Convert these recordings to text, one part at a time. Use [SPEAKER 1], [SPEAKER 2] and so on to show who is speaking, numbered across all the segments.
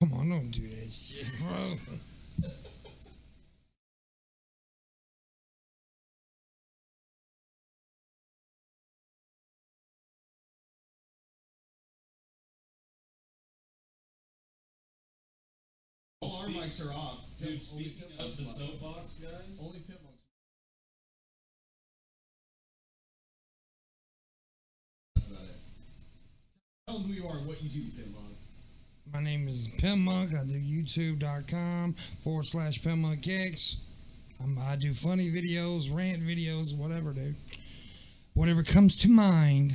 [SPEAKER 1] Come on, don't do that shit, bro.
[SPEAKER 2] All our mics are off.
[SPEAKER 3] Dude, speaking of the soapbox, guys,
[SPEAKER 2] Only Pitlock's. That's not it. Tell them who you are and what you do, Pitlock.
[SPEAKER 1] My name is Pimmonk. I do youtube.com forward slash PimmonkX. Um, I do funny videos, rant videos, whatever, dude. Whatever comes to mind.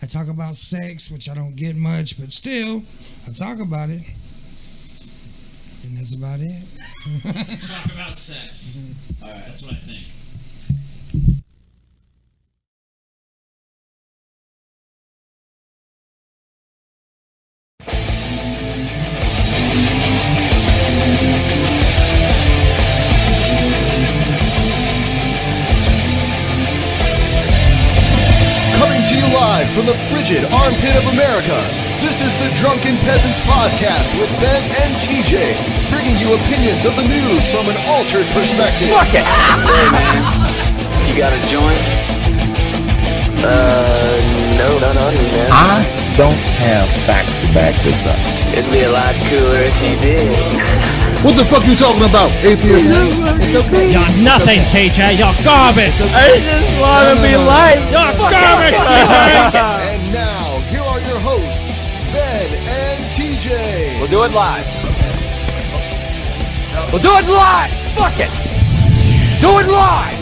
[SPEAKER 1] I talk about sex, which I don't get much, but still, I talk about it. And that's about it.
[SPEAKER 3] talk about sex. Mm-hmm. All right, that's what I think.
[SPEAKER 2] Coming to you live from the frigid armpit of America, this is the Drunken Peasants Podcast with Ben and TJ, bringing you opinions of the news from an altered perspective. Fuck it!
[SPEAKER 4] You got a joint? Uh, no, no, no, man.
[SPEAKER 5] I don't have facts to back this up.
[SPEAKER 4] It'd be a lot cooler if you did.
[SPEAKER 2] What the fuck you talking about, atheist? It's okay.
[SPEAKER 6] You're nothing, TJ. You're garbage. I just want to be liked. You're garbage.
[SPEAKER 2] And now, here are your hosts, Ben and TJ.
[SPEAKER 4] We'll do it live. We'll do it live. Fuck it. Do it live.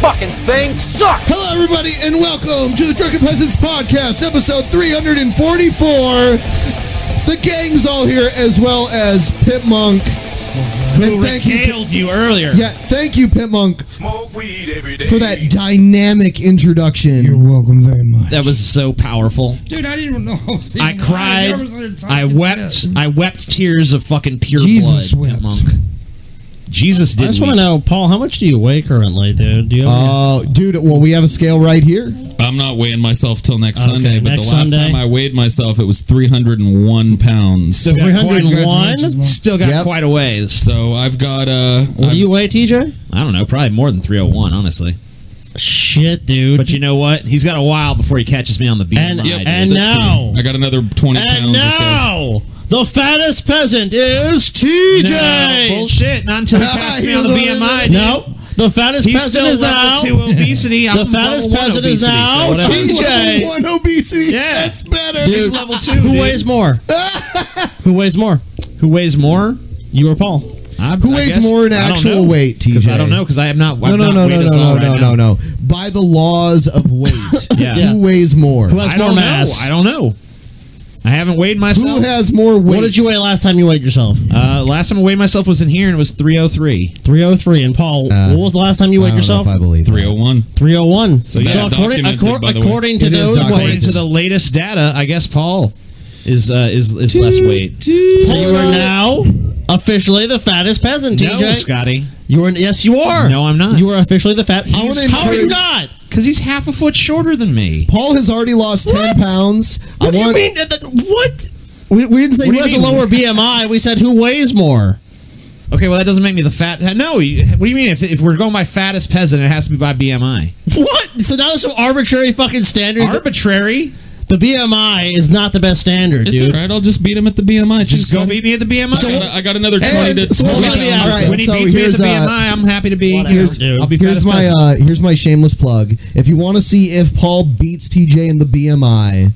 [SPEAKER 4] Fucking thing sucks.
[SPEAKER 2] Hello, everybody, and welcome to the Drunken Peasants Podcast, episode 344. The gang's all here, as well as Pitmonk. And
[SPEAKER 6] Who
[SPEAKER 2] thank you,
[SPEAKER 6] regaled you earlier?
[SPEAKER 2] yeah, thank you, Pitmonk,
[SPEAKER 3] Smoke weed every day.
[SPEAKER 2] for that dynamic introduction.
[SPEAKER 1] You're welcome very much.
[SPEAKER 6] That was so powerful.
[SPEAKER 1] dude, I didn't even know. I, was
[SPEAKER 6] I
[SPEAKER 1] even lying.
[SPEAKER 6] cried.
[SPEAKER 1] There was an
[SPEAKER 6] I
[SPEAKER 1] entire
[SPEAKER 6] wept.
[SPEAKER 1] set.
[SPEAKER 6] I wept tears of fucking pure
[SPEAKER 1] Jesus
[SPEAKER 6] blood. that
[SPEAKER 1] wept.
[SPEAKER 6] Monk. Jesus did.
[SPEAKER 7] I just want to know, Paul, how much do you weigh currently, dude? Do you?
[SPEAKER 2] Oh, dude, well, we have a scale right here.
[SPEAKER 3] I'm not weighing myself till next
[SPEAKER 7] Okay,
[SPEAKER 3] Sunday, but
[SPEAKER 7] next
[SPEAKER 3] the last
[SPEAKER 7] Sunday.
[SPEAKER 3] time I weighed myself, it was 301 pounds. So,
[SPEAKER 7] Three hundred one.
[SPEAKER 6] Still got
[SPEAKER 2] Yep.
[SPEAKER 6] quite a ways.
[SPEAKER 3] I've got uh,
[SPEAKER 7] What do you weigh, TJ?
[SPEAKER 6] I don't know. Probably more than 301, honestly.
[SPEAKER 7] Shit, dude.
[SPEAKER 6] But you know what? He's got a while before he catches me on the beat.
[SPEAKER 7] And-
[SPEAKER 6] Mine,
[SPEAKER 7] yep,
[SPEAKER 6] dude.
[SPEAKER 7] and
[SPEAKER 6] That's
[SPEAKER 7] now-
[SPEAKER 3] I got another 20
[SPEAKER 7] and
[SPEAKER 3] pounds. Or so.
[SPEAKER 7] now the fattest peasant is
[SPEAKER 6] true.
[SPEAKER 7] TJ.
[SPEAKER 6] No, bullshit. Not until he catches me on the BMI. dude.
[SPEAKER 7] No, the fattest
[SPEAKER 6] He's
[SPEAKER 7] peasant
[SPEAKER 6] still
[SPEAKER 7] is
[SPEAKER 6] level
[SPEAKER 7] out.
[SPEAKER 6] two obesity. I'm
[SPEAKER 7] The fattest
[SPEAKER 6] level one
[SPEAKER 7] peasant is
[SPEAKER 6] obesity, so
[SPEAKER 7] out.
[SPEAKER 6] whatever.
[SPEAKER 7] T- TJ.
[SPEAKER 2] Level One obesity.
[SPEAKER 6] Yeah.
[SPEAKER 2] That's better.
[SPEAKER 7] Dude,
[SPEAKER 6] level two,
[SPEAKER 7] Who
[SPEAKER 6] dude.
[SPEAKER 7] weighs more? who weighs more?
[SPEAKER 6] Who weighs more?
[SPEAKER 7] You or Paul?
[SPEAKER 6] I,
[SPEAKER 2] Who weighs more in actual weight,
[SPEAKER 6] Because
[SPEAKER 2] TJ?
[SPEAKER 6] I don't know. Because I have not.
[SPEAKER 2] No,
[SPEAKER 6] I've
[SPEAKER 2] no,
[SPEAKER 6] Oh, not
[SPEAKER 2] no, no,
[SPEAKER 6] weighed
[SPEAKER 2] no,
[SPEAKER 6] us
[SPEAKER 2] no,
[SPEAKER 6] all right
[SPEAKER 2] no,
[SPEAKER 6] now.
[SPEAKER 2] no, no. By the laws of weight,
[SPEAKER 6] Yeah.
[SPEAKER 2] who weighs more?
[SPEAKER 7] Who has
[SPEAKER 6] I
[SPEAKER 7] more
[SPEAKER 6] don't
[SPEAKER 7] mass?
[SPEAKER 6] know. I don't know. I haven't weighed myself.
[SPEAKER 2] Who has more weight?
[SPEAKER 7] What did you weigh last time you weighed yourself?
[SPEAKER 6] uh, last time I weighed myself was in here and it was 303.
[SPEAKER 7] Three hundred three. And Paul, what was the last time you
[SPEAKER 2] Uh, I
[SPEAKER 7] weighed
[SPEAKER 2] don't know
[SPEAKER 7] yourself?
[SPEAKER 2] if I believe. that.
[SPEAKER 3] 301.
[SPEAKER 7] 301. So,
[SPEAKER 3] that's
[SPEAKER 7] according,
[SPEAKER 3] documented,
[SPEAKER 7] accor-
[SPEAKER 3] by the way.
[SPEAKER 7] according to
[SPEAKER 2] It is
[SPEAKER 7] those
[SPEAKER 2] documented.
[SPEAKER 6] According
[SPEAKER 7] weights,
[SPEAKER 6] to the latest data, I guess Paul.
[SPEAKER 8] is uh, is is less weight.
[SPEAKER 9] So you are now officially the fattest peasant,
[SPEAKER 8] No,
[SPEAKER 9] TJ.
[SPEAKER 8] Scotty.
[SPEAKER 9] You are. Yes, you are.
[SPEAKER 8] No, I'm not.
[SPEAKER 9] You are officially the fat.
[SPEAKER 2] I wanna
[SPEAKER 9] How are you
[SPEAKER 2] encourage-
[SPEAKER 9] not?
[SPEAKER 8] Because he's half a foot shorter than me.
[SPEAKER 2] Paul has already lost ten pounds.
[SPEAKER 9] What
[SPEAKER 2] I
[SPEAKER 9] do you
[SPEAKER 2] want.
[SPEAKER 9] mean? that- that- What?
[SPEAKER 2] We, we didn't say
[SPEAKER 9] Who
[SPEAKER 2] you
[SPEAKER 9] has a
[SPEAKER 2] mean?
[SPEAKER 9] lower BMI? We said who weighs more.
[SPEAKER 8] Okay, well that doesn't make me the fat. No, you- what do you mean? If, if we're going by fattest peasant, it has to be by BMI.
[SPEAKER 9] What? So now there's some arbitrary fucking standard. that-
[SPEAKER 8] Arbitrary.
[SPEAKER 9] the BMI is not the best standard,
[SPEAKER 3] It's
[SPEAKER 9] dude.
[SPEAKER 3] all right. I'll just beat him at the BMI.
[SPEAKER 8] Just go meet me at the BMI.
[SPEAKER 3] I got, I got another twenty
[SPEAKER 2] And-
[SPEAKER 3] to.
[SPEAKER 2] so what's
[SPEAKER 3] to-
[SPEAKER 2] on the
[SPEAKER 3] Yeah.
[SPEAKER 2] outside?
[SPEAKER 8] when he
[SPEAKER 2] So
[SPEAKER 8] beats me at
[SPEAKER 2] here's,
[SPEAKER 8] the
[SPEAKER 2] uh,
[SPEAKER 8] BMI, I'm happy to be.
[SPEAKER 2] Here's-
[SPEAKER 8] I'll be
[SPEAKER 2] Here's
[SPEAKER 8] fattest
[SPEAKER 2] my
[SPEAKER 8] peasant.
[SPEAKER 2] uh, here's my shameless plug. If you want to see if Paul beats TJ in the BMI,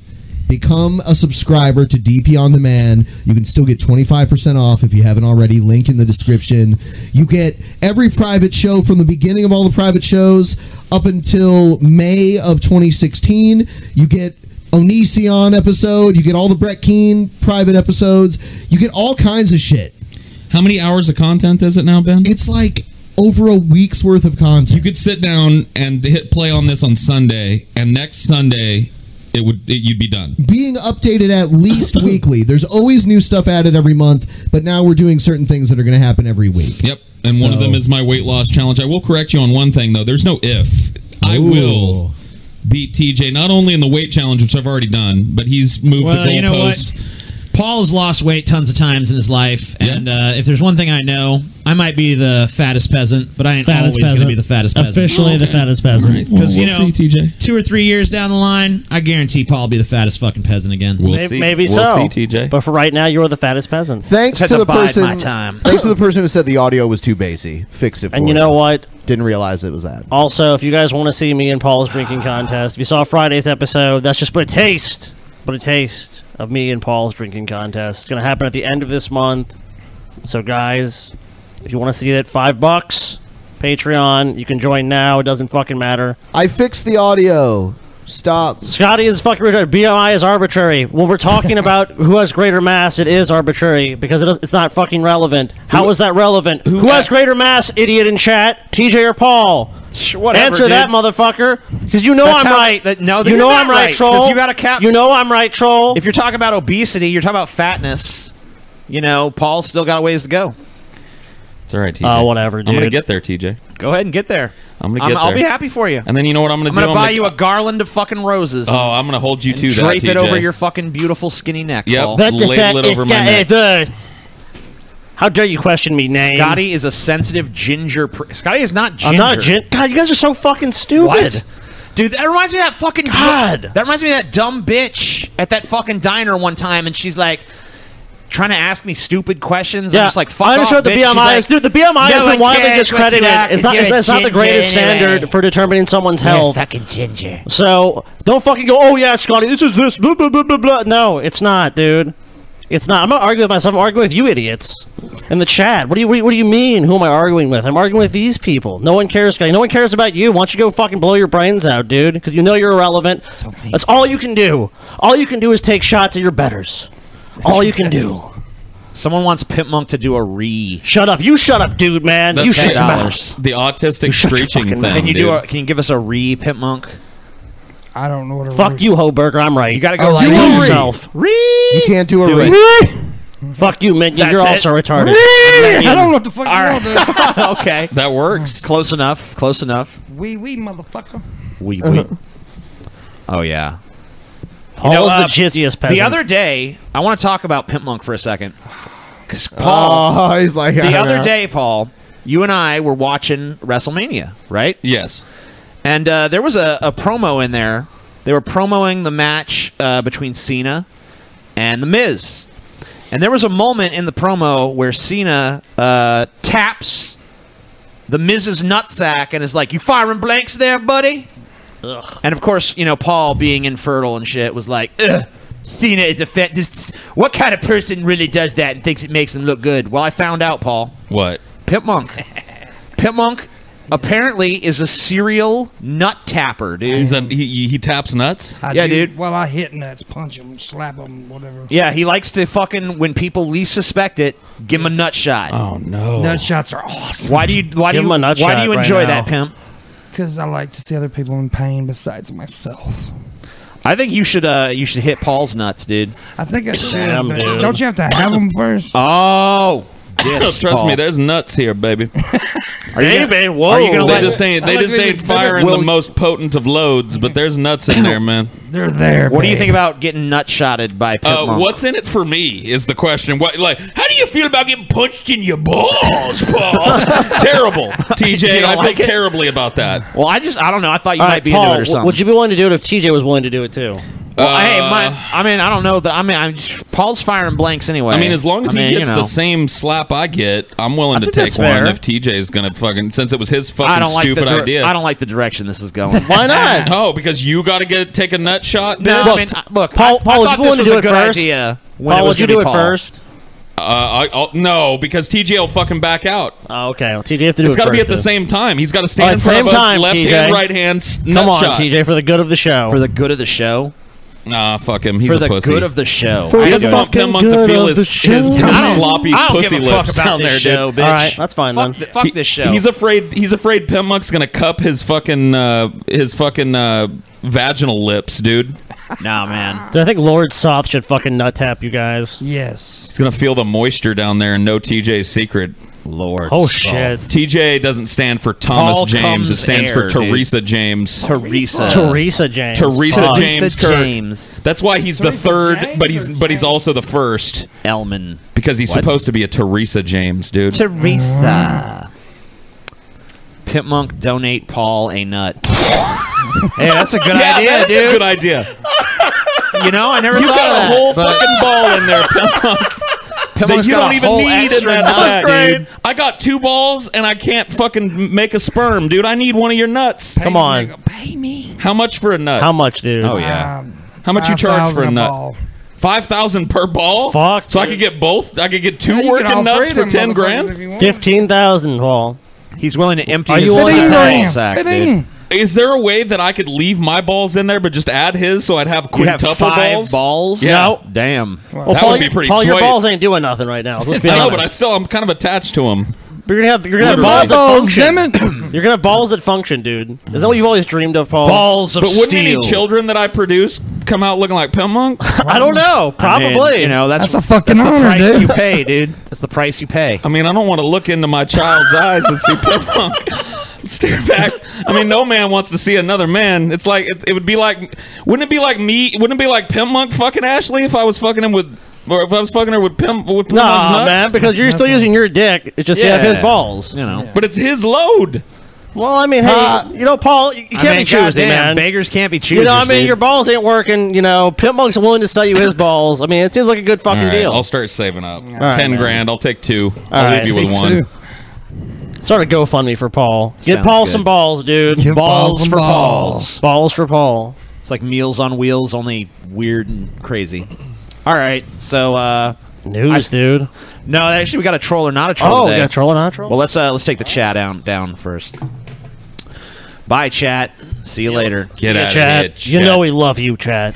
[SPEAKER 2] become a subscriber to DP on Demand. You can still get 25% off if you haven't already. Link in the description. You get every private show from the beginning of all the private shows up until May of 2016. You get Onision episode. You get all the Brett Keen private episodes. You get all kinds of shit.
[SPEAKER 3] How many hours of content is it now, Ben?
[SPEAKER 2] It's like over a week's worth of content.
[SPEAKER 3] You could sit down and hit play on this on Sunday, and next Sunday, it would it, you'd be done.
[SPEAKER 2] being updated at least weekly. There's always new stuff added every month, but now we're doing certain things that are going to happen every week.
[SPEAKER 3] Yep. And one of
[SPEAKER 2] So-
[SPEAKER 3] them is my weight loss challenge. I will correct you on one thing though. There's no if. I
[SPEAKER 2] Ooh.
[SPEAKER 3] will beat TJ not only in the weight challenge, which I've already done, but he's moved
[SPEAKER 8] Well,
[SPEAKER 3] the
[SPEAKER 8] you know
[SPEAKER 3] goalpost.
[SPEAKER 8] what? Paul's lost weight tons of times in his life, and uh, if there's one thing I know, I might be the fattest peasant, but I ain't
[SPEAKER 9] Fattest
[SPEAKER 8] always going to
[SPEAKER 9] peasant.
[SPEAKER 8] be the fattest peasant.
[SPEAKER 9] Officially the fattest peasant.
[SPEAKER 8] Because
[SPEAKER 3] Well,
[SPEAKER 8] you
[SPEAKER 3] we'll
[SPEAKER 8] know,
[SPEAKER 3] see, TJ.
[SPEAKER 8] two or three years down the line, I guarantee Paul will be the fattest fucking peasant again.
[SPEAKER 3] We'll
[SPEAKER 7] May-
[SPEAKER 3] see.
[SPEAKER 7] Maybe
[SPEAKER 3] we'll
[SPEAKER 7] so.
[SPEAKER 3] See, TJ.
[SPEAKER 7] But for right now, you're the fattest peasant.
[SPEAKER 5] Thanks
[SPEAKER 7] Just
[SPEAKER 5] to
[SPEAKER 7] had
[SPEAKER 5] the
[SPEAKER 7] bide
[SPEAKER 5] person.
[SPEAKER 7] My time.
[SPEAKER 5] Thanks to the person who said the audio was too bassy. Fixed it. For
[SPEAKER 7] And you know what?
[SPEAKER 5] Didn't realize it was that.
[SPEAKER 7] Also, if you guys want to see me and Paul's drinking contest, if you saw Friday's episode, that's just but a taste, but a taste of me and Paul's drinking contest. It's gonna happen at the end of this month. So, guys, if you want to see it, five bucks, Patreon. You can join now. It doesn't fucking matter.
[SPEAKER 5] I fixed the audio. Stop.
[SPEAKER 7] Scotty is fucking retarded. BMI is arbitrary. When we're talking about who has greater mass, it is arbitrary because it is, it's not fucking relevant. How is that relevant? Who, has greater mass, idiot in chat? TJ or Paul?
[SPEAKER 6] whatever,
[SPEAKER 7] Answer that,
[SPEAKER 6] dude.
[SPEAKER 7] motherfucker. Because you know
[SPEAKER 6] That's
[SPEAKER 7] I'm
[SPEAKER 6] how-
[SPEAKER 7] right.
[SPEAKER 6] that- no,
[SPEAKER 7] you
[SPEAKER 6] you're
[SPEAKER 7] know
[SPEAKER 6] not
[SPEAKER 7] I'm right,
[SPEAKER 6] right, 'cause
[SPEAKER 7] troll.
[SPEAKER 6] you gotta count-
[SPEAKER 7] You know I'm right, troll.
[SPEAKER 6] If you're talking about obesity, you're talking about fatness. You know, Paul's still got a ways to go.
[SPEAKER 3] It's all right, TJ.
[SPEAKER 7] Oh, whatever,
[SPEAKER 3] I'm gonna
[SPEAKER 7] dude.
[SPEAKER 3] get there, TJ.
[SPEAKER 6] Uh, Go ahead and get there.
[SPEAKER 3] I'm gonna
[SPEAKER 6] I'm-
[SPEAKER 3] get
[SPEAKER 6] I'll
[SPEAKER 3] there.
[SPEAKER 6] be happy for you.
[SPEAKER 3] And then you know what I'm gonna
[SPEAKER 6] I'm
[SPEAKER 3] do?
[SPEAKER 6] gonna buy
[SPEAKER 3] make-
[SPEAKER 6] you a garland of fucking roses.
[SPEAKER 3] Oh, I'm gonna hold you to that,
[SPEAKER 6] drape
[SPEAKER 3] TJ.
[SPEAKER 6] it over your fucking beautiful skinny neck.
[SPEAKER 3] Yep.
[SPEAKER 6] Paul.
[SPEAKER 3] But the Ladle it fact over is my that neck.
[SPEAKER 7] How dare you question me, name?
[SPEAKER 6] Scotty is a sensitive ginger. Pr- Scotty is not ginger.
[SPEAKER 7] I'm not a gin. God, you guys are so fucking stupid.
[SPEAKER 6] What? Dude, that reminds me of that fucking
[SPEAKER 7] God.
[SPEAKER 6] That reminds me of that dumb bitch at that fucking diner one time, and she's like trying to ask me stupid questions. I'm just like, fuck
[SPEAKER 7] I understand
[SPEAKER 6] off,
[SPEAKER 7] what the
[SPEAKER 6] bitch.
[SPEAKER 7] BMI
[SPEAKER 6] She's like,
[SPEAKER 7] is. Dude, the BMI
[SPEAKER 6] "No
[SPEAKER 7] has
[SPEAKER 6] one
[SPEAKER 7] been widely
[SPEAKER 6] cares what you
[SPEAKER 7] discredited.
[SPEAKER 6] are, 'cause
[SPEAKER 7] It's not.
[SPEAKER 6] you're
[SPEAKER 7] It's,
[SPEAKER 6] a
[SPEAKER 7] it's not the
[SPEAKER 6] ginger
[SPEAKER 7] greatest
[SPEAKER 6] anyway."
[SPEAKER 7] standard for determining someone's health.
[SPEAKER 6] fucking ginger.
[SPEAKER 7] So don't fucking go. Oh yeah, Scotty, this is this. Blah blah blah blah blah. No, it's not, dude. It's not. I'm not arguing with myself. I'm arguing with you, idiots, in the chat. What do you what do you- What do you mean? Who am I arguing with? I'm arguing with these people. No one cares, Scotty. No one cares about you. Why don't you go fucking blow your brains out, dude? Because you know you're irrelevant. That's all you can do. All you can do is take shots at your betters. All you can do.
[SPEAKER 6] Someone wants Pimp Monk to do a re.
[SPEAKER 7] Shut up. You shut up, dude, man.
[SPEAKER 3] That's
[SPEAKER 7] you shut
[SPEAKER 3] it.
[SPEAKER 7] up.
[SPEAKER 3] the autistic
[SPEAKER 7] shut your
[SPEAKER 3] screeching
[SPEAKER 7] fucking
[SPEAKER 3] thing.
[SPEAKER 7] mouth.
[SPEAKER 6] Can you
[SPEAKER 3] dude.
[SPEAKER 6] do? A, can you give us a re, Pimp Monk?
[SPEAKER 1] I don't know what a
[SPEAKER 7] Fuck you, Hoberger. I'm right.
[SPEAKER 6] You gotta go like
[SPEAKER 7] do it
[SPEAKER 6] this.
[SPEAKER 7] yourself.
[SPEAKER 5] You can't do a ring.
[SPEAKER 7] Fuck you, Minion.
[SPEAKER 6] That's
[SPEAKER 7] You're
[SPEAKER 6] it.
[SPEAKER 7] also retarded.
[SPEAKER 1] I don't know what the fuck you
[SPEAKER 6] All
[SPEAKER 1] want, dude.
[SPEAKER 6] okay.
[SPEAKER 3] That works.
[SPEAKER 6] Close enough. Close enough.
[SPEAKER 1] Wee wee, motherfucker.
[SPEAKER 6] We we.
[SPEAKER 2] Uh-huh.
[SPEAKER 6] Oh yeah.
[SPEAKER 7] Paul's
[SPEAKER 6] know, uh,
[SPEAKER 7] the jizziest peasant.
[SPEAKER 6] The other day, I want to talk about Pimp Monk for a second. 'Cause Paul,
[SPEAKER 2] Oh, he's like I
[SPEAKER 6] the
[SPEAKER 2] don't
[SPEAKER 6] other
[SPEAKER 2] know.
[SPEAKER 6] day, Paul, you and I were watching WrestleMania, right?
[SPEAKER 3] Yes.
[SPEAKER 6] And uh, there was a, a promo in there. They were promoing the match uh, between Cena and The Miz. And there was a moment in the promo where Cena uh, taps The Miz's nutsack and is like, You firing blanks there, buddy? And of course, you know, Paul being infertile and shit was like, Ugh, Cena is a fat. This, what kind of person really does that and thinks it makes him look good? Well, I found out, Paul.
[SPEAKER 3] What?
[SPEAKER 6] Pimp Monk. Pimp Monk apparently is a serial nut tapper,
[SPEAKER 3] He's
[SPEAKER 6] dude.
[SPEAKER 3] a, he, he- he taps nuts.
[SPEAKER 1] I
[SPEAKER 6] Yeah,
[SPEAKER 1] do-
[SPEAKER 6] dude.
[SPEAKER 1] Well, I hit nuts, punch them, slap them, whatever.
[SPEAKER 6] Yeah, he likes to fucking when people least suspect it, give him a nut shot.
[SPEAKER 3] Oh no.
[SPEAKER 1] Nut shots are awesome
[SPEAKER 6] Why do you why
[SPEAKER 7] Give
[SPEAKER 6] do you
[SPEAKER 7] him a nut
[SPEAKER 6] why
[SPEAKER 7] shot
[SPEAKER 6] do you
[SPEAKER 7] right
[SPEAKER 6] enjoy
[SPEAKER 7] now.
[SPEAKER 6] that, pimp?
[SPEAKER 1] because I like to see other people in pain besides myself.
[SPEAKER 6] I think you should uh, you should hit Paul's nuts, dude.
[SPEAKER 1] I think I should. but Don't you have to have them first?
[SPEAKER 6] Oh, yes,
[SPEAKER 3] Trust
[SPEAKER 6] Paul.
[SPEAKER 3] me, there's nuts here, baby.
[SPEAKER 6] Oh. Are you gonna- Baby, whoa. are you gonna
[SPEAKER 3] they
[SPEAKER 6] let-
[SPEAKER 3] just ain't, they
[SPEAKER 6] Look,
[SPEAKER 3] just
[SPEAKER 6] we
[SPEAKER 3] ain't
[SPEAKER 6] can-
[SPEAKER 3] firing
[SPEAKER 6] Will-
[SPEAKER 3] the most potent of loads, but there's nuts in there, man.
[SPEAKER 1] They're there.
[SPEAKER 6] What do you
[SPEAKER 3] babe.
[SPEAKER 6] think about getting nut shotted by
[SPEAKER 3] Uh,
[SPEAKER 6] Pimp Monk?
[SPEAKER 3] what's in it for me is the question. What like how do you feel about getting punched in your balls, Paul? Terrible,
[SPEAKER 6] You
[SPEAKER 3] TJ.
[SPEAKER 6] don't
[SPEAKER 3] I feel
[SPEAKER 6] like it?
[SPEAKER 3] terribly about that.
[SPEAKER 6] Well, I just I don't know. I thought you
[SPEAKER 3] All
[SPEAKER 6] might
[SPEAKER 3] right,
[SPEAKER 6] be
[SPEAKER 3] Paul,
[SPEAKER 6] into it or
[SPEAKER 3] w-
[SPEAKER 6] something.
[SPEAKER 7] Would you be willing to do it if TJ was willing to do it too?
[SPEAKER 6] Well, hey,
[SPEAKER 3] Uh,
[SPEAKER 6] my, I mean, I don't know that. I mean, I'm Paul's firing blanks anyway.
[SPEAKER 3] I mean, as long as
[SPEAKER 6] I mean,
[SPEAKER 3] he
[SPEAKER 6] you
[SPEAKER 3] gets
[SPEAKER 6] know.
[SPEAKER 3] the same slap I get, I'm willing to
[SPEAKER 6] think
[SPEAKER 3] take
[SPEAKER 6] that's
[SPEAKER 3] one.
[SPEAKER 6] fair.
[SPEAKER 3] If TJ's gonna fucking since it was his fucking
[SPEAKER 6] I don't like
[SPEAKER 3] stupid
[SPEAKER 6] the dir-
[SPEAKER 3] idea.
[SPEAKER 6] I don't like the direction this is going.
[SPEAKER 7] Why not?
[SPEAKER 3] oh, because you got to get take a nut shot.
[SPEAKER 6] No,
[SPEAKER 3] bitch?
[SPEAKER 6] I mean, I- look,
[SPEAKER 7] Paul-
[SPEAKER 6] I,
[SPEAKER 7] Paul,
[SPEAKER 6] I
[SPEAKER 7] would
[SPEAKER 6] thought
[SPEAKER 7] you
[SPEAKER 6] this
[SPEAKER 7] wanna
[SPEAKER 6] was
[SPEAKER 7] do
[SPEAKER 6] a
[SPEAKER 7] it
[SPEAKER 6] good
[SPEAKER 7] first?
[SPEAKER 6] idea. when
[SPEAKER 7] Paul,
[SPEAKER 6] it was
[SPEAKER 7] would you
[SPEAKER 6] gonna
[SPEAKER 7] do
[SPEAKER 6] be
[SPEAKER 7] it
[SPEAKER 6] Paul.
[SPEAKER 7] first?
[SPEAKER 3] Uh, I, I'll, no, because TJ will fucking back out.
[SPEAKER 7] Oh, okay. Well, TJ, have to do
[SPEAKER 3] It's
[SPEAKER 7] it
[SPEAKER 3] got to be
[SPEAKER 7] first,
[SPEAKER 3] at the
[SPEAKER 7] though.
[SPEAKER 3] same time. He's got to
[SPEAKER 7] All
[SPEAKER 3] stand
[SPEAKER 7] right,
[SPEAKER 3] in front
[SPEAKER 7] same
[SPEAKER 3] of us,
[SPEAKER 7] time,
[SPEAKER 3] left
[SPEAKER 7] TJ.
[SPEAKER 3] hand, right hand. s-
[SPEAKER 7] Come
[SPEAKER 3] nut
[SPEAKER 7] on,
[SPEAKER 3] shot.
[SPEAKER 7] TJ, for the good of the show.
[SPEAKER 6] For the good of the show.
[SPEAKER 3] Nah, fuck him. He's
[SPEAKER 6] For
[SPEAKER 3] a
[SPEAKER 6] the
[SPEAKER 3] pussy.
[SPEAKER 6] good of the show.
[SPEAKER 3] I
[SPEAKER 6] For the
[SPEAKER 3] just want
[SPEAKER 6] fucking
[SPEAKER 3] him on to
[SPEAKER 6] good
[SPEAKER 3] feel
[SPEAKER 6] of
[SPEAKER 3] his,
[SPEAKER 6] the show.
[SPEAKER 3] his, his
[SPEAKER 6] I don't-
[SPEAKER 3] sloppy
[SPEAKER 6] I don't
[SPEAKER 3] pussy
[SPEAKER 6] give a fuck
[SPEAKER 3] lips
[SPEAKER 6] about
[SPEAKER 3] down
[SPEAKER 6] this
[SPEAKER 3] there,
[SPEAKER 6] show,
[SPEAKER 3] dude.
[SPEAKER 6] bitch. All right,
[SPEAKER 7] that's fine
[SPEAKER 6] Fuck
[SPEAKER 7] then.
[SPEAKER 6] th- fuck this show.
[SPEAKER 3] He's afraid. He's afraid Pimmuck's gonna cup his fucking uh, his fucking uh, vaginal lips, dude.
[SPEAKER 6] Nah, man.
[SPEAKER 7] Dude, I think Lord Soth should fucking nut tap you guys.
[SPEAKER 1] Yes.
[SPEAKER 3] He's gonna feel the moisture down there and know TJ's secret. Lord.
[SPEAKER 7] Oh, shit.
[SPEAKER 3] TJ doesn't stand for Thomas
[SPEAKER 7] Paul
[SPEAKER 3] James. It
[SPEAKER 7] comes
[SPEAKER 3] stands
[SPEAKER 7] air,
[SPEAKER 3] for
[SPEAKER 7] dude.
[SPEAKER 3] Teresa James.
[SPEAKER 6] Teresa.
[SPEAKER 7] Teresa James.
[SPEAKER 3] Teresa
[SPEAKER 7] Fuck.
[SPEAKER 3] James.
[SPEAKER 6] Teresa
[SPEAKER 3] Kirk.
[SPEAKER 6] James.
[SPEAKER 3] That's why he's the
[SPEAKER 6] Teresa
[SPEAKER 3] third,
[SPEAKER 6] James
[SPEAKER 3] but he's but he's also the first.
[SPEAKER 6] Elman.
[SPEAKER 3] Because he's
[SPEAKER 6] What?
[SPEAKER 3] supposed to be a Teresa James, dude.
[SPEAKER 6] Teresa. Pimp Monk donate Paul a nut. hey, that's a good
[SPEAKER 3] Yeah,
[SPEAKER 6] idea,
[SPEAKER 3] that is a
[SPEAKER 6] dude.
[SPEAKER 3] good idea.
[SPEAKER 6] You know, I never
[SPEAKER 3] You
[SPEAKER 6] thought
[SPEAKER 3] got
[SPEAKER 6] of
[SPEAKER 3] a
[SPEAKER 6] that,
[SPEAKER 3] whole
[SPEAKER 6] but-
[SPEAKER 3] fucking ball in there, Pimp Monk.
[SPEAKER 6] Pimp
[SPEAKER 3] That
[SPEAKER 6] Monk's
[SPEAKER 3] you
[SPEAKER 6] got
[SPEAKER 3] don't
[SPEAKER 6] a
[SPEAKER 3] even
[SPEAKER 6] whole
[SPEAKER 3] need in
[SPEAKER 6] extra
[SPEAKER 3] that
[SPEAKER 6] nut. That's
[SPEAKER 3] sack,
[SPEAKER 6] great.
[SPEAKER 3] dude. I got two balls and I can't fucking make a sperm, dude. I need one of your nuts. Come on.
[SPEAKER 1] Pay me.
[SPEAKER 3] How much for a nut?
[SPEAKER 7] How much, dude?
[SPEAKER 3] Oh yeah. How much you charge
[SPEAKER 1] 5,000
[SPEAKER 3] for a
[SPEAKER 1] a
[SPEAKER 3] nut?
[SPEAKER 1] ball.
[SPEAKER 3] Five thousand per ball.
[SPEAKER 7] Fuck,
[SPEAKER 3] So I
[SPEAKER 7] dude.
[SPEAKER 3] could get both. I could get two
[SPEAKER 1] you get all
[SPEAKER 3] working nuts
[SPEAKER 1] three
[SPEAKER 3] for
[SPEAKER 1] of them
[SPEAKER 3] ten
[SPEAKER 1] motherfuckers
[SPEAKER 3] grand.
[SPEAKER 1] if you want.
[SPEAKER 7] Fifteen thousand, Paul.
[SPEAKER 6] He's willing to empty
[SPEAKER 7] Are
[SPEAKER 6] his
[SPEAKER 7] you
[SPEAKER 6] whole
[SPEAKER 7] on that
[SPEAKER 6] ball
[SPEAKER 7] plan?
[SPEAKER 6] sack,
[SPEAKER 7] Fitting.
[SPEAKER 6] dude.
[SPEAKER 3] Is there a way that I could leave my balls in there, but just add his so I'd have
[SPEAKER 6] You have
[SPEAKER 3] quintuple
[SPEAKER 6] five
[SPEAKER 3] balls?
[SPEAKER 6] balls?
[SPEAKER 3] Yeah.
[SPEAKER 6] No. Damn.
[SPEAKER 3] That
[SPEAKER 7] Paul,
[SPEAKER 3] would be pretty
[SPEAKER 7] Paul, your
[SPEAKER 3] sweet.
[SPEAKER 7] balls ain't doing nothing right now. Let's be
[SPEAKER 3] I know,
[SPEAKER 7] honest.
[SPEAKER 3] but I still I'm kind of attached to him.
[SPEAKER 7] But you're gonna have you're gonna have balls
[SPEAKER 3] Literally.
[SPEAKER 7] that
[SPEAKER 3] Balls,
[SPEAKER 7] function. you're gonna have balls that function, dude. Is that what you've always dreamed of, Paul?
[SPEAKER 3] but wouldn't any children that I produce come out looking like Pimp Monk?
[SPEAKER 7] I don't know.
[SPEAKER 6] I
[SPEAKER 7] Probably.
[SPEAKER 6] mean, you know, that's,
[SPEAKER 1] a fucking
[SPEAKER 6] that's
[SPEAKER 1] honor,
[SPEAKER 6] the price
[SPEAKER 1] dude.
[SPEAKER 6] you pay, dude. That's the price you pay.
[SPEAKER 3] I mean, I don't want to look into my child's eyes and see Pimp Monk. Stare back. I mean, no man wants to see another man. It's like it, it would be like, wouldn't it be like me? Wouldn't it be like Pimp Monk fucking Ashley if I was fucking him with, or if I was fucking her with Pimp with Pimp Monk's
[SPEAKER 7] Nah,
[SPEAKER 3] nuts?
[SPEAKER 7] man, because you're still using your dick. It's just you have his
[SPEAKER 6] Yeah.
[SPEAKER 7] balls.
[SPEAKER 6] You know.
[SPEAKER 3] But it's his load.
[SPEAKER 7] Well, I mean, hey,
[SPEAKER 1] Uh,
[SPEAKER 7] you know, Paul, you you can't
[SPEAKER 6] I mean,
[SPEAKER 7] be choosy,
[SPEAKER 6] goddamn,
[SPEAKER 7] man.
[SPEAKER 6] Beggars can't be choosy.
[SPEAKER 7] you know, I mean, your balls ain't working. You know, Pimp Monk's willing to sell you his balls. I mean, it seems like a good
[SPEAKER 3] All
[SPEAKER 7] fucking
[SPEAKER 3] right,
[SPEAKER 7] deal.
[SPEAKER 3] I'll start saving up.
[SPEAKER 7] right,
[SPEAKER 3] Ten
[SPEAKER 7] man.
[SPEAKER 3] grand. I'll take two.
[SPEAKER 7] All
[SPEAKER 3] I'll
[SPEAKER 7] right.
[SPEAKER 3] leave you with
[SPEAKER 7] Me
[SPEAKER 3] one.
[SPEAKER 7] too. Start a GoFundMe for Paul. Get
[SPEAKER 6] Sounds
[SPEAKER 7] Paul
[SPEAKER 6] good.
[SPEAKER 7] some balls, dude.
[SPEAKER 6] Give Balls Paul some for balls.
[SPEAKER 7] Balls for Paul.
[SPEAKER 6] It's like Meals on Wheels, only weird and crazy. All right, so uh
[SPEAKER 7] News, dude.
[SPEAKER 6] No, actually, we got a troll or not a troll
[SPEAKER 7] Oh, we
[SPEAKER 6] today.
[SPEAKER 7] got a troll or not a troll?
[SPEAKER 6] Well, let's uh let's take the chat down down first. Bye, chat. See you later.
[SPEAKER 3] Get
[SPEAKER 7] Yeah,
[SPEAKER 3] outta
[SPEAKER 7] Chad. You
[SPEAKER 3] here, Chad.
[SPEAKER 7] know we love you, Chad.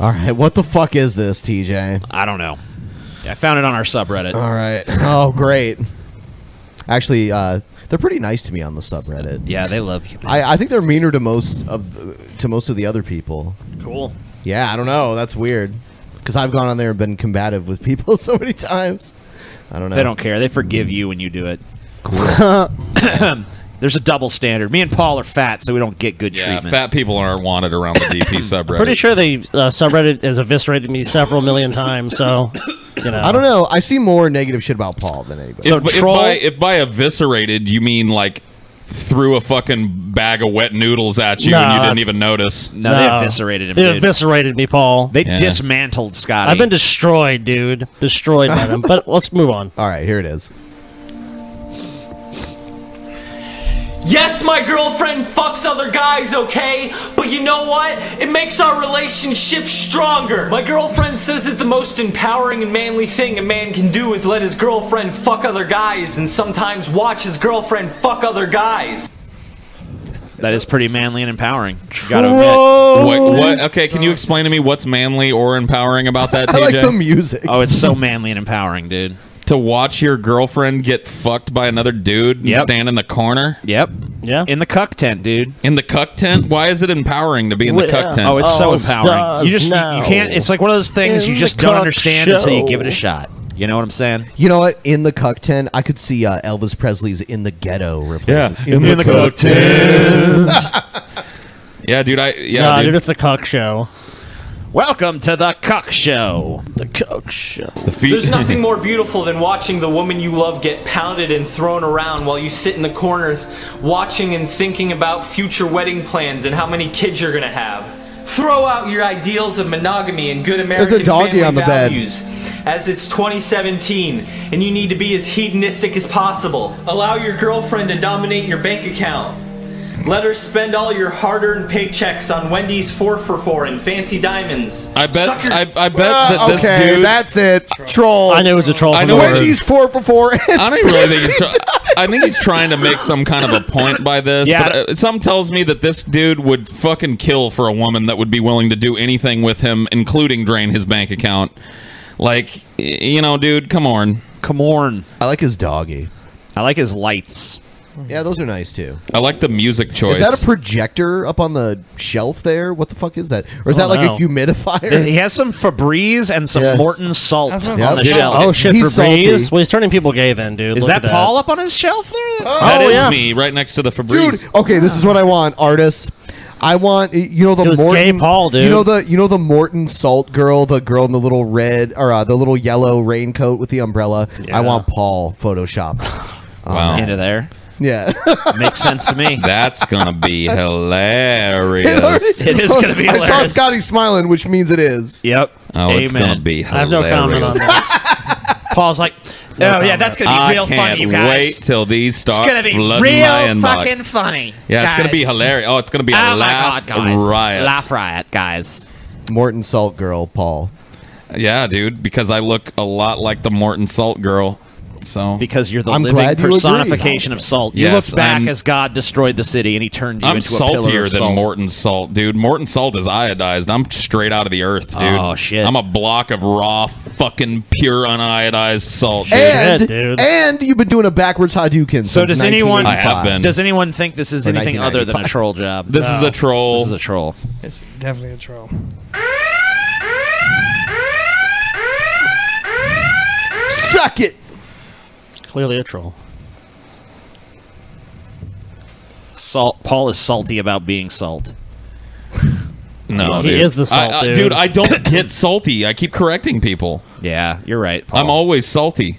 [SPEAKER 2] All right, what the fuck is this, TJ?
[SPEAKER 6] I don't know. I found it on our subreddit.
[SPEAKER 2] All right. Oh, great. Actually, uh, they're pretty nice to me on the subreddit.
[SPEAKER 6] Yeah, they love you.
[SPEAKER 2] I, I think they're meaner to most of to most of the other people.
[SPEAKER 7] Cool.
[SPEAKER 2] Yeah, I don't know. That's weird because I've gone on there and been combative with people so many times. I don't know.
[SPEAKER 6] They don't care. They forgive you when you do it. Cool. There's a double standard. Me and Paul are fat, so we don't get good
[SPEAKER 3] Yeah,
[SPEAKER 6] treatment.
[SPEAKER 3] fat people aren't wanted around the DP subreddit.
[SPEAKER 7] Pretty sure the uh, subreddit has eviscerated me several million times. So, you know,
[SPEAKER 2] I don't know. I see more negative shit about Paul than anybody.
[SPEAKER 3] if, if by, if by eviscerated you mean like threw a fucking bag of wet noodles at you
[SPEAKER 7] No,
[SPEAKER 3] and you
[SPEAKER 7] that's-
[SPEAKER 3] didn't even notice.
[SPEAKER 6] No, they eviscerated him.
[SPEAKER 7] They
[SPEAKER 6] dude.
[SPEAKER 7] eviscerated me, Paul.
[SPEAKER 6] They dismantled Scotty.
[SPEAKER 7] I've been destroyed, dude. Destroyed by them. But let's move on.
[SPEAKER 2] All right, here it is.
[SPEAKER 10] Yes, my girlfriend fucks other guys, okay? But you know what? It makes our relationship stronger. My girlfriend says that the most empowering and manly thing a man can do is let his girlfriend fuck other guys and sometimes watch his girlfriend fuck other guys.
[SPEAKER 6] That is pretty manly and empowering. You gotta admit.
[SPEAKER 3] Wait, what? Okay, can you explain to me what's manly or empowering about that? TJ?
[SPEAKER 2] music.
[SPEAKER 6] Oh, it's so manly and empowering, dude.
[SPEAKER 3] To watch your girlfriend get fucked by another dude and
[SPEAKER 6] Yep.
[SPEAKER 3] stand in the corner.
[SPEAKER 6] Yep.
[SPEAKER 7] Yeah.
[SPEAKER 6] In the cuck tent, dude.
[SPEAKER 3] In the cuck tent? Why is it empowering to be in the cuck tent?
[SPEAKER 6] Oh, it's so empowering. You just you- you can't. It's like one of those things you
[SPEAKER 3] In
[SPEAKER 6] just
[SPEAKER 3] the
[SPEAKER 6] don't
[SPEAKER 3] cuck
[SPEAKER 6] understand until you give it a
[SPEAKER 3] show.
[SPEAKER 6] shot. You know what I'm saying?
[SPEAKER 2] You know what? In the cuck tent, I could see uh, Elvis Presley's "In the Ghetto" replacing.
[SPEAKER 3] Yeah, in the cuck Yeah, dude. I yeah.
[SPEAKER 7] Nah,
[SPEAKER 3] dude.
[SPEAKER 7] dude, it's the cuck show.
[SPEAKER 6] Welcome to the Cuck Show.
[SPEAKER 7] The Cuck Show.
[SPEAKER 11] There's nothing more beautiful than watching the woman you love get pounded and thrown around while you sit in the corner th- watching and thinking about future wedding plans and how many kids you're gonna have. Throw out your ideals of monogamy and good American
[SPEAKER 2] doggy
[SPEAKER 11] family
[SPEAKER 2] on the bed.
[SPEAKER 11] values, as it's 2017 and you need to be as hedonistic as possible. Allow your girlfriend to dominate your bank account. Let her spend all your hard-earned paychecks on Wendy's four for four and fancy diamonds.
[SPEAKER 3] I bet.
[SPEAKER 11] Suck your-
[SPEAKER 3] I, I bet
[SPEAKER 11] Ah,
[SPEAKER 3] that this
[SPEAKER 11] okay,
[SPEAKER 3] dude.
[SPEAKER 2] That's it. Troll.
[SPEAKER 7] I know it's a troll.
[SPEAKER 3] I
[SPEAKER 7] from
[SPEAKER 3] know
[SPEAKER 7] the
[SPEAKER 3] it
[SPEAKER 7] word.
[SPEAKER 3] is.
[SPEAKER 2] He's four for four.
[SPEAKER 3] I don't even really think he's. Try- I think he's trying to make some kind of a point by this.
[SPEAKER 6] Yeah.
[SPEAKER 3] But uh, something tells me that this dude would fucking kill for a woman that would be willing to do anything with him, including drain his bank account. Like, y- you know, dude, come on.
[SPEAKER 6] Come on.
[SPEAKER 2] I like his doggy.
[SPEAKER 6] I like his lights.
[SPEAKER 2] Yeah, those are nice too.
[SPEAKER 3] I like the music choice.
[SPEAKER 2] Is that a projector up on the shelf there? What the fuck is that? Or is that
[SPEAKER 6] Oh,
[SPEAKER 2] like
[SPEAKER 6] no.
[SPEAKER 2] a humidifier?
[SPEAKER 6] He has some Febreze and some
[SPEAKER 2] Yeah.
[SPEAKER 6] Morton salt on
[SPEAKER 2] Yeah.
[SPEAKER 6] the
[SPEAKER 2] Yeah.
[SPEAKER 6] shelf.
[SPEAKER 7] Oh shit,
[SPEAKER 2] He's
[SPEAKER 7] for Breeze. Well, he's turning people gay then, dude.
[SPEAKER 6] Is
[SPEAKER 7] Look
[SPEAKER 6] that
[SPEAKER 7] at
[SPEAKER 6] Paul up on his shelf there?
[SPEAKER 3] That
[SPEAKER 7] Oh,
[SPEAKER 3] is
[SPEAKER 7] yeah.
[SPEAKER 3] me, right next to the Febreze.
[SPEAKER 2] Dude, okay, this is what I want, artists. I want you know the
[SPEAKER 7] It was
[SPEAKER 2] Morton
[SPEAKER 7] gay Paul, dude.
[SPEAKER 2] You know the you know the Morton Salt girl, the girl in the little red or uh, the little yellow raincoat with the umbrella. I want Paul Photoshop.
[SPEAKER 3] Wow.
[SPEAKER 6] Into there.
[SPEAKER 2] yeah.
[SPEAKER 6] Makes sense to me.
[SPEAKER 3] That's gonna be hilarious.
[SPEAKER 2] It already-
[SPEAKER 6] It is gonna be
[SPEAKER 2] I saw
[SPEAKER 6] hilarious.
[SPEAKER 2] Scotty smiling, which means it is.
[SPEAKER 6] Yep.
[SPEAKER 3] Oh, it's
[SPEAKER 6] Amen.
[SPEAKER 3] gonna be
[SPEAKER 7] I have no
[SPEAKER 3] hilarious.
[SPEAKER 7] comment on that.
[SPEAKER 6] Paul's like, oh yeah, that's gonna be
[SPEAKER 3] I
[SPEAKER 6] real
[SPEAKER 3] can't
[SPEAKER 6] funny, you guys.
[SPEAKER 3] wait till these start
[SPEAKER 6] it's gonna be
[SPEAKER 3] flooding my
[SPEAKER 6] real
[SPEAKER 3] inbox.
[SPEAKER 6] fucking funny.
[SPEAKER 3] Yeah, it's gonna be
[SPEAKER 6] guys.
[SPEAKER 3] hilarious. Oh, it's gonna be a
[SPEAKER 6] Oh my
[SPEAKER 3] laugh
[SPEAKER 6] God, guys.
[SPEAKER 3] riot.
[SPEAKER 6] Laugh riot, guys.
[SPEAKER 2] Morton Salt girl, Paul.
[SPEAKER 3] Yeah, dude, because I look a lot like the Morton Salt girl. So
[SPEAKER 6] Because you're the
[SPEAKER 2] I'm
[SPEAKER 6] living
[SPEAKER 2] glad you agree.
[SPEAKER 6] personification of salt. You
[SPEAKER 3] Yes,
[SPEAKER 6] looked back
[SPEAKER 3] I'm-
[SPEAKER 6] as God destroyed the city and he turned you
[SPEAKER 3] I'm
[SPEAKER 6] into a pillar
[SPEAKER 3] saltier
[SPEAKER 6] of
[SPEAKER 3] than
[SPEAKER 6] salt.
[SPEAKER 3] Morton Salt, dude. Morton Salt is iodized. I'm straight out of the earth, dude.
[SPEAKER 6] Oh, shit.
[SPEAKER 3] I'm a block of raw, fucking pure, uniodized salt. dude.
[SPEAKER 2] And,
[SPEAKER 7] dude.
[SPEAKER 2] and you've been doing a backwards Hadouken.
[SPEAKER 6] So
[SPEAKER 2] since
[SPEAKER 6] does
[SPEAKER 2] 1985.
[SPEAKER 6] anyone
[SPEAKER 3] I have been.
[SPEAKER 6] does anyone think this is
[SPEAKER 2] Or
[SPEAKER 6] anything other than a
[SPEAKER 2] 1995.
[SPEAKER 6] troll job?
[SPEAKER 3] This is
[SPEAKER 6] No.
[SPEAKER 3] a troll.
[SPEAKER 6] This is a troll.
[SPEAKER 1] It's definitely a troll.
[SPEAKER 2] Suck it.
[SPEAKER 7] Clearly a troll.
[SPEAKER 6] Salt. Paul is salty about being salt.
[SPEAKER 3] no,
[SPEAKER 7] He
[SPEAKER 3] dude.
[SPEAKER 7] is the salt,
[SPEAKER 3] I, I,
[SPEAKER 7] dude.
[SPEAKER 3] I don't get salty. I keep correcting people.
[SPEAKER 6] Yeah, you're right. Paul.
[SPEAKER 3] I'm always salty.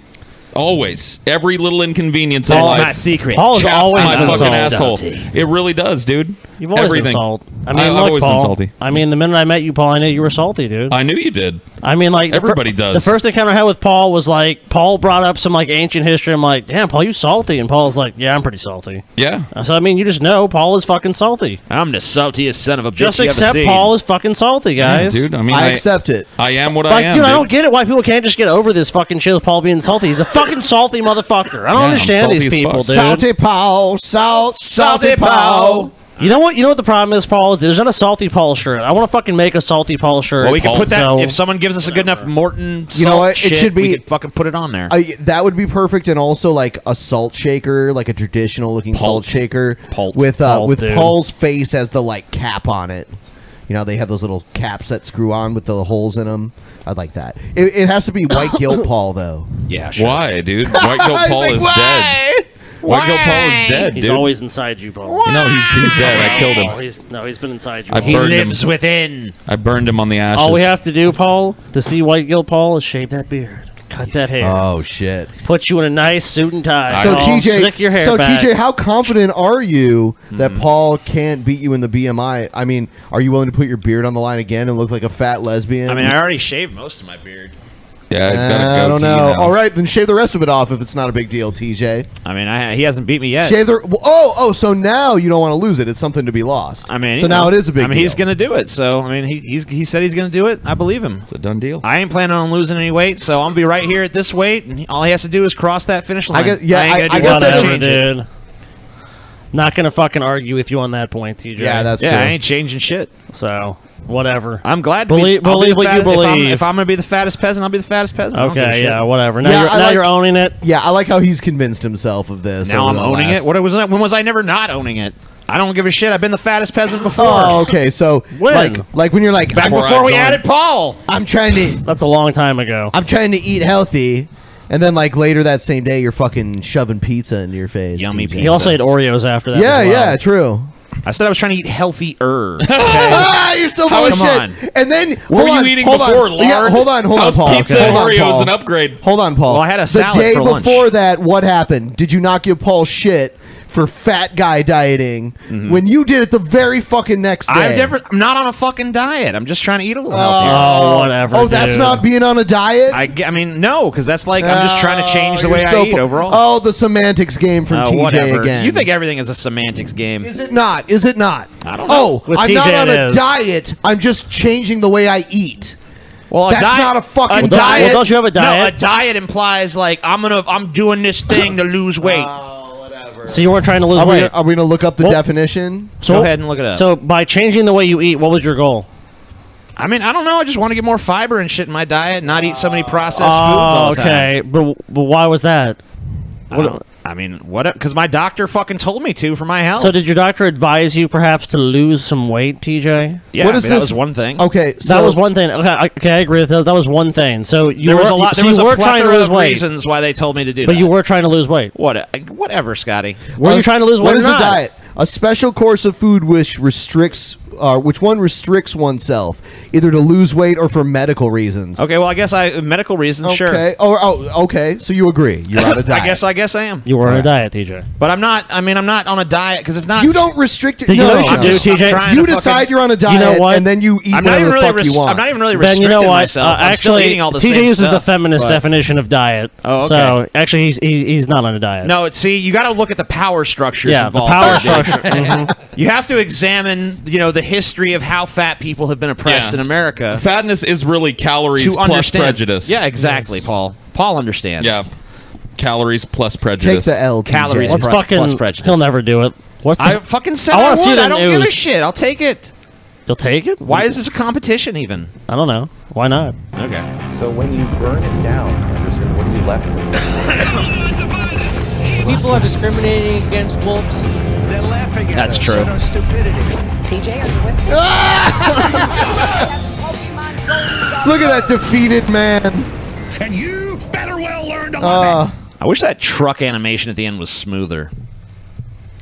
[SPEAKER 3] Always. Every little inconvenience in
[SPEAKER 6] That's
[SPEAKER 3] life.
[SPEAKER 6] my secret.
[SPEAKER 7] Paul has
[SPEAKER 3] chaps
[SPEAKER 7] always
[SPEAKER 3] my
[SPEAKER 7] been
[SPEAKER 3] fucking
[SPEAKER 7] salty.
[SPEAKER 3] asshole.
[SPEAKER 6] Salty.
[SPEAKER 3] It really does, dude.
[SPEAKER 7] You've always
[SPEAKER 3] Everything.
[SPEAKER 7] been salt. I
[SPEAKER 3] I-
[SPEAKER 7] mean,
[SPEAKER 3] I've
[SPEAKER 7] look,
[SPEAKER 3] always been
[SPEAKER 7] Paul,
[SPEAKER 3] salty.
[SPEAKER 7] I mean, the minute I met you, Paul, I knew you were salty, dude.
[SPEAKER 3] I knew you did.
[SPEAKER 7] I mean, like the fir-
[SPEAKER 3] Everybody does.
[SPEAKER 7] The first encounter I had with Paul was like Paul brought up some like ancient history. I'm like, damn, Paul, you salty? And Paul's like, yeah, I'm pretty salty.
[SPEAKER 3] Yeah.
[SPEAKER 7] Uh, So I mean, you just know Paul is fucking salty.
[SPEAKER 6] I'm the saltiest son of a bitch
[SPEAKER 7] Just
[SPEAKER 6] you
[SPEAKER 7] accept
[SPEAKER 6] ever seen.
[SPEAKER 7] Paul is fucking salty,
[SPEAKER 3] Yeah,
[SPEAKER 7] guys.
[SPEAKER 3] dude. I mean,
[SPEAKER 2] I
[SPEAKER 3] I,
[SPEAKER 2] accept it.
[SPEAKER 3] I am what I
[SPEAKER 7] Like,
[SPEAKER 3] am.
[SPEAKER 7] dude, I
[SPEAKER 3] dude.
[SPEAKER 7] don't get it why people can't just get over this fucking shit with Paul being salty. He's a fucking salty motherfucker. I don't
[SPEAKER 3] I'm
[SPEAKER 7] understand
[SPEAKER 3] salty
[SPEAKER 7] these
[SPEAKER 3] as
[SPEAKER 7] people,
[SPEAKER 3] fuck.
[SPEAKER 7] dude.
[SPEAKER 2] Salty Paul, salt, salty Paul.
[SPEAKER 7] You know what? You know what the problem is, Paul? Is there's not a salty Paul shirt. I want to fucking make a salty Paul shirt.
[SPEAKER 6] Well, we can
[SPEAKER 7] Paul,
[SPEAKER 6] put that
[SPEAKER 7] so-
[SPEAKER 6] if someone gives us a good enough Morton. Salt
[SPEAKER 2] You know what? It
[SPEAKER 6] shit,
[SPEAKER 2] should be-
[SPEAKER 6] we could fucking put it on there.
[SPEAKER 2] I, that would be perfect, and also like a salt shaker, like a traditional looking salt shaker
[SPEAKER 6] Pulp.
[SPEAKER 2] with uh,
[SPEAKER 7] Pulp,
[SPEAKER 2] with
[SPEAKER 7] dude.
[SPEAKER 2] Paul's face as the like cap on it. You know, they have those little caps that screw on with the holes in them. I'd like that. It, it has to be white guilt Paul though.
[SPEAKER 6] yeah, sure.
[SPEAKER 3] Why, dude? White Girl Paul
[SPEAKER 2] like,
[SPEAKER 3] is
[SPEAKER 2] "Why?
[SPEAKER 3] dead. White Girl Paul is dead,
[SPEAKER 7] he's
[SPEAKER 3] dude.
[SPEAKER 7] always inside you, Paul.
[SPEAKER 3] no, he's, he's dead. I killed
[SPEAKER 7] Oh,
[SPEAKER 3] him.
[SPEAKER 7] he's, no, he's been inside you.
[SPEAKER 3] I
[SPEAKER 7] Paul.
[SPEAKER 6] He
[SPEAKER 3] burned him.
[SPEAKER 6] lives within.
[SPEAKER 3] I burned him on the ashes.
[SPEAKER 7] All we have to do, Paul, to see White Gill Paul is shave that beard, cut that hair,
[SPEAKER 3] Uh,
[SPEAKER 2] Oh shit!
[SPEAKER 7] put you in a nice suit and tie.
[SPEAKER 2] So
[SPEAKER 7] Paul,
[SPEAKER 2] TJ,
[SPEAKER 7] slick your hair
[SPEAKER 2] so
[SPEAKER 7] back.
[SPEAKER 2] TJ, how confident are you that
[SPEAKER 6] Hmm.
[SPEAKER 2] Paul can't beat you in the BMI? I mean, are you willing to put your beard on the line again and look like a fat lesbian?
[SPEAKER 6] I mean, I already shaved most of my beard.
[SPEAKER 3] Yeah, he's got a
[SPEAKER 2] I don't
[SPEAKER 3] goatee
[SPEAKER 2] know.
[SPEAKER 3] now.
[SPEAKER 2] All right, then shave the rest of it off if it's not a big deal, TJ.
[SPEAKER 6] I mean, I, he hasn't beat me yet.
[SPEAKER 2] Shave the oh oh. So now you don't want to lose it. It's something to be lost.
[SPEAKER 6] I mean,
[SPEAKER 2] so
[SPEAKER 6] you
[SPEAKER 2] now
[SPEAKER 6] know,
[SPEAKER 2] it is a big.
[SPEAKER 6] I mean,
[SPEAKER 2] deal.
[SPEAKER 6] he's gonna do it. So I mean, he he's, he said he's gonna do it. I believe him.
[SPEAKER 3] It's a done deal.
[SPEAKER 6] I ain't planning on losing any weight, so I'm gonna be right here at this weight, and all he has to do is cross that finish line.
[SPEAKER 2] I guess- yeah,
[SPEAKER 6] ain't
[SPEAKER 2] I-
[SPEAKER 6] gonna
[SPEAKER 2] I
[SPEAKER 6] do
[SPEAKER 2] guess
[SPEAKER 6] nothing
[SPEAKER 2] that
[SPEAKER 6] to
[SPEAKER 2] is-
[SPEAKER 7] Whatever,
[SPEAKER 6] change it.
[SPEAKER 7] dude. Not gonna fucking argue with you on that point, TJ.
[SPEAKER 2] Yeah, that's
[SPEAKER 6] Yeah, I
[SPEAKER 2] true.
[SPEAKER 6] ain't changing shit.
[SPEAKER 7] so. Whatever.
[SPEAKER 6] I'm glad. To
[SPEAKER 7] Believe-
[SPEAKER 6] be, I'll be
[SPEAKER 7] believe
[SPEAKER 6] the
[SPEAKER 7] what you
[SPEAKER 6] fattest- if I'm-
[SPEAKER 7] believe.
[SPEAKER 6] If I'm, gonna be the fattest peasant, I'll be the fattest peasant. I don't give a
[SPEAKER 7] Okay,
[SPEAKER 6] shit.
[SPEAKER 7] yeah, whatever. Now,
[SPEAKER 6] Yeah,
[SPEAKER 7] you're,
[SPEAKER 6] I
[SPEAKER 7] now
[SPEAKER 6] like-
[SPEAKER 7] you're owning it.
[SPEAKER 2] Yeah, I like how he's convinced himself of this.
[SPEAKER 6] Now
[SPEAKER 2] over
[SPEAKER 6] I'm
[SPEAKER 2] the
[SPEAKER 6] owning
[SPEAKER 2] last-
[SPEAKER 6] it. What was that? When was I never not owning it? I don't give a shit. I've been the fattest peasant before.
[SPEAKER 2] Oh, okay. So
[SPEAKER 6] When?
[SPEAKER 2] like like when you're like
[SPEAKER 6] Back
[SPEAKER 2] I'm-
[SPEAKER 6] before, we added Paul.
[SPEAKER 2] I'm trying to
[SPEAKER 7] That's a long time ago.
[SPEAKER 2] I'm trying to eat healthy. And then, like later that same day, you're fucking shoving pizza into your face. Yummy
[SPEAKER 7] He also ate Oreos after that.
[SPEAKER 2] Yeah,
[SPEAKER 7] as well.
[SPEAKER 2] yeah, true.
[SPEAKER 6] I said I was trying to eat healthy er, herb.
[SPEAKER 2] ah, you're so full of
[SPEAKER 6] Come
[SPEAKER 2] shit.
[SPEAKER 6] on.
[SPEAKER 2] And then,
[SPEAKER 6] What
[SPEAKER 2] hold
[SPEAKER 6] were you
[SPEAKER 2] on,
[SPEAKER 6] eating
[SPEAKER 2] hold
[SPEAKER 6] before,
[SPEAKER 2] on. You got-
[SPEAKER 6] lard?
[SPEAKER 2] hold on, hold
[SPEAKER 6] How's
[SPEAKER 2] on, Paul.
[SPEAKER 6] pizza and
[SPEAKER 2] Hold on,
[SPEAKER 6] Oreos
[SPEAKER 2] Paul.
[SPEAKER 6] an upgrade?
[SPEAKER 2] Hold on, Paul.
[SPEAKER 6] Well, I had a salad
[SPEAKER 2] The day
[SPEAKER 6] for lunch.
[SPEAKER 2] before that, what happened? Did you not give Paul shit for fat guy dieting
[SPEAKER 6] Mm-hmm.
[SPEAKER 2] when you did it the very fucking next day?
[SPEAKER 6] I'm different. I'm not on a fucking diet. I'm just trying to eat a little healthier.
[SPEAKER 2] Oh, Oh, that's not being on a diet. Oh,
[SPEAKER 6] I, ge- I mean, no, because that's like I'm just trying to change the
[SPEAKER 2] You're
[SPEAKER 6] way
[SPEAKER 2] so
[SPEAKER 6] I eat
[SPEAKER 2] fu-
[SPEAKER 6] overall.
[SPEAKER 2] Oh, the semantics game from
[SPEAKER 6] Uh,
[SPEAKER 2] TJ
[SPEAKER 6] whatever.
[SPEAKER 2] again.
[SPEAKER 6] You think everything is a semantics game?
[SPEAKER 2] Is it not? Is it not?
[SPEAKER 6] I don't
[SPEAKER 2] Oh,
[SPEAKER 6] know. With
[SPEAKER 2] I'm
[SPEAKER 6] TJ
[SPEAKER 2] not on
[SPEAKER 6] it
[SPEAKER 2] a
[SPEAKER 6] is.
[SPEAKER 2] diet. I'm just changing the way I eat.
[SPEAKER 6] Well,
[SPEAKER 2] that's
[SPEAKER 6] diet-
[SPEAKER 2] not a fucking
[SPEAKER 6] a
[SPEAKER 2] diet.
[SPEAKER 6] diet. No, a diet implies like I'm gonna I'm doing this thing to
[SPEAKER 2] Oh.
[SPEAKER 6] lose weight.
[SPEAKER 7] So you weren't trying to lose
[SPEAKER 6] Oh,
[SPEAKER 2] Are we,
[SPEAKER 7] weight.
[SPEAKER 2] are we gonna look up the
[SPEAKER 7] Well-
[SPEAKER 2] definition?
[SPEAKER 7] So, So by changing the way you eat, what was your goal?
[SPEAKER 6] I mean, I don't know. I just want to get more fiber and shit in my diet, and not eat so many processed foods
[SPEAKER 7] oh,
[SPEAKER 6] all the
[SPEAKER 7] okay. But, but why was that?
[SPEAKER 6] time. I, don't- I mean, what? Because my doctor fucking told me to for my health.
[SPEAKER 7] So did your doctor advise you perhaps to lose some weight, TJ?
[SPEAKER 6] Yeah, What I is mean, that this- was one thing.
[SPEAKER 2] Okay,
[SPEAKER 7] that
[SPEAKER 6] so-
[SPEAKER 7] was one thing. Okay, I, okay, I agree with that. That was one thing. So you
[SPEAKER 6] there
[SPEAKER 7] were
[SPEAKER 6] was a lot.
[SPEAKER 7] so
[SPEAKER 6] There was
[SPEAKER 7] you
[SPEAKER 6] a
[SPEAKER 7] were trying to
[SPEAKER 6] plethora
[SPEAKER 7] lose
[SPEAKER 6] of
[SPEAKER 7] weight,
[SPEAKER 6] reasons why they told me to do
[SPEAKER 7] but
[SPEAKER 6] that.
[SPEAKER 7] you were trying to lose weight.
[SPEAKER 6] What? Whatever, Scotty.
[SPEAKER 7] Were you trying to lose weight?
[SPEAKER 2] What
[SPEAKER 7] or
[SPEAKER 2] is
[SPEAKER 7] not?
[SPEAKER 2] a diet? A special course of food which restricts, uh, which one restricts oneself, either to lose weight or for medical reasons.
[SPEAKER 6] Okay, well, I guess I medical reasons. Sure.
[SPEAKER 2] Okay. Oh, oh, okay. So you agree? You're on a diet.
[SPEAKER 6] I guess. I guess I am.
[SPEAKER 7] You were on a diet, TJ.
[SPEAKER 6] But I'm not. I mean, I'm not on a diet because it's not.
[SPEAKER 2] You don't restrict it.
[SPEAKER 7] Did you
[SPEAKER 2] no,
[SPEAKER 7] know what you
[SPEAKER 2] no,
[SPEAKER 7] should
[SPEAKER 2] no.
[SPEAKER 7] do, TJ?
[SPEAKER 2] You decide you're on a diet,
[SPEAKER 7] You know what?
[SPEAKER 2] and then you eat
[SPEAKER 6] I'm not
[SPEAKER 2] whatever
[SPEAKER 6] even
[SPEAKER 2] the
[SPEAKER 6] really
[SPEAKER 2] fuck
[SPEAKER 6] res-
[SPEAKER 2] you want.
[SPEAKER 6] I'm not even really
[SPEAKER 7] Ben,
[SPEAKER 6] restricting
[SPEAKER 7] you know what?
[SPEAKER 6] myself.
[SPEAKER 7] Uh,
[SPEAKER 6] I'm still
[SPEAKER 7] actually,
[SPEAKER 6] eating all the
[SPEAKER 7] TJ
[SPEAKER 6] same
[SPEAKER 7] uses the
[SPEAKER 6] stuff,
[SPEAKER 7] feminist
[SPEAKER 6] but-
[SPEAKER 7] definition of diet.
[SPEAKER 6] Oh, okay.
[SPEAKER 7] So actually, he's he, he's not on a diet.
[SPEAKER 6] No, it's, see, you got to look at the power structures
[SPEAKER 7] Yeah, the
[SPEAKER 6] involved.
[SPEAKER 7] power
[SPEAKER 6] Jake.
[SPEAKER 7] structure, Mm-hmm.
[SPEAKER 6] You have to examine, you know, the history of how fat people have been oppressed
[SPEAKER 3] Yeah.
[SPEAKER 6] in America.
[SPEAKER 3] Fatness is really calories
[SPEAKER 6] to
[SPEAKER 3] plus
[SPEAKER 6] understand
[SPEAKER 3] prejudice.
[SPEAKER 6] Yeah, exactly, Paul. Paul understands.
[SPEAKER 3] Yeah. Calories plus
[SPEAKER 2] Take
[SPEAKER 3] prejudice.
[SPEAKER 2] the L. TJ.
[SPEAKER 6] Calories
[SPEAKER 7] Let's
[SPEAKER 6] plus-
[SPEAKER 7] fucking.
[SPEAKER 6] plus prejudice.
[SPEAKER 7] He'll never do it. What's the,
[SPEAKER 6] I fucking said
[SPEAKER 7] I
[SPEAKER 6] I,
[SPEAKER 7] wanna
[SPEAKER 6] would.
[SPEAKER 7] see the
[SPEAKER 6] I don't give a
[SPEAKER 7] news.
[SPEAKER 6] shit. I'll take it.
[SPEAKER 7] You'll take it.
[SPEAKER 6] Why is this a competition even?
[SPEAKER 7] I don't know. Why not?
[SPEAKER 6] Okay.
[SPEAKER 12] So when you burn it down, Anderson, what are you left with?
[SPEAKER 13] People are discriminating against wolves.
[SPEAKER 12] They're laughing
[SPEAKER 6] at That's us true. at our
[SPEAKER 12] stupidity.
[SPEAKER 13] TJ, are you with me?
[SPEAKER 2] Ah! Look at that defeated man.
[SPEAKER 12] And you better well learn to
[SPEAKER 2] Uh,
[SPEAKER 6] I wish that truck animation at the end was smoother.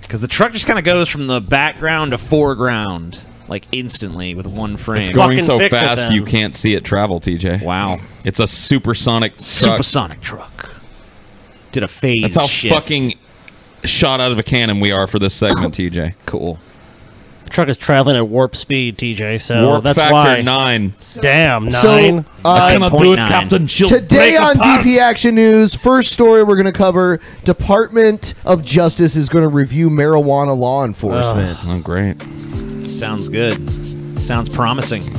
[SPEAKER 6] Because the truck just kind of goes from the background to foreground, like instantly with one frame.
[SPEAKER 3] It's going so fast you can't see it travel, TJ.
[SPEAKER 6] Wow.
[SPEAKER 3] It's a supersonic truck.
[SPEAKER 6] Supersonic truck. Did a phase
[SPEAKER 3] That's how
[SPEAKER 6] shift.
[SPEAKER 3] fucking shot out of a cannon we are for this segment, TJ. Cool.
[SPEAKER 7] The truck is traveling at warp speed, TJ. So
[SPEAKER 3] Warp
[SPEAKER 7] that's
[SPEAKER 3] factor
[SPEAKER 7] why.
[SPEAKER 3] nine.
[SPEAKER 7] Damn nine.
[SPEAKER 2] So, uh,
[SPEAKER 7] I cannot do it, Captain.
[SPEAKER 3] She'll
[SPEAKER 2] Today on DP Action News, first story we're going to cover Department of Justice is going to review marijuana law enforcement.
[SPEAKER 3] Oh, great.
[SPEAKER 6] Sounds good. Sounds promising.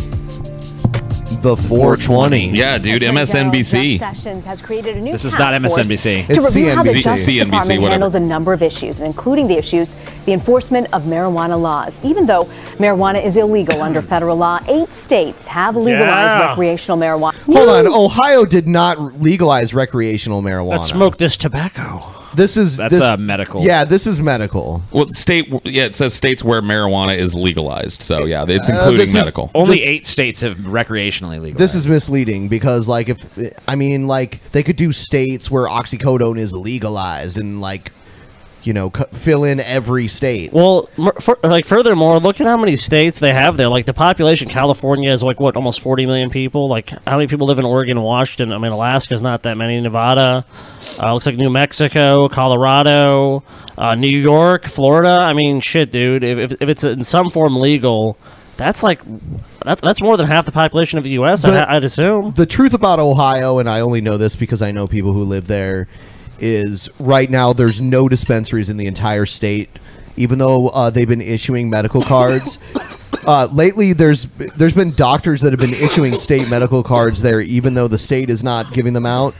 [SPEAKER 2] The 420.
[SPEAKER 3] Yeah, dude. MSNBC.
[SPEAKER 14] Sessions has created a new
[SPEAKER 6] This is
[SPEAKER 14] task
[SPEAKER 6] not
[SPEAKER 14] force
[SPEAKER 6] MSNBC.
[SPEAKER 14] To
[SPEAKER 3] It's
[SPEAKER 14] review how the
[SPEAKER 3] CNBC.
[SPEAKER 14] Justice
[SPEAKER 3] CNBC,
[SPEAKER 14] Department
[SPEAKER 3] whatever.
[SPEAKER 14] handles a number of issues, and including the issues the enforcement of marijuana laws. Even though marijuana is illegal under federal law, eight states have legalized
[SPEAKER 7] Yeah.
[SPEAKER 14] recreational marijuana.
[SPEAKER 2] Hold on. Ohio did not legalize recreational marijuana.
[SPEAKER 7] Let's smoke this tobacco.
[SPEAKER 2] This is
[SPEAKER 3] That's,
[SPEAKER 2] this,
[SPEAKER 3] uh, medical.
[SPEAKER 2] Yeah, this is medical.
[SPEAKER 3] Well, state. Yeah, it says states where marijuana is legalized. So yeah, it's
[SPEAKER 2] Uh,
[SPEAKER 3] including
[SPEAKER 2] this is-
[SPEAKER 3] medical.
[SPEAKER 6] Only
[SPEAKER 2] This-
[SPEAKER 6] eight states have recreationally legal.
[SPEAKER 2] This is misleading because, like, if I mean, like, they could do states where oxycodone is legalized and, like, you know, cu- fill in every state.
[SPEAKER 7] Well, mer- for, like furthermore, look at how many states they have there. Like the population, California is like what almost 40 million people. Like how many people live in Oregon, Washington? I mean, Alaska's not that many. Nevada, uh, looks like New Mexico, Colorado, uh, New York, Florida. I mean, shit, dude. If, if, if it's in some form legal, that's like that, that's more than half the population of the U.S.
[SPEAKER 2] The-
[SPEAKER 7] I, I'd assume.
[SPEAKER 2] The truth about Ohio, and I only know this because I know people who live there, is right now there's no dispensaries in the entire state, even though uh, they've been issuing medical cards. Uh, lately, there's there's been doctors that have been issuing state medical cards there, even though the state is not giving them out.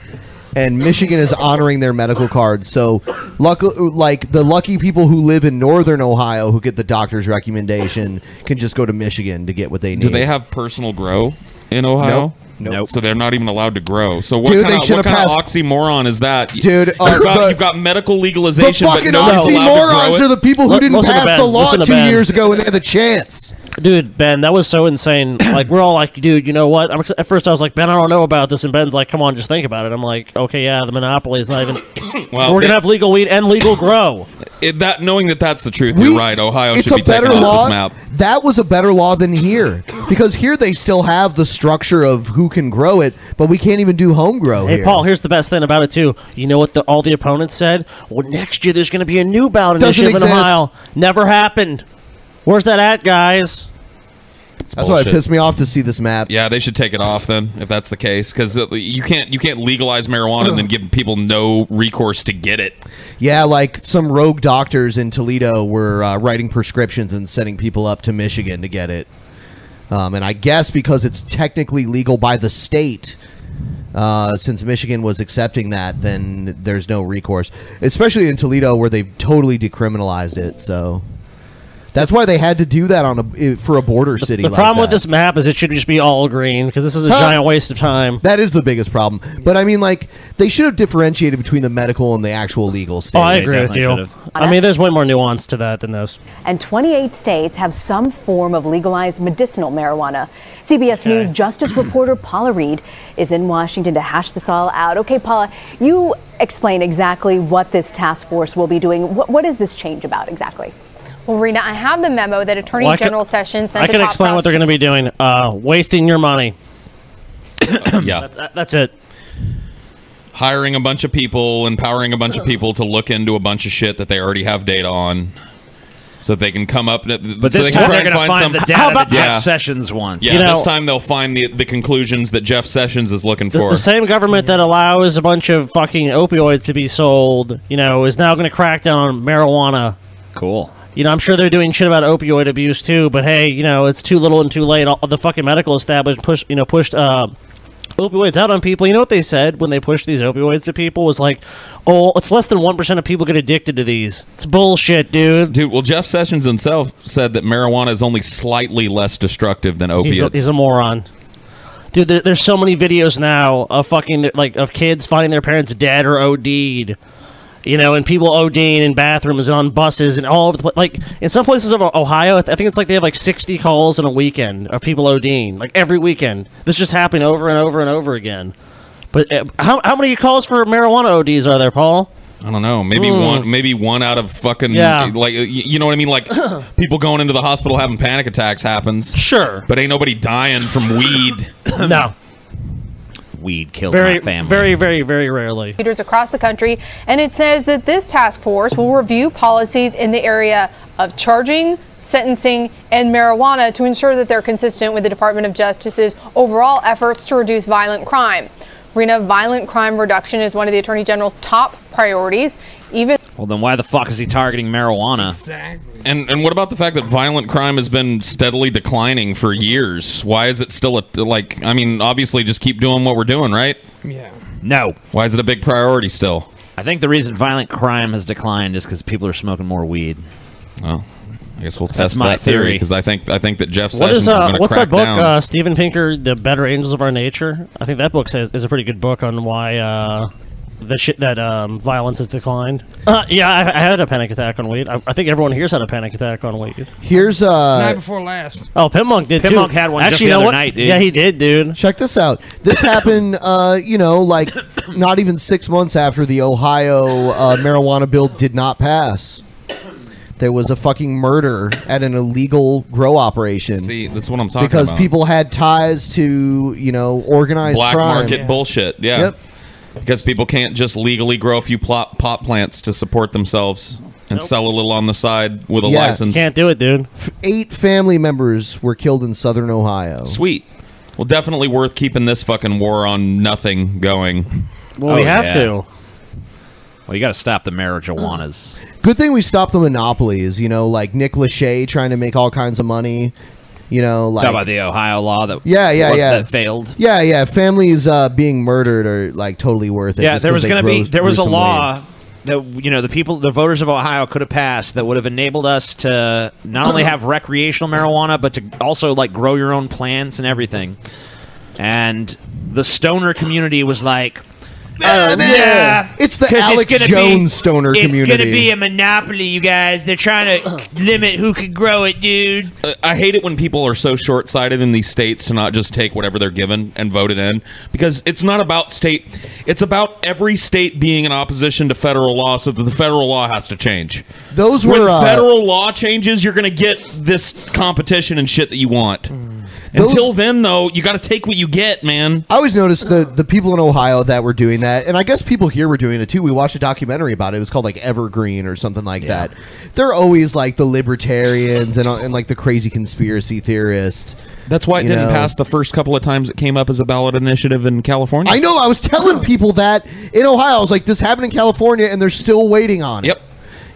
[SPEAKER 2] and Michigan is honoring their medical cards. So, luck, like the lucky people who live in northern Ohio who get the doctor's recommendation can just go to Michigan to get what they need.
[SPEAKER 3] Do they have personal grow in Ohio?
[SPEAKER 2] Nope.
[SPEAKER 3] So they're not even allowed to grow. So what
[SPEAKER 2] Dude, they
[SPEAKER 3] kind, of,
[SPEAKER 2] should
[SPEAKER 3] what
[SPEAKER 2] have
[SPEAKER 3] kind of
[SPEAKER 2] passed-
[SPEAKER 3] oxymoron is that,
[SPEAKER 2] Dude,
[SPEAKER 3] You've,
[SPEAKER 2] uh,
[SPEAKER 3] got,
[SPEAKER 2] the-
[SPEAKER 3] you've got medical
[SPEAKER 2] the
[SPEAKER 3] legalization,
[SPEAKER 2] fucking
[SPEAKER 3] but nobody's allowed to grow
[SPEAKER 2] oxymorons
[SPEAKER 3] it?
[SPEAKER 2] are the people who
[SPEAKER 7] Let-
[SPEAKER 2] didn't
[SPEAKER 7] listen to
[SPEAKER 2] pass
[SPEAKER 7] Ben.
[SPEAKER 2] the law
[SPEAKER 7] Listen to
[SPEAKER 2] two
[SPEAKER 7] Ben.
[SPEAKER 2] years ago when they had the chance.
[SPEAKER 7] Dude, Ben, that was so insane. Like, we're all like, dude, you know what? I'm, ex- at first, I was like, Ben, I don't know about this. And Ben's like, come on, just think about it. I'm like, okay, yeah, the monopoly is not even.
[SPEAKER 3] Well,
[SPEAKER 7] we're going
[SPEAKER 3] they-
[SPEAKER 7] to have legal weed and legal grow.
[SPEAKER 3] It, that knowing that that's the truth,
[SPEAKER 2] We-
[SPEAKER 3] you're right. Ohio
[SPEAKER 2] it's
[SPEAKER 3] should
[SPEAKER 2] a
[SPEAKER 3] be taken
[SPEAKER 2] better
[SPEAKER 3] off
[SPEAKER 2] law.
[SPEAKER 3] this map.
[SPEAKER 2] That was a better law than here because here they still have the structure of who can grow it, but we can't even do home grow
[SPEAKER 7] Hey,
[SPEAKER 2] here.
[SPEAKER 7] Paul, here's the best thing about it, too. You know what the, all the opponents said? Well, next year there's going to be a new ballot
[SPEAKER 2] Doesn't
[SPEAKER 7] initiative in
[SPEAKER 2] exist.
[SPEAKER 7] Ohio. Never happened. Where's that at, guys?
[SPEAKER 2] That's why
[SPEAKER 3] bullshit.
[SPEAKER 2] it pissed me off to see this map.
[SPEAKER 3] Yeah, they should take it off then, if that's the case, because you can't you can't legalize marijuana and then give people no recourse to get it.
[SPEAKER 2] Yeah, like some rogue doctors in Toledo were uh, writing prescriptions and sending people up to Michigan to get it. Um, and I guess because it's technically legal by the state, uh, since Michigan was accepting that, then there's no recourse, especially in Toledo where they've totally decriminalized it. So that's why they had to do that on a i- for a border city.
[SPEAKER 7] The
[SPEAKER 2] like
[SPEAKER 7] problem
[SPEAKER 2] that.
[SPEAKER 7] with this map is it should just be all green because this is a
[SPEAKER 2] Huh?
[SPEAKER 7] giant waste of time.
[SPEAKER 2] That is the biggest problem. But I mean, like they should have differentiated between the medical and the actual legal state.
[SPEAKER 7] Oh, I agree with you. I mean, there's way more nuance to that than this.
[SPEAKER 14] and 28 states have some form of legalized medicinal marijuana. CBS
[SPEAKER 7] Okay.
[SPEAKER 14] News Justice reporter Paula Reed is in Washington to hash this all out. Okay, Paula, you explain exactly what this task force will be doing. What, what is this change about exactly?
[SPEAKER 13] Well, Rena, I have the memo that Attorney
[SPEAKER 7] Well, I could-
[SPEAKER 13] General Sessions sent
[SPEAKER 7] I
[SPEAKER 13] to
[SPEAKER 7] can
[SPEAKER 13] top
[SPEAKER 7] explain what they're going to be doing. Uh, wasting your money.
[SPEAKER 3] yeah,
[SPEAKER 6] uh,
[SPEAKER 7] That- That's it.
[SPEAKER 3] hiring a bunch of people, empowering a bunch of people to look into a bunch of shit that they already have data on, so they can come up. But
[SPEAKER 6] But
[SPEAKER 3] so
[SPEAKER 6] this
[SPEAKER 3] they can
[SPEAKER 6] time
[SPEAKER 3] try
[SPEAKER 6] they're
[SPEAKER 3] and
[SPEAKER 6] going to find,
[SPEAKER 3] some,
[SPEAKER 6] the data that Jeff Sessions wants.
[SPEAKER 3] Yeah, this time they'll find the the conclusions that Jeff Sessions is looking
[SPEAKER 7] The,
[SPEAKER 3] for.
[SPEAKER 7] the same government that allows a bunch of fucking opioids to be sold, you know, is now going to crack down on marijuana.
[SPEAKER 6] Cool.
[SPEAKER 7] You know, I'm sure they're doing shit about opioid abuse too, but hey, you know, it's too little and too late. All, the fucking medical establishment pushed, you know, pushed uh, opioids out on people. You know what they said when they pushed these opioids to people was like, oh, it's less than 1% of people get addicted to these. It's bullshit, dude.
[SPEAKER 3] Dude, well, Jeff Sessions himself said that marijuana is only slightly less destructive than opiates.
[SPEAKER 7] He's a, he's a moron. Dude, there, there's so many videos now of fucking like of kids finding their parents dead or OD'd. You know, and people ODing in bathrooms and on buses and all over the place. Like in some places of Ohio, I th- I think it's like they have like 60 calls in a weekend of people ODing, like every weekend. This just happening over and over and over again. But uh, how, how many calls for marijuana ODs are there, Paul?
[SPEAKER 3] I don't know. Maybe
[SPEAKER 7] Mm.
[SPEAKER 3] one, maybe one out of fucking
[SPEAKER 7] Yeah.
[SPEAKER 3] like y- you know what I mean. Like people going into the hospital having panic attacks happens.
[SPEAKER 7] Sure,
[SPEAKER 3] but ain't nobody dying from weed.
[SPEAKER 7] no,
[SPEAKER 6] weed killed
[SPEAKER 7] very,
[SPEAKER 6] my family.
[SPEAKER 7] very, very, very rarely.
[SPEAKER 13] leaders across the country, and it says that this task force will review policies in the area of charging, sentencing, and marijuana to ensure that they're consistent with the Department of Justice's overall efforts to reduce violent crime. Rena, violent crime reduction is one of the Attorney General's top priorities. Even
[SPEAKER 6] Well, then why the fuck is he targeting marijuana?
[SPEAKER 3] And and what about the fact that violent crime has been steadily declining for years? Why is it still a like? I mean, obviously, just keep doing what we're doing, right?
[SPEAKER 15] Yeah.
[SPEAKER 6] No.
[SPEAKER 3] Why is it a big priority still?
[SPEAKER 6] I think the reason violent crime has declined is because people are smoking more weed.
[SPEAKER 3] Oh, I guess we'll
[SPEAKER 6] That's
[SPEAKER 3] test
[SPEAKER 6] my
[SPEAKER 3] that theory
[SPEAKER 6] theory.
[SPEAKER 3] because I think I think that Jeff Sessions
[SPEAKER 7] What is uh,
[SPEAKER 3] going to
[SPEAKER 7] what's
[SPEAKER 3] crack
[SPEAKER 7] that book?
[SPEAKER 3] down.
[SPEAKER 7] Uh, Steven Pinker, The Better Angels of Our Nature. I think that book says is a pretty good book on why uh, the shit that um, violence has declined. Uh, yeah, I, I had a panic attack on weed. I, I think everyone here's had a panic attack on weed.
[SPEAKER 2] Here's uh
[SPEAKER 15] Night before last.
[SPEAKER 7] Oh, Pimmonk did.
[SPEAKER 2] Pimmonk
[SPEAKER 7] too.
[SPEAKER 2] had one just
[SPEAKER 7] Actually,
[SPEAKER 2] the
[SPEAKER 7] you know
[SPEAKER 2] other
[SPEAKER 7] what?
[SPEAKER 2] night, dude.
[SPEAKER 7] Yeah, he did, dude.
[SPEAKER 2] Check this out. This happened, uh, you know, like not even six months after the Ohio uh, marijuana bill did not pass. There was a fucking murder at an illegal grow operation
[SPEAKER 3] See, that's what I'm talking
[SPEAKER 2] because
[SPEAKER 3] about.
[SPEAKER 2] people had ties to, you know, organized
[SPEAKER 3] black
[SPEAKER 2] crime.
[SPEAKER 3] market bullshit. Yeah.
[SPEAKER 2] Yep.
[SPEAKER 3] Because people can't just legally grow a few plot, pot plants to support themselves and sell a little on the side with a
[SPEAKER 2] Yeah.
[SPEAKER 3] license.
[SPEAKER 7] Can't do it, dude.
[SPEAKER 2] Eight family members were killed in southern Ohio.
[SPEAKER 3] Sweet. Well, definitely worth keeping this fucking war on nothing going.
[SPEAKER 7] Well, we
[SPEAKER 6] Oh,
[SPEAKER 7] have
[SPEAKER 6] yeah.
[SPEAKER 7] to.
[SPEAKER 6] Well, you got to stop the marijuanas.
[SPEAKER 2] Good thing we stopped the monopolies, you know, like Nick Lachey trying to make all kinds of money. You know, like
[SPEAKER 6] Talk about the Ohio law that
[SPEAKER 2] Yeah, yeah,
[SPEAKER 6] was-
[SPEAKER 2] yeah.
[SPEAKER 6] that failed.
[SPEAKER 2] Yeah, yeah. Families uh, being murdered are like totally worth it.
[SPEAKER 6] Yeah,
[SPEAKER 2] just
[SPEAKER 6] there
[SPEAKER 2] 'cause
[SPEAKER 6] was
[SPEAKER 2] they
[SPEAKER 6] going to be
[SPEAKER 2] grow-
[SPEAKER 6] there was a
[SPEAKER 2] gruesome
[SPEAKER 6] law that you know the people the voters of Ohio could have passed that would have enabled us to not only have recreational marijuana but to also like grow your own plants and everything. And the stoner community was like
[SPEAKER 2] Uh,
[SPEAKER 6] yeah,
[SPEAKER 2] yeah. It's the
[SPEAKER 6] 'cause
[SPEAKER 2] Alex
[SPEAKER 6] gonna
[SPEAKER 2] Jones stoner
[SPEAKER 6] It's
[SPEAKER 2] community."
[SPEAKER 6] gonna be a monopoly, you guys. They're trying to limit who could grow it, dude.
[SPEAKER 3] Uh, I hate it when people are so short sighted in these states to not just take whatever they're given and vote it in because it's not about state, it's about every state being in opposition to federal law so that the federal law has to change.
[SPEAKER 2] Those
[SPEAKER 3] when
[SPEAKER 2] were, uh,
[SPEAKER 3] federal law changes, you're going to get this competition and shit that you want.
[SPEAKER 2] Mm.
[SPEAKER 3] Until then, though, you got to take what you get, man.
[SPEAKER 2] I always noticed the the people in Ohio that were doing that, and I guess people here were doing it too. We watched a documentary about it. It was called like Evergreen or something like that. They're always like the libertarians and uh, and like the crazy conspiracy theorists.
[SPEAKER 3] That's why it
[SPEAKER 2] You
[SPEAKER 3] didn't
[SPEAKER 2] know.
[SPEAKER 3] pass the first couple of times it came up as a ballot initiative in California.
[SPEAKER 2] I know. I was telling people that in Ohio. I was like, this happened in California, and they're still waiting on it. Yep.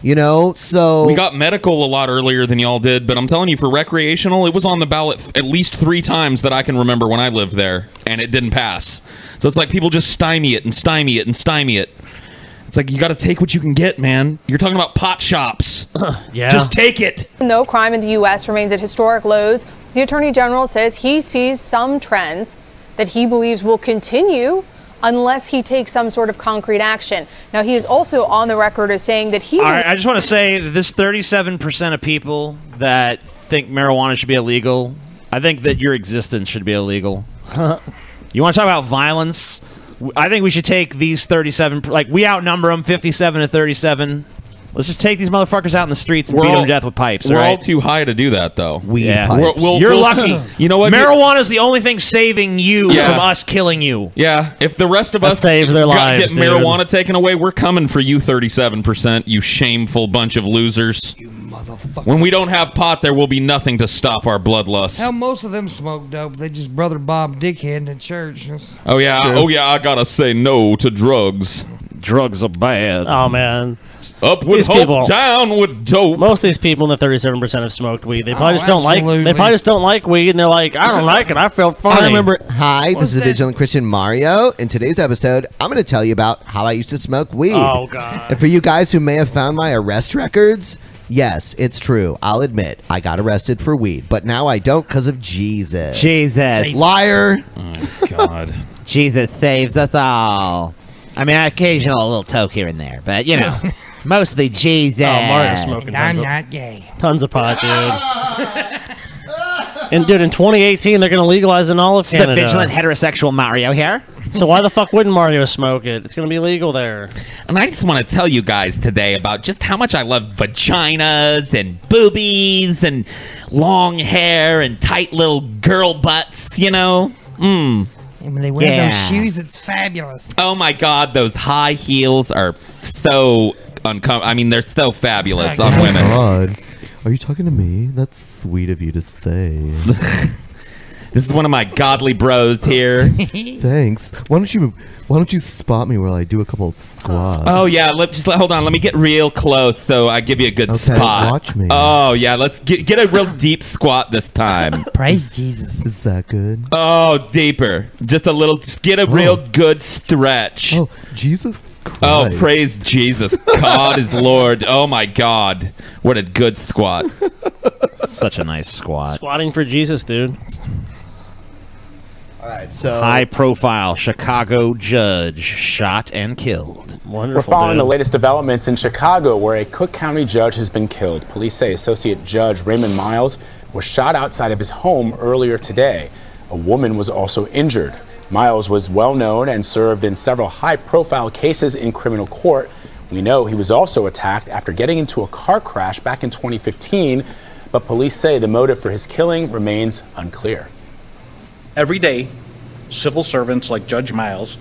[SPEAKER 2] You know, so
[SPEAKER 3] We got medical a lot earlier than y'all did, but I'm telling you, for recreational, it was on the ballot th- at least three times that I can remember when I lived there, and it didn't pass. So it's like people just stymie it and stymie it and stymie it. It's like you got to take what you can get, man. You're talking about pot shops.
[SPEAKER 7] yeah.
[SPEAKER 3] Just take it.
[SPEAKER 13] No crime in the U.S. remains at historic lows. The Attorney General says he sees some trends that he believes will continue unless he takes some sort of concrete action. Now, he is also on the record as saying that he.
[SPEAKER 6] All right, I just want to say that this 37% of people that think marijuana should be illegal, I think that your existence should be illegal. you want to talk about violence? W- I think we should take these 37, per- like, we outnumber them 57 to 37. Let's just take these motherfuckers out in the streets and beat them to death with pipes.
[SPEAKER 3] We're
[SPEAKER 6] all
[SPEAKER 3] all
[SPEAKER 6] right?
[SPEAKER 3] too high to do that, though. We
[SPEAKER 6] Yeah. You're lucky.
[SPEAKER 3] You know what?
[SPEAKER 6] Marijuana is the only thing saving you
[SPEAKER 3] Yeah.
[SPEAKER 6] from us killing you.
[SPEAKER 3] Yeah, if the rest of
[SPEAKER 6] That
[SPEAKER 3] us
[SPEAKER 6] saves their
[SPEAKER 3] got-
[SPEAKER 6] lives,
[SPEAKER 3] get
[SPEAKER 6] dude.
[SPEAKER 3] marijuana taken away, we're coming for you, thirty-seven percent. You shameful bunch of losers. You motherfucker. When we don't have pot, there will be nothing to stop our bloodlust.
[SPEAKER 1] How most of them smoke dope. They just brother Bob dickhead in the church. That's-
[SPEAKER 3] Oh yeah, oh yeah. I gotta say no to drugs.
[SPEAKER 6] Drugs are bad.
[SPEAKER 7] Oh man.
[SPEAKER 3] Up with hope, down with dope.
[SPEAKER 7] Most of these people in the thirty-seven percent have smoked weed. They probably
[SPEAKER 2] Oh,
[SPEAKER 7] just don't like. They
[SPEAKER 2] absolutely.
[SPEAKER 7] probably just don't like weed, and they're like, I don't like it. I felt funny.
[SPEAKER 2] I remember. Hi, this is Vigilant Christian Mario. In today's episode, I'm going to tell you about how I used to smoke weed.
[SPEAKER 7] Oh, God.
[SPEAKER 2] And for you guys who may have found my arrest records, yes, it's true. I'll admit I got arrested for weed, but now I don't because of Jesus.
[SPEAKER 6] Jesus.
[SPEAKER 2] liar.
[SPEAKER 3] Oh, God.
[SPEAKER 6] Jesus saves us all. I mean, occasional little toke here and there, but you know, mostly Jesus.
[SPEAKER 7] Oh, Mario's smoking tons of-
[SPEAKER 1] gay.
[SPEAKER 7] Tons of pot, dude. and dude, in 2018, they're gonna legalize in all of
[SPEAKER 6] the
[SPEAKER 7] Canada.
[SPEAKER 6] vigilant heterosexual Mario here.
[SPEAKER 7] so why the fuck wouldn't Mario smoke it? It's gonna be legal there.
[SPEAKER 3] And I just want to tell you guys today about just how much I love vaginas and boobies and long hair and tight little girl butts. You know, mm.
[SPEAKER 1] And when they wear
[SPEAKER 3] Yeah.
[SPEAKER 1] those shoes, it's fabulous.
[SPEAKER 3] Oh my God, those high heels are so uncomfortable. I mean, they're so fabulous Oh on women.
[SPEAKER 2] Oh, God. Are you talking to me? That's sweet of you to say.
[SPEAKER 3] This is one of my godly bros here.
[SPEAKER 2] Thanks. Why don't you Why don't you spot me while I do a couple of squats?
[SPEAKER 3] Oh yeah, let, just let, hold on. Let me get real close so I give you a good
[SPEAKER 2] Okay,
[SPEAKER 3] spot.
[SPEAKER 2] watch me.
[SPEAKER 3] Oh yeah, let's get get a real deep squat this time.
[SPEAKER 2] Praise Jesus. Is that good?
[SPEAKER 3] Oh, deeper. Just a little. Just get a real good stretch. Oh,
[SPEAKER 2] Jesus.
[SPEAKER 3] Oh, praise Jesus. God is Lord. Oh my God, what a good squat.
[SPEAKER 6] Such a nice squat.
[SPEAKER 7] Squatting for Jesus, dude.
[SPEAKER 2] All right, so
[SPEAKER 6] High profile Chicago judge shot and killed.
[SPEAKER 16] We're following the latest developments in Chicago, where a Cook County judge has been killed. Police say Associate Judge Raymond Miles was shot outside of his home earlier today. A woman was also injured. Miles was well known and served in several high profile cases in criminal court. We know he was also attacked after getting into a car crash back in 2015, but police say the motive for his killing remains unclear.
[SPEAKER 17] Every day, civil servants like Judge Miles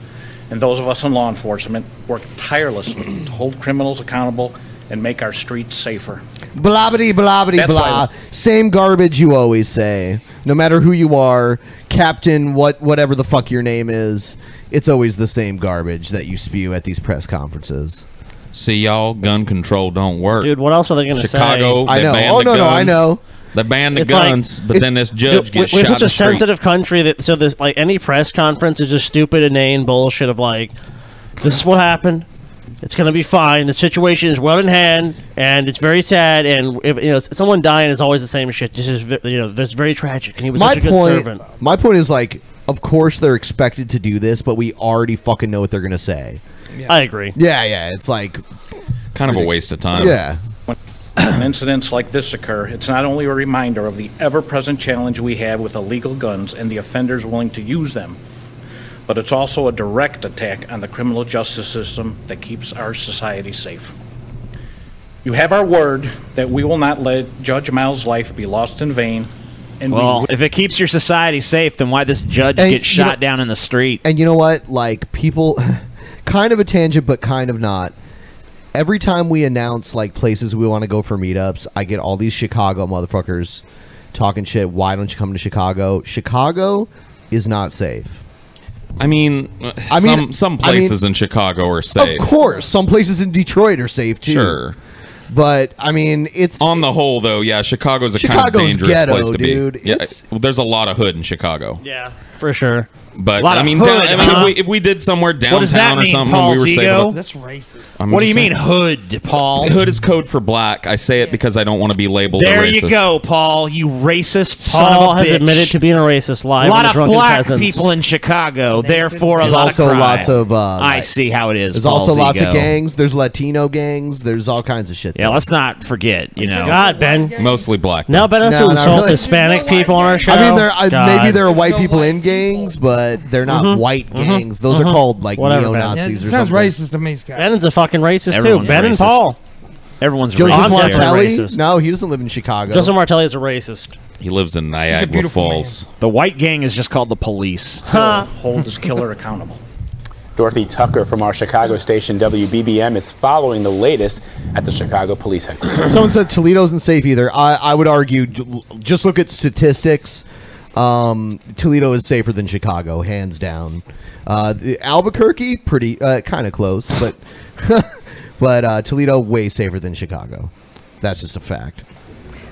[SPEAKER 17] and those of us in law enforcement work tirelessly to hold criminals accountable and make our streets safer.
[SPEAKER 2] Blobbity blobbity
[SPEAKER 17] That's
[SPEAKER 2] blah.
[SPEAKER 17] why-
[SPEAKER 2] Same garbage you always say. No matter who you are, Captain, what whatever the fuck your name is, it's always the same garbage that you spew at these press conferences.
[SPEAKER 3] See y'all, gun control don't work.
[SPEAKER 7] Dude, what else are they gonna say?
[SPEAKER 3] Chicago,
[SPEAKER 2] I
[SPEAKER 3] they
[SPEAKER 2] know.
[SPEAKER 3] banned
[SPEAKER 2] Oh
[SPEAKER 3] the
[SPEAKER 2] no, no,
[SPEAKER 3] guns.
[SPEAKER 2] I know.
[SPEAKER 3] They banned the
[SPEAKER 7] It's like-
[SPEAKER 3] guns, but
[SPEAKER 7] it-
[SPEAKER 3] then this judge
[SPEAKER 7] we-
[SPEAKER 3] gets
[SPEAKER 7] we're
[SPEAKER 3] shot.
[SPEAKER 7] such
[SPEAKER 3] in
[SPEAKER 7] a
[SPEAKER 3] the street.
[SPEAKER 7] sensitive country that so this like any press conference is just stupid, inane bullshit of like, this is what happened. It's gonna be fine. The situation is well in hand, and it's very sad. And if, you know, s- someone dying is always the same shit. This is ve- you know, this is very tragic. And he was
[SPEAKER 2] my
[SPEAKER 7] such a good
[SPEAKER 2] point,
[SPEAKER 7] servant.
[SPEAKER 2] my point is like, of course they're expected to do this, but we already fucking know what they're gonna say.
[SPEAKER 7] I agree.
[SPEAKER 2] Yeah, yeah, it's like
[SPEAKER 3] kind of a waste of time.
[SPEAKER 2] Yeah.
[SPEAKER 17] When incidents like this occur, it's not only a reminder of the ever present challenge we have with illegal guns and the offenders willing to use them, but it's also a direct attack on the criminal justice system that keeps our society safe. You have our word that we will not let Judge Miles' life be lost in vain, and we
[SPEAKER 6] Well, if it keeps your society safe, then why this judge
[SPEAKER 2] And,
[SPEAKER 6] gets
[SPEAKER 2] you know-
[SPEAKER 6] shot down in the street?
[SPEAKER 2] And you know what? Like people, kind of a tangent, but kind of not. Every time we announce like places we want to go for meetups, I get all these Chicago motherfuckers talking shit. Why don't you come to Chicago? Chicago is not safe.
[SPEAKER 3] I mean,
[SPEAKER 2] I mean-
[SPEAKER 3] some, some
[SPEAKER 2] I mean-
[SPEAKER 3] places in Chicago are safe.
[SPEAKER 2] Of course, some places in Detroit are safe too.
[SPEAKER 3] Sure.
[SPEAKER 2] But I mean, it's
[SPEAKER 3] On the whole, though, yeah, Chicago's a kind of
[SPEAKER 2] Chicago's
[SPEAKER 3] dangerous
[SPEAKER 2] ghetto,
[SPEAKER 3] place to
[SPEAKER 2] dude.
[SPEAKER 3] be. Yeah, well, there's a lot of hood in Chicago.
[SPEAKER 7] Yeah, for sure.
[SPEAKER 3] But
[SPEAKER 6] A lot
[SPEAKER 3] I
[SPEAKER 6] of
[SPEAKER 3] mean,
[SPEAKER 6] hood,
[SPEAKER 3] down- I mean,
[SPEAKER 6] huh?
[SPEAKER 3] if, we, if we did somewhere downtown
[SPEAKER 6] What does that
[SPEAKER 3] or
[SPEAKER 6] mean,
[SPEAKER 3] something,
[SPEAKER 6] Paul
[SPEAKER 3] we were
[SPEAKER 6] Zigo?
[SPEAKER 3] safe.
[SPEAKER 6] That's
[SPEAKER 1] racist.
[SPEAKER 3] I'm
[SPEAKER 6] what do you
[SPEAKER 3] just
[SPEAKER 6] mean
[SPEAKER 3] saying.
[SPEAKER 6] hood, Paul?
[SPEAKER 3] Hood is code for black. I say it because I don't want to be labeled.
[SPEAKER 6] There
[SPEAKER 3] a
[SPEAKER 6] you
[SPEAKER 3] racist.
[SPEAKER 6] go, Paul. You racist
[SPEAKER 7] Paul
[SPEAKER 6] son of a
[SPEAKER 7] has
[SPEAKER 6] bitch.
[SPEAKER 7] admitted to being a racist
[SPEAKER 6] a
[SPEAKER 7] live on
[SPEAKER 6] lot
[SPEAKER 7] the
[SPEAKER 6] of
[SPEAKER 7] Drunken
[SPEAKER 6] black
[SPEAKER 7] Peasants.
[SPEAKER 6] people in Chicago, therefore a
[SPEAKER 2] There's
[SPEAKER 6] lot
[SPEAKER 2] also
[SPEAKER 6] of crime.
[SPEAKER 2] lots of, uh,
[SPEAKER 6] I
[SPEAKER 2] like-
[SPEAKER 6] see how it is.
[SPEAKER 2] There's also
[SPEAKER 6] Paul
[SPEAKER 2] lots of
[SPEAKER 6] Zigo.
[SPEAKER 2] gangs. There's Latino gangs. There's all kinds of shit.
[SPEAKER 6] Yeah, let's not forget. You know,
[SPEAKER 7] God, Ben.
[SPEAKER 3] Mostly black.
[SPEAKER 7] Now Ben has
[SPEAKER 2] No,
[SPEAKER 7] to
[SPEAKER 2] no,
[SPEAKER 7] insult
[SPEAKER 2] really.
[SPEAKER 7] Hispanic people on our show.
[SPEAKER 2] I mean, there I,
[SPEAKER 7] God.
[SPEAKER 2] maybe there are white people in gangs, but they're not
[SPEAKER 7] Mhm.
[SPEAKER 2] white
[SPEAKER 7] Mhm.
[SPEAKER 2] gangs. Those
[SPEAKER 7] Mhm.
[SPEAKER 2] are called like
[SPEAKER 7] Whatever,
[SPEAKER 2] neo
[SPEAKER 7] man.
[SPEAKER 2] Nazis or
[SPEAKER 7] Sounds
[SPEAKER 2] something.
[SPEAKER 7] racist
[SPEAKER 1] to me, Scott.
[SPEAKER 7] Ben's a fucking racist
[SPEAKER 6] Everyone's
[SPEAKER 7] too. Ben and
[SPEAKER 6] racist.
[SPEAKER 7] Paul.
[SPEAKER 6] Everyone's
[SPEAKER 2] Joseph
[SPEAKER 7] I'm
[SPEAKER 2] Martelli?
[SPEAKER 7] definitely racist.
[SPEAKER 2] No, he doesn't live in Chicago.
[SPEAKER 7] Joseph Martelli is a racist.
[SPEAKER 3] He lives in Niagara Falls.
[SPEAKER 6] The white gang is just called the police.
[SPEAKER 17] hold his killer accountable.
[SPEAKER 16] Dorothy Tucker from our Chicago station WBBM is following the latest at the Chicago Police Headquarters.
[SPEAKER 2] Someone said Toledo's not safe either. I, I would argue, j- just look at statistics. Um, Toledo is safer than Chicago, hands down. Uh, the- Albuquerque, pretty uh, kind of close, but but uh, Toledo way safer than Chicago. That's just a fact.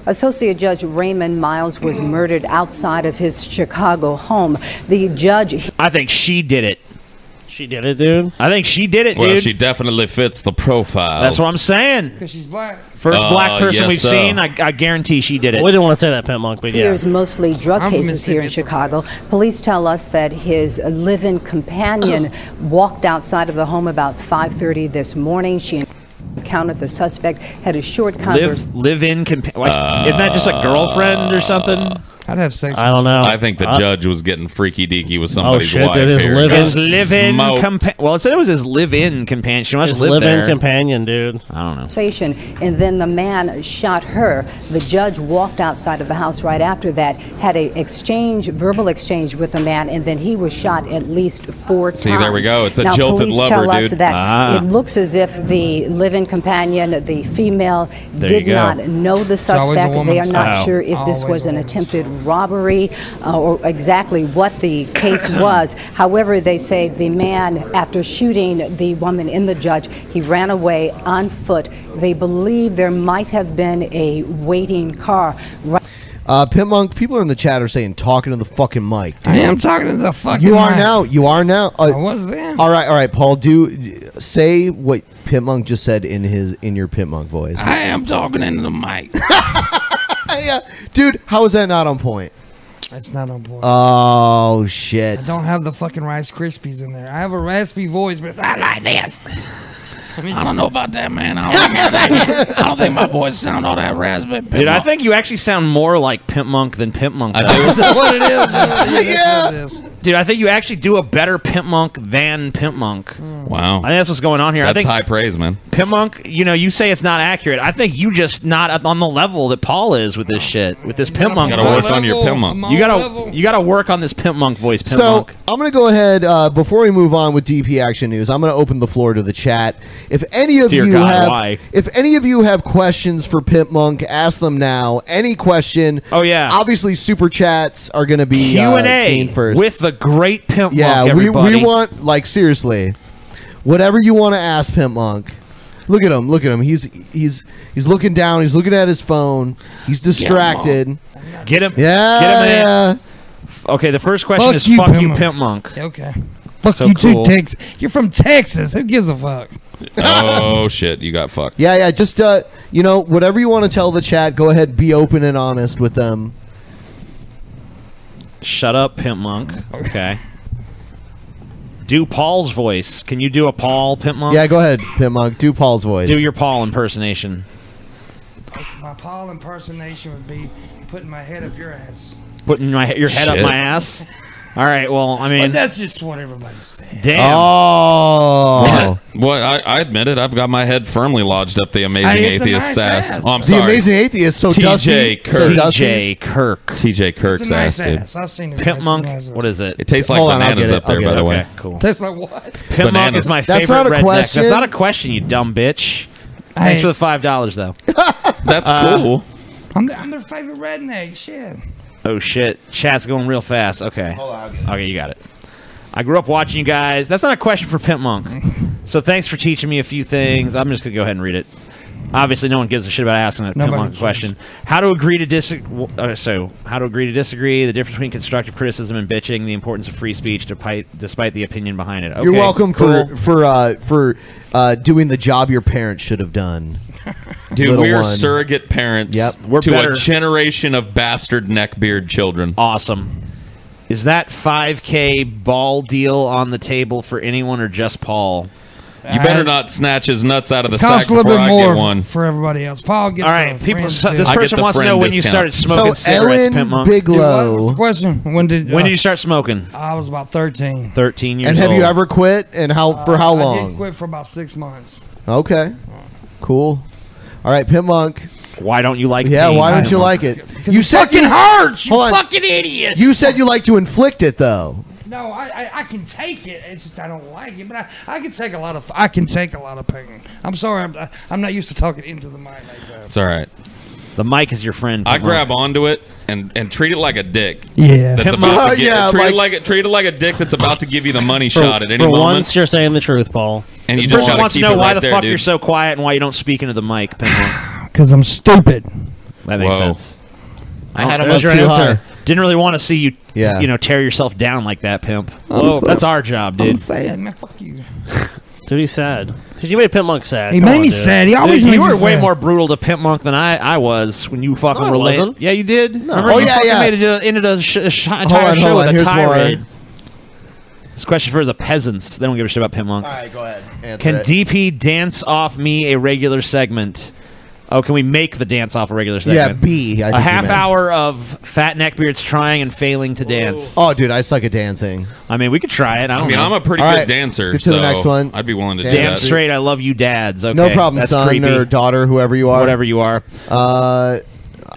[SPEAKER 18] Associate Judge Raymond Miles was murdered outside of his Chicago home. The judge
[SPEAKER 6] I think she did it.
[SPEAKER 7] She did it, dude.
[SPEAKER 6] I think she did it,
[SPEAKER 3] Well,
[SPEAKER 6] dude.
[SPEAKER 3] she definitely fits the profile.
[SPEAKER 6] That's what I'm saying. Because
[SPEAKER 1] she's black.
[SPEAKER 6] First
[SPEAKER 3] Uh,
[SPEAKER 6] black person
[SPEAKER 3] yes,
[SPEAKER 6] we've
[SPEAKER 3] sir.
[SPEAKER 6] seen, I, I guarantee she did it.
[SPEAKER 7] We didn't want to say that, Pet Monk, but yeah.
[SPEAKER 18] hears mostly drug
[SPEAKER 7] I'm from
[SPEAKER 18] cases here in Chicago. Police tell us that his live-in companion walked outside of the home about 5:30 this morning. She encountered the suspect, had a short conversation.
[SPEAKER 6] live live in. Compa- like, isn't that
[SPEAKER 3] Uh,
[SPEAKER 6] just a girlfriend or something?
[SPEAKER 1] I'd have sex.
[SPEAKER 7] I don't know.
[SPEAKER 3] I think the
[SPEAKER 6] Uh, Oh,
[SPEAKER 3] judge was getting freaky deaky with somebody's
[SPEAKER 7] shit,
[SPEAKER 3] wife
[SPEAKER 7] that is
[SPEAKER 3] here.
[SPEAKER 7] live-in.
[SPEAKER 3] Got
[SPEAKER 6] His live-in
[SPEAKER 3] smoked.
[SPEAKER 6] compa- well, it said it was his live-in companion. She must
[SPEAKER 7] His
[SPEAKER 6] live
[SPEAKER 7] live-in
[SPEAKER 6] there.
[SPEAKER 7] companion, dude.
[SPEAKER 6] I don't know.
[SPEAKER 18] conversation, and then the man shot her. The judge walked outside of the house right after that, had a exchange, verbal exchange with the man, and then he was shot at least four
[SPEAKER 3] See,
[SPEAKER 18] times.
[SPEAKER 3] there we go. It's a
[SPEAKER 18] now,
[SPEAKER 3] jilted
[SPEAKER 18] police
[SPEAKER 3] lover,
[SPEAKER 18] tell us
[SPEAKER 3] dude.
[SPEAKER 18] That
[SPEAKER 3] Ah.
[SPEAKER 18] It looks as if the live-in companion, the female,
[SPEAKER 3] There
[SPEAKER 18] did
[SPEAKER 3] you go.
[SPEAKER 18] not know the
[SPEAKER 3] It's always a
[SPEAKER 18] suspect. They are
[SPEAKER 3] woman's
[SPEAKER 18] not
[SPEAKER 3] fault.
[SPEAKER 18] sure if this was an attempted robbery uh, or exactly what the case was. However, they say the man, after shooting the woman in the judge, he ran away on foot. They believe there might have been a waiting car. Right
[SPEAKER 2] Uh, Pit Monk, people in the chat are saying talking to the fucking mic. dude."
[SPEAKER 1] I am talking to the fucking.
[SPEAKER 2] You are
[SPEAKER 1] mic.
[SPEAKER 2] now. You are now. Uh,
[SPEAKER 1] I was then.
[SPEAKER 2] All right, all right, Paul. Do say what Pit Monk just said in his in your Pit Monk voice.
[SPEAKER 1] I am talking into the mic.
[SPEAKER 2] yeah, dude. How is that not on point?
[SPEAKER 1] That's not on point.
[SPEAKER 2] Oh shit.
[SPEAKER 1] I don't have the fucking Rice Krispies in there. I have a raspy voice, but it's not like this.
[SPEAKER 19] I don't know about that, man. I don't, think, I don't think my voice sound all that raspy.
[SPEAKER 6] Dude, I think you actually sound more like Pimp Monk than Pimp Monk.
[SPEAKER 19] do.
[SPEAKER 6] does.
[SPEAKER 19] That's
[SPEAKER 1] what it is.
[SPEAKER 2] Yeah.
[SPEAKER 6] Dude, I think you actually do a better Pimp Monk than Pimp Monk.
[SPEAKER 2] Hmm.
[SPEAKER 3] Wow. I think
[SPEAKER 6] that's what's going on here.
[SPEAKER 3] That's
[SPEAKER 6] I think
[SPEAKER 3] high praise, man.
[SPEAKER 6] Pimp Monk, you know, you say it's not accurate. I think you just not up on the level that Paul is with this shit, with this Pimp Monk.
[SPEAKER 3] gotta
[SPEAKER 6] voice.
[SPEAKER 3] work on your Pimp Monk. I'm on
[SPEAKER 6] You gotta, you gotta work on this Pimp Monk voice, Pimp
[SPEAKER 2] so
[SPEAKER 6] Monk.
[SPEAKER 2] I'm gonna go ahead uh, before we move on with DP action news. I'm gonna open the floor to the chat. If any of
[SPEAKER 6] Dear
[SPEAKER 2] you
[SPEAKER 6] God,
[SPEAKER 2] have,
[SPEAKER 6] why?
[SPEAKER 2] if any of you have questions for Pimp Monk, ask them now. Any question? Oh
[SPEAKER 6] yeah.
[SPEAKER 2] Obviously, super chats are gonna be
[SPEAKER 6] Q
[SPEAKER 2] uh,
[SPEAKER 6] and A
[SPEAKER 2] seen first.
[SPEAKER 6] with the great Pimp
[SPEAKER 2] yeah,
[SPEAKER 6] Monk.
[SPEAKER 2] we
[SPEAKER 6] everybody.
[SPEAKER 2] we want like seriously, whatever you want to ask Pimp Monk. Look at him. Look at him. He's he's he's looking down. He's looking at his phone. He's distracted. Uh,
[SPEAKER 6] Get him.
[SPEAKER 2] Yeah.
[SPEAKER 6] Get him in. F- Okay, the first question
[SPEAKER 1] Fuck
[SPEAKER 6] is
[SPEAKER 1] you,
[SPEAKER 6] fuck
[SPEAKER 1] Pimp
[SPEAKER 6] you,
[SPEAKER 1] Monk."
[SPEAKER 6] Pimp Monk.
[SPEAKER 1] Okay. Fuck
[SPEAKER 6] So
[SPEAKER 1] you
[SPEAKER 6] cool.
[SPEAKER 1] too, Texas. You're from Texas. Who gives a fuck?
[SPEAKER 3] oh shit, you got fucked.
[SPEAKER 2] Yeah, yeah. Just uh, you know, whatever you want to tell the chat, go ahead. Be open and honest with them.
[SPEAKER 6] Shut up, Pimp Monk. Okay. Do Paul's voice. Can you do a Paul Pimp Monk?
[SPEAKER 2] Yeah, go ahead, Pitmonk. Do Paul's voice.
[SPEAKER 6] Do your Paul impersonation.
[SPEAKER 1] My Paul impersonation would be putting my head up your ass.
[SPEAKER 6] Putting my your head
[SPEAKER 1] Shit.
[SPEAKER 6] up my ass. All right. Well, I mean,
[SPEAKER 1] But that's just what everybody says.
[SPEAKER 6] damn.
[SPEAKER 2] Oh.
[SPEAKER 3] Boy, I, I admit it. I've got my head firmly lodged up the amazing
[SPEAKER 2] Hey, it's a
[SPEAKER 3] atheist
[SPEAKER 2] nice
[SPEAKER 3] sass.
[SPEAKER 2] ass.
[SPEAKER 3] Oh, I'm
[SPEAKER 2] The
[SPEAKER 3] sorry.
[SPEAKER 2] Amazing Atheist, so
[SPEAKER 3] TJ
[SPEAKER 2] dusty, so
[SPEAKER 3] Kirk.
[SPEAKER 2] dusty. TJ
[SPEAKER 6] Kirk.
[SPEAKER 3] TJ Kirk's
[SPEAKER 1] It's a nice
[SPEAKER 3] ass, dude.
[SPEAKER 1] ass. I've seen his
[SPEAKER 6] Pimp
[SPEAKER 1] ass.
[SPEAKER 6] Monk.
[SPEAKER 1] It's nice.
[SPEAKER 6] What is it?
[SPEAKER 3] It tastes like
[SPEAKER 6] Hold on, I'll
[SPEAKER 3] bananas
[SPEAKER 6] get it,
[SPEAKER 3] up there,
[SPEAKER 6] I'll get
[SPEAKER 3] by
[SPEAKER 6] it.
[SPEAKER 3] the way.
[SPEAKER 6] Okay, cool.
[SPEAKER 2] Oh.
[SPEAKER 1] Tastes like what?
[SPEAKER 6] Pimp Monk
[SPEAKER 3] Bananas.
[SPEAKER 6] is my
[SPEAKER 3] That's
[SPEAKER 6] favorite
[SPEAKER 3] not a
[SPEAKER 6] redneck.
[SPEAKER 3] question.
[SPEAKER 6] That's not a question, you dumb bitch.
[SPEAKER 1] I-
[SPEAKER 6] Thanks for the five dollars though.
[SPEAKER 3] That's
[SPEAKER 6] Uh,
[SPEAKER 3] cool.
[SPEAKER 1] I'm, I'm their favorite redneck. Shit.
[SPEAKER 6] Oh shit! Chat's going real fast. Okay. Okay, you got it. I grew up watching you guys. That's not a question for Pimp Monk. so thanks for teaching me a few things. I'm just gonna go ahead and read it. Obviously, no one gives a shit about asking a Pimp
[SPEAKER 8] Nobody
[SPEAKER 6] Monk
[SPEAKER 8] cares.
[SPEAKER 6] question. How to agree to disagree? Uh, so, how to agree to disagree? The difference between constructive criticism and bitching. The importance of free speech, despite despite the opinion behind it. Okay,
[SPEAKER 2] You're welcome
[SPEAKER 6] cool.
[SPEAKER 2] for for uh, for uh, doing the job your parents should have done.
[SPEAKER 3] Dude,
[SPEAKER 2] Little
[SPEAKER 3] we are
[SPEAKER 2] one.
[SPEAKER 3] surrogate parents
[SPEAKER 2] Yep. We're
[SPEAKER 3] to
[SPEAKER 2] better.
[SPEAKER 3] a generation of bastard neckbeard children.
[SPEAKER 6] Awesome. Is that 5K ball deal on the table for anyone or just Paul?
[SPEAKER 3] You better not snatch his nuts out of the sack
[SPEAKER 1] Costs a little
[SPEAKER 3] before
[SPEAKER 1] bit
[SPEAKER 3] I
[SPEAKER 1] more
[SPEAKER 3] get one.
[SPEAKER 1] for everybody else. Paul gets
[SPEAKER 6] All right,
[SPEAKER 1] some
[SPEAKER 6] people-
[SPEAKER 1] friends
[SPEAKER 6] so-
[SPEAKER 1] do.
[SPEAKER 6] Uh, this I get person the wants to friend know when you discount. started smoking
[SPEAKER 1] So
[SPEAKER 6] cigarettes,
[SPEAKER 1] Ellen
[SPEAKER 6] Pimp Monk.
[SPEAKER 1] Dude, what was the question? When did
[SPEAKER 6] When
[SPEAKER 1] uh,
[SPEAKER 6] did you start smoking?
[SPEAKER 1] I was about 13.
[SPEAKER 6] 13 years
[SPEAKER 2] And have
[SPEAKER 6] old.
[SPEAKER 2] you ever quit? And how for how
[SPEAKER 1] Uh, I did
[SPEAKER 2] long?
[SPEAKER 1] quit for about six months.
[SPEAKER 2] Okay, cool. All right, Pimp Monk.
[SPEAKER 6] Why don't you like?
[SPEAKER 2] Yeah,
[SPEAKER 1] pain,
[SPEAKER 2] why don't
[SPEAKER 1] Pimp
[SPEAKER 2] you like
[SPEAKER 1] Monk?
[SPEAKER 2] it? You said
[SPEAKER 1] fucking
[SPEAKER 2] you,
[SPEAKER 1] hurts, you
[SPEAKER 2] Hold on.
[SPEAKER 1] fucking idiot.
[SPEAKER 2] You said you like to inflict it though.
[SPEAKER 1] No, I, I, I can take it. It's just I don't like it, but I, I can take a lot of I can take a lot of pain. I'm sorry, I'm, I'm not used to talking into the mic.
[SPEAKER 3] It's all right.
[SPEAKER 6] The mic is your friend.
[SPEAKER 3] I
[SPEAKER 6] Pimp
[SPEAKER 3] grab onto it and, and treat it like a dick.
[SPEAKER 1] Yeah.
[SPEAKER 3] That's
[SPEAKER 7] Pimp
[SPEAKER 3] about
[SPEAKER 7] Monk.
[SPEAKER 3] to get,
[SPEAKER 7] Yeah,
[SPEAKER 3] treat
[SPEAKER 7] like-
[SPEAKER 3] it like a, treat it like a dick that's about to give you the money
[SPEAKER 7] For-
[SPEAKER 3] shot at any
[SPEAKER 7] for
[SPEAKER 3] moment.
[SPEAKER 7] once, you're saying the truth, Paul.
[SPEAKER 3] And you
[SPEAKER 6] This
[SPEAKER 3] just
[SPEAKER 6] person
[SPEAKER 3] gotta
[SPEAKER 6] wants to
[SPEAKER 3] keep
[SPEAKER 6] know
[SPEAKER 3] it
[SPEAKER 6] why
[SPEAKER 3] right
[SPEAKER 6] the
[SPEAKER 3] there,
[SPEAKER 6] fuck
[SPEAKER 3] dude.
[SPEAKER 6] you're so quiet and why you don't speak into the mic. Pimp Monk.
[SPEAKER 1] Because I'm stupid.
[SPEAKER 6] That makes
[SPEAKER 1] Whoa.
[SPEAKER 6] sense.
[SPEAKER 1] I had
[SPEAKER 6] Oh,
[SPEAKER 1] him
[SPEAKER 6] there's
[SPEAKER 1] up
[SPEAKER 6] your
[SPEAKER 1] too
[SPEAKER 6] answer.
[SPEAKER 1] high.
[SPEAKER 6] Didn't really want to see you,
[SPEAKER 1] Yeah.
[SPEAKER 6] you know, tear yourself down like that, pimp.
[SPEAKER 7] I'm
[SPEAKER 6] Whoa,
[SPEAKER 7] so-
[SPEAKER 6] that's our job, dude.
[SPEAKER 7] I'm
[SPEAKER 1] saying, man, fuck you.
[SPEAKER 7] Dude, he's sad. Dude, you made Pimp Monk sad.
[SPEAKER 6] He
[SPEAKER 7] Come
[SPEAKER 6] made
[SPEAKER 7] on,
[SPEAKER 6] me
[SPEAKER 7] dude.
[SPEAKER 6] sad. He always
[SPEAKER 7] Dude,
[SPEAKER 6] you were way more brutal to Pimp Monk than I, I was when you fucking
[SPEAKER 7] No, I
[SPEAKER 6] were late.
[SPEAKER 7] wasn't.
[SPEAKER 6] Yeah, you did. Remember,
[SPEAKER 7] Oh,
[SPEAKER 6] you
[SPEAKER 7] yeah,
[SPEAKER 6] fucking
[SPEAKER 7] yeah.
[SPEAKER 6] made it uh, ended a sh- sh- entire
[SPEAKER 2] on,
[SPEAKER 6] show
[SPEAKER 2] hold on,
[SPEAKER 6] with a
[SPEAKER 2] here's more.
[SPEAKER 6] tirade. This question for the peasants. They don't give a shit about Pimp Monk. All right,
[SPEAKER 2] go ahead. Answer
[SPEAKER 6] Can
[SPEAKER 2] it.
[SPEAKER 6] DP dance off me a regular segment? Oh, can we make the dance off a regular
[SPEAKER 2] Yeah,
[SPEAKER 6] segment?
[SPEAKER 2] B, I
[SPEAKER 6] A
[SPEAKER 2] think you
[SPEAKER 6] half
[SPEAKER 2] meant.
[SPEAKER 6] hour of fat neckbeards trying and failing to dance.
[SPEAKER 2] Oh, dude, I suck at dancing.
[SPEAKER 6] I mean, we could try it. I don't
[SPEAKER 3] I mean,
[SPEAKER 6] know.
[SPEAKER 3] I'm a pretty
[SPEAKER 2] All
[SPEAKER 3] good
[SPEAKER 2] right,
[SPEAKER 3] dancer.
[SPEAKER 2] let's get to the
[SPEAKER 3] so
[SPEAKER 2] next one.
[SPEAKER 3] I'd be willing to do
[SPEAKER 6] Damn
[SPEAKER 3] that.
[SPEAKER 6] straight, I love you, dads. Okay,
[SPEAKER 2] no problem,
[SPEAKER 6] that's
[SPEAKER 2] son
[SPEAKER 6] creepy.
[SPEAKER 2] or daughter, whoever you are.
[SPEAKER 6] Whatever you are.
[SPEAKER 2] Uh,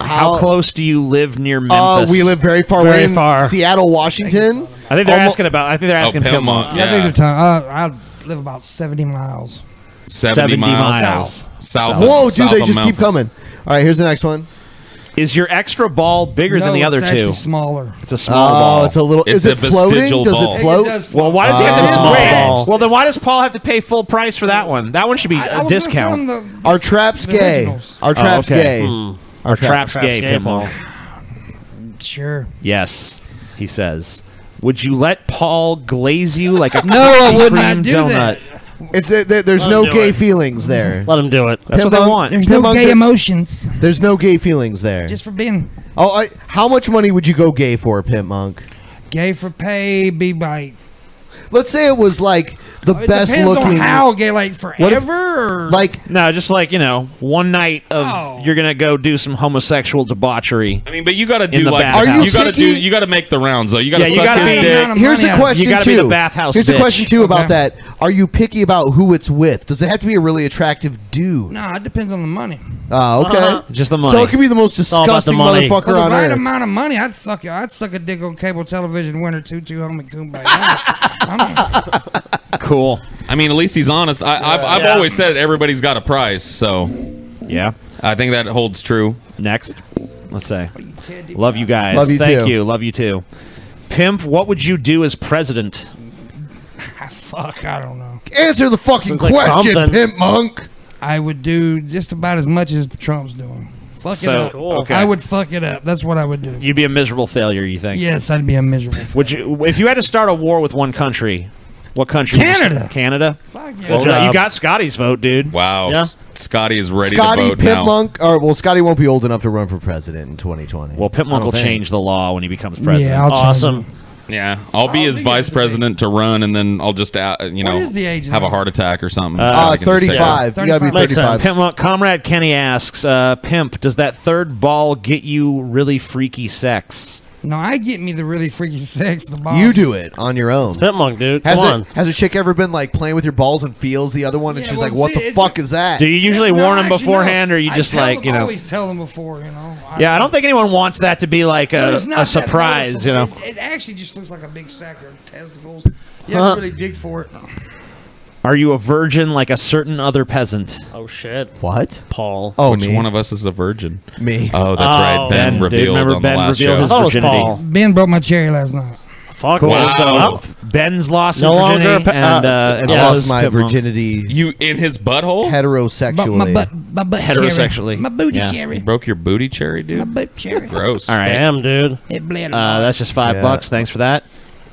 [SPEAKER 6] How, close do you live near
[SPEAKER 2] Uh,
[SPEAKER 6] Memphis?
[SPEAKER 2] we live very far
[SPEAKER 6] Very
[SPEAKER 2] away in
[SPEAKER 6] far.
[SPEAKER 2] Seattle, Washington.
[SPEAKER 6] I think they're
[SPEAKER 2] Almo-
[SPEAKER 6] asking about. I think they're
[SPEAKER 3] Oh,
[SPEAKER 6] asking
[SPEAKER 3] Pimp
[SPEAKER 6] Pimp
[SPEAKER 3] Monk,
[SPEAKER 6] Monk.
[SPEAKER 3] yeah.
[SPEAKER 1] I think the time I, I live about 70 miles.
[SPEAKER 3] 70,
[SPEAKER 6] 70
[SPEAKER 3] miles.
[SPEAKER 6] miles.
[SPEAKER 3] South. South.
[SPEAKER 2] Whoa, dude,
[SPEAKER 3] south
[SPEAKER 2] they
[SPEAKER 3] of
[SPEAKER 2] just keep
[SPEAKER 3] Memphis.
[SPEAKER 2] coming. All right, here's the next one.
[SPEAKER 6] Is your extra ball bigger than
[SPEAKER 1] No,
[SPEAKER 6] the other
[SPEAKER 1] it's
[SPEAKER 6] two?
[SPEAKER 1] actually smaller.
[SPEAKER 6] It's a small
[SPEAKER 2] Oh,
[SPEAKER 6] ball.
[SPEAKER 2] it's a little- It's is it a floating? vestigial Does it ball. float? It does float.
[SPEAKER 6] Well, why does he have
[SPEAKER 2] It's a small
[SPEAKER 6] to pay?
[SPEAKER 2] ball.
[SPEAKER 6] Well, then why does Paul have to pay full price for that one? That one should be a discount.
[SPEAKER 2] Our trap's
[SPEAKER 6] the
[SPEAKER 2] gay.
[SPEAKER 6] originals.
[SPEAKER 2] Our
[SPEAKER 6] Oh,
[SPEAKER 2] trap's
[SPEAKER 6] okay.
[SPEAKER 2] gay.
[SPEAKER 6] Hmm. Our trap's gay, Pimp Monk.
[SPEAKER 1] Sure.
[SPEAKER 6] Yes, he says. Would you let Paul glaze you like a
[SPEAKER 1] No, I
[SPEAKER 6] Krispy
[SPEAKER 1] would not
[SPEAKER 6] Kreme
[SPEAKER 1] do
[SPEAKER 6] donut?
[SPEAKER 1] that.
[SPEAKER 2] It's uh, there- there's
[SPEAKER 6] Let
[SPEAKER 2] no
[SPEAKER 6] him do
[SPEAKER 2] gay
[SPEAKER 6] it.
[SPEAKER 2] feelings there.
[SPEAKER 7] Let him do it.
[SPEAKER 6] That's what they want.
[SPEAKER 1] There's no gay emotions.
[SPEAKER 2] There's no gay feelings there.
[SPEAKER 1] Just for being
[SPEAKER 2] oh, I, how much money would you go gay for, Pimp Monk?
[SPEAKER 1] gay for pay, be by.
[SPEAKER 2] Let's say it was like the
[SPEAKER 1] it
[SPEAKER 2] best
[SPEAKER 1] depends
[SPEAKER 2] looking.
[SPEAKER 1] on how gay, like
[SPEAKER 6] What if-
[SPEAKER 1] forever. or-
[SPEAKER 2] Like
[SPEAKER 6] no, just like you know, one night of you're gonna go do some homosexual debauchery.
[SPEAKER 3] I mean, but you got to
[SPEAKER 6] In
[SPEAKER 3] do
[SPEAKER 6] the
[SPEAKER 3] like
[SPEAKER 6] bathhouse. Are you
[SPEAKER 3] you got to do
[SPEAKER 6] picky?
[SPEAKER 3] you got to make the rounds though. You got to
[SPEAKER 6] Yeah, you
[SPEAKER 3] suck
[SPEAKER 6] gotta
[SPEAKER 3] his
[SPEAKER 6] be-
[SPEAKER 3] dick.
[SPEAKER 2] Here's the
[SPEAKER 6] money out of it.
[SPEAKER 2] question
[SPEAKER 6] You gotta
[SPEAKER 2] too.
[SPEAKER 6] be the bathhouse
[SPEAKER 2] Here's the
[SPEAKER 6] bitch.
[SPEAKER 2] question too about
[SPEAKER 6] Okay.
[SPEAKER 2] that. Are you picky about who it's with? Does it have to be a really attractive dude?
[SPEAKER 1] Nah, it depends on the money.
[SPEAKER 2] Ah, okay.
[SPEAKER 1] Uh-huh.
[SPEAKER 6] Just the
[SPEAKER 2] So
[SPEAKER 6] money.
[SPEAKER 2] it could be the most
[SPEAKER 6] It's all about the
[SPEAKER 2] disgusting
[SPEAKER 6] money.
[SPEAKER 2] motherfucker
[SPEAKER 1] For the
[SPEAKER 2] on
[SPEAKER 1] right
[SPEAKER 2] earth.
[SPEAKER 1] amount of money, I'd suck. I'd suck a dick on cable television, winner two two home and kumbaya. I'm not-
[SPEAKER 6] Cool.
[SPEAKER 3] I mean, at least he's honest. I, I've, I've
[SPEAKER 1] Yeah.
[SPEAKER 3] always said everybody's got a price, so
[SPEAKER 6] yeah,
[SPEAKER 3] I think that holds true.
[SPEAKER 6] Next, let's say, love you guys.
[SPEAKER 3] Love you
[SPEAKER 6] Thank
[SPEAKER 3] too.
[SPEAKER 6] you. Love you too. Pimp, what would you do as president?
[SPEAKER 1] Ah, fuck, I don't know.
[SPEAKER 2] Answer the fucking
[SPEAKER 6] Sounds like
[SPEAKER 2] question,
[SPEAKER 6] something.
[SPEAKER 2] Pimp Monk.
[SPEAKER 1] I would do just about as much as Trump's doing. Fuck
[SPEAKER 6] So,
[SPEAKER 1] it up.
[SPEAKER 6] cool. okay.
[SPEAKER 1] I would fuck it up. That's what I would do.
[SPEAKER 6] You'd be a miserable failure, you think?
[SPEAKER 1] Yes, I'd be a miserable.
[SPEAKER 6] Would you, if you had to start a war with one country, what country? would you-
[SPEAKER 1] Canada.
[SPEAKER 6] Canada.
[SPEAKER 1] yeah.
[SPEAKER 6] Well
[SPEAKER 1] Good
[SPEAKER 6] done.
[SPEAKER 1] job.
[SPEAKER 6] you got Scotty's vote, dude.
[SPEAKER 2] Wow.
[SPEAKER 6] Yeah.
[SPEAKER 2] S- Scotty is ready to
[SPEAKER 6] Scotty
[SPEAKER 2] vote now.
[SPEAKER 6] Pipmunk-
[SPEAKER 2] or well, Scotty won't be old enough to run for president in 2020. Well,
[SPEAKER 6] Pipmunk will change the law when he becomes president.
[SPEAKER 2] I'll change
[SPEAKER 6] awesome.
[SPEAKER 2] Yeah, I'll be his vice president to run, and then I'll just uh, you know
[SPEAKER 6] is the age
[SPEAKER 2] have a heart attack or something.
[SPEAKER 6] Uh,
[SPEAKER 2] So I can just take it.
[SPEAKER 6] Makes sense. Pimp- Comrade Kenny asks, uh, "Pimp, does that third ball get you really freaky sex?"
[SPEAKER 1] No, I get me the really freaky sex. The ball.
[SPEAKER 2] You do it on your own.
[SPEAKER 6] Pipmunk, dude.
[SPEAKER 2] Has
[SPEAKER 6] Come
[SPEAKER 2] it-
[SPEAKER 6] on.
[SPEAKER 2] has a chick ever been like playing with your balls and feels the other one, and she's like, "What the fuck is that?"
[SPEAKER 6] Do you usually
[SPEAKER 2] No,
[SPEAKER 6] warn them
[SPEAKER 2] actually, no.
[SPEAKER 6] beforehand, or you
[SPEAKER 2] I
[SPEAKER 6] just
[SPEAKER 2] tell
[SPEAKER 6] like
[SPEAKER 2] them
[SPEAKER 6] you know?
[SPEAKER 1] always tell them before, you know.
[SPEAKER 6] Yeah, I don't think anyone wants that to be like
[SPEAKER 1] Well,
[SPEAKER 6] a,
[SPEAKER 1] it's not
[SPEAKER 6] a
[SPEAKER 1] that
[SPEAKER 6] surprise, you know.
[SPEAKER 1] noticeable. It, it actually just looks like a big sack of testicles. You have
[SPEAKER 6] Huh.
[SPEAKER 1] to really dig for it.
[SPEAKER 6] Are you a virgin like a certain other peasant? Oh shit!
[SPEAKER 2] What? Oh,
[SPEAKER 6] Paul?
[SPEAKER 2] Which one of us is a virgin?
[SPEAKER 6] Oh, Me.
[SPEAKER 2] Oh, that's right.
[SPEAKER 6] Oh,
[SPEAKER 2] Ben
[SPEAKER 6] Ben, dude.
[SPEAKER 2] revealed
[SPEAKER 6] Remember
[SPEAKER 2] on
[SPEAKER 6] Ben
[SPEAKER 2] the last
[SPEAKER 6] revealed
[SPEAKER 2] show.
[SPEAKER 6] his Oh, it's virginity. Paul.
[SPEAKER 1] Ben broke my cherry last night.
[SPEAKER 6] Fuck.
[SPEAKER 2] Wow. Wow.
[SPEAKER 6] Ben's lost
[SPEAKER 2] No
[SPEAKER 6] his
[SPEAKER 2] longer
[SPEAKER 6] virginity,
[SPEAKER 2] a pa-
[SPEAKER 6] and,
[SPEAKER 2] uh,
[SPEAKER 6] uh, and
[SPEAKER 2] I
[SPEAKER 6] so
[SPEAKER 2] lost
[SPEAKER 6] is
[SPEAKER 2] my
[SPEAKER 6] Pipmunk.
[SPEAKER 2] virginity. You in his butthole? Heterosexually.
[SPEAKER 6] My- my butt- my butt Heterosexually. cherry. My booty Yeah. cherry.
[SPEAKER 2] Broke your booty cherry, dude. My
[SPEAKER 1] butt cherry.
[SPEAKER 2] Gross.
[SPEAKER 6] All right. dude.
[SPEAKER 1] It bled.
[SPEAKER 6] Uh, that's just five
[SPEAKER 2] Yeah.
[SPEAKER 6] bucks. Thanks for that.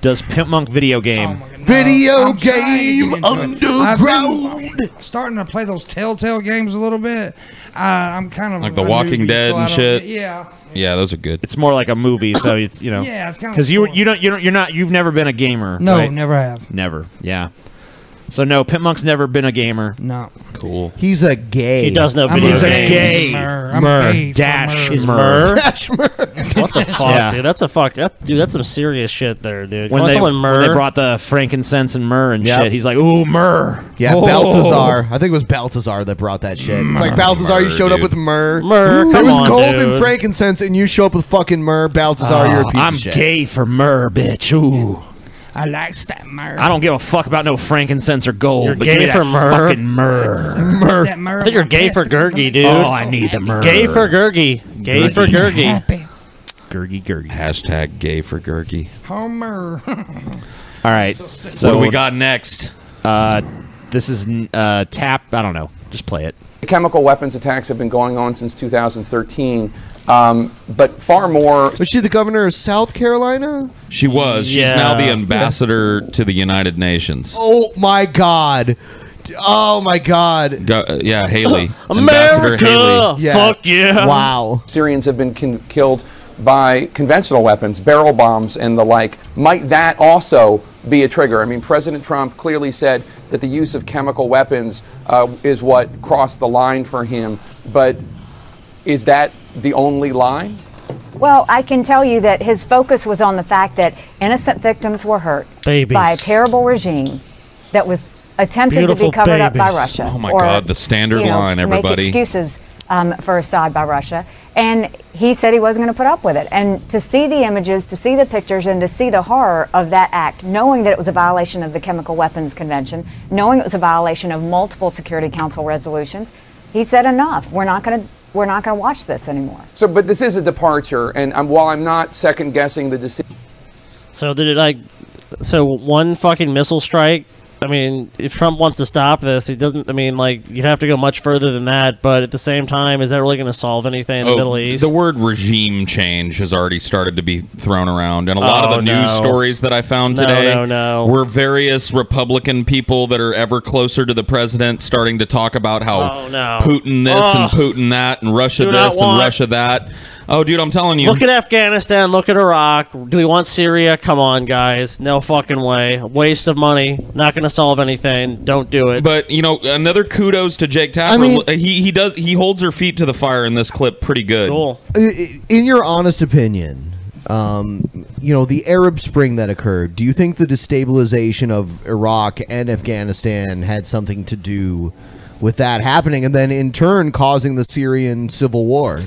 [SPEAKER 6] Does Pimp Monk
[SPEAKER 1] Oh
[SPEAKER 6] video game?
[SPEAKER 2] Video
[SPEAKER 1] game
[SPEAKER 2] underground.
[SPEAKER 1] starting to play those Telltale games a little bit. Uh, I'm kind of
[SPEAKER 2] Like The
[SPEAKER 1] a
[SPEAKER 2] Walking
[SPEAKER 1] newbie,
[SPEAKER 2] Dead
[SPEAKER 1] so
[SPEAKER 2] and
[SPEAKER 1] I don't-
[SPEAKER 2] shit?
[SPEAKER 1] Yeah.
[SPEAKER 2] Yeah, those are good.
[SPEAKER 6] It's more like a movie, so it's you know.
[SPEAKER 1] Yeah, it's kinda
[SPEAKER 6] because you you don't you don't you're not you've never been a gamer.
[SPEAKER 1] No,
[SPEAKER 6] right?
[SPEAKER 1] never have.
[SPEAKER 6] Never. Yeah. So no, Pimp Monk's never been a gamer.
[SPEAKER 1] No.
[SPEAKER 2] Cool. He's a gay.
[SPEAKER 6] He does know video
[SPEAKER 2] He's a
[SPEAKER 6] games.
[SPEAKER 2] gay.
[SPEAKER 6] Mer. I'm gay for
[SPEAKER 2] Dash.
[SPEAKER 6] mer. He's
[SPEAKER 2] mer. Dash mer.
[SPEAKER 7] what the fuck,
[SPEAKER 6] Yeah.
[SPEAKER 7] dude? That's a fuck. That, dude, that's some serious shit there, dude.
[SPEAKER 6] When
[SPEAKER 7] Calling
[SPEAKER 6] they,
[SPEAKER 7] someone
[SPEAKER 6] when they
[SPEAKER 7] mer.
[SPEAKER 6] brought the frankincense and myrrh and
[SPEAKER 2] Yep.
[SPEAKER 6] shit, he's like, ooh, myrrh.
[SPEAKER 2] Yeah,
[SPEAKER 6] Oh.
[SPEAKER 2] Baltazar. I think it was Baltazar that brought that shit. It's like Baltazar, you Myrrh, showed up dude. with myrrh. Myrrh, There It come was on, gold and dude. frankincense, and you show up with fucking myrrh. Baltazar,
[SPEAKER 6] Oh,
[SPEAKER 2] you're a piece
[SPEAKER 6] I'm
[SPEAKER 2] of shit.
[SPEAKER 6] gay for myrrh, bitch. Ooh.
[SPEAKER 1] I like that myrrh.
[SPEAKER 6] I don't give a fuck about no frankincense or gold,
[SPEAKER 7] You're
[SPEAKER 6] but give
[SPEAKER 7] gay
[SPEAKER 6] me
[SPEAKER 7] for
[SPEAKER 6] that
[SPEAKER 7] myrrh?
[SPEAKER 6] fucking myrrh.
[SPEAKER 1] Myrrh. That myrrh.
[SPEAKER 7] I think you're gay for Gurgi, dude.
[SPEAKER 6] Oh, I need the myrrh.
[SPEAKER 7] Gay for Gurgi. Gay
[SPEAKER 2] Gurgi.
[SPEAKER 7] for Gurgi.
[SPEAKER 6] Gurgy, gurgy.
[SPEAKER 2] Hashtag gay for Gurgy.
[SPEAKER 1] Homer.
[SPEAKER 6] All right. So
[SPEAKER 2] do we got next?
[SPEAKER 6] Uh, this is n- uh, tap. I don't know. Just play it.
[SPEAKER 20] The chemical weapons attacks have been going on since 2013, um, but far more.
[SPEAKER 2] Was she the governor of South Carolina? She was.
[SPEAKER 20] She's now the
[SPEAKER 2] ambassador
[SPEAKER 3] to the United Nations.
[SPEAKER 2] Oh my god. Oh my god.
[SPEAKER 3] Go, uh, yeah, Haley.
[SPEAKER 20] America!
[SPEAKER 2] Haley. Yeah. Fuck yeah. Wow.
[SPEAKER 20] Syrians have been con- killed by conventional weapons, barrel bombs, and the like. Might that also be a trigger? I mean, President Trump clearly said that the use of chemical weapons uh, is what crossed the line for him, but is that the only line?
[SPEAKER 21] Well, I can tell you that his focus was on the fact that innocent victims were hurt
[SPEAKER 2] Babies.
[SPEAKER 21] by a terrible regime that was attempted to
[SPEAKER 2] Beautiful
[SPEAKER 21] be covered up by
[SPEAKER 2] babies.
[SPEAKER 21] Russia.
[SPEAKER 2] Oh
[SPEAKER 20] my
[SPEAKER 21] or,
[SPEAKER 20] God,
[SPEAKER 2] the standard
[SPEAKER 21] you know,
[SPEAKER 2] line, everybody.
[SPEAKER 21] Make excuses um, for Assad by Russia. And he said he wasn't going to put up with it. And to see the images, to see the pictures, and to see the horror of that act, knowing that it was a violation of the Chemical Weapons Convention, knowing it was a violation of multiple Security Council resolutions, he said enough. We're not going to. We're not going to watch this anymore.
[SPEAKER 20] So, but this is a departure, and um, while I'm not second guessing the decision.
[SPEAKER 7] So did it like? So one fucking missile strike. I mean, if Trump wants to stop this, he doesn't. I mean, like you'd have to go much further than that. But at the same time, is that really going to solve anything in the
[SPEAKER 2] Oh,
[SPEAKER 7] Middle East?
[SPEAKER 2] the
[SPEAKER 3] word regime change has already started to be thrown around, and a lot
[SPEAKER 7] Oh,
[SPEAKER 3] of the news
[SPEAKER 7] no.
[SPEAKER 3] stories that I found
[SPEAKER 7] No,
[SPEAKER 3] today
[SPEAKER 7] no, no.
[SPEAKER 3] were various Republican people that are ever closer to the president starting to talk about how
[SPEAKER 7] Oh, no.
[SPEAKER 3] Putin this and
[SPEAKER 7] Ugh.
[SPEAKER 3] Putin that and Russia
[SPEAKER 7] Do not
[SPEAKER 3] this and
[SPEAKER 7] want-
[SPEAKER 3] Russia that. Oh, dude, I'm telling you,
[SPEAKER 7] Look at Afghanistan. Look at Iraq. Do we want Syria? Come on, guys. No fucking way. Waste of money. Not going to solve anything. Don't do it.
[SPEAKER 3] But you know, another kudos to Jake Tapper.
[SPEAKER 2] I mean-
[SPEAKER 3] he he does he holds her feet to the fire in this clip pretty good.
[SPEAKER 2] I- I- In your honest opinion, um, you know, the Arab Spring that occurred, do you think the destabilization of Iraq and Afghanistan had something to do with that happening and then in turn causing the Syrian civil war?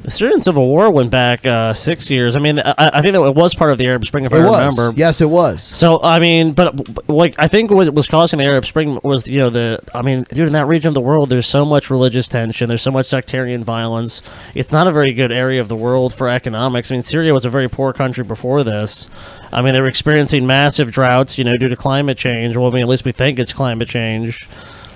[SPEAKER 7] The Syrian civil war went back uh, six years. I mean, I, I think that it was part of the Arab Spring, if I
[SPEAKER 2] It was.
[SPEAKER 7] remember.
[SPEAKER 2] Yes, it was.
[SPEAKER 7] So I mean, but but, like I think what was causing the Arab Spring was you know the I mean, dude, in that region of the world, there's so much religious tension, there's so much sectarian violence. It's not a very good area of the world for economics. I mean, Syria was a very poor country before this. I mean, they were experiencing massive droughts, you know, due to climate change. Well, I mean, at least we think it's climate change.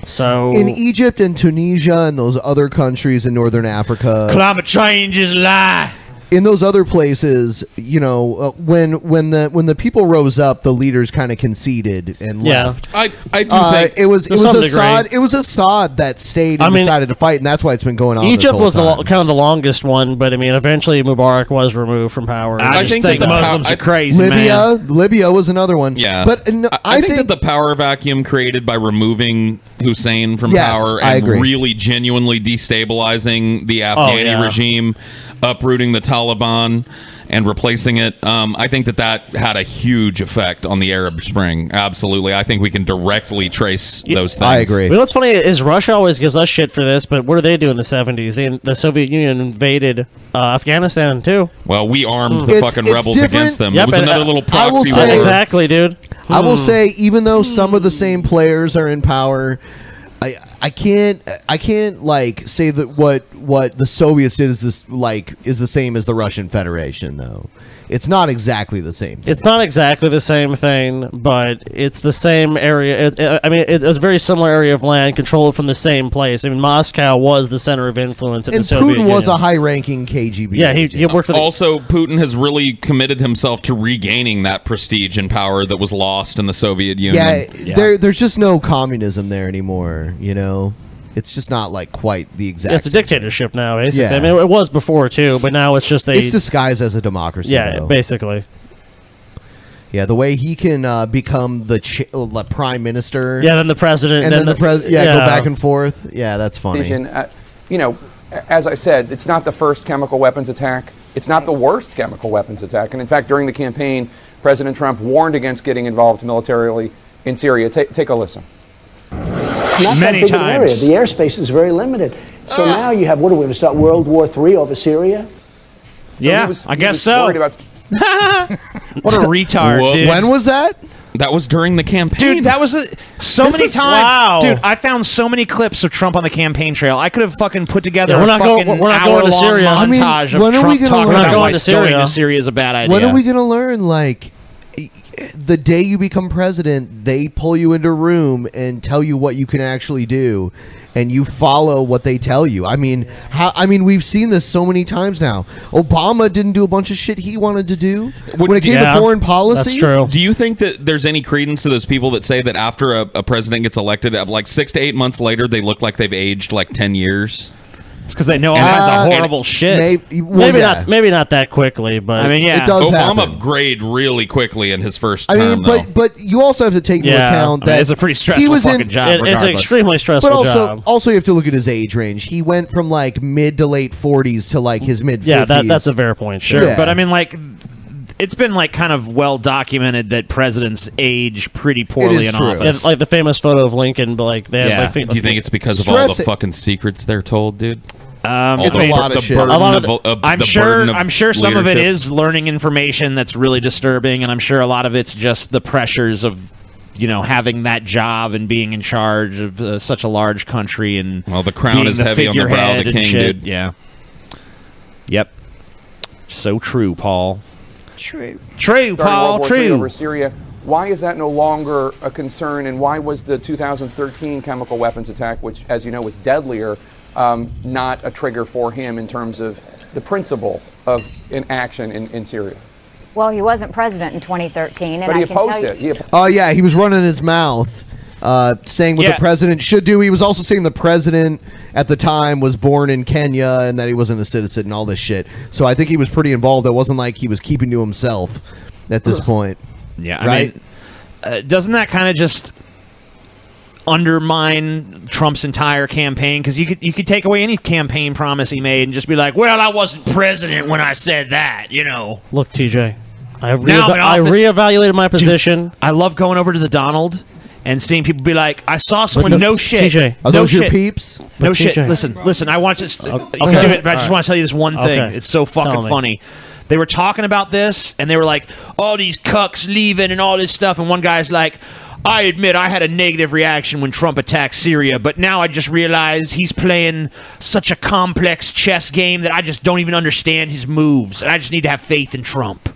[SPEAKER 7] So
[SPEAKER 2] in Egypt and Tunisia and those other countries in northern Africa.
[SPEAKER 7] Climate change is a lie.
[SPEAKER 2] In those other places, you know, uh, when when the when the people rose up, the leaders kind of conceded and left.
[SPEAKER 3] I, I do
[SPEAKER 2] Uh,
[SPEAKER 3] think
[SPEAKER 2] it was
[SPEAKER 7] to
[SPEAKER 2] it was
[SPEAKER 7] some
[SPEAKER 2] Assad.
[SPEAKER 7] degree.
[SPEAKER 2] It was Assad that stayed and
[SPEAKER 7] I mean-
[SPEAKER 2] decided to fight, and that's why it's been going on. Oh, this
[SPEAKER 7] Egypt
[SPEAKER 2] whole
[SPEAKER 7] was the
[SPEAKER 2] time.
[SPEAKER 7] lo- kind of the longest one, but I mean, eventually Mubarak was removed from power.
[SPEAKER 2] I just think
[SPEAKER 3] that the Muslims are crazy,
[SPEAKER 2] Libya. Libya was another one.
[SPEAKER 3] Yeah,
[SPEAKER 2] but uh, no, I,
[SPEAKER 3] I, think,
[SPEAKER 2] think
[SPEAKER 3] that the power vacuum created by removing Hussein from
[SPEAKER 2] Yes,
[SPEAKER 3] power
[SPEAKER 2] I
[SPEAKER 3] and
[SPEAKER 2] agree.
[SPEAKER 3] really genuinely destabilizing the Afghani
[SPEAKER 4] yeah.
[SPEAKER 3] regime, uprooting the Taliban and replacing it. Um, I think that that had a huge effect on the Arab Spring. Absolutely, I think we can directly trace those things.
[SPEAKER 7] You know what's funny is Russia always gives us shit for this, but what did they do in the seventies? They, the Soviet Union invaded uh, Afghanistan too. Hmm.
[SPEAKER 3] Well, we armed the
[SPEAKER 2] It's-
[SPEAKER 3] fucking
[SPEAKER 2] it's
[SPEAKER 3] rebels
[SPEAKER 2] different-
[SPEAKER 3] against them.
[SPEAKER 7] Yep,
[SPEAKER 3] it was
[SPEAKER 7] and,
[SPEAKER 3] another
[SPEAKER 7] uh,
[SPEAKER 3] little
[SPEAKER 2] I will
[SPEAKER 3] proxy
[SPEAKER 2] say-
[SPEAKER 3] war.
[SPEAKER 7] Exactly, dude. Hmm.
[SPEAKER 2] I will say, even though some of the same players are in power, I I can't I can't like say that what what the Soviets did is this like is the same as the Russian Federation though. It's not exactly the same.
[SPEAKER 7] It's not exactly the same thing, but it's the same area. It, it, I mean, it, it's a very similar area of land controlled from the same place. I mean, Moscow was the center of influence in
[SPEAKER 2] And
[SPEAKER 7] the Soviet
[SPEAKER 2] Putin was
[SPEAKER 7] Union.
[SPEAKER 2] a high-ranking KGB.
[SPEAKER 7] Yeah, he- he worked for the-
[SPEAKER 3] also, Putin has really committed himself to regaining that prestige and power that was lost in the Soviet Union.
[SPEAKER 2] Yeah, there there's just no communism there anymore. You know, it's just not like quite the exact.
[SPEAKER 7] it's a dictatorship now, basically.
[SPEAKER 2] Yeah.
[SPEAKER 7] I mean, it was before too, but now it's just a.
[SPEAKER 2] it's disguised as a democracy.
[SPEAKER 7] yeah,
[SPEAKER 2] though.
[SPEAKER 7] basically.
[SPEAKER 2] Yeah, the way he can uh, become the, ch- uh, the prime minister.
[SPEAKER 7] Yeah, then the president,
[SPEAKER 2] and then,
[SPEAKER 7] then
[SPEAKER 2] the,
[SPEAKER 7] the-
[SPEAKER 2] pres Yeah, go
[SPEAKER 7] yeah.
[SPEAKER 2] back and forth. Yeah, that's funny.
[SPEAKER 20] Vision, uh, you know, as I said, it's not the first chemical weapons attack. It's not the worst chemical weapons attack. And in fact, during the campaign, President Trump warned against getting involved militarily in Syria. Ta take a listen.
[SPEAKER 22] not
[SPEAKER 20] Many
[SPEAKER 22] that big
[SPEAKER 20] times.
[SPEAKER 22] An area. The airspace is very limited. So
[SPEAKER 5] Ah.
[SPEAKER 22] now you have what are we going to start World War III over Syria?
[SPEAKER 3] Yeah,
[SPEAKER 22] I guess so.
[SPEAKER 20] Worried about
[SPEAKER 6] What a retard, dude. When was
[SPEAKER 2] that?
[SPEAKER 3] That was during the campaign.
[SPEAKER 6] Dude, that was a, so
[SPEAKER 3] This
[SPEAKER 6] many
[SPEAKER 3] is-
[SPEAKER 6] times.
[SPEAKER 3] wow.
[SPEAKER 6] Dude, I found so many clips of Trump on the campaign trail. I could have fucking put together
[SPEAKER 7] Yeah, we're
[SPEAKER 6] a
[SPEAKER 7] not go-
[SPEAKER 6] fucking
[SPEAKER 7] we're not going to
[SPEAKER 6] hour-long
[SPEAKER 7] Syria.
[SPEAKER 6] montage
[SPEAKER 7] I mean,
[SPEAKER 6] of
[SPEAKER 7] when are we
[SPEAKER 6] Trump talking
[SPEAKER 7] gonna learn- We're not
[SPEAKER 6] about
[SPEAKER 7] going
[SPEAKER 6] why
[SPEAKER 7] to
[SPEAKER 6] going
[SPEAKER 7] Syria.
[SPEAKER 6] to Syria is a bad idea.
[SPEAKER 2] When are we gonna learn? Like, e- the day you become president, they pull you into a room and tell you what you can actually do, and you follow what they tell you. I mean, how? I mean, we've seen this so many times now. Obama didn't do a bunch of shit he wanted to do when it came to foreign policy.
[SPEAKER 3] Do you think that there's any credence to those people that say that after a, a president gets elected, uh, like six to eight months later, they look like they've aged like ten years?
[SPEAKER 6] It's because they know all
[SPEAKER 3] And-
[SPEAKER 6] kinds
[SPEAKER 3] and-
[SPEAKER 6] of horrible shit.
[SPEAKER 2] Maybe,
[SPEAKER 7] maybe not. Maybe not that quickly, but
[SPEAKER 3] Obama grade really quickly in his first
[SPEAKER 2] I
[SPEAKER 3] term,
[SPEAKER 2] mean,
[SPEAKER 3] though.
[SPEAKER 2] but but you also have to take into
[SPEAKER 3] Yeah.
[SPEAKER 2] account
[SPEAKER 3] I mean,
[SPEAKER 2] that
[SPEAKER 3] it's a pretty stressful
[SPEAKER 2] he was in,
[SPEAKER 3] fucking job It- it's an regardless. extremely stressful
[SPEAKER 2] But also,
[SPEAKER 3] job.
[SPEAKER 2] also you have to look at his age range. He went from like mid to late forties to like his mid. 50s.
[SPEAKER 7] Yeah, that- that's a fair point.
[SPEAKER 6] Sure,
[SPEAKER 2] Yeah.
[SPEAKER 6] but I mean, like, it's been like kind of well documented that presidents age pretty poorly in office.
[SPEAKER 7] Yeah, like the famous photo of Lincoln, but like they have, like,
[SPEAKER 3] Do you think it's because of all
[SPEAKER 6] Stress
[SPEAKER 3] the
[SPEAKER 6] it-
[SPEAKER 3] fucking secrets they're told, dude?
[SPEAKER 6] Um,
[SPEAKER 3] All the bur- the burden
[SPEAKER 6] A lot of-
[SPEAKER 3] of, uh,
[SPEAKER 6] I'm
[SPEAKER 3] the
[SPEAKER 6] sure.
[SPEAKER 3] burden of
[SPEAKER 6] I'm sure some of it
[SPEAKER 3] leadership.
[SPEAKER 6] is learning information that's really disturbing, and I'm sure a lot of it's just the pressures of, you know, having that job and being in charge of uh, such a large country and well, the
[SPEAKER 3] crown is heavy on the brow of the king, dude.
[SPEAKER 6] Yeah. Yep. So true, Paul.
[SPEAKER 20] True.
[SPEAKER 6] True, Paul.
[SPEAKER 20] World War III
[SPEAKER 6] True.
[SPEAKER 20] over Syria. Why is that no longer a concern, and why was the 2013 chemical weapons attack, which, as you know, was deadlier, um, not a trigger for him in terms of the principle of an action in, in Syria?
[SPEAKER 21] Well, he wasn't president in 2013, and
[SPEAKER 20] But
[SPEAKER 21] I
[SPEAKER 20] he
[SPEAKER 21] can
[SPEAKER 20] opposed
[SPEAKER 21] tell you,
[SPEAKER 20] it. He opposed
[SPEAKER 2] Oh yeah, he was running his mouth, uh, saying what
[SPEAKER 21] Yeah.
[SPEAKER 2] the president should do. He was also saying the president at the time was born in Kenya and that he wasn't a citizen and all this shit. So I think he was pretty involved. It wasn't like he was keeping to himself at this point.
[SPEAKER 6] Yeah, I
[SPEAKER 2] Right?
[SPEAKER 6] mean, uh, doesn't that kind of just undermine Trump's entire campaign? Because you could you could take away any campaign promise he made and just be like, "Well, I wasn't president when I said that," you know.
[SPEAKER 7] Look, TJ, I, re-
[SPEAKER 6] Now I'm in
[SPEAKER 7] I
[SPEAKER 6] office.
[SPEAKER 7] reevaluated my position.
[SPEAKER 6] I love going over to the Donald and seeing people be like, "I saw someone."
[SPEAKER 7] those-
[SPEAKER 6] no shit.
[SPEAKER 7] TJ, are
[SPEAKER 6] no
[SPEAKER 7] those your
[SPEAKER 6] shit.
[SPEAKER 7] peeps?
[SPEAKER 6] No
[SPEAKER 7] But
[SPEAKER 6] shit.
[SPEAKER 7] TJ.
[SPEAKER 6] Listen, listen. I want to. you
[SPEAKER 7] okay.
[SPEAKER 6] can do it, but I just
[SPEAKER 7] Alright.
[SPEAKER 6] want to tell you this one thing.
[SPEAKER 7] Okay.
[SPEAKER 6] It's so
[SPEAKER 7] Tell
[SPEAKER 6] fucking
[SPEAKER 7] me.
[SPEAKER 6] funny. They were talking about this, and they were like, "All these cucks leaving and all this stuff." And one guy's like. I admit I had a negative reaction when Trump attacked Syria, but now I just realize he's playing such a complex chess game that I just don't even understand his moves, and I just need to have faith in Trump.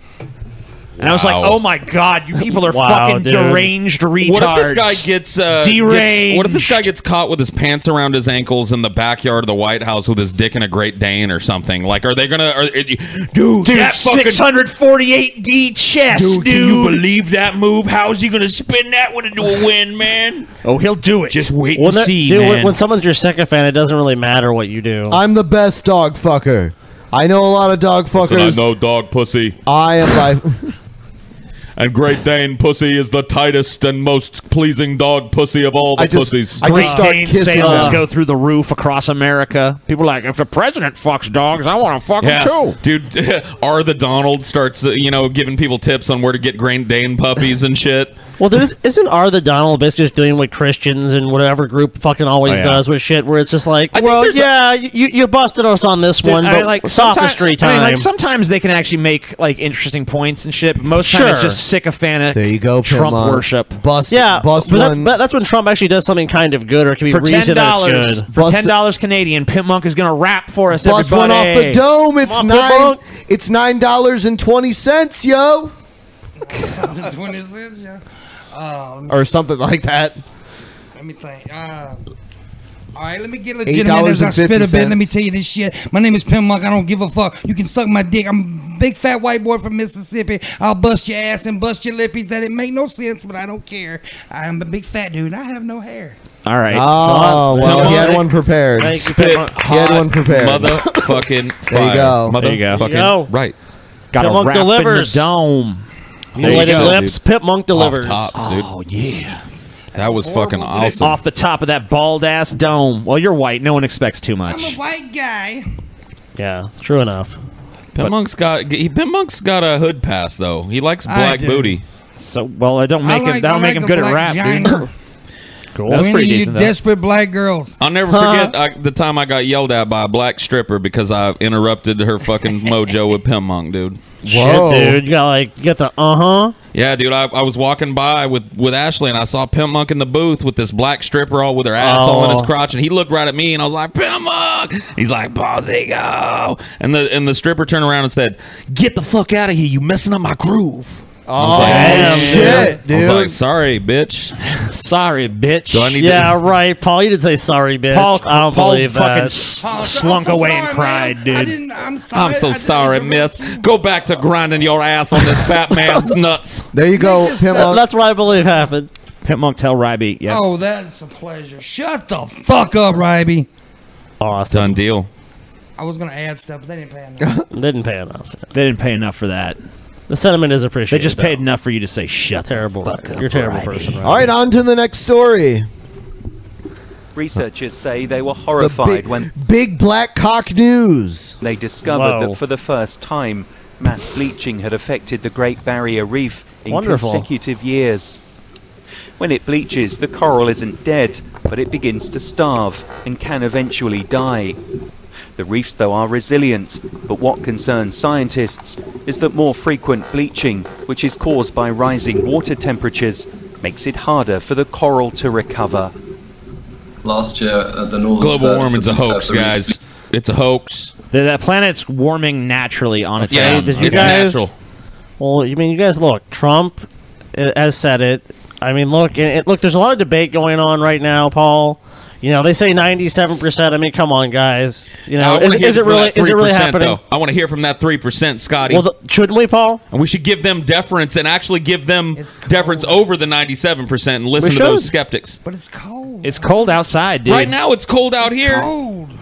[SPEAKER 6] And I was like,
[SPEAKER 3] Wow.
[SPEAKER 6] oh my god, you people are
[SPEAKER 3] Wow,
[SPEAKER 6] fucking
[SPEAKER 3] dude.
[SPEAKER 6] deranged retards.
[SPEAKER 3] What if this guy gets uh,
[SPEAKER 6] deranged?
[SPEAKER 3] Gets, what if this guy gets caught with his pants around his ankles in the backyard of the White House with his dick in a Great Dane or something? Like, are they gonna? Are, it, dude,
[SPEAKER 6] Dude,
[SPEAKER 3] that fucking
[SPEAKER 6] 648D chest, dude.
[SPEAKER 3] Can you believe that move? How is he gonna spin that one into a win, man?
[SPEAKER 6] Oh, he'll do it. Just
[SPEAKER 3] wait
[SPEAKER 7] Well, that- dude, when, when someone's your sycophant, it doesn't really matter what you do.
[SPEAKER 2] I'm the best dog fucker. I know a lot of dog fuckers.
[SPEAKER 3] know dog pussy,
[SPEAKER 2] I am by
[SPEAKER 3] and Great Dane pussy is the tightest and most pleasing dog pussy of all the
[SPEAKER 6] I just-
[SPEAKER 3] pussies.
[SPEAKER 6] Great Dane sales go through the roof across America. People are like, if the president fucks dogs, I want to fuck
[SPEAKER 3] Yeah,
[SPEAKER 6] them too.
[SPEAKER 3] dude. R the Donald starts, uh, you know, giving people tips on where to get Great Dane puppies and shit.
[SPEAKER 7] Well, there is, isn't R the Donald basically just doing what Christians and whatever group fucking always
[SPEAKER 3] Oh, yeah.
[SPEAKER 7] does with shit, where it's just like, well, yeah, you, you busted us on this one,
[SPEAKER 6] I
[SPEAKER 7] but
[SPEAKER 6] mean, like sometime-
[SPEAKER 7] sophistry
[SPEAKER 6] I
[SPEAKER 7] time.
[SPEAKER 6] mean, like sometimes they can actually make like interesting points and shit. But most time it's
[SPEAKER 7] Sure.
[SPEAKER 6] just sycophantic.
[SPEAKER 2] There you go,
[SPEAKER 6] Trump
[SPEAKER 2] Pimon.
[SPEAKER 6] worship.
[SPEAKER 2] Bust,
[SPEAKER 7] yeah,
[SPEAKER 2] bust
[SPEAKER 7] but, that-
[SPEAKER 2] one.
[SPEAKER 7] but that's when Trump actually does something kind of good or can be
[SPEAKER 6] For ten
[SPEAKER 7] reason that it's
[SPEAKER 6] dollars,
[SPEAKER 7] good.
[SPEAKER 6] for ten dollars Canadian, Pimp Monk is gonna rap for us.
[SPEAKER 2] Bust one
[SPEAKER 6] everybody.
[SPEAKER 2] off the dome. It's
[SPEAKER 6] Come on, Pimp
[SPEAKER 2] nine.
[SPEAKER 6] Monk.
[SPEAKER 2] It's nine dollars and twenty cents, yo,
[SPEAKER 1] Twenty cents, yeah. Uh, let me-
[SPEAKER 2] or something like that.
[SPEAKER 1] Let me think. Uh, all right, let me get
[SPEAKER 2] $8.50.
[SPEAKER 1] legitimate as I spit a bit. Let me tell you this shit. My name is Pim Monk. I don't give a fuck. You can suck my dick. I'm a big fat white boy from Mississippi. I'll bust your ass and bust your lippies. That it make no sense, but I don't care. I'm a big fat dude. I have no hair.
[SPEAKER 6] All right.
[SPEAKER 2] Oh
[SPEAKER 3] Come
[SPEAKER 2] well,
[SPEAKER 3] on.
[SPEAKER 2] he had one prepared.
[SPEAKER 3] Thank you, Spit Pimon.
[SPEAKER 2] He had one prepared.
[SPEAKER 3] Motherfucking fire.
[SPEAKER 2] There you go.
[SPEAKER 3] Mother
[SPEAKER 2] There you go.
[SPEAKER 3] Fucking
[SPEAKER 2] There you go.
[SPEAKER 3] Right.
[SPEAKER 6] Got a
[SPEAKER 7] Pimp Monk
[SPEAKER 6] rap in the
[SPEAKER 7] delivers.
[SPEAKER 6] dome.
[SPEAKER 7] Mutilated lips, Pimp Monk delivers.
[SPEAKER 3] Off tops, dude.
[SPEAKER 6] Oh yeah.
[SPEAKER 3] That was fucking awesome.
[SPEAKER 6] Off the top of that bald ass dome. Well, you're white. No one expects too much.
[SPEAKER 1] I'm a white guy.
[SPEAKER 7] Yeah, true enough.
[SPEAKER 3] Pimp Monk's got he, Pimp Monk's got a hood pass though. He likes
[SPEAKER 1] I
[SPEAKER 3] black
[SPEAKER 1] do.
[SPEAKER 3] booty.
[SPEAKER 6] So well, I don't
[SPEAKER 1] I like- I like the black giant.
[SPEAKER 6] Cool.
[SPEAKER 3] That's
[SPEAKER 1] When
[SPEAKER 3] pretty
[SPEAKER 1] are you
[SPEAKER 3] decent, though.
[SPEAKER 1] desperate black girls.
[SPEAKER 3] I'll never forget I, the time I got yelled at by a black stripper because I interrupted her fucking mojo with Pimp Monk, dude.
[SPEAKER 7] Shit, dude, you got like you got the uh huh.
[SPEAKER 3] Yeah, dude, I, I was walking by with, with Ashley and I saw Pimp Monk in the booth with this black stripper all with her ass all in his
[SPEAKER 19] Oh.
[SPEAKER 3] crotch and he looked right at me and I was like, Pimp Monk He's like, Balzigo And the and the stripper turned around and said, Get the fuck out of here, you messing up my groove. I was
[SPEAKER 2] Oh,
[SPEAKER 3] "Damn,
[SPEAKER 2] shit,
[SPEAKER 3] I was
[SPEAKER 2] dude.
[SPEAKER 3] like, sorry, bitch.
[SPEAKER 6] sorry, bitch.
[SPEAKER 3] Do I need
[SPEAKER 7] yeah,
[SPEAKER 3] to
[SPEAKER 7] right. Paul, you didn't say sorry, bitch.
[SPEAKER 6] Paul-
[SPEAKER 7] I don't
[SPEAKER 6] Paul
[SPEAKER 7] believe
[SPEAKER 6] fucking
[SPEAKER 7] that.
[SPEAKER 6] s- Paul, I'm so slunk away and sorry, cried, man. I dude. didn't-
[SPEAKER 1] I'm
[SPEAKER 3] I'm so sorry, miss. Go back to grinding your ass on this fat man's nuts.
[SPEAKER 2] There you go, Pimp
[SPEAKER 7] That-
[SPEAKER 2] Monk.
[SPEAKER 7] that's what I believe happened.
[SPEAKER 6] Pimp Monk tell Rybeat. Yeah.
[SPEAKER 1] Oh, that's a pleasure. Shut the fuck up, Ryby.
[SPEAKER 7] Awesome.
[SPEAKER 3] Done deal.
[SPEAKER 1] I was gonna add stuff, but they didn't pay enough.
[SPEAKER 7] didn't pay enough.
[SPEAKER 6] They didn't pay enough for that.
[SPEAKER 7] The sentiment is appreciated.
[SPEAKER 6] They just
[SPEAKER 7] though.
[SPEAKER 6] paid enough for you to say shut. the
[SPEAKER 7] Terrible.
[SPEAKER 6] fuck up,
[SPEAKER 7] You're a terrible
[SPEAKER 6] Rybeat.
[SPEAKER 7] person. Rybeat.
[SPEAKER 2] All right, on to the next story.
[SPEAKER 4] Researchers say they were horrified when
[SPEAKER 2] Big black cock news.
[SPEAKER 4] they discovered
[SPEAKER 2] Whoa.
[SPEAKER 4] that for the first time, mass bleaching had affected the Great Barrier Reef in
[SPEAKER 2] Wonderful.
[SPEAKER 4] consecutive years. When it bleaches, the coral isn't dead, but it begins to starve and can eventually die. The reefs, though, are resilient, but what concerns scientists is that more frequent bleaching, which is caused by rising water temperatures, makes it harder for the coral to recover.
[SPEAKER 23] Last year, uh, the northern
[SPEAKER 3] Global
[SPEAKER 23] third of
[SPEAKER 3] warming's
[SPEAKER 23] the-
[SPEAKER 3] a hoax,
[SPEAKER 23] of the reef-
[SPEAKER 3] guys. It's a hoax.
[SPEAKER 6] The, that planet's warming naturally on its
[SPEAKER 3] Yeah,
[SPEAKER 6] own.
[SPEAKER 3] did you It's guys- natural.
[SPEAKER 7] Well, you mean you guys look. Trump uh, has said it. I mean, look, it, it- look. There's a lot of debate going on right now, Paul. You know, they say 97. percent I mean, come on, guys. You
[SPEAKER 3] I
[SPEAKER 7] know,
[SPEAKER 3] wanna
[SPEAKER 7] is,
[SPEAKER 3] hear
[SPEAKER 7] is it
[SPEAKER 3] from
[SPEAKER 7] really
[SPEAKER 3] that
[SPEAKER 7] is it really
[SPEAKER 3] 3%,
[SPEAKER 7] happening?
[SPEAKER 3] though. I want to hear from that three percent, Scotty.
[SPEAKER 7] Well, th- shouldn't we, Paul?
[SPEAKER 3] and we should give them deference and actually give them deference over the ninety-seven percent and listen
[SPEAKER 7] We
[SPEAKER 3] to those
[SPEAKER 7] should.
[SPEAKER 3] skeptics.
[SPEAKER 1] But it's cold.
[SPEAKER 6] It's cold outside, dude.
[SPEAKER 3] Right now, it's cold out here.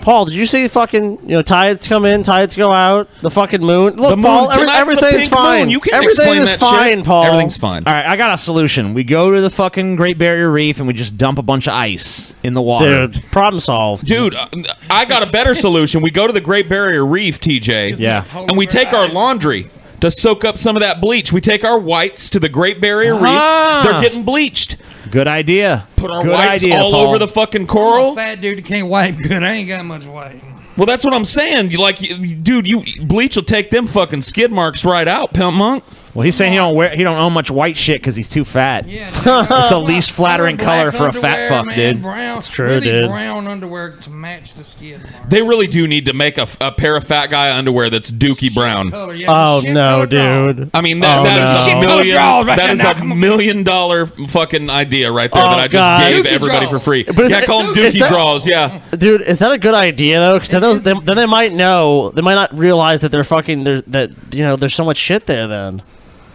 [SPEAKER 7] Paul, did you see fucking you know tides come in, tides go out, the fucking moon? Look,
[SPEAKER 6] The moon-
[SPEAKER 7] Paul, every-
[SPEAKER 6] tonight's a
[SPEAKER 7] everything's
[SPEAKER 6] pink
[SPEAKER 7] fine.
[SPEAKER 6] moon. You can't
[SPEAKER 7] Everything
[SPEAKER 6] explain
[SPEAKER 7] is
[SPEAKER 6] that shit.
[SPEAKER 7] fine, Paul.
[SPEAKER 6] Everything's
[SPEAKER 3] fine.
[SPEAKER 6] All right, I got a solution. We go to the fucking Great Barrier Reef and we just dump a bunch of ice in the water.
[SPEAKER 7] Dude, problem solved.
[SPEAKER 3] Dude, uh, I got a better solution. We go to the Great Barrier Reef, TJ.
[SPEAKER 6] Yeah.
[SPEAKER 3] And we take our laundry to soak up some of that bleach. We take our whites to the Great Barrier
[SPEAKER 6] Ah.
[SPEAKER 3] Reef. They're getting bleached.
[SPEAKER 6] Good idea.
[SPEAKER 3] Put our
[SPEAKER 6] Good
[SPEAKER 3] whites
[SPEAKER 6] idea,
[SPEAKER 3] all
[SPEAKER 6] Paul.
[SPEAKER 3] over the fucking coral.
[SPEAKER 1] I'm a fat dude that can't wipe good. I ain't got much white.
[SPEAKER 3] Well, that's what I'm saying. You- Like, you- dude, you bleach will take them fucking skid marks right out, pimp monk.
[SPEAKER 6] Well, he's saying he don't wear, he don't own much white shit because he's too fat. Yeah, that's the least flattering color for a fat fuck, dude.
[SPEAKER 1] That's
[SPEAKER 3] true, dude.
[SPEAKER 1] brown underwear to match the skin
[SPEAKER 3] They really do need to make a, a pair of fat guy underwear that's dookie brown.
[SPEAKER 1] color. Yeah,
[SPEAKER 7] Oh no, dude.
[SPEAKER 3] I mean, that,
[SPEAKER 7] oh,
[SPEAKER 3] that is
[SPEAKER 7] no.
[SPEAKER 3] a million, that is a million dollar fucking idea right there
[SPEAKER 7] Oh,
[SPEAKER 3] that I just
[SPEAKER 7] God.
[SPEAKER 3] gave
[SPEAKER 7] Dookie
[SPEAKER 3] everybody
[SPEAKER 7] draw.
[SPEAKER 3] for free.
[SPEAKER 7] But is
[SPEAKER 3] yeah,
[SPEAKER 7] that-
[SPEAKER 3] call them
[SPEAKER 7] is
[SPEAKER 3] dookie
[SPEAKER 7] that-
[SPEAKER 3] draws. Yeah.
[SPEAKER 7] Dude, is that a good idea though? Because then, those- then, then they might know. They might not realize that they're fucking. There's that you know. There's so much shit there. Then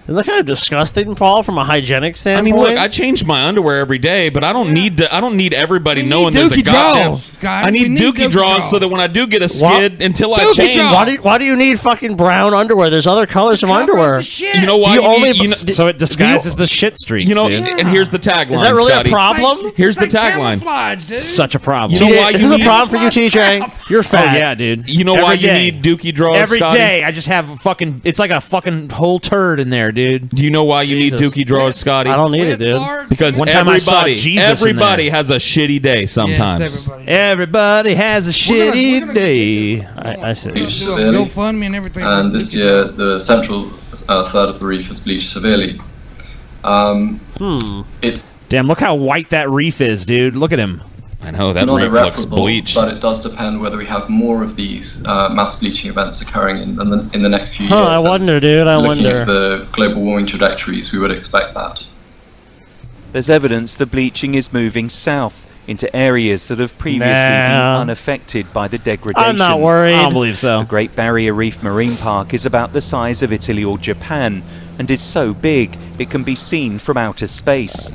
[SPEAKER 7] isn't that kind of disgusting, Paul, from a hygienic
[SPEAKER 3] I
[SPEAKER 7] standpoint?
[SPEAKER 3] mean, look, I change my underwear every day, but I don't need to. I don't need everybody knowing there's a
[SPEAKER 7] dookie
[SPEAKER 3] goddamn.
[SPEAKER 7] draws, guys.
[SPEAKER 3] I need,
[SPEAKER 7] We need
[SPEAKER 3] dookie,
[SPEAKER 7] dookie
[SPEAKER 3] draws
[SPEAKER 7] draws.
[SPEAKER 3] so that when I do get a
[SPEAKER 7] Wha-
[SPEAKER 3] skid, until I
[SPEAKER 7] Dookie
[SPEAKER 3] change,
[SPEAKER 7] draw. Why do, why do you need fucking brown underwear? There's other colors of underwear.
[SPEAKER 3] You know why?
[SPEAKER 7] You
[SPEAKER 3] you
[SPEAKER 7] only
[SPEAKER 3] need- you know-
[SPEAKER 7] so it disguises
[SPEAKER 6] the shit streak.
[SPEAKER 3] You know,
[SPEAKER 7] dude.
[SPEAKER 3] and here's the tagline.
[SPEAKER 7] Is that really a
[SPEAKER 3] Scotty.
[SPEAKER 7] problem? It's
[SPEAKER 3] Here's the tagline.
[SPEAKER 6] Such a problem.
[SPEAKER 3] You know why
[SPEAKER 7] This
[SPEAKER 3] you
[SPEAKER 7] is a
[SPEAKER 3] need-
[SPEAKER 7] problem for you, TJ. You're fat.
[SPEAKER 6] Oh, yeah, dude.
[SPEAKER 3] You know why you need dookie draws,
[SPEAKER 6] Every
[SPEAKER 3] Scotty?
[SPEAKER 6] day, I just have a fucking. It's like a fucking whole turd in there, dude.
[SPEAKER 3] Do you know why you need dookie draws, Scotty? I don't
[SPEAKER 7] need it, dude.
[SPEAKER 3] Because
[SPEAKER 6] One time I saw
[SPEAKER 3] everybody,
[SPEAKER 6] Jesus in
[SPEAKER 3] everybody
[SPEAKER 6] there.
[SPEAKER 3] has a shitty day sometimes.
[SPEAKER 6] everybody. has a shitty day. I, I
[SPEAKER 1] Bleached
[SPEAKER 6] see.
[SPEAKER 1] severely. GoFundMe and everything.
[SPEAKER 23] And this year, the central uh, third of the reef was bleached severely. Um,
[SPEAKER 7] Hmm.
[SPEAKER 23] It's
[SPEAKER 6] Damn, look how white that reef is, dude. Look at him.
[SPEAKER 3] I
[SPEAKER 6] Oh,
[SPEAKER 3] know
[SPEAKER 23] not irreparable, but it does depend whether we have more of these uh, mass bleaching events occurring in, in, the, in the next few
[SPEAKER 7] Huh,
[SPEAKER 23] years.
[SPEAKER 7] I
[SPEAKER 23] And
[SPEAKER 7] wonder, dude. I
[SPEAKER 23] uh, Looking
[SPEAKER 7] wonder.
[SPEAKER 23] at the global warming trajectories, we would expect that.
[SPEAKER 4] There's evidence the bleaching is moving south into areas that have previously
[SPEAKER 7] Nah.
[SPEAKER 4] been unaffected by the degradation.
[SPEAKER 7] worried. I don't
[SPEAKER 6] believe so.
[SPEAKER 4] The Great Barrier Reef Marine Park is about the size of Italy or Japan and is so big it can be seen from outer space.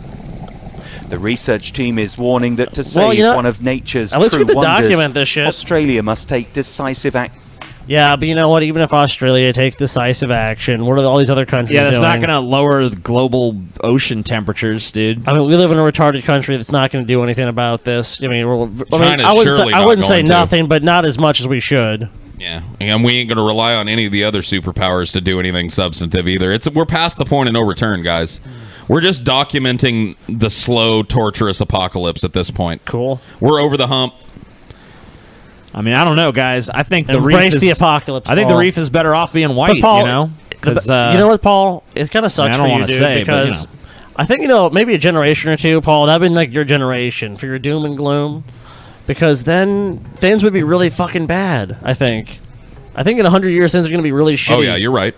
[SPEAKER 4] The research team is warning that to save
[SPEAKER 7] Well, you know,
[SPEAKER 4] one of nature's
[SPEAKER 7] at least we
[SPEAKER 4] true
[SPEAKER 7] could
[SPEAKER 4] wonders,
[SPEAKER 7] document this shit.
[SPEAKER 4] Australia must take decisive action.
[SPEAKER 7] Yeah, but you know what? Even if Australia takes decisive action, what are all these other countries
[SPEAKER 6] Yeah, that's not
[SPEAKER 7] doing?
[SPEAKER 6] gonna lower the global ocean temperatures, dude.
[SPEAKER 7] I mean, we live in a retarded country that's not going to do anything about this. I mean, we're, I, mean,
[SPEAKER 3] China's
[SPEAKER 7] I wouldn't say,
[SPEAKER 3] surely
[SPEAKER 7] I
[SPEAKER 3] not
[SPEAKER 7] wouldn't say
[SPEAKER 3] going to.
[SPEAKER 7] nothing, but not as much as we should.
[SPEAKER 3] Yeah, and we ain't going to rely on any of the other superpowers to do anything substantive either. It's we're past the point of no return, guys. We're just documenting the slow, torturous apocalypse at this point.
[SPEAKER 7] Cool.
[SPEAKER 3] We're over the hump.
[SPEAKER 6] I mean, I don't know, guys. I think the reef
[SPEAKER 7] Embrace
[SPEAKER 6] is,
[SPEAKER 7] the apocalypse,
[SPEAKER 6] I think the
[SPEAKER 7] Paul.
[SPEAKER 6] reef is better off being white.
[SPEAKER 7] But Paul,
[SPEAKER 6] you know, because
[SPEAKER 7] but-
[SPEAKER 6] uh,
[SPEAKER 7] you know what, Paul? It kind of
[SPEAKER 6] I mean,
[SPEAKER 7] sucks
[SPEAKER 6] I don't
[SPEAKER 7] for you,
[SPEAKER 6] wanna
[SPEAKER 7] dude,
[SPEAKER 6] say, but, you
[SPEAKER 7] because
[SPEAKER 6] know.
[SPEAKER 7] I think you know maybe a generation or two, Paul. That'd been like your generation for your doom and gloom, because then things would be really fucking bad. I think. I think in hundred years things are going to be really shitty.
[SPEAKER 3] Oh yeah, you're right.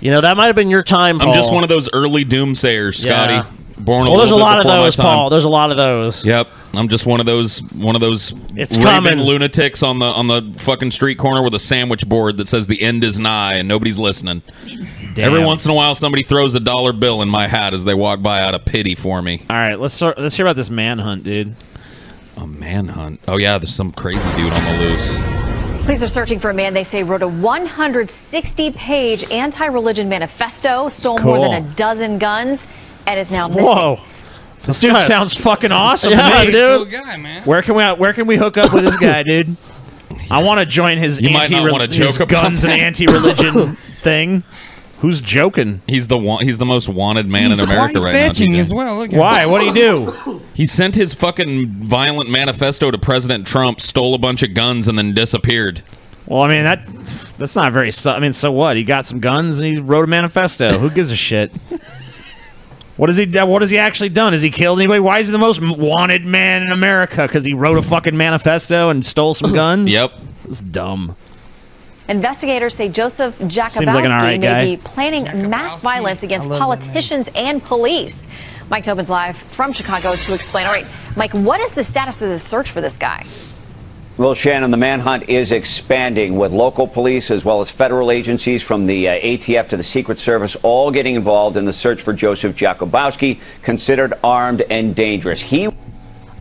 [SPEAKER 7] You know that might have been your time, Paul.
[SPEAKER 3] I'm just one of those early doomsayers, Scotty.
[SPEAKER 7] Yeah.
[SPEAKER 3] Born a
[SPEAKER 7] well, there's a
[SPEAKER 3] little bit
[SPEAKER 7] lot of
[SPEAKER 3] before my
[SPEAKER 7] those,
[SPEAKER 3] time.
[SPEAKER 7] Paul. There's a lot of those.
[SPEAKER 3] Yep, I'm just one of those one of those
[SPEAKER 7] It's
[SPEAKER 3] raven
[SPEAKER 7] coming.
[SPEAKER 3] lunatics on the on the fucking street corner with a sandwich board that says the end is nigh and nobody's listening.
[SPEAKER 6] Damn.
[SPEAKER 3] Every once in a while, somebody throws a dollar bill in my hat as they walk by out of pity for me.
[SPEAKER 6] All right, let's start, let's hear about this manhunt, dude.
[SPEAKER 3] A manhunt. Oh yeah, there's some crazy dude on the loose.
[SPEAKER 24] Police are searching for a man they say wrote a 160 page anti religion manifesto, stole more
[SPEAKER 6] Cool.
[SPEAKER 24] than a dozen guns, and is now missing.
[SPEAKER 6] Whoa, this dude
[SPEAKER 24] guy-
[SPEAKER 6] sounds fucking awesome,
[SPEAKER 24] Yeah,
[SPEAKER 6] to me.
[SPEAKER 24] dude.
[SPEAKER 6] Where can we where can we hook up with this guy, dude? I want to join his
[SPEAKER 3] You might
[SPEAKER 6] anti
[SPEAKER 3] not wanna
[SPEAKER 6] his
[SPEAKER 3] joke about
[SPEAKER 6] guns and
[SPEAKER 3] that.
[SPEAKER 6] anti-religion thing. Who's joking?
[SPEAKER 3] He's the one. He's the most wanted man
[SPEAKER 6] He's
[SPEAKER 3] in America
[SPEAKER 6] quite
[SPEAKER 3] right now.
[SPEAKER 6] fetching
[SPEAKER 3] TJ.
[SPEAKER 6] as well, look at Why? him. What'd he do?
[SPEAKER 3] He sent his fucking violent manifesto to President Trump, stole a bunch of guns, and then disappeared.
[SPEAKER 6] Well, I mean that that's not very. Su- I mean, so what? He got some guns and he wrote a manifesto. Who gives a shit? What has he done? What has he actually done? Has he killed anybody? Why is he the most m- wanted man in America? Because he wrote a fucking manifesto and stole some guns.
[SPEAKER 3] yep,
[SPEAKER 6] it's dumb.
[SPEAKER 24] Investigators say Joseph Jakubowski
[SPEAKER 6] like an alright
[SPEAKER 24] may
[SPEAKER 6] guy.
[SPEAKER 24] be planning mass violence against politicians and police. Mike Tobin's live from Chicago to explain. All right, Mike, what is the status of the search for this guy?
[SPEAKER 9] Well, Shannon, the manhunt is expanding with local police as well as federal agencies from the uh, ATF to the Secret Service all getting involved in the search for Joseph Jakubowski, considered armed and dangerous. He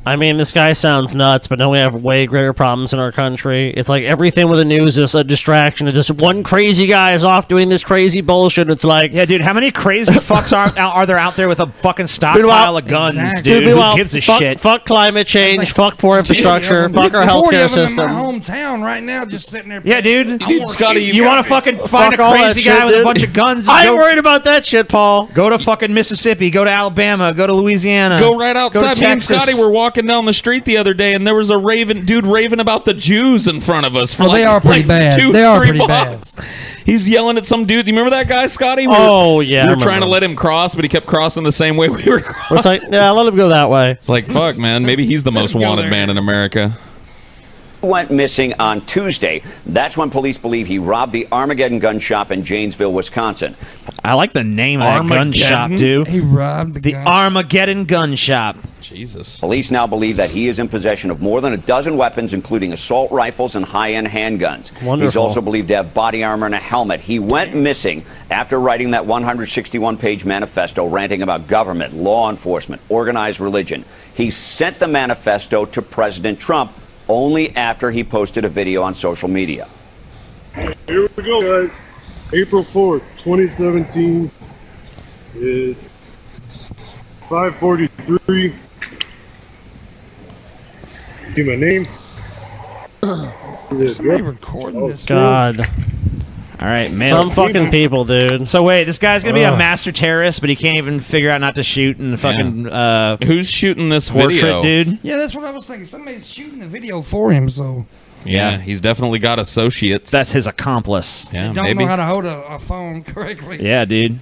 [SPEAKER 7] I mean, this guy sounds nuts, but now we have way greater problems in our country. It's like everything with the news is a distraction. It's just one crazy guy is off doing this crazy bullshit. It's like,
[SPEAKER 6] yeah, dude, how many crazy fucks are are there out there with a fucking stockpile of guns, dude? Who gives a
[SPEAKER 7] fuck,
[SPEAKER 6] shit?
[SPEAKER 7] Fuck climate change. fuck poor infrastructure.
[SPEAKER 6] them.
[SPEAKER 7] Fuck our
[SPEAKER 6] Forty
[SPEAKER 7] healthcare
[SPEAKER 6] of them in my
[SPEAKER 7] system.
[SPEAKER 1] hometown right now, just sitting there.
[SPEAKER 6] Yeah, dude.
[SPEAKER 1] I wanna
[SPEAKER 6] Scotty,
[SPEAKER 1] see
[SPEAKER 6] you,
[SPEAKER 1] this
[SPEAKER 6] want to
[SPEAKER 1] guy.
[SPEAKER 6] fucking find
[SPEAKER 7] Fuck
[SPEAKER 6] a
[SPEAKER 7] all that
[SPEAKER 6] crazy guy
[SPEAKER 7] shit,
[SPEAKER 6] with a
[SPEAKER 7] dude.
[SPEAKER 6] bunch of guns?
[SPEAKER 7] I ain't
[SPEAKER 6] worried about that shit, Paul. Go to fucking Mississippi. Go to Alabama. Go to Louisiana.
[SPEAKER 3] Go right
[SPEAKER 6] to
[SPEAKER 3] outside. Me and
[SPEAKER 6] Texas.
[SPEAKER 3] Scotty were walking down the street the other day, and there was a raven dude raving about the Jews in front of us. For
[SPEAKER 1] Well,
[SPEAKER 3] like,
[SPEAKER 1] they are pretty
[SPEAKER 3] like
[SPEAKER 1] bad.
[SPEAKER 3] Two,
[SPEAKER 1] They are
[SPEAKER 3] three
[SPEAKER 1] pretty bad.
[SPEAKER 3] blocks. He was yelling at some dude. Do you remember that guy, Scotty? We were-
[SPEAKER 7] Oh, yeah, I
[SPEAKER 3] We were
[SPEAKER 7] remember
[SPEAKER 3] trying to
[SPEAKER 7] him.
[SPEAKER 3] let him cross, but he kept crossing the same way we were. Crossing.
[SPEAKER 7] It's like, yeah, let him go that way.
[SPEAKER 3] It's like fuck, man. Maybe he's the most wanted man in America.
[SPEAKER 25] went missing on Tuesday. That's when police believe he robbed the Armageddon gun shop in Janesville, Wisconsin.
[SPEAKER 6] I like the name of that gun shop, dude.
[SPEAKER 25] He
[SPEAKER 6] robbed the, Armageddon gun shop.
[SPEAKER 3] Jesus.
[SPEAKER 25] Police now believe that he is in possession of more than a dozen weapons, including assault rifles and high-end handguns. He's
[SPEAKER 7] Wonderful.
[SPEAKER 25] also believed to have body armor and a helmet. He went missing after writing that 161-page manifesto ranting about government, law enforcement, organized religion. He sent the manifesto to President Trump only after he posted a video on social media.
[SPEAKER 23] Here we go, guys. April 4th, 2017 is 543. See my name?
[SPEAKER 1] There's somebody recording
[SPEAKER 7] Oh.
[SPEAKER 1] this.
[SPEAKER 7] God.
[SPEAKER 6] All right, man.
[SPEAKER 7] Some fucking people, dude.
[SPEAKER 6] So wait, this guy's gonna be a
[SPEAKER 7] Ugh.
[SPEAKER 6] master terrorist, but he can't even figure out not to shoot and fucking. Uh,
[SPEAKER 3] Who's shooting this video?
[SPEAKER 6] dude?
[SPEAKER 1] Yeah, that's what I was thinking. Somebody's shooting the video for him, so
[SPEAKER 3] Yeah, he's definitely got associates.
[SPEAKER 6] That's his accomplice.
[SPEAKER 3] Yeah,
[SPEAKER 1] don't
[SPEAKER 3] maybe.
[SPEAKER 1] know how to hold a, a phone correctly.
[SPEAKER 6] Yeah, dude.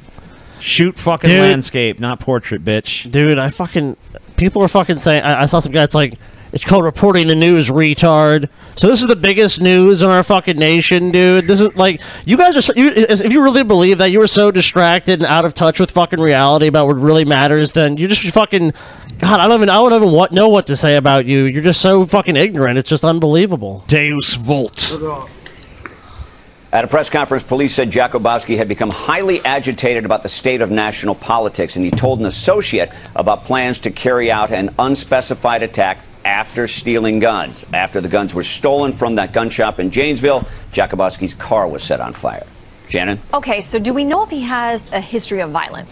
[SPEAKER 6] Shoot fucking
[SPEAKER 7] Dude.
[SPEAKER 6] landscape, not portrait, bitch.
[SPEAKER 7] Dude, I fucking people are fucking saying. I, I saw some guy. It's like it's called reporting the news, retard. So this is the biggest news in our fucking nation, dude. This is like you guys are. So, you, as- if you really believe that you were so distracted and out of touch with fucking reality about what really matters, then you just fucking. God, I don't even. I don't even what, know what to say about you. You're just so fucking ignorant. It's just unbelievable.
[SPEAKER 6] Deus Volt.
[SPEAKER 25] At a press conference, police said Jakubowski had become highly agitated about the state of national politics, and he told an associate about plans to carry out an unspecified attack after stealing guns. After the guns were stolen from that gun shop in Janesville, Jakubowski's car was set on fire. Shannon,
[SPEAKER 24] Okay, so do we know if he has a history of violence?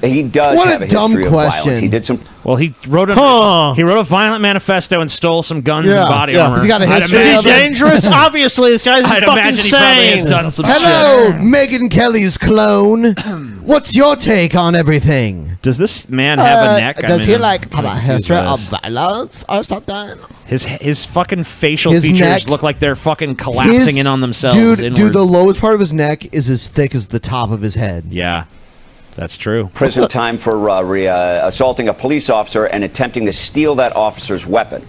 [SPEAKER 25] he does
[SPEAKER 2] What
[SPEAKER 25] have
[SPEAKER 2] a
[SPEAKER 25] a
[SPEAKER 2] dumb
[SPEAKER 25] history of violence.
[SPEAKER 2] question.
[SPEAKER 25] He did some
[SPEAKER 6] Well, he wrote a he wrote a violent manifesto and stole some guns
[SPEAKER 2] Yeah.
[SPEAKER 6] and body
[SPEAKER 2] Yeah.
[SPEAKER 6] armor.
[SPEAKER 2] He got a
[SPEAKER 6] I'd
[SPEAKER 2] history
[SPEAKER 6] imagine-
[SPEAKER 2] of it. Dangerous?
[SPEAKER 7] Obviously, this guy's
[SPEAKER 6] I'd
[SPEAKER 7] fucking
[SPEAKER 6] imagine he probably has
[SPEAKER 7] sane.
[SPEAKER 6] done some
[SPEAKER 2] Hello, Megan Kelly's clone. What's your take on everything?
[SPEAKER 6] Does this man have a neck? I
[SPEAKER 2] Uh, Does he
[SPEAKER 6] mean,
[SPEAKER 2] like have a
[SPEAKER 6] I'm
[SPEAKER 2] history of
[SPEAKER 6] confused.
[SPEAKER 2] violence or something?
[SPEAKER 6] His his fucking facial
[SPEAKER 2] His
[SPEAKER 6] features
[SPEAKER 2] neck-
[SPEAKER 6] look like they're fucking collapsing
[SPEAKER 2] His-
[SPEAKER 6] in on themselves.
[SPEAKER 2] Dude,
[SPEAKER 6] inward.
[SPEAKER 2] dude, the lowest part of his neck is as thick as the top of his head.
[SPEAKER 6] yeah, that's true.
[SPEAKER 25] prison time for uh, re- uh, assaulting a police officer and attempting to steal that officer's weapon.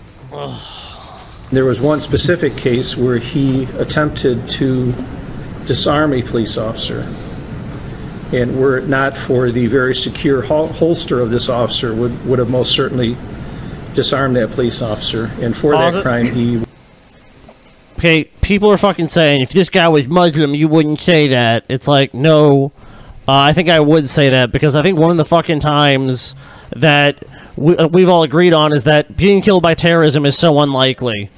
[SPEAKER 10] There was one specific case where he attempted to disarm a police officer. And were it not for the very secure hol- holster of this officer, would, would have most certainly disarmed that police officer. And for
[SPEAKER 7] Pause
[SPEAKER 10] that
[SPEAKER 7] it.
[SPEAKER 10] crime, he
[SPEAKER 7] okay, people are fucking saying if this guy was Muslim, you wouldn't say that. It's like, no, uh, I think I would say that because I think one of the fucking times that we, uh, we've all agreed on is that being killed by terrorism is so unlikely.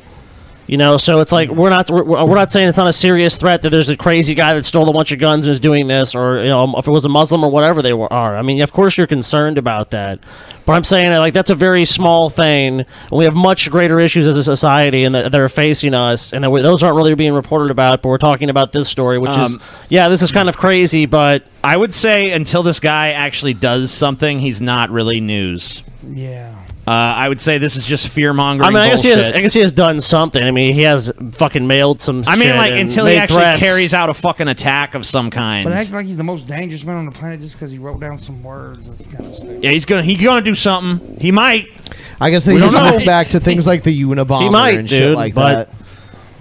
[SPEAKER 7] You know, so it's like we're not we're, we're not saying it's not a serious threat that there's a crazy guy that stole a bunch of guns and is doing this, or you know, if it was a Muslim or whatever they were are. I mean, of course you're concerned about that, but I'm saying that like that's a very small thing. And we have much greater issues as a society and that, that are facing us, and that we, those aren't really being reported about. But we're talking about this story, which is
[SPEAKER 6] Um,
[SPEAKER 7] yeah, this is kind of crazy, but
[SPEAKER 6] I would say until this guy actually does something, he's not really news.
[SPEAKER 1] Yeah.
[SPEAKER 6] Uh, I would say this is just fear mongering.
[SPEAKER 7] I mean, I guess, he
[SPEAKER 6] bullshit.
[SPEAKER 7] has, I guess he has done something. I mean, he has fucking mailed some.
[SPEAKER 6] I mean,
[SPEAKER 7] shit
[SPEAKER 6] like
[SPEAKER 7] and
[SPEAKER 6] until he
[SPEAKER 7] made
[SPEAKER 6] actually
[SPEAKER 7] threats.
[SPEAKER 6] carries out a fucking attack of some kind.
[SPEAKER 1] But act like he's the most dangerous man on the planet just because he wrote down some words. That's kind of stupid.
[SPEAKER 6] yeah, he's gonna he's gonna do something. He might.
[SPEAKER 2] I guess they
[SPEAKER 6] We don't
[SPEAKER 2] just
[SPEAKER 6] know.
[SPEAKER 2] went back to things like the Unabomber
[SPEAKER 6] he might,
[SPEAKER 2] and
[SPEAKER 6] dude.
[SPEAKER 2] shit like
[SPEAKER 6] but
[SPEAKER 2] that.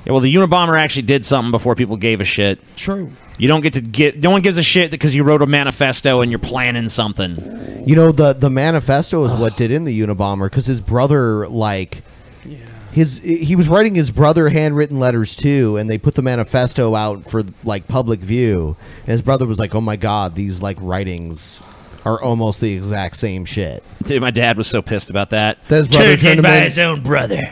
[SPEAKER 6] yeah, well, the Unabomber actually did something before people gave a shit.
[SPEAKER 1] True.
[SPEAKER 6] You don't get to get. No one gives a shit because you wrote a manifesto and you're planning something.
[SPEAKER 2] You know, the the manifesto is what did in the Unabomber because his brother, like, his he was writing his brother handwritten letters too, and they put the manifesto out for like public view. And his brother was like, "Oh my god, these like writings are almost the exact same shit."
[SPEAKER 6] Dude, my dad was so pissed about that.
[SPEAKER 2] That his brother turned him
[SPEAKER 6] by
[SPEAKER 2] in.
[SPEAKER 6] his own brother.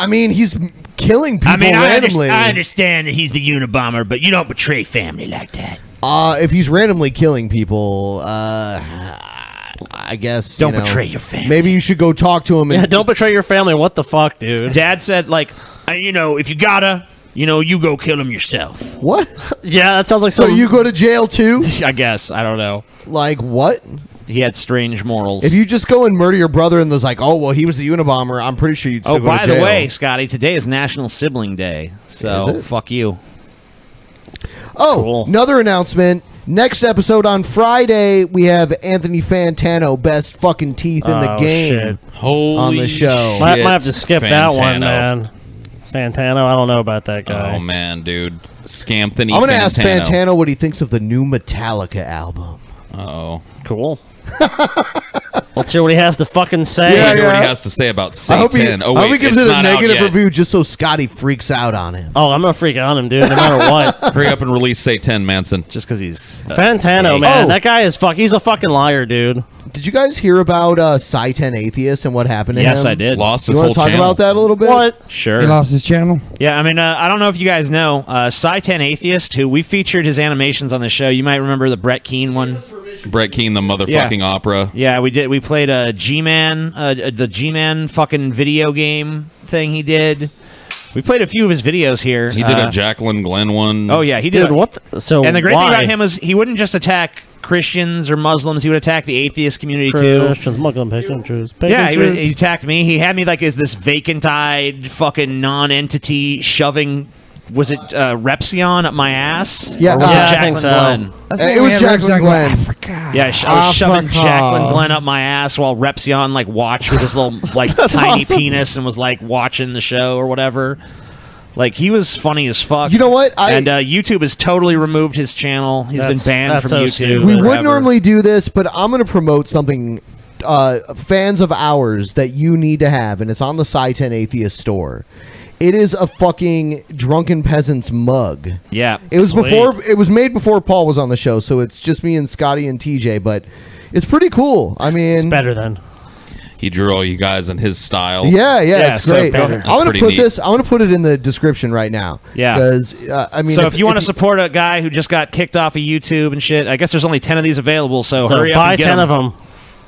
[SPEAKER 2] I mean, he's killing people
[SPEAKER 6] I mean, I, under-
[SPEAKER 2] randomly.
[SPEAKER 6] I understand that he's the Unabomber, but you don't betray family like that.
[SPEAKER 2] Uh, if he's randomly killing people, uh, I guess you
[SPEAKER 6] Don't
[SPEAKER 2] know,
[SPEAKER 6] betray your family.
[SPEAKER 2] Maybe you should go talk to him. And
[SPEAKER 7] Yeah, don't betray your family. What the fuck, dude?
[SPEAKER 6] Dad said, like, uh, you know, if you gotta, you know, you go kill him yourself.
[SPEAKER 2] What?
[SPEAKER 7] Yeah, that sounds like
[SPEAKER 2] So
[SPEAKER 7] some-
[SPEAKER 2] you go to jail too?
[SPEAKER 6] I guess I don't know.
[SPEAKER 2] Like what?
[SPEAKER 6] He had strange morals.
[SPEAKER 2] If you just go and murder your brother and there's like, oh well, he was the Unabomber. I'm pretty sure you'd still
[SPEAKER 6] oh,
[SPEAKER 2] go
[SPEAKER 6] by
[SPEAKER 2] to jail.
[SPEAKER 6] the way, Scotty, today is National Sibling Day, so
[SPEAKER 2] Is it?
[SPEAKER 6] fuck you.
[SPEAKER 2] Oh, another announcement. Next episode on Friday, we have Anthony Fantano, best fucking teeth in the
[SPEAKER 7] Oh,
[SPEAKER 2] game,
[SPEAKER 7] shit.
[SPEAKER 2] on the show.
[SPEAKER 7] Might, might have to skip that one,
[SPEAKER 3] Fantano.
[SPEAKER 7] man. Fantano, I don't know about that guy.
[SPEAKER 3] Oh man, dude, Scampany.
[SPEAKER 2] I'm going to ask Fantano what he thinks of the new Metallica album.
[SPEAKER 3] Oh,
[SPEAKER 7] cool. Let's hear what he has to fucking say.
[SPEAKER 3] Yeah, Hear what he yeah. has to say about
[SPEAKER 2] I hope he,
[SPEAKER 3] Satan. Oh,
[SPEAKER 2] I hope
[SPEAKER 3] wait,
[SPEAKER 2] he gives
[SPEAKER 3] it's
[SPEAKER 2] it a
[SPEAKER 3] not out
[SPEAKER 2] negative
[SPEAKER 3] yet.
[SPEAKER 2] review just so Scotty freaks out on him.
[SPEAKER 7] Oh, I'm gonna freak out on him, dude. No matter what.
[SPEAKER 3] Hurry up and release Say Ten Manson, just because he's uh,
[SPEAKER 7] Fantano,
[SPEAKER 3] gay.
[SPEAKER 7] man, that guy is fuck. He's a fucking liar, dude.
[SPEAKER 2] Did you guys hear about uh, Sci-10 Atheist and what happened to him? you wanna talk about that a little bit?
[SPEAKER 6] Sure.
[SPEAKER 1] He lost his channel.
[SPEAKER 6] Yeah, I mean, uh, I don't know if you guys know, uh, Sci-10 Atheist, who we featured his animations on the show. You might remember the Brett Keane one.
[SPEAKER 3] Brett Keane, the motherfucking
[SPEAKER 6] Yeah.
[SPEAKER 3] opera.
[SPEAKER 6] Yeah, we did. We played a G-Man, uh, the G-Man fucking video game thing he did. We played a few of his videos here.
[SPEAKER 3] He did
[SPEAKER 6] uh,
[SPEAKER 3] a Jacqueline Glenn one.
[SPEAKER 6] Oh yeah, he did.
[SPEAKER 7] the, so
[SPEAKER 6] and the great thing
[SPEAKER 3] why?
[SPEAKER 6] about him is he wouldn't just attack Christians or Muslims. He would attack the atheist community too.
[SPEAKER 7] Christians, Muslims, pagan Jews, pagan
[SPEAKER 6] Yeah, he,
[SPEAKER 7] Jews.
[SPEAKER 6] would- he attacked me. He had me like as this vacant-eyed fucking non-entity shoving. Was it uh, Repsion up my ass?
[SPEAKER 2] Yeah,
[SPEAKER 6] Or was
[SPEAKER 2] uh,
[SPEAKER 6] it
[SPEAKER 2] Yeah, I
[SPEAKER 6] Jacqueline
[SPEAKER 2] think so.
[SPEAKER 6] Glenn?
[SPEAKER 2] That's Uh, it what was we had, Jacqueline Jacqueline- Glenn. I
[SPEAKER 6] Yeah, I, sh- I
[SPEAKER 2] Ah,
[SPEAKER 6] was shoving
[SPEAKER 2] fuck
[SPEAKER 6] Jacqueline
[SPEAKER 2] off.
[SPEAKER 6] Glenn up my ass while Repsion like watched with his little like tiny
[SPEAKER 2] awesome.
[SPEAKER 6] penis and was like watching the show or whatever. Like he was funny as fuck.
[SPEAKER 2] You know what? I-
[SPEAKER 6] and uh, YouTube has totally removed his channel. He's
[SPEAKER 7] That's-
[SPEAKER 6] been banned
[SPEAKER 7] that's
[SPEAKER 6] from
[SPEAKER 7] so
[SPEAKER 6] YouTube.
[SPEAKER 7] stupid.
[SPEAKER 2] We would
[SPEAKER 6] forever.
[SPEAKER 2] normally do this, but I'm going to promote something uh, fans of ours that you need to have, and it's on the Sci-10 Atheist store. It is a fucking drunken peasants mug.
[SPEAKER 6] Yeah,
[SPEAKER 2] It was
[SPEAKER 6] Sweet.
[SPEAKER 2] before. It was made before Paul was on the show, so it's just me and Scotty and TJ. But it's pretty cool. I mean, it's
[SPEAKER 7] better than.
[SPEAKER 3] He drew all you guys in his style.
[SPEAKER 2] Yeah, yeah, it's great. I'm
[SPEAKER 3] That's
[SPEAKER 2] gonna
[SPEAKER 3] pretty
[SPEAKER 2] put
[SPEAKER 3] neat.
[SPEAKER 2] this. I'm gonna put it in the description right now.
[SPEAKER 6] Yeah.
[SPEAKER 2] because uh, I mean,
[SPEAKER 6] so if, you want to support a guy who just got kicked off of YouTube and shit, I guess there's only ten of these available. So,
[SPEAKER 7] So
[SPEAKER 6] hurry up
[SPEAKER 7] buy
[SPEAKER 6] and get
[SPEAKER 7] 10 of them.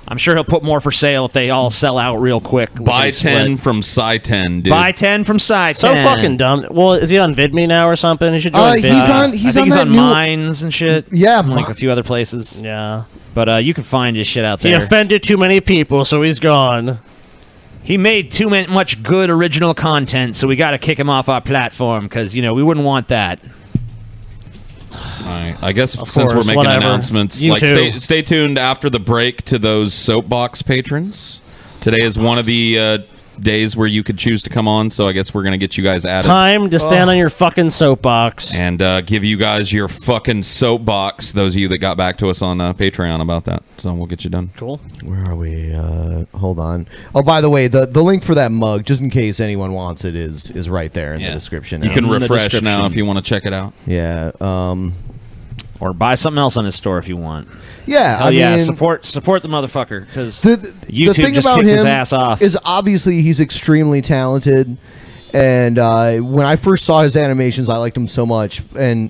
[SPEAKER 6] I'm sure he'll put more for sale if they all sell out real quick.
[SPEAKER 3] Buy
[SPEAKER 6] Like a split.
[SPEAKER 3] ten from Psy ten, dude.
[SPEAKER 6] Buy ten from Sci.
[SPEAKER 7] So fucking dumb. Well, is he on VidMe now or something? He should join
[SPEAKER 6] Uh,
[SPEAKER 7] Vidme.
[SPEAKER 6] he's on- he's I think on he's that on new- Mines and shit.
[SPEAKER 2] Yeah,
[SPEAKER 6] like a few other places.
[SPEAKER 7] Yeah,
[SPEAKER 6] but uh, you can find his shit out
[SPEAKER 7] He
[SPEAKER 6] there.
[SPEAKER 7] offended too many people, so he's gone.
[SPEAKER 6] He made too ma- much good original content, so we got to kick him off our platform because you know we wouldn't want that.
[SPEAKER 3] Alright, I guess
[SPEAKER 6] Of
[SPEAKER 3] since we're
[SPEAKER 6] course,
[SPEAKER 3] making
[SPEAKER 6] whatever.
[SPEAKER 3] announcements,
[SPEAKER 6] You
[SPEAKER 3] like
[SPEAKER 6] too.
[SPEAKER 3] stay, stay tuned after the break to those soapbox patrons. Today is one of the uh, days where you could choose to come on, so I guess we're gonna get you guys added.
[SPEAKER 7] Time to stand on your fucking soapbox.
[SPEAKER 3] and uh, give you guys your fucking soapbox. Those of you that got back to us on uh, Patreon about that, so we'll get you done.
[SPEAKER 7] Cool.
[SPEAKER 2] Where are we? Uh, hold on. Oh, by the way, the, the link for that mug, just in case anyone wants it, is is right there in the description.
[SPEAKER 3] You can
[SPEAKER 2] Um,
[SPEAKER 3] refresh now if you want to check it out.
[SPEAKER 2] Yeah. Um,
[SPEAKER 6] or buy something else on his store if you want.
[SPEAKER 2] Yeah,
[SPEAKER 6] Hell
[SPEAKER 2] I
[SPEAKER 6] yeah,
[SPEAKER 2] mean-
[SPEAKER 6] support support the motherfucker because
[SPEAKER 2] The,
[SPEAKER 6] YouTube
[SPEAKER 2] the thing
[SPEAKER 6] just
[SPEAKER 2] about
[SPEAKER 6] kicked
[SPEAKER 2] him
[SPEAKER 6] his ass off.
[SPEAKER 2] is obviously he's extremely talented, and uh, when I first saw his animations, I liked him so much. And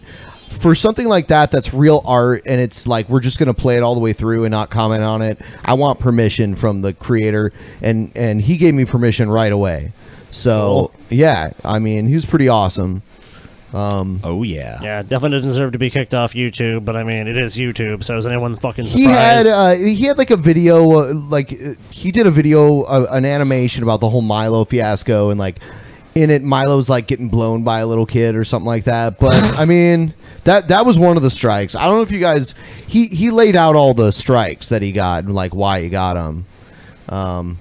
[SPEAKER 2] for something like that, that's real art, and it's like we're just gonna play it all the way through and not comment on it. I want permission from the creator, and and he gave me permission right away. So yeah, I mean he was pretty awesome. Um,
[SPEAKER 6] oh yeah,
[SPEAKER 7] Yeah, definitely doesn't deserve to be kicked off YouTube, but I mean, it is YouTube, so is anyone fucking surprised?
[SPEAKER 2] he had uh, he had like a video uh, like uh, he did a video uh, an animation about the whole Milo fiasco and like in it Milo's like getting blown by a little kid or something like that but I mean that that was one of the strikes I don't know if you guys he he laid out all the strikes that he got and like why he got them um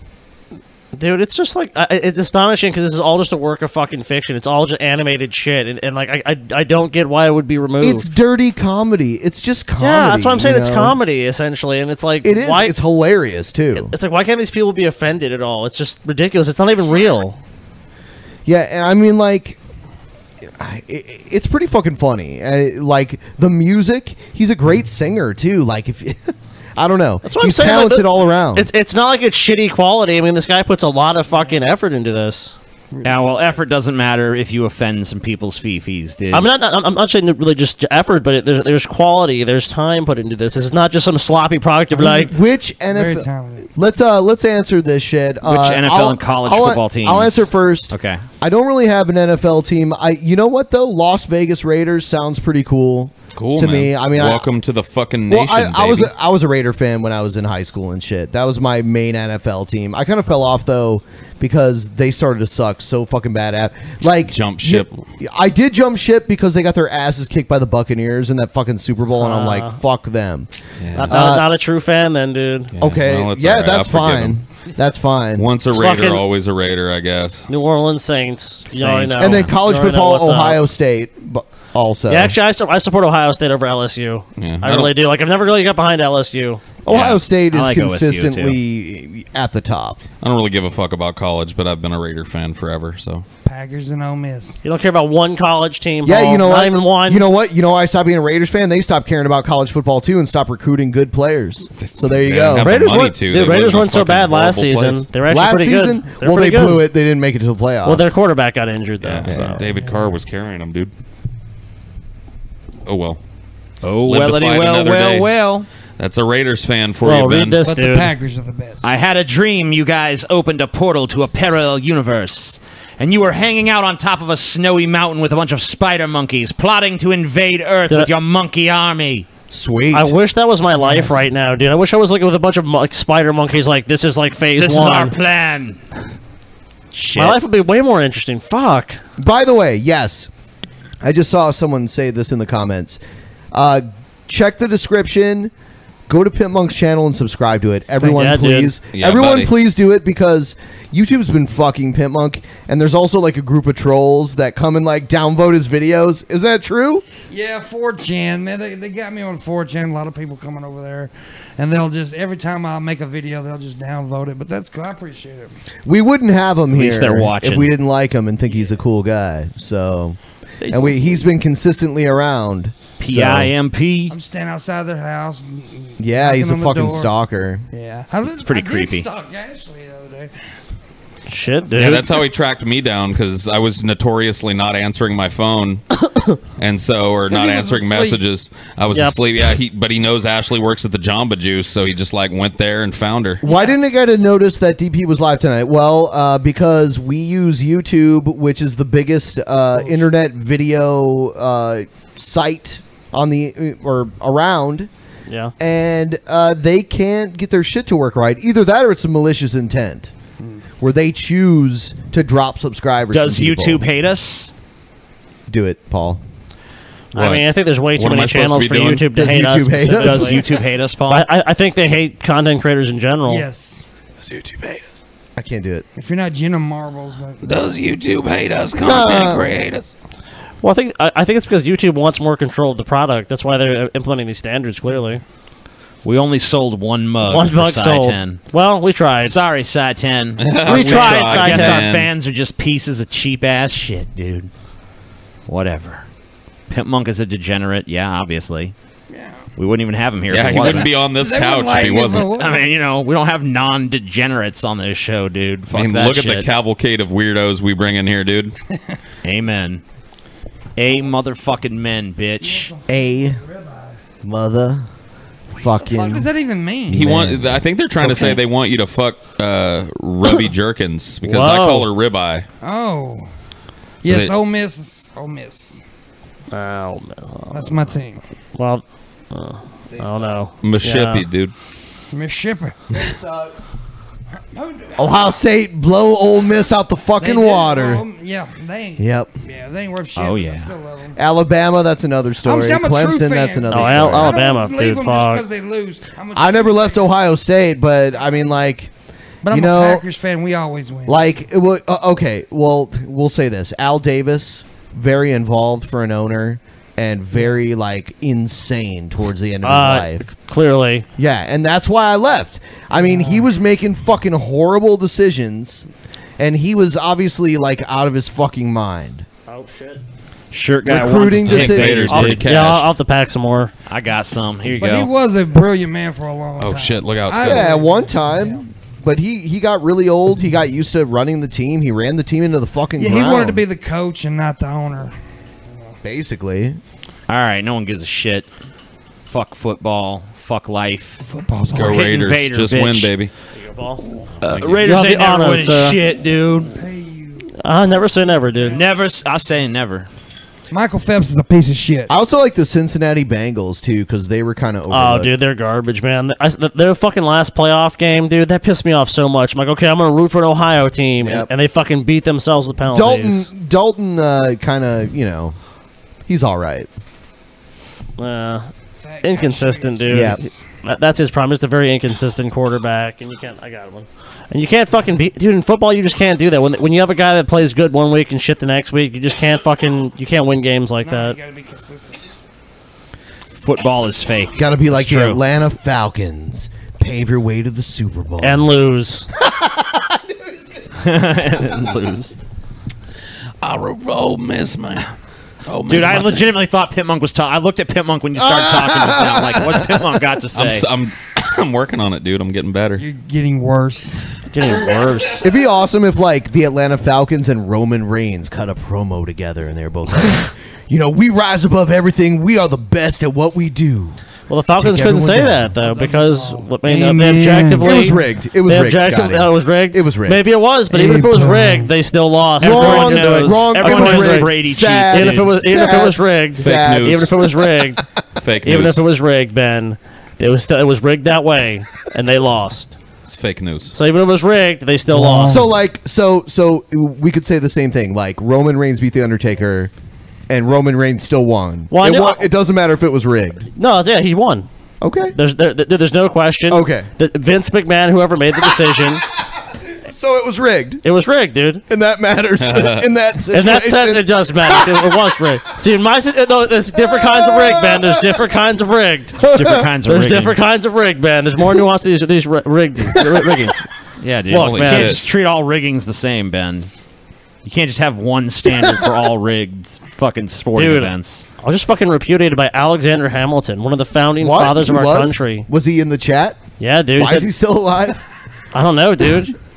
[SPEAKER 7] Dude, it's just like I- I- it's astonishing because this is all just a work of fucking fiction. It's all just animated shit, and, and like I, I I don't get why it would be removed.
[SPEAKER 2] it's dirty comedy it's just comedy
[SPEAKER 7] yeah, that's what I'm saying.
[SPEAKER 2] you
[SPEAKER 7] It's
[SPEAKER 2] know?
[SPEAKER 7] comedy essentially, and it's like
[SPEAKER 2] it is
[SPEAKER 7] Why,
[SPEAKER 2] it's hilarious too
[SPEAKER 7] it's like why can't these people be offended at all? It's just ridiculous. It's not even real.
[SPEAKER 2] Yeah, and I mean, like, I- it, it's pretty fucking funny. And it, like the music, he's a great singer too. Like, if I don't know,
[SPEAKER 7] That's what
[SPEAKER 2] he's
[SPEAKER 7] I'm saying. like,
[SPEAKER 2] talented
[SPEAKER 7] the-
[SPEAKER 2] all around.
[SPEAKER 7] It's it's not like it's shitty quality. I mean, this guy puts a lot of fucking effort into this.
[SPEAKER 6] Yeah, well, effort doesn't matter if you offend some people's fifis, dude.
[SPEAKER 7] I'm not, not. I'm not saying really just effort, but it, there's there's quality. There's time put into this. This is not just some sloppy product of like
[SPEAKER 2] which NFL? Let's uh, let's answer this shit. Which uh,
[SPEAKER 6] NFL
[SPEAKER 2] I'll-
[SPEAKER 6] and college
[SPEAKER 2] I'll-
[SPEAKER 6] football teams?
[SPEAKER 2] I'll answer first.
[SPEAKER 6] Okay.
[SPEAKER 2] I don't really have an NFL team. I, you know what though, Las Vegas Raiders sounds pretty cool.
[SPEAKER 3] Cool
[SPEAKER 2] to
[SPEAKER 3] man.
[SPEAKER 2] me. I mean, I,
[SPEAKER 3] welcome to the fucking nation.
[SPEAKER 2] well, I, I was
[SPEAKER 3] baby.
[SPEAKER 2] a, I was a Raider fan when I was in high school and shit. That was my main NFL team. I kind of fell off though because they started to suck so fucking bad. At like
[SPEAKER 3] jump ship.
[SPEAKER 2] I did jump ship because they got their asses kicked by the Buccaneers in that fucking Super Bowl, and I'm
[SPEAKER 7] Uh.
[SPEAKER 2] like, fuck them.
[SPEAKER 7] Not,
[SPEAKER 2] Uh,
[SPEAKER 7] not, not a true fan, then, dude.
[SPEAKER 2] okay, yeah, that's fine. That's fine.
[SPEAKER 7] Once
[SPEAKER 3] It's a raider, always a raider, I guess.
[SPEAKER 7] New Orleans Saints. You already know.
[SPEAKER 2] and then college
[SPEAKER 7] You already know
[SPEAKER 2] football,
[SPEAKER 7] what's up.
[SPEAKER 2] Ohio State, but also
[SPEAKER 7] Yeah, actually, I, su- I support Ohio State over LSU. I,
[SPEAKER 2] I
[SPEAKER 7] really do. Like, I've never really got behind LSU.
[SPEAKER 2] Ohio State
[SPEAKER 7] I
[SPEAKER 2] is
[SPEAKER 7] like OSU, too.
[SPEAKER 2] consistently at the top.
[SPEAKER 3] I don't really give a fuck about college, but I've been a Raider fan forever. So
[SPEAKER 1] Packers and Ole Miss.
[SPEAKER 7] You don't care about one college team.
[SPEAKER 2] Yeah,
[SPEAKER 7] Paul.
[SPEAKER 2] you know
[SPEAKER 7] Not
[SPEAKER 2] what?
[SPEAKER 7] even one.
[SPEAKER 2] You know what? You know why I stopped being a Raiders fan? They stopped caring about college football too and stopped recruiting good players. So there you
[SPEAKER 3] They
[SPEAKER 2] go.
[SPEAKER 3] didn't have the Raiders money weren't- to. dude, They Raiders lived in a weren't so fucking bad last horrible season. place. They were actually
[SPEAKER 2] last
[SPEAKER 3] pretty good.
[SPEAKER 2] season,
[SPEAKER 3] They were
[SPEAKER 2] well, they
[SPEAKER 3] pretty good.
[SPEAKER 2] blew it. They didn't make it to the playoffs.
[SPEAKER 7] Well, their quarterback got injured though.
[SPEAKER 3] Yeah,
[SPEAKER 7] so.
[SPEAKER 3] David Carr was carrying him, dude. Oh well.
[SPEAKER 6] Oh
[SPEAKER 3] Live to
[SPEAKER 6] wellity,
[SPEAKER 3] fight
[SPEAKER 6] well,
[SPEAKER 3] another
[SPEAKER 6] well,
[SPEAKER 3] day.
[SPEAKER 6] well.
[SPEAKER 3] That's a Raiders fan for
[SPEAKER 6] Well,
[SPEAKER 3] you,
[SPEAKER 6] read
[SPEAKER 3] Ben.
[SPEAKER 6] this, But the dude. Packers
[SPEAKER 1] are the best.
[SPEAKER 6] I had a dream you guys opened a portal to a parallel universe, and you were hanging out on top of a snowy mountain with a bunch of spider monkeys, plotting to invade Earth
[SPEAKER 7] Did
[SPEAKER 6] with
[SPEAKER 7] I-
[SPEAKER 6] your monkey army.
[SPEAKER 2] Sweet.
[SPEAKER 7] I wish that was my life right now, dude. I wish I was like with a bunch of like spider monkeys. Like this is like phase
[SPEAKER 6] This is
[SPEAKER 7] one.
[SPEAKER 6] our plan.
[SPEAKER 7] My life would be way more interesting. Fuck.
[SPEAKER 2] By the way, yes, I just saw someone say this in the comments. Uh, check the description. Go to Pimp Monk's channel and subscribe to it. Everyone,
[SPEAKER 7] Yeah, dude.
[SPEAKER 2] please.
[SPEAKER 7] Yeah,
[SPEAKER 2] Everyone,
[SPEAKER 7] buddy.
[SPEAKER 2] please do it because YouTube's been fucking Pimp Monk, and there's also like a group of trolls that come and like downvote his videos. Is that true?
[SPEAKER 1] Yeah, 4chan, man. They, they got me on 4chan. A lot of people coming over there. And they'll just, every time I make a video, they'll just downvote it. But that's cool. I appreciate it.
[SPEAKER 2] We wouldn't have him
[SPEAKER 1] At
[SPEAKER 2] here
[SPEAKER 1] least they're watching.
[SPEAKER 2] if we didn't like him and think he's a cool guy. So,
[SPEAKER 1] He's
[SPEAKER 2] and we,
[SPEAKER 1] listening.
[SPEAKER 2] he's been consistently around. so-
[SPEAKER 6] P.
[SPEAKER 1] I'm standing outside their house.
[SPEAKER 2] Yeah, he's a
[SPEAKER 1] knocking on the
[SPEAKER 2] fucking
[SPEAKER 1] door.
[SPEAKER 2] stalker.
[SPEAKER 1] Yeah. I did-
[SPEAKER 2] It's pretty
[SPEAKER 1] I did
[SPEAKER 2] creepy.
[SPEAKER 1] stalk Ashley the other day.
[SPEAKER 7] Shit, dude.
[SPEAKER 3] Yeah, that's how he tracked me down because I was notoriously not answering my phone, and so or not
[SPEAKER 1] he was
[SPEAKER 3] answering
[SPEAKER 1] asleep.
[SPEAKER 3] messages. I was
[SPEAKER 2] Yep.
[SPEAKER 3] asleep. Yeah, he, but he knows Ashley works at the Jamba Juice, so he just like went there and found her.
[SPEAKER 2] Why didn't I get a notice that DP was live tonight? Well, uh, because we use YouTube, which is the biggest
[SPEAKER 7] Oh,
[SPEAKER 2] uh, internet video uh, site on the uh, or around.
[SPEAKER 7] Yeah.
[SPEAKER 2] And uh, they can't get their shit to work right. Either that, or it's a malicious intent,
[SPEAKER 7] Hmm.
[SPEAKER 2] where they choose to drop subscribers.
[SPEAKER 6] Does
[SPEAKER 2] from people.
[SPEAKER 6] YouTube hate us?
[SPEAKER 2] Do it, Paul.
[SPEAKER 7] I mean, I think there's way too
[SPEAKER 6] What am I
[SPEAKER 7] many
[SPEAKER 6] supposed to
[SPEAKER 7] channels
[SPEAKER 6] be
[SPEAKER 7] for
[SPEAKER 6] doing?
[SPEAKER 7] YouTube to
[SPEAKER 6] Does
[SPEAKER 7] hate us.
[SPEAKER 6] YouTube hate us? Does
[SPEAKER 7] specifically.
[SPEAKER 6] YouTube hate us, Paul?
[SPEAKER 7] I, I- I think they hate content creators in general.
[SPEAKER 1] Yes.
[SPEAKER 2] Does YouTube hate us? I can't do it.
[SPEAKER 1] If you're not Jenna Marbles, then.
[SPEAKER 19] Does YouTube hate us,
[SPEAKER 1] Nah.
[SPEAKER 19] content creators?
[SPEAKER 7] Well, I think I, I think it's because YouTube wants more control of the product. That's why they're uh, implementing these standards. Clearly,
[SPEAKER 6] We only sold one mug.
[SPEAKER 7] One
[SPEAKER 6] for
[SPEAKER 7] mug sold.
[SPEAKER 6] Sci-10.
[SPEAKER 7] Well, we tried.
[SPEAKER 6] Sorry, Sci Ten. we
[SPEAKER 7] tried,
[SPEAKER 6] I guess our
[SPEAKER 7] Sci-10.
[SPEAKER 6] fans are just pieces of cheap ass shit, dude. Whatever. Pimp Monk is a degenerate. Yeah, obviously. Yeah. We wouldn't even have him here.
[SPEAKER 3] Yeah,
[SPEAKER 6] if it
[SPEAKER 3] he wouldn't
[SPEAKER 6] wasn't.
[SPEAKER 3] be on this They couch wouldn't if he like him if it wasn't.
[SPEAKER 6] I mean, you know, we don't have non-degenerates on this show, dude. Fuck
[SPEAKER 3] I mean,
[SPEAKER 6] that
[SPEAKER 3] look
[SPEAKER 6] shit.
[SPEAKER 3] at the cavalcade of weirdos we bring in here, dude.
[SPEAKER 6] Amen. A motherfucking men, bitch.
[SPEAKER 2] A mother fucking.
[SPEAKER 1] What does that even mean?
[SPEAKER 3] He want. I think they're trying to say
[SPEAKER 1] Okay.
[SPEAKER 3] they want you to fuck uh, Rubby Jerkins because I
[SPEAKER 1] Whoa.
[SPEAKER 3] call her ribeye.
[SPEAKER 1] Oh.
[SPEAKER 3] So
[SPEAKER 1] Yes,
[SPEAKER 3] they-
[SPEAKER 1] Ole Miss. Ole Miss.
[SPEAKER 7] Oh,
[SPEAKER 1] That's my team.
[SPEAKER 7] Well, uh, I don't know.
[SPEAKER 3] Mississippi,
[SPEAKER 7] Yeah.
[SPEAKER 3] dude.
[SPEAKER 1] Miss Shipper.
[SPEAKER 2] Ohio State blow Ole Miss out the
[SPEAKER 1] They
[SPEAKER 2] fucking
[SPEAKER 1] did,
[SPEAKER 2] water.
[SPEAKER 1] well, yeah, they ain't.
[SPEAKER 2] Yep.
[SPEAKER 1] Yeah, they ain't worth shit.
[SPEAKER 2] Oh,
[SPEAKER 1] but I
[SPEAKER 2] yeah.
[SPEAKER 1] still love 'em.
[SPEAKER 2] Alabama, that's another story.
[SPEAKER 1] I'm a true
[SPEAKER 2] Clemson, that's
[SPEAKER 1] fan.
[SPEAKER 2] another
[SPEAKER 1] Oh,
[SPEAKER 2] story.
[SPEAKER 1] Al- Alabama, I don't leave dude, 'em just fuck. 'cause they lose.
[SPEAKER 2] I never left Ohio State, but I mean, like,
[SPEAKER 1] But
[SPEAKER 2] you
[SPEAKER 1] I'm
[SPEAKER 2] know,
[SPEAKER 1] a Packers fan. We always win.
[SPEAKER 2] like, it wa- uh, okay, well, we'll say this: Al Davis, very involved for an owner, and very like insane towards the end of his
[SPEAKER 7] Uh,
[SPEAKER 2] life.
[SPEAKER 7] Clearly,
[SPEAKER 2] yeah, and that's why I left. I mean, he was making fucking horrible decisions, and he was obviously like out of his fucking mind.
[SPEAKER 7] Oh shit.
[SPEAKER 6] Shirt
[SPEAKER 2] guy wants Recruiting to take decision. Vader's
[SPEAKER 7] I'll-
[SPEAKER 2] big
[SPEAKER 7] Yeah,
[SPEAKER 2] cash.
[SPEAKER 7] I'll have to pack some more.
[SPEAKER 6] I got some. Here you
[SPEAKER 1] But he was a brilliant man for a long time.
[SPEAKER 3] Oh, shit! Look out!
[SPEAKER 2] I- yeah, at one time. But he, he got really old. He got used to running the team. He ran the team into the fucking
[SPEAKER 1] Yeah, he
[SPEAKER 2] ground.
[SPEAKER 1] wanted to be the coach and not the owner.
[SPEAKER 2] basically.
[SPEAKER 6] All right, no one gives a shit. Fuck football. Fuck life.
[SPEAKER 1] Football's
[SPEAKER 3] Go Raiders. Just win, baby.
[SPEAKER 6] Uh,
[SPEAKER 7] You
[SPEAKER 6] Raiders
[SPEAKER 7] have the
[SPEAKER 6] ain't never
[SPEAKER 7] honors,
[SPEAKER 6] winning
[SPEAKER 7] uh,
[SPEAKER 6] shit, dude.
[SPEAKER 7] Uh, never say never, dude.
[SPEAKER 6] Never. s- I say never.
[SPEAKER 1] Michael Phelps is a piece of shit.
[SPEAKER 2] I also like the Cincinnati Bengals too because they were kind of
[SPEAKER 7] Oh, dude, they're garbage, man. I, th- their fucking last playoff game, dude, that pissed me off so much. I'm like, okay, I'm gonna root for an Ohio team, and- and they fucking beat themselves with penalties.
[SPEAKER 2] Dalton Dalton uh, kind of you know he's all right.
[SPEAKER 7] Uh, inconsistent, dude.
[SPEAKER 2] Yeah.
[SPEAKER 7] That- That's his problem. It's a very inconsistent quarterback, and you can't. I got one. And you can't fucking beat, dude. In football, you just can't do that. When when you have a guy that plays good one week and shit the next week, you just can't fucking. You can't win games like that.
[SPEAKER 6] Football is fake.
[SPEAKER 2] Got to be like
[SPEAKER 7] It's
[SPEAKER 2] the
[SPEAKER 7] true.
[SPEAKER 2] Atlanta Falcons, pave your way to the Super Bowl
[SPEAKER 7] and lose.
[SPEAKER 6] and lose.
[SPEAKER 19] I root for Ole Miss, man. Ole
[SPEAKER 6] Dude,
[SPEAKER 19] Miss,
[SPEAKER 6] I
[SPEAKER 19] my team.
[SPEAKER 6] legitimately thought Pit Monk was talking. I looked at Pit Monk when you started talking just now. I'm like, what's Pit Monk got to say?
[SPEAKER 3] I'm, so- I'm, I'm working on it, dude. I'm getting better. You're
[SPEAKER 1] getting worse.
[SPEAKER 7] Getting worse.
[SPEAKER 2] It'd be awesome if like the Atlanta Falcons and Roman Reigns cut a promo together, and they're both like, you know, we rise above everything. We are the best at what we do.
[SPEAKER 7] Well, the Falcons
[SPEAKER 2] Take everyone
[SPEAKER 7] couldn't say
[SPEAKER 2] down.
[SPEAKER 7] that though because I mean, uh,
[SPEAKER 2] Amen.
[SPEAKER 7] they objectively
[SPEAKER 2] It was rigged. It was
[SPEAKER 7] they
[SPEAKER 2] rigged,
[SPEAKER 7] objective-
[SPEAKER 2] Scotty.
[SPEAKER 7] oh, it was rigged.
[SPEAKER 2] It was rigged.
[SPEAKER 7] Maybe it was, but even if it was rigged, they still lost.
[SPEAKER 2] Wrong,
[SPEAKER 7] Everyone knows.
[SPEAKER 2] wrong, it
[SPEAKER 7] Everyone
[SPEAKER 2] was
[SPEAKER 7] knows
[SPEAKER 2] rigged.
[SPEAKER 7] Brady cheats.
[SPEAKER 2] Sad.
[SPEAKER 7] Even if it was, even if it
[SPEAKER 2] Sad.
[SPEAKER 7] was rigged,
[SPEAKER 2] Fake Sad. news.
[SPEAKER 7] even if it was rigged,
[SPEAKER 3] Fake
[SPEAKER 7] Even
[SPEAKER 3] news.
[SPEAKER 7] if it was rigged, Ben, it was still it was rigged that way, and they lost.
[SPEAKER 3] It's fake news.
[SPEAKER 7] So even if it was rigged, they still lost.
[SPEAKER 2] So like so so we could say the same thing. Like Roman Reigns beat the Undertaker, and Roman Reigns still won.
[SPEAKER 7] Well, I
[SPEAKER 2] it,
[SPEAKER 7] knew-
[SPEAKER 2] wa- it doesn't matter if it was rigged.
[SPEAKER 7] No, yeah, he won.
[SPEAKER 2] Okay.
[SPEAKER 7] There's there, there- there's no question. Okay. That Vince McMahon, whoever made the decision.
[SPEAKER 2] So it was rigged.
[SPEAKER 7] It was rigged, dude.
[SPEAKER 2] And that matters. In that
[SPEAKER 7] In that sense,
[SPEAKER 2] situation.
[SPEAKER 7] it does matter. 'cause It was rigged. See, in my si- no, there's different kinds of rigged, man. There's different kinds of rigged.
[SPEAKER 6] Different kinds of
[SPEAKER 7] There's
[SPEAKER 6] rigging.
[SPEAKER 7] different kinds of rigged, man. There's more nuance to these these ri- rigged ri- riggings.
[SPEAKER 6] Yeah, dude.
[SPEAKER 7] Look,
[SPEAKER 6] you
[SPEAKER 7] man.
[SPEAKER 6] can't just treat all riggings the same, Ben. You can't just have one standard for all rigged fucking sporting
[SPEAKER 7] Dude,
[SPEAKER 6] events.
[SPEAKER 7] I was just fucking repudiated by Alexander Hamilton, one of the founding
[SPEAKER 2] What?
[SPEAKER 7] fathers of
[SPEAKER 2] He
[SPEAKER 7] our
[SPEAKER 2] was?
[SPEAKER 7] country.
[SPEAKER 2] Was he in the chat?
[SPEAKER 7] Yeah, dude.
[SPEAKER 2] Why is he still alive?
[SPEAKER 7] I don't know, dude.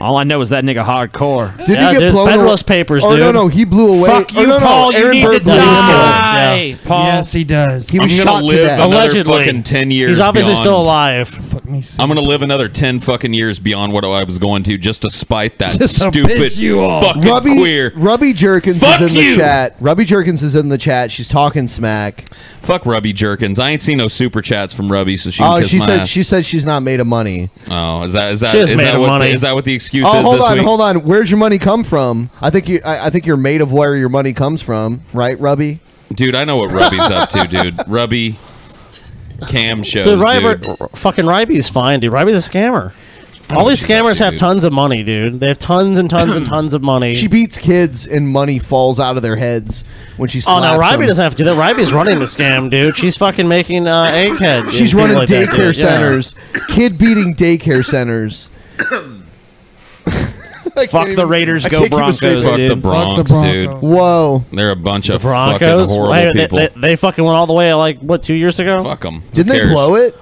[SPEAKER 6] All I know is that nigga hardcore.
[SPEAKER 2] Did he get blown
[SPEAKER 7] Federalist
[SPEAKER 2] away?
[SPEAKER 7] Papers,
[SPEAKER 2] Oh
[SPEAKER 7] dude.
[SPEAKER 2] no, no, he blew away.
[SPEAKER 7] Fuck
[SPEAKER 2] Oh,
[SPEAKER 7] you,
[SPEAKER 2] no, no,
[SPEAKER 7] Paul, you
[SPEAKER 2] Aaron
[SPEAKER 7] need to
[SPEAKER 2] Burr blew his
[SPEAKER 7] die.
[SPEAKER 2] kid.
[SPEAKER 7] Hey, Paul.
[SPEAKER 1] Yes, he does.
[SPEAKER 2] He
[SPEAKER 3] I'm
[SPEAKER 2] was
[SPEAKER 3] gonna
[SPEAKER 2] shot to
[SPEAKER 3] live
[SPEAKER 2] death.
[SPEAKER 3] another
[SPEAKER 7] Allegedly.
[SPEAKER 3] fucking ten
[SPEAKER 7] He's
[SPEAKER 3] years.
[SPEAKER 7] obviously
[SPEAKER 3] beyond-
[SPEAKER 7] still alive.
[SPEAKER 3] I'm gonna live another ten fucking years beyond what I was going to, just to spite that
[SPEAKER 7] Just to
[SPEAKER 3] stupid
[SPEAKER 7] piss you off.
[SPEAKER 3] fucking
[SPEAKER 2] Ruby,
[SPEAKER 3] queer.
[SPEAKER 2] Ruby Jerkins
[SPEAKER 3] Fuck
[SPEAKER 2] is in
[SPEAKER 3] you!
[SPEAKER 2] the chat. Ruby Jerkins is in the chat. She's talking smack.
[SPEAKER 3] Fuck Rubby Jerkins. I ain't seen no super chats from Rubby, so she. Can
[SPEAKER 2] oh,
[SPEAKER 3] kiss
[SPEAKER 2] she
[SPEAKER 3] my
[SPEAKER 2] said
[SPEAKER 3] ass.
[SPEAKER 2] she said she's not made of money.
[SPEAKER 3] Oh, is that is that
[SPEAKER 2] She
[SPEAKER 3] is
[SPEAKER 2] is made
[SPEAKER 3] that
[SPEAKER 2] of
[SPEAKER 3] what
[SPEAKER 2] money.
[SPEAKER 3] is that what the excuse
[SPEAKER 2] Oh,
[SPEAKER 3] is?
[SPEAKER 2] hold
[SPEAKER 3] this
[SPEAKER 2] on,
[SPEAKER 3] week?
[SPEAKER 2] hold on. Where's your money come from? I think you. I, I think you're made of where your money comes from, right, Ruby?
[SPEAKER 3] dude. I know what Rubby's up to, dude. Rubby cam shows,
[SPEAKER 7] Dude,
[SPEAKER 3] dude.
[SPEAKER 7] Ryber, fucking Ryby's fine, dude. Ryby's a scammer.
[SPEAKER 6] Oh,
[SPEAKER 3] know
[SPEAKER 7] All these
[SPEAKER 3] what she's up
[SPEAKER 7] scammers
[SPEAKER 3] to,
[SPEAKER 7] have
[SPEAKER 3] dude.
[SPEAKER 7] tons of money, dude. They have tons and tons and tons of money.
[SPEAKER 2] She beats kids, and money falls out of their heads when she.
[SPEAKER 7] oh no,
[SPEAKER 2] slaps
[SPEAKER 7] Ryby
[SPEAKER 2] them.
[SPEAKER 7] doesn't have to do that. Ryby's running the scam, dude. She's fucking making uh, eggheads.
[SPEAKER 2] She's
[SPEAKER 7] and
[SPEAKER 2] running
[SPEAKER 7] people like that,
[SPEAKER 2] daycare
[SPEAKER 7] dude. Yeah.
[SPEAKER 2] centers, kid beating daycare centers.
[SPEAKER 6] Fuck the Raiders,
[SPEAKER 2] I
[SPEAKER 6] go
[SPEAKER 2] can't keep a
[SPEAKER 6] Broncos,
[SPEAKER 2] straight
[SPEAKER 6] dude.
[SPEAKER 2] face.
[SPEAKER 3] Fuck the Bronx, dude.
[SPEAKER 2] Whoa.
[SPEAKER 3] They're a bunch of
[SPEAKER 7] Broncos.
[SPEAKER 3] fucking horrible
[SPEAKER 7] Wait, they,
[SPEAKER 3] people.
[SPEAKER 7] They, they fucking went all the way like what two years ago?
[SPEAKER 3] Fuck them.
[SPEAKER 2] Didn't they blow it?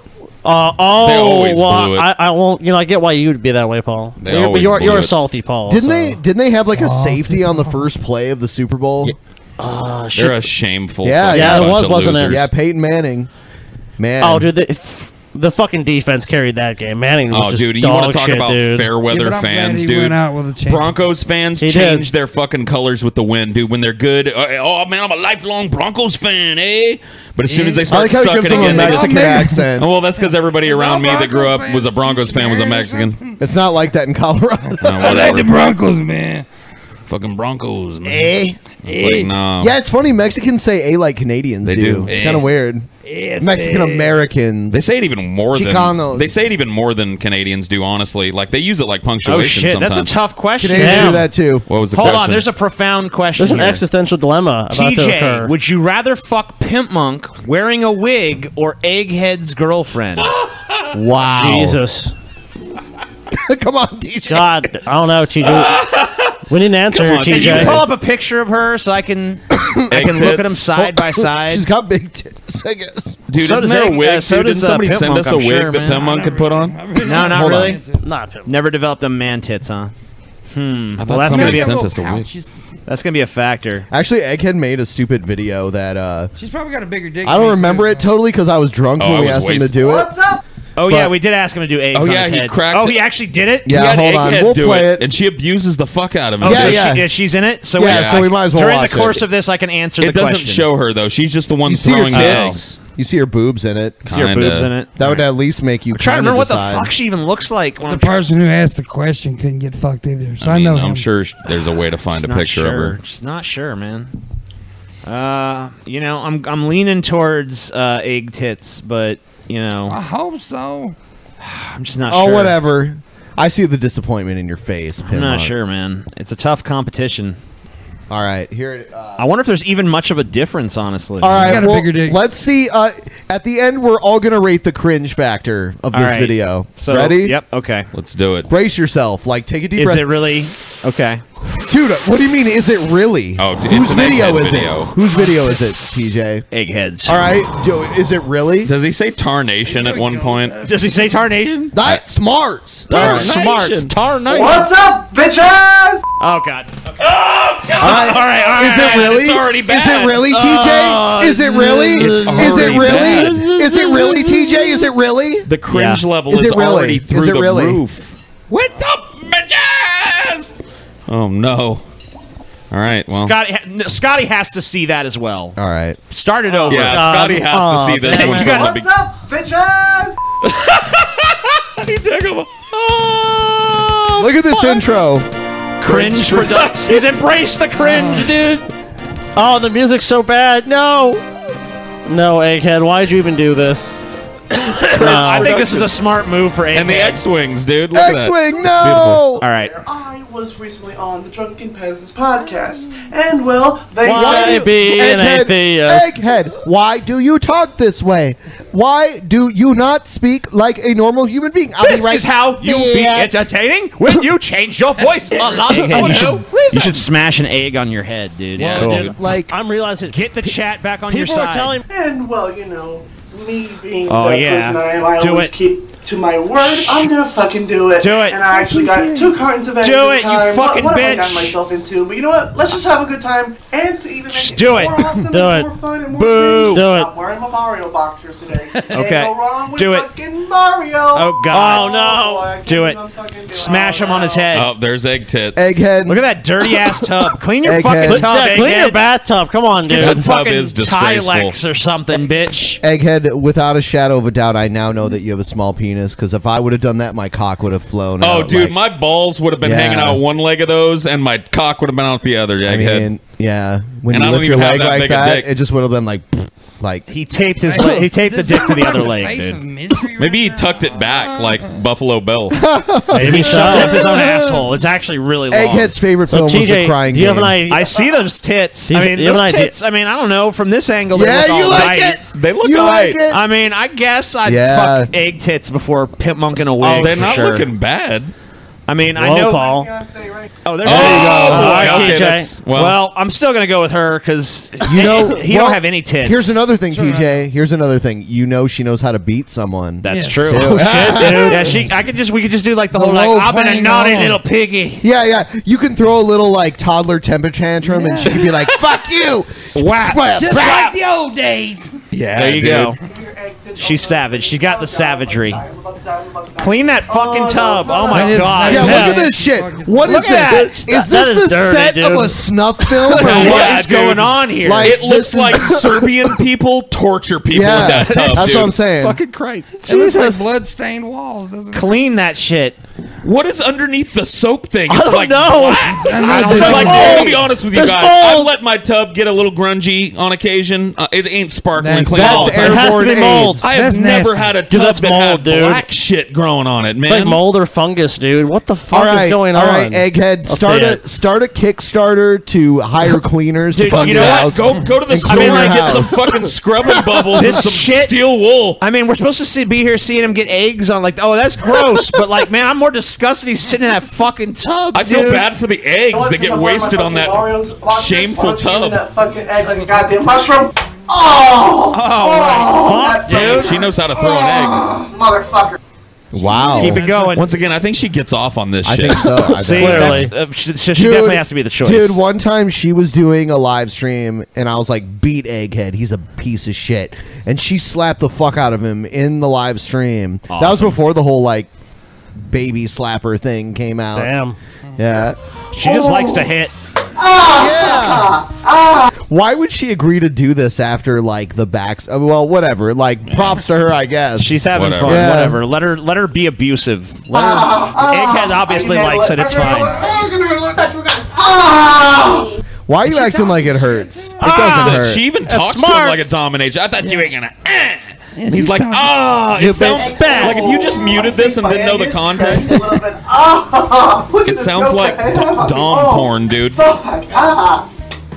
[SPEAKER 7] Uh, oh,
[SPEAKER 3] They always
[SPEAKER 7] well,
[SPEAKER 3] blew it.
[SPEAKER 7] I, I won't. You know, I get why you'd be that way, Paul. But
[SPEAKER 3] They
[SPEAKER 7] you're, but
[SPEAKER 3] always
[SPEAKER 7] you're,
[SPEAKER 3] blew
[SPEAKER 7] you're a
[SPEAKER 3] it.
[SPEAKER 7] salty Paul.
[SPEAKER 2] Didn't
[SPEAKER 7] so-
[SPEAKER 2] they? Didn't they have like a safety on the first play of the Super Bowl?
[SPEAKER 7] Uh, shit.
[SPEAKER 3] They're a shameful.
[SPEAKER 2] yeah,
[SPEAKER 3] fucking
[SPEAKER 2] yeah,
[SPEAKER 3] bunch of losers.
[SPEAKER 2] Yeah, Peyton Manning. Man,
[SPEAKER 7] Oh, dude, the, the fucking defense carried that game. Manning was
[SPEAKER 3] Oh,
[SPEAKER 7] just
[SPEAKER 3] dude, you
[SPEAKER 7] dog
[SPEAKER 3] want to talk
[SPEAKER 7] shit,
[SPEAKER 3] about
[SPEAKER 7] dude.
[SPEAKER 3] fair weather fans, dude? Broncos fans
[SPEAKER 7] He
[SPEAKER 3] change their fucking colors with the wind, dude. When they're good, uh, oh man, I'm a lifelong Broncos fan, eh? But as soon as they
[SPEAKER 2] I
[SPEAKER 3] start
[SPEAKER 2] like how he
[SPEAKER 3] sucking
[SPEAKER 2] gives them a
[SPEAKER 3] again, they just-
[SPEAKER 2] Mexican accent.
[SPEAKER 3] Oh, well, that's because everybody around me that grew up was a Broncos fan was a Mexican.
[SPEAKER 2] it's not like that in Colorado.
[SPEAKER 3] I like the
[SPEAKER 1] Broncos, man.
[SPEAKER 3] Fucking Broncos, man.
[SPEAKER 2] Eh?
[SPEAKER 3] It's like, nah.
[SPEAKER 2] Yeah, it's funny. Mexicans say "a" like Canadians
[SPEAKER 3] They
[SPEAKER 2] do.
[SPEAKER 3] do.
[SPEAKER 2] It's
[SPEAKER 3] Eh.
[SPEAKER 2] kind of weird.
[SPEAKER 7] Eh,
[SPEAKER 2] Mexican Americans.
[SPEAKER 3] They say it even more
[SPEAKER 2] Chicanos.
[SPEAKER 3] than they say it even more than Canadians do. Honestly, like they use it like punctuation.
[SPEAKER 6] Oh shit,
[SPEAKER 3] sometimes.
[SPEAKER 6] that's a tough question.
[SPEAKER 3] Canadians do
[SPEAKER 6] Damn.
[SPEAKER 3] that, too. What was the
[SPEAKER 6] Hold on,
[SPEAKER 3] question?
[SPEAKER 6] there's a profound question.
[SPEAKER 7] There's an
[SPEAKER 6] here.
[SPEAKER 7] existential
[SPEAKER 6] uh,
[SPEAKER 7] dilemma about to
[SPEAKER 6] TJ,
[SPEAKER 7] occur.
[SPEAKER 6] would you rather fuck Pimp Monk wearing a wig or Egghead's girlfriend?
[SPEAKER 2] wow.
[SPEAKER 7] Jesus.
[SPEAKER 2] Come on, TJ.
[SPEAKER 7] God, I don't know, TJ. we need an answer,
[SPEAKER 6] Come on,
[SPEAKER 7] TJ.
[SPEAKER 6] Can you pull up a picture of her so I can I can look at them side by side?
[SPEAKER 2] She's got big tits, I guess.
[SPEAKER 3] Dude,
[SPEAKER 6] So
[SPEAKER 3] isn't
[SPEAKER 6] does
[SPEAKER 3] there a
[SPEAKER 6] Egg-
[SPEAKER 3] wig?
[SPEAKER 6] uh, so
[SPEAKER 3] dude?
[SPEAKER 6] does,
[SPEAKER 3] Didn't
[SPEAKER 6] uh,
[SPEAKER 3] somebody
[SPEAKER 6] Pimp
[SPEAKER 3] send
[SPEAKER 6] Monk,
[SPEAKER 3] us a
[SPEAKER 6] I'm
[SPEAKER 3] wig
[SPEAKER 6] sure,
[SPEAKER 3] that
[SPEAKER 6] man.
[SPEAKER 3] Pimp Monk could put on?
[SPEAKER 6] No, not
[SPEAKER 3] Hold on.
[SPEAKER 6] really. Never developed them man tits, huh? Hmm.
[SPEAKER 3] I thought
[SPEAKER 6] Well, that's gonna
[SPEAKER 3] somebody
[SPEAKER 6] be a,
[SPEAKER 3] sent us a wig.
[SPEAKER 6] that's gonna be a factor.
[SPEAKER 2] Actually, Egghead made a stupid video that uh,
[SPEAKER 1] She's probably got a bigger dick.
[SPEAKER 2] I don't remember it totally because I was drunk
[SPEAKER 3] Oh,
[SPEAKER 2] when
[SPEAKER 3] I
[SPEAKER 2] we
[SPEAKER 3] was
[SPEAKER 2] asked him
[SPEAKER 3] wasted.
[SPEAKER 2] to do it.
[SPEAKER 1] up?
[SPEAKER 6] Oh yeah,
[SPEAKER 3] But-
[SPEAKER 6] we did ask him to do eggs.
[SPEAKER 3] Oh,
[SPEAKER 6] on
[SPEAKER 3] yeah,
[SPEAKER 6] his
[SPEAKER 3] he
[SPEAKER 6] head.
[SPEAKER 3] cracked
[SPEAKER 6] Oh,
[SPEAKER 3] it.
[SPEAKER 6] he actually did it.
[SPEAKER 3] He had
[SPEAKER 6] Yeah,
[SPEAKER 3] Egghead do and she abuses the fuck out of it.
[SPEAKER 6] Oh, so She, yeah, she's in it. So
[SPEAKER 3] Yeah,
[SPEAKER 6] we,
[SPEAKER 3] so we might as well
[SPEAKER 6] During
[SPEAKER 3] watch
[SPEAKER 6] the
[SPEAKER 3] it.
[SPEAKER 6] course of this, I can answer
[SPEAKER 3] it
[SPEAKER 6] the
[SPEAKER 3] doesn't
[SPEAKER 6] question.
[SPEAKER 3] show her though. She's just the one
[SPEAKER 2] You see her
[SPEAKER 3] throwing the
[SPEAKER 2] tits.
[SPEAKER 3] eggs.
[SPEAKER 2] You see her boobs in it.
[SPEAKER 3] See her Kinda. boobs in it.
[SPEAKER 2] That would at least make you.
[SPEAKER 6] I'm trying to
[SPEAKER 2] kinda
[SPEAKER 6] remember what the
[SPEAKER 2] decide.
[SPEAKER 6] fuck she even looks like. When
[SPEAKER 1] The
[SPEAKER 6] I'm trying-
[SPEAKER 1] person who asked the question couldn't get fucked either, so I,
[SPEAKER 3] I mean,
[SPEAKER 1] know
[SPEAKER 3] I'm
[SPEAKER 1] him.
[SPEAKER 3] sure sh- there's a way to find
[SPEAKER 6] Just
[SPEAKER 3] a
[SPEAKER 6] not
[SPEAKER 3] picture
[SPEAKER 6] sure.
[SPEAKER 3] of her.
[SPEAKER 6] Just not sure, man. Uh, you know, I'm I'm leaning towards uh, egg tits, but you know,
[SPEAKER 1] I hope so.
[SPEAKER 6] I'm just not.
[SPEAKER 2] oh,
[SPEAKER 6] sure.
[SPEAKER 2] whatever. I see the disappointment in your face.
[SPEAKER 6] I'm not
[SPEAKER 2] Pinlock.
[SPEAKER 6] sure, man. It's a tough competition.
[SPEAKER 2] All right, here. it- Uh,
[SPEAKER 6] I wonder if there's even much of a difference, honestly.
[SPEAKER 2] All right, well, let's see. Uh, at the end, we're all gonna rate the cringe factor of
[SPEAKER 6] All
[SPEAKER 2] this
[SPEAKER 6] right.
[SPEAKER 2] video.
[SPEAKER 6] So-
[SPEAKER 2] Ready?
[SPEAKER 6] Yep. Okay.
[SPEAKER 3] Let's do it.
[SPEAKER 2] Brace yourself. Like, take a deep
[SPEAKER 6] Is
[SPEAKER 2] breath.
[SPEAKER 6] it really? Okay.
[SPEAKER 2] Dude, what do you mean? Is it really?
[SPEAKER 3] Oh, d-
[SPEAKER 2] whose
[SPEAKER 3] it's an
[SPEAKER 2] video
[SPEAKER 3] egghead
[SPEAKER 2] is
[SPEAKER 3] video.
[SPEAKER 2] it? Whose video is it, TJ?
[SPEAKER 6] Eggheads.
[SPEAKER 2] All right, Joe, is it really?
[SPEAKER 3] Does he say tarnation at one point?
[SPEAKER 6] Does he say tarnation?
[SPEAKER 2] That smarts.
[SPEAKER 6] Smarts. Tarnation.
[SPEAKER 2] What's up, bitches?
[SPEAKER 6] Oh god.
[SPEAKER 2] All right, Is it really? Is it really, TJ? Is it really?
[SPEAKER 3] Uh, It's
[SPEAKER 2] Is it
[SPEAKER 3] already bad.
[SPEAKER 2] really? Is it really, TJ? Is it really?
[SPEAKER 3] The cringe
[SPEAKER 2] Yeah.
[SPEAKER 3] level
[SPEAKER 2] Is
[SPEAKER 3] is,
[SPEAKER 2] it really?
[SPEAKER 3] already
[SPEAKER 2] Is
[SPEAKER 3] through
[SPEAKER 2] it
[SPEAKER 3] the
[SPEAKER 2] really?
[SPEAKER 3] roof. With the bitches. Oh no! All right,
[SPEAKER 2] Oh.
[SPEAKER 3] well,
[SPEAKER 6] Scotty, ha- n- Scotty has to see that as well.
[SPEAKER 2] All right.
[SPEAKER 6] Start it over. Um,
[SPEAKER 3] Yeah, Scotty has to see this one.
[SPEAKER 6] You gotta-
[SPEAKER 3] from the
[SPEAKER 2] up, bitches? Look at this intro.
[SPEAKER 6] Cringe production. He's embraced the cringe, dude.
[SPEAKER 7] Oh, the music's so bad. No. No, Egghead, why'd you even do this?
[SPEAKER 6] I think this is a smart move for Egghead.
[SPEAKER 3] And the X-wings, dude. Look at that.
[SPEAKER 2] X-wing,
[SPEAKER 3] It's
[SPEAKER 2] no!
[SPEAKER 6] All
[SPEAKER 3] beautiful.
[SPEAKER 6] right.
[SPEAKER 5] I was recently on the Drunken Peasants podcast, and well, they
[SPEAKER 2] Why
[SPEAKER 5] said-
[SPEAKER 2] do- Egghead, why do you talk this way? Why do you not speak like a normal human being? I'll
[SPEAKER 6] This
[SPEAKER 2] be right
[SPEAKER 6] is how you be
[SPEAKER 2] back.
[SPEAKER 6] entertaining when you change your voice a lot.
[SPEAKER 2] Egghead,
[SPEAKER 6] Oh,
[SPEAKER 2] you
[SPEAKER 6] no.
[SPEAKER 2] should-
[SPEAKER 6] you should smash an egg on your head, dude.
[SPEAKER 7] Yeah,
[SPEAKER 6] Cool.
[SPEAKER 7] dude. Like, I'm realizing.
[SPEAKER 6] Get the chat back on your
[SPEAKER 5] People
[SPEAKER 6] side.
[SPEAKER 5] are telling And well, you know, me being
[SPEAKER 6] Oh,
[SPEAKER 5] the
[SPEAKER 6] yeah.
[SPEAKER 5] person I am, I
[SPEAKER 6] Do
[SPEAKER 5] always
[SPEAKER 6] it.
[SPEAKER 5] keep to my word. I'm gonna fucking do it.
[SPEAKER 6] Do it.
[SPEAKER 5] And I actually got two cartons of eggs.
[SPEAKER 6] Do
[SPEAKER 5] this
[SPEAKER 6] it, you
[SPEAKER 5] time. What-
[SPEAKER 6] fucking
[SPEAKER 5] what have I
[SPEAKER 6] bitch.
[SPEAKER 5] gotten myself into? But you know what? Let's just have a good time and to even make
[SPEAKER 6] Just
[SPEAKER 5] it
[SPEAKER 6] do
[SPEAKER 5] more
[SPEAKER 6] it.
[SPEAKER 5] awesome
[SPEAKER 6] Do
[SPEAKER 5] and
[SPEAKER 6] it.
[SPEAKER 5] more fun and more
[SPEAKER 6] Boo.
[SPEAKER 5] crazy,
[SPEAKER 6] Do it.
[SPEAKER 5] I'm wearing my Mario boxers today. Can't
[SPEAKER 6] Okay.
[SPEAKER 5] go wrong with
[SPEAKER 6] Do it.
[SPEAKER 5] fucking Mario.
[SPEAKER 6] Oh God! Oh,
[SPEAKER 5] boy, I can't
[SPEAKER 6] Do
[SPEAKER 5] even fucking-
[SPEAKER 6] it! Smash him on his head.
[SPEAKER 3] Oh, there's egg tits.
[SPEAKER 2] Egghead.
[SPEAKER 6] Look at that dirty ass tub. Clean your fucking
[SPEAKER 7] But-
[SPEAKER 6] tub.
[SPEAKER 7] yeah, clean your
[SPEAKER 6] egghead.
[SPEAKER 7] bathtub. Come on, dude.
[SPEAKER 6] Get some fucking Tilex or something, bitch.
[SPEAKER 2] Egghead, without a shadow of a doubt, I now know that you have a small penis because if I would have done that, my cock would have flown
[SPEAKER 3] Oh,
[SPEAKER 2] out.
[SPEAKER 3] dude,
[SPEAKER 2] like-
[SPEAKER 3] my balls would have been
[SPEAKER 2] Yeah.
[SPEAKER 3] hanging out one leg of those, and my cock would have been out the other.
[SPEAKER 2] I
[SPEAKER 3] Egghead.
[SPEAKER 2] mean, yeah. When
[SPEAKER 3] And I
[SPEAKER 2] you
[SPEAKER 3] don't
[SPEAKER 2] lift your
[SPEAKER 3] even have
[SPEAKER 2] leg
[SPEAKER 3] that
[SPEAKER 2] like
[SPEAKER 3] big a
[SPEAKER 2] that,
[SPEAKER 3] dick.
[SPEAKER 2] it just would have been like, like
[SPEAKER 6] he taped his leg- he taped the dick to the other leg, dude.
[SPEAKER 3] Maybe he tucked it back like Buffalo Bill.
[SPEAKER 6] Maybe he shoved up his own asshole. It's actually really long.
[SPEAKER 2] Egghead's favorite
[SPEAKER 7] So,
[SPEAKER 2] film was
[SPEAKER 7] TJ,
[SPEAKER 2] The Crying
[SPEAKER 7] do you have
[SPEAKER 2] Game.
[SPEAKER 7] an idea-
[SPEAKER 6] I see those tits. I
[SPEAKER 7] He's-
[SPEAKER 6] mean,
[SPEAKER 7] you have an
[SPEAKER 6] those
[SPEAKER 7] idea-
[SPEAKER 6] tits. I mean, I don't know. From this angle, they
[SPEAKER 2] Yeah,
[SPEAKER 6] look all
[SPEAKER 2] you like
[SPEAKER 6] right.
[SPEAKER 2] it. They look You all like right. it.
[SPEAKER 6] I mean, I guess I'd
[SPEAKER 2] Yeah.
[SPEAKER 6] fuck egg tits before pimp monk in a wig.
[SPEAKER 3] they're
[SPEAKER 6] for
[SPEAKER 3] not
[SPEAKER 6] sure.
[SPEAKER 3] looking bad.
[SPEAKER 6] I mean, I
[SPEAKER 3] Whoa,
[SPEAKER 6] know.
[SPEAKER 3] Paul.
[SPEAKER 6] Oh, there you go.
[SPEAKER 3] Oh, boy.
[SPEAKER 6] All right,
[SPEAKER 3] Okay,
[SPEAKER 6] TJ.
[SPEAKER 3] that's-
[SPEAKER 6] well,
[SPEAKER 3] well-
[SPEAKER 6] I'm still gonna go with her because
[SPEAKER 2] You know,
[SPEAKER 6] he
[SPEAKER 2] well,
[SPEAKER 6] don't have any tits.
[SPEAKER 2] Here's another thing, TJ. Here's another thing. You know, she knows how to beat someone. Oh,
[SPEAKER 6] That's true.
[SPEAKER 2] Too.
[SPEAKER 6] Yeah, she. I could just. We could just do like the,
[SPEAKER 2] The
[SPEAKER 6] whole like.
[SPEAKER 2] role
[SPEAKER 6] I've been a
[SPEAKER 2] playing
[SPEAKER 6] naughty
[SPEAKER 2] on.
[SPEAKER 6] little piggy.
[SPEAKER 2] Yeah, yeah. You can throw a little like toddler temper tantrum, and she can be like, "Fuck you!"
[SPEAKER 6] Whack.
[SPEAKER 2] Slap,
[SPEAKER 6] Just
[SPEAKER 2] slap.
[SPEAKER 6] like
[SPEAKER 1] the old days.
[SPEAKER 3] Yeah,
[SPEAKER 6] there you
[SPEAKER 3] dude.
[SPEAKER 6] go. She's savage. She got the savagery. Clean that fucking tub. Oh
[SPEAKER 2] That
[SPEAKER 6] my
[SPEAKER 2] is-
[SPEAKER 6] god.
[SPEAKER 2] Yeah, look at this shit. What is
[SPEAKER 6] Look at
[SPEAKER 2] this?
[SPEAKER 6] that.
[SPEAKER 2] Is
[SPEAKER 6] That
[SPEAKER 2] this
[SPEAKER 6] is
[SPEAKER 2] the
[SPEAKER 6] dirty,
[SPEAKER 2] set
[SPEAKER 6] dude.
[SPEAKER 2] of a snuff film? Or
[SPEAKER 3] Yeah,
[SPEAKER 2] what
[SPEAKER 3] dude. it looks
[SPEAKER 2] this
[SPEAKER 3] like
[SPEAKER 2] is-
[SPEAKER 3] Serbian people torture people
[SPEAKER 2] Yeah,
[SPEAKER 3] with that tub.
[SPEAKER 2] that's
[SPEAKER 3] dude.
[SPEAKER 2] what I'm saying.
[SPEAKER 3] Fucking Christ.
[SPEAKER 1] It looks like
[SPEAKER 6] Jesus.
[SPEAKER 1] blood-stained walls, doesn't it?
[SPEAKER 6] Clean that shit.
[SPEAKER 3] What is underneath the soap thing?
[SPEAKER 1] I
[SPEAKER 3] It's
[SPEAKER 1] don't
[SPEAKER 3] like
[SPEAKER 1] know.
[SPEAKER 3] black.
[SPEAKER 1] I know,
[SPEAKER 3] I
[SPEAKER 1] dude.
[SPEAKER 3] like, I'll be
[SPEAKER 1] Mold.
[SPEAKER 3] honest with you
[SPEAKER 1] There's
[SPEAKER 3] guys. I've let my tub get a little grungy on occasion. Uh, it ain't sparkling
[SPEAKER 2] That's-
[SPEAKER 3] clean.
[SPEAKER 2] that's
[SPEAKER 3] all the time.
[SPEAKER 2] It has to airborne be mold. AIDS.
[SPEAKER 3] I have
[SPEAKER 2] That's
[SPEAKER 3] never
[SPEAKER 2] nasty.
[SPEAKER 3] had a
[SPEAKER 7] Dude,
[SPEAKER 3] tub
[SPEAKER 7] that's
[SPEAKER 3] that
[SPEAKER 7] mold,
[SPEAKER 3] had
[SPEAKER 7] dude.
[SPEAKER 3] black shit growing on it, man.
[SPEAKER 7] It's like mold or fungus, dude. What the fuck
[SPEAKER 2] All right,
[SPEAKER 7] is going
[SPEAKER 2] all
[SPEAKER 7] on?
[SPEAKER 2] right, Egghead,
[SPEAKER 7] I'll
[SPEAKER 2] start
[SPEAKER 7] say
[SPEAKER 2] a
[SPEAKER 7] it.
[SPEAKER 2] start a Kickstarter to hire cleaners to
[SPEAKER 6] Dude,
[SPEAKER 2] fuck
[SPEAKER 6] you
[SPEAKER 2] your
[SPEAKER 6] know what?
[SPEAKER 2] house.
[SPEAKER 3] Go go to the
[SPEAKER 2] and
[SPEAKER 3] store
[SPEAKER 2] clean your
[SPEAKER 3] and get some
[SPEAKER 2] house.
[SPEAKER 3] fucking scrubbing bubbles
[SPEAKER 6] This
[SPEAKER 3] and some
[SPEAKER 6] shit-
[SPEAKER 3] steel wool.
[SPEAKER 6] I mean, we're supposed to see, be here seeing him get eggs on, like, oh, that's gross. but, like, man, I'm more disgusted he's sitting in that fucking tub.
[SPEAKER 3] I feel
[SPEAKER 6] dude.
[SPEAKER 3] bad for the eggs that get wasted on that shameful tub.
[SPEAKER 5] That fucking egg like a goddamn mushroom. Oh,
[SPEAKER 3] Oh, my
[SPEAKER 5] oh,
[SPEAKER 3] fuck, dude. She knows how to throw an egg.
[SPEAKER 5] motherfucker.
[SPEAKER 2] Wow.
[SPEAKER 3] Keep it going. Once again, I think she gets off on this
[SPEAKER 2] I
[SPEAKER 3] shit.
[SPEAKER 2] think so. I think
[SPEAKER 3] See,
[SPEAKER 2] so.
[SPEAKER 3] that's- uh, she, so she
[SPEAKER 2] Dude-
[SPEAKER 3] definitely has to be the choice.
[SPEAKER 2] Dude, one time she was doing a live stream and I was like, beat Egghead. He's a piece of shit. And she slapped the fuck out of him in the live stream. That was
[SPEAKER 6] Awesome.
[SPEAKER 2] before the whole like baby slapper thing came out.
[SPEAKER 7] Damn.
[SPEAKER 2] Yeah. Oh.
[SPEAKER 7] She just likes
[SPEAKER 5] Oh.
[SPEAKER 7] to hit.
[SPEAKER 2] Ah! Why would she agree to do this after like the backs? uh, Well, whatever. Like, props to her, I guess.
[SPEAKER 6] She's having fun. Whatever. Let her let her be abusive. Let her,
[SPEAKER 5] Ah.
[SPEAKER 6] Egghead obviously likes it. It's fine.
[SPEAKER 2] Why are you acting like it hurts? It
[SPEAKER 3] Ah,
[SPEAKER 2] doesn't hurt.
[SPEAKER 3] She even
[SPEAKER 2] That's
[SPEAKER 3] talks to him
[SPEAKER 2] smart.
[SPEAKER 3] like a dominatrix. I thought you were gonna. Eh. And
[SPEAKER 2] she's
[SPEAKER 3] he's like,
[SPEAKER 2] talking-
[SPEAKER 3] ah,
[SPEAKER 2] You
[SPEAKER 3] it sounds
[SPEAKER 2] bet.
[SPEAKER 3] bad. Like if you just muted this and didn't know the context,
[SPEAKER 5] Ah.
[SPEAKER 3] it sounds like dom
[SPEAKER 5] oh.
[SPEAKER 3] porn, dude.
[SPEAKER 5] Ah.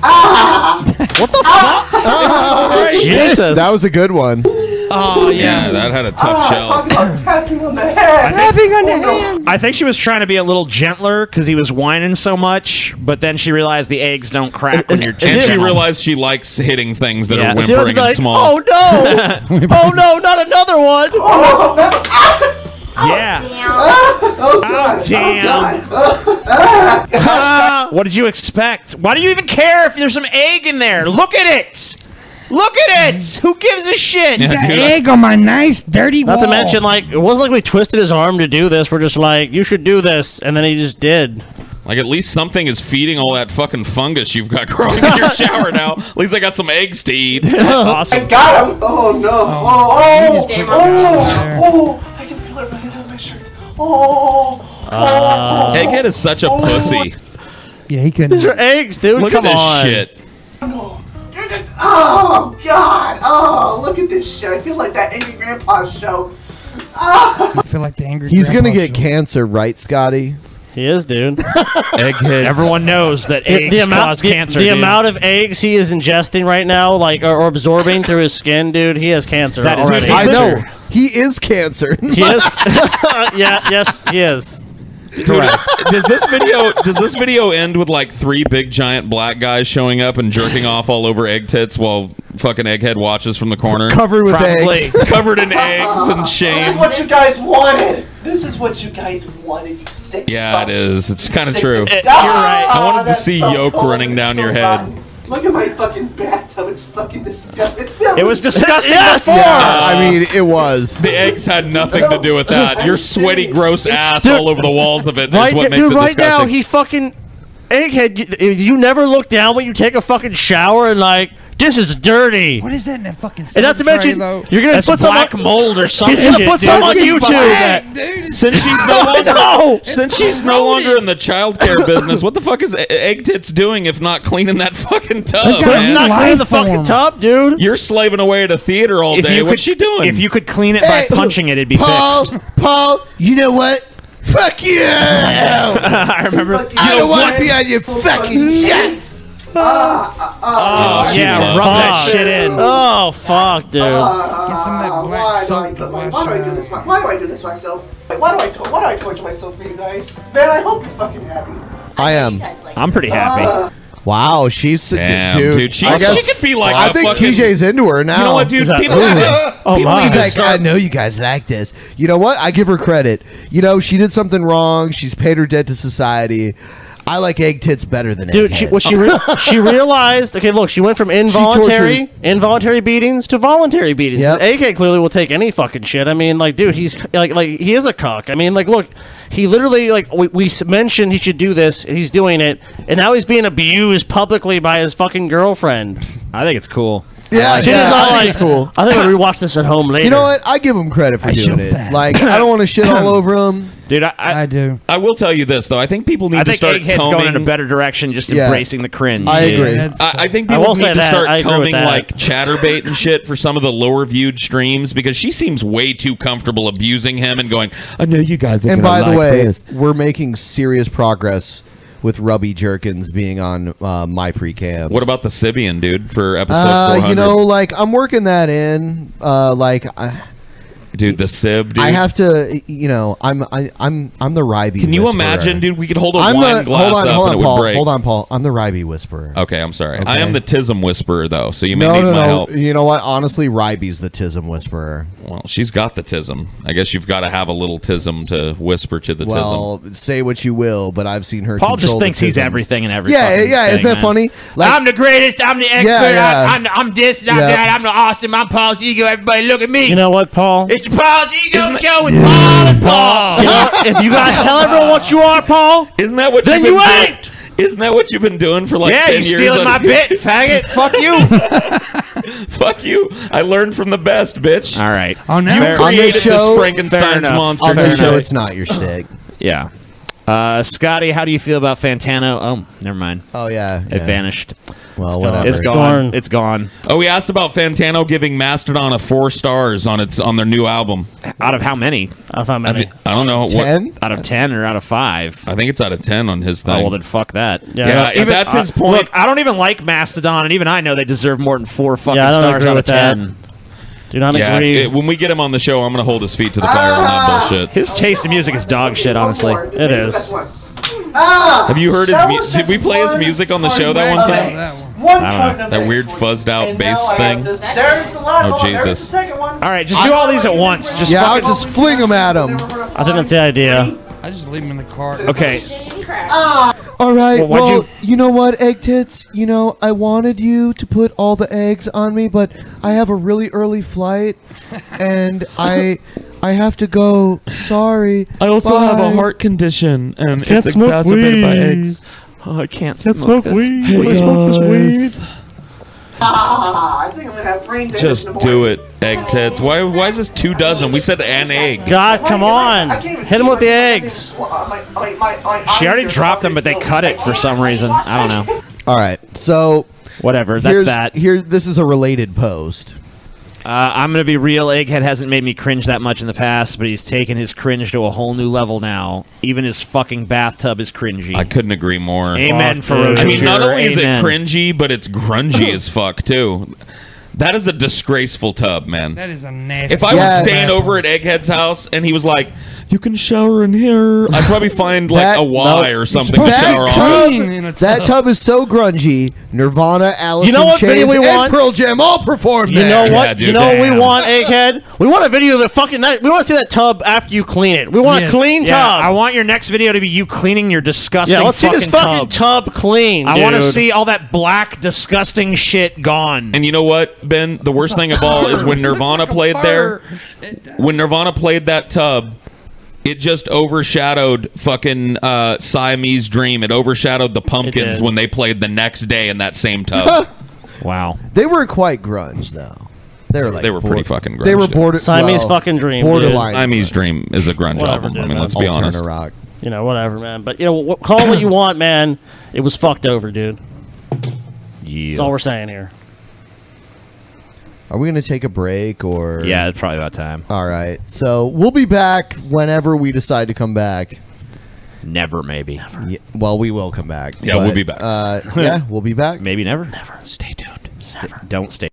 [SPEAKER 2] What the
[SPEAKER 5] Oh, Ah.
[SPEAKER 2] fuck?
[SPEAKER 3] Jesus.
[SPEAKER 2] That was a good one.
[SPEAKER 6] Oh
[SPEAKER 3] yeah, Ah, that had a
[SPEAKER 5] Ah.
[SPEAKER 3] tough shell.
[SPEAKER 5] Tapping on the head. Tapping on
[SPEAKER 6] Oh,
[SPEAKER 5] the hand.
[SPEAKER 6] I think she was trying to be a little gentler because he was whining so much, but then she realized the eggs don't crack when you're.
[SPEAKER 3] And she
[SPEAKER 6] gentle.
[SPEAKER 3] realized she likes hitting things that
[SPEAKER 6] Yeah.
[SPEAKER 3] are
[SPEAKER 6] Is it
[SPEAKER 3] whimpering
[SPEAKER 6] like,
[SPEAKER 3] and small.
[SPEAKER 7] Oh no! oh no! Not another one!
[SPEAKER 6] Yeah.
[SPEAKER 5] Oh,
[SPEAKER 6] God. Damn. what did you expect? Why do you even care if there's some egg in there? Look at it. Look at it. Who gives a shit?
[SPEAKER 1] You got egg on my nice dirty
[SPEAKER 7] Not
[SPEAKER 1] wall.
[SPEAKER 7] to mention, like, it wasn't like we twisted his arm to do this. We're just like, you should do this, and then he just did.
[SPEAKER 3] Like at least something is feeding all that fucking fungus you've got growing in your shower now. At least I got some eggs to eat.
[SPEAKER 5] I got him. Oh no. Oh, oh, oh, oh, I can feel it running down my shirt. Oh.
[SPEAKER 3] Egghead is such a pussy.
[SPEAKER 1] Yeah, he couldn't.
[SPEAKER 7] These are eggs, dude.
[SPEAKER 3] Look
[SPEAKER 7] Come
[SPEAKER 3] at this
[SPEAKER 7] on.
[SPEAKER 3] shit.
[SPEAKER 5] Oh God! Oh, look at this shit. I feel like that angry grandpa show. Oh.
[SPEAKER 1] I feel like the angry.
[SPEAKER 2] He's gonna get cancer, right, Scotty?
[SPEAKER 7] He is, dude.
[SPEAKER 3] Egghead.
[SPEAKER 6] Everyone knows that eggs cause
[SPEAKER 7] the-
[SPEAKER 6] cancer.
[SPEAKER 7] The,
[SPEAKER 6] dude.
[SPEAKER 7] amount of eggs he is ingesting right now, like, or, or absorbing through his skin, dude, he has cancer
[SPEAKER 6] That is-
[SPEAKER 7] already.
[SPEAKER 6] I know.
[SPEAKER 2] He is cancer.
[SPEAKER 7] He is. yeah. Yes, he is.
[SPEAKER 3] Correct. does this video does this video end with like three big giant black guys showing up and jerking off all over egg tits while fucking egghead watches from the corner?
[SPEAKER 2] Covered with
[SPEAKER 3] Probably.
[SPEAKER 2] eggs.
[SPEAKER 3] Covered in eggs and
[SPEAKER 5] This is
[SPEAKER 3] shame.
[SPEAKER 5] what you guys wanted. This is what you guys wanted. You sick.
[SPEAKER 3] Yeah, it is. It's kind of
[SPEAKER 5] Sick
[SPEAKER 3] true.
[SPEAKER 5] as- You're right.
[SPEAKER 3] I wanted to
[SPEAKER 5] That's
[SPEAKER 3] see
[SPEAKER 5] so
[SPEAKER 3] yolk
[SPEAKER 5] cold.
[SPEAKER 3] running down your head.
[SPEAKER 5] Look at my fucking bathtub. It's fucking disgusting. It feels-
[SPEAKER 6] It was disgusting
[SPEAKER 5] Yes!
[SPEAKER 6] before.
[SPEAKER 2] I mean, it was.
[SPEAKER 3] The eggs had nothing to do with that. Your sweaty, gross ass all over the walls of it is
[SPEAKER 7] Right,
[SPEAKER 3] what
[SPEAKER 7] n-
[SPEAKER 3] makes
[SPEAKER 7] dude,
[SPEAKER 3] it
[SPEAKER 7] right
[SPEAKER 3] disgusting.
[SPEAKER 7] now he fucking egghead. You, you never look down when you take a fucking shower and like this is dirty.
[SPEAKER 1] What is that in that fucking?
[SPEAKER 7] And not to
[SPEAKER 1] soda tray,
[SPEAKER 7] mention,
[SPEAKER 1] though?
[SPEAKER 7] you're gonna
[SPEAKER 6] That's
[SPEAKER 7] put some
[SPEAKER 6] black mold or some
[SPEAKER 7] He's gonna
[SPEAKER 6] shit,
[SPEAKER 7] put
[SPEAKER 6] dude.
[SPEAKER 7] some on
[SPEAKER 6] Fucking
[SPEAKER 7] YouTube.
[SPEAKER 6] black.
[SPEAKER 3] Since she's no
[SPEAKER 7] I
[SPEAKER 3] longer,
[SPEAKER 7] know!
[SPEAKER 3] since she's no longer in the childcare business, what the fuck is E- Egg Tits doing if not cleaning that fucking tub?
[SPEAKER 7] got
[SPEAKER 3] Man?
[SPEAKER 7] a Not cleaning the life fucking form. tub, dude.
[SPEAKER 3] You're slaving away at a theater all
[SPEAKER 6] If
[SPEAKER 3] day.
[SPEAKER 6] you
[SPEAKER 3] What's
[SPEAKER 6] could-
[SPEAKER 3] she doing?
[SPEAKER 6] if you could clean it by Hey, punching it, it'd be
[SPEAKER 2] Paul,
[SPEAKER 6] fixed.
[SPEAKER 2] Paul, you know what? Fuck you! I
[SPEAKER 6] remember.
[SPEAKER 2] I
[SPEAKER 5] You know
[SPEAKER 2] don't want
[SPEAKER 5] what? Mm-hmm.
[SPEAKER 2] to be on your fucking shit.
[SPEAKER 5] Ah, ah, ah.
[SPEAKER 7] Oh, yeah, rub that shit in. Oh fuck, dude.
[SPEAKER 1] Get some of that uh, black
[SPEAKER 5] Ah, why do I
[SPEAKER 1] soap
[SPEAKER 5] do-
[SPEAKER 1] to
[SPEAKER 5] Why
[SPEAKER 1] wash
[SPEAKER 5] why do I do
[SPEAKER 1] your
[SPEAKER 5] this? Why, why do I do this myself? Wait, why do I to- why do I torture myself for you guys? Man, I hope you're fucking happy.
[SPEAKER 2] I am. Oh.
[SPEAKER 6] I'm pretty happy.
[SPEAKER 5] Ah.
[SPEAKER 2] Wow, she's
[SPEAKER 3] Damn,
[SPEAKER 2] dude.
[SPEAKER 3] dude, she-
[SPEAKER 2] I
[SPEAKER 3] she
[SPEAKER 2] guess,
[SPEAKER 3] could be like
[SPEAKER 2] I
[SPEAKER 3] a
[SPEAKER 2] think
[SPEAKER 3] fucking-
[SPEAKER 2] TJ's into her now.
[SPEAKER 3] You know what, dude? People- Oh,
[SPEAKER 2] People
[SPEAKER 3] my.
[SPEAKER 2] She's like,
[SPEAKER 3] Start-
[SPEAKER 2] I know you guys like this. You know what? I give her credit. You know, she did something wrong. She's paid her debt to society. I like egg tits better than
[SPEAKER 7] Dude, she,
[SPEAKER 2] egghead.
[SPEAKER 7] what she re- she realized. Okay, look, she went from involuntary involuntary beatings to voluntary beatings. AK clearly will take any fucking shit. I mean, like, dude, he's like like he is a cock. I mean, like, look, he literally like we, we s- mentioned he should do this, and he's doing it, and now he's being abused publicly by his fucking girlfriend.
[SPEAKER 6] I think it's cool.
[SPEAKER 2] Yeah,
[SPEAKER 7] like
[SPEAKER 2] yeah,
[SPEAKER 7] it.
[SPEAKER 2] I
[SPEAKER 7] I
[SPEAKER 2] think
[SPEAKER 7] like-
[SPEAKER 2] it's cool.
[SPEAKER 7] I think we'll rewatch this at home later.
[SPEAKER 2] You know what? I give him credit for doing it. Like, I don't want to shit all over him.
[SPEAKER 6] Dude, I, I,
[SPEAKER 1] do.
[SPEAKER 3] I will tell you this though. I think people need
[SPEAKER 6] I
[SPEAKER 3] to
[SPEAKER 6] think
[SPEAKER 3] start
[SPEAKER 6] Egghead's
[SPEAKER 3] combing.
[SPEAKER 6] going in a better direction, just
[SPEAKER 3] Yeah.
[SPEAKER 6] embracing the cringe.
[SPEAKER 2] I agree.
[SPEAKER 3] I, I think
[SPEAKER 6] I
[SPEAKER 3] people
[SPEAKER 6] will
[SPEAKER 3] need
[SPEAKER 6] say
[SPEAKER 3] to
[SPEAKER 6] that. I
[SPEAKER 3] start
[SPEAKER 6] agree with
[SPEAKER 3] combing
[SPEAKER 6] that.
[SPEAKER 3] like ChatterBait and shit for some of the lower viewed streams because she seems way too comfortable abusing him and going, "I know you guys are
[SPEAKER 2] And
[SPEAKER 3] gonna
[SPEAKER 2] by the
[SPEAKER 3] like
[SPEAKER 2] way,
[SPEAKER 3] this."
[SPEAKER 2] we're making serious progress with Rubby Jerkins being on uh, my free cam.
[SPEAKER 3] What about the Sibian dude for episode
[SPEAKER 2] Uh,
[SPEAKER 3] 400?
[SPEAKER 2] you know, like I'm working that in. Uh, like I,
[SPEAKER 3] dude, the sib, dude.
[SPEAKER 2] I have to, you know, I'm I, I'm I'm the Ryby.
[SPEAKER 3] Can you
[SPEAKER 2] whisperer.
[SPEAKER 3] imagine, dude? We could hold a
[SPEAKER 2] I'm
[SPEAKER 3] wine
[SPEAKER 2] the,
[SPEAKER 3] glass
[SPEAKER 2] hold on,
[SPEAKER 3] up
[SPEAKER 2] hold on,
[SPEAKER 3] and it would
[SPEAKER 2] Paul.
[SPEAKER 3] break.
[SPEAKER 2] Hold on, Paul. I'm the Ryby whisperer.
[SPEAKER 3] Okay, I'm sorry. I
[SPEAKER 2] Okay.
[SPEAKER 3] am the tism whisperer, though, so you may
[SPEAKER 2] no,
[SPEAKER 3] need
[SPEAKER 2] no,
[SPEAKER 3] my
[SPEAKER 2] no.
[SPEAKER 3] help.
[SPEAKER 2] You know what? Honestly, Ryby's the tism whisperer.
[SPEAKER 3] Well, she's got the tism. I guess you've got to have a little tism to whisper to the
[SPEAKER 2] well, say what you will, but I've seen her.
[SPEAKER 3] Paul just
[SPEAKER 2] control the
[SPEAKER 3] thinks he's
[SPEAKER 2] tisms.
[SPEAKER 3] everything and every
[SPEAKER 2] Yeah,
[SPEAKER 3] fucking
[SPEAKER 2] yeah.
[SPEAKER 3] thing,
[SPEAKER 2] Isn't that
[SPEAKER 3] man.
[SPEAKER 2] funny? Like,
[SPEAKER 13] I'm the greatest. I'm the expert.
[SPEAKER 2] Yeah, yeah.
[SPEAKER 13] I, I'm, I'm this. I'm
[SPEAKER 2] Yeah.
[SPEAKER 13] that. I'm the Austin. I'm Paul's ego. Everybody, look at me.
[SPEAKER 7] You know what, Paul?
[SPEAKER 13] It's the Paul's ego show with Paul and Paul.
[SPEAKER 7] You know, if you gotta tell everyone what you are, Paul,
[SPEAKER 3] isn't that what?
[SPEAKER 7] Then
[SPEAKER 3] you've
[SPEAKER 7] you
[SPEAKER 3] been
[SPEAKER 7] ain't.
[SPEAKER 3] doing- Isn't that what you've been doing for like
[SPEAKER 7] Yeah,
[SPEAKER 3] 10
[SPEAKER 7] you
[SPEAKER 3] years?
[SPEAKER 7] stealing
[SPEAKER 3] on-
[SPEAKER 7] my bit, faggot. Fuck you.
[SPEAKER 3] Fuck you. I learned from the best, bitch. All
[SPEAKER 6] right.
[SPEAKER 3] Oh,
[SPEAKER 2] now-
[SPEAKER 3] you
[SPEAKER 2] Fair- on this
[SPEAKER 3] created this,
[SPEAKER 2] show- fair
[SPEAKER 3] Frankenstein's
[SPEAKER 2] enough.
[SPEAKER 3] monster.
[SPEAKER 2] On this show, it's not your shtick.
[SPEAKER 6] Yeah. Uh, Scotty, how do you feel about Fantano? Oh, never mind.
[SPEAKER 2] Oh yeah,
[SPEAKER 6] it vanished.
[SPEAKER 2] Well,
[SPEAKER 3] whatever.
[SPEAKER 6] It's gone. It's gone.
[SPEAKER 3] Oh, we asked about Fantano giving Mastodon a four stars on its on their new album.
[SPEAKER 6] Out of how many? Out of how
[SPEAKER 3] I,
[SPEAKER 6] many?
[SPEAKER 3] thi- I don't know. what-
[SPEAKER 6] Out of ten or out of five?
[SPEAKER 3] I think it's out of ten on his thing.
[SPEAKER 6] Oh well, then fuck that.
[SPEAKER 3] Yeah, if that's his point.
[SPEAKER 6] uh, Look, I don't even like Mastodon, and even I know they deserve more than four fucking
[SPEAKER 3] Yeah, I don't
[SPEAKER 6] stars
[SPEAKER 3] agree
[SPEAKER 6] out
[SPEAKER 3] with
[SPEAKER 6] of
[SPEAKER 3] that.
[SPEAKER 6] ten. Do not
[SPEAKER 3] yeah, it- when we get him on the show, I'm gonna hold his feet to the fire on that bullshit.
[SPEAKER 6] His taste in music is dog shit, honestly. It is.
[SPEAKER 5] Ah!
[SPEAKER 3] Have you heard his?
[SPEAKER 5] that
[SPEAKER 3] Mu-
[SPEAKER 5] was
[SPEAKER 3] did
[SPEAKER 5] just
[SPEAKER 3] we play his
[SPEAKER 5] one
[SPEAKER 3] music on the show that
[SPEAKER 5] kind
[SPEAKER 3] one
[SPEAKER 5] of
[SPEAKER 3] time?
[SPEAKER 5] bass. One kind of
[SPEAKER 3] that
[SPEAKER 5] bass.
[SPEAKER 3] weird fuzzed out
[SPEAKER 5] And
[SPEAKER 3] bass
[SPEAKER 5] now I have
[SPEAKER 3] thing.
[SPEAKER 5] this- There's the last
[SPEAKER 3] Oh,
[SPEAKER 5] one. There's the
[SPEAKER 3] Jesus.
[SPEAKER 5] second one.
[SPEAKER 6] All right, just do all these at once. Just
[SPEAKER 2] yeah, I'll
[SPEAKER 6] fucking-
[SPEAKER 2] just fling them at him.
[SPEAKER 6] I think that's the idea.
[SPEAKER 1] I just leave him in the car.
[SPEAKER 6] Okay.
[SPEAKER 2] All right.
[SPEAKER 1] Well,
[SPEAKER 2] Well,
[SPEAKER 1] why'd
[SPEAKER 2] you... know what, egg tits. You know, I wanted you to put all the eggs on me, but I have a really early flight, and I, I have to go. Sorry.
[SPEAKER 3] I also have a
[SPEAKER 2] Bye.
[SPEAKER 3] heart condition, and
[SPEAKER 2] Can't
[SPEAKER 3] it's
[SPEAKER 2] smoke
[SPEAKER 3] exacerbated by
[SPEAKER 2] weed.
[SPEAKER 3] eggs. Oh, I can't,
[SPEAKER 2] Can't
[SPEAKER 3] smoke,
[SPEAKER 2] smoke
[SPEAKER 3] this.
[SPEAKER 2] weed.
[SPEAKER 3] Hey,
[SPEAKER 2] Can't smoke this
[SPEAKER 3] guys.
[SPEAKER 5] Ah, I think I'm gonna have brain damage.
[SPEAKER 3] Just do it, egg tits. Why? Why is this two dozen? We said an egg.
[SPEAKER 7] God, come on. Hit him with the eggs.
[SPEAKER 6] She already dropped them, but they cut it for some reason. I don't know.
[SPEAKER 2] All right. So
[SPEAKER 6] whatever. That's
[SPEAKER 2] here's-
[SPEAKER 6] that.
[SPEAKER 2] Here, this is a related post.
[SPEAKER 6] Uh, I'm gonna be real. Egghead hasn't made me cringe that much in the past, but he's taken his cringe to a whole new level now. Even his fucking bathtub is cringy.
[SPEAKER 3] I couldn't agree more.
[SPEAKER 6] Amen,
[SPEAKER 3] Fuck,
[SPEAKER 6] Ferocious
[SPEAKER 3] dude. I mean, not
[SPEAKER 6] Juror,
[SPEAKER 3] only is it
[SPEAKER 6] amen.
[SPEAKER 3] cringy, but it's grungy as fuck too. That is a disgraceful tub, man.
[SPEAKER 1] That is a nasty.
[SPEAKER 3] If I was staying over at Egghead's house and he was like, "You can shower in here," I'd probably find like a Y or something to shower
[SPEAKER 2] That
[SPEAKER 3] on.
[SPEAKER 2] tub, that tub is so grungy. Nirvana, Alice
[SPEAKER 7] You know
[SPEAKER 2] in
[SPEAKER 7] what
[SPEAKER 2] Chains,
[SPEAKER 7] video we
[SPEAKER 2] and
[SPEAKER 7] want?
[SPEAKER 2] Pearl Jam all performed
[SPEAKER 7] You know
[SPEAKER 2] there.
[SPEAKER 7] what? you know what we want, egghead. We want a video of the fucking that. We want to see that tub after you clean it. We want a clean
[SPEAKER 6] Yeah,
[SPEAKER 7] tub.
[SPEAKER 6] I want your next video to be you cleaning your disgusting.
[SPEAKER 7] yeah, let's see this fucking tub, clean.
[SPEAKER 6] I want to
[SPEAKER 7] dude.
[SPEAKER 6] see all that black, disgusting shit gone.
[SPEAKER 3] And you know what, Ben? The worst thing of all is when Nirvana played there. When Nirvana played that tub, it just overshadowed fucking uh, Siamese Dream. It overshadowed the Pumpkins
[SPEAKER 2] did.
[SPEAKER 3] when they played the next day in that same tub.
[SPEAKER 6] wow.
[SPEAKER 2] They were quite grunge though. They were like
[SPEAKER 3] they were pretty fucking. Grunge,
[SPEAKER 2] They were
[SPEAKER 3] dude.
[SPEAKER 2] border
[SPEAKER 7] Siamese
[SPEAKER 2] well,
[SPEAKER 7] fucking dream. dude.
[SPEAKER 2] Borderline.
[SPEAKER 3] Siamese Dream is a grunge
[SPEAKER 7] Whatever,
[SPEAKER 3] album.
[SPEAKER 7] dude,
[SPEAKER 3] I mean,
[SPEAKER 7] man.
[SPEAKER 3] let's be
[SPEAKER 7] Alternative
[SPEAKER 3] honest.
[SPEAKER 2] rock.
[SPEAKER 7] You know, whatever, man. But you know, wh- call it what you want, man. It was fucked over, dude.
[SPEAKER 6] Yeah.
[SPEAKER 7] That's all we're saying here.
[SPEAKER 2] Are we going to take a break or?
[SPEAKER 6] Yeah, it's probably about time.
[SPEAKER 2] All right. So we'll be back whenever we decide to come back.
[SPEAKER 6] Never, maybe.
[SPEAKER 2] Yeah, well, we will come back.
[SPEAKER 6] Yeah, we'll
[SPEAKER 2] but,
[SPEAKER 6] be back.
[SPEAKER 2] Uh, yeah, we'll be back.
[SPEAKER 6] Maybe never. Never. Stay tuned. Never. Don't stay.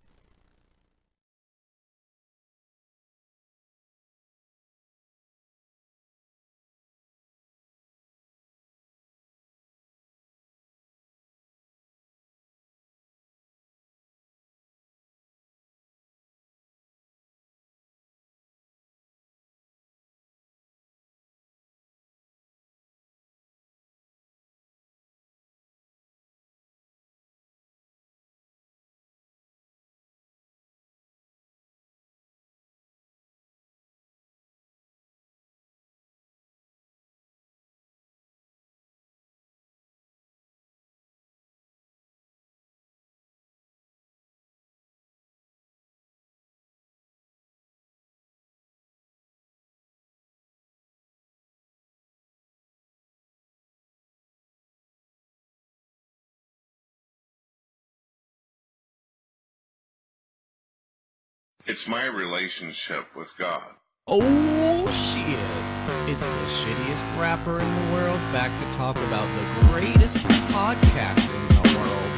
[SPEAKER 14] It's my relationship with God.
[SPEAKER 17] Oh shit! It's the shittiest rapper in the world back to talk about the greatest podcast in the world.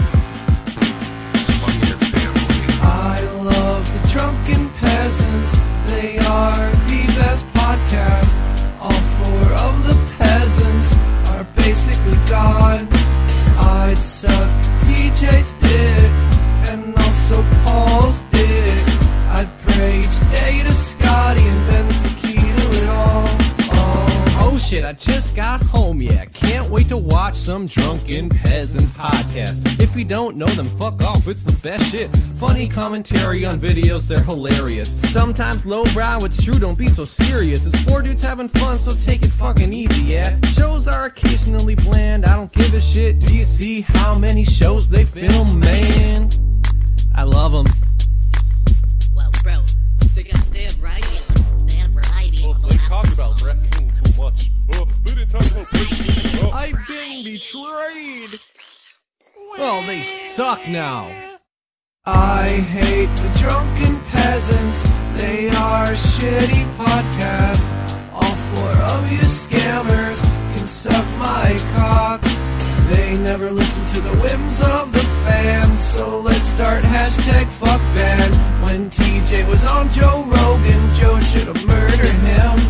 [SPEAKER 17] I love the drunken peasants. They are
[SPEAKER 8] best podcast. All four of the peasants are basically gone. I'd suck TJ's dick and also Paul's dick. I'd pray each day to Scotty and Ben's the key to it all.
[SPEAKER 17] Oh shit, I just got home, yeah. Can't wait to watch some drunken peasant podcast. If you don't know them, fuck off, it's the best shit. Funny commentary on videos, they're hilarious. Sometimes lowbrow, it's true, don't be so serious. It's four dudes having fun, so take it fucking easy, yeah. Shows are occasionally bland, I don't give a shit. Do you see how many shows they film, man? I love them.
[SPEAKER 16] Well, bro, they got damn right. Damn right.
[SPEAKER 14] They talk about Brett King too much. Oh, we didn't talk about Brett King. Oh.
[SPEAKER 17] I've been betrayed.
[SPEAKER 8] Well, they suck now. I hate the drunken peasants. They are shitty podcasts. All four of you scammers can suck my cock. They never listen to the whims of the fans. So let's start hashtag fuck ban. When TJ was on Joe Rogan, Joe should have murdered him.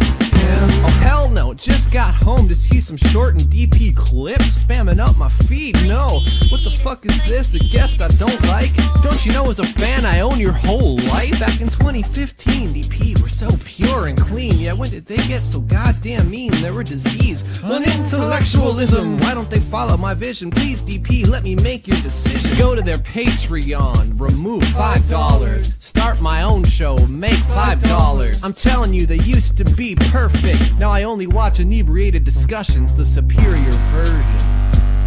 [SPEAKER 17] Oh hell no, just got home to see some short and DP clips spamming up my feed. No, what the fuck is this? A guest I don't like? Don't you know as a fan I own your whole life? Back in 2015, DP were so pure and clean. Yeah, when did they get so goddamn mean? They're a disease, an intellectualism. Why don't they follow my vision? Please, DP, let me make your decision. Go to their Patreon, remove five dollars, start my own show, make five dollars. I'm telling you, they used to be perfect. Now I only watch inebriated discussions, the superior version.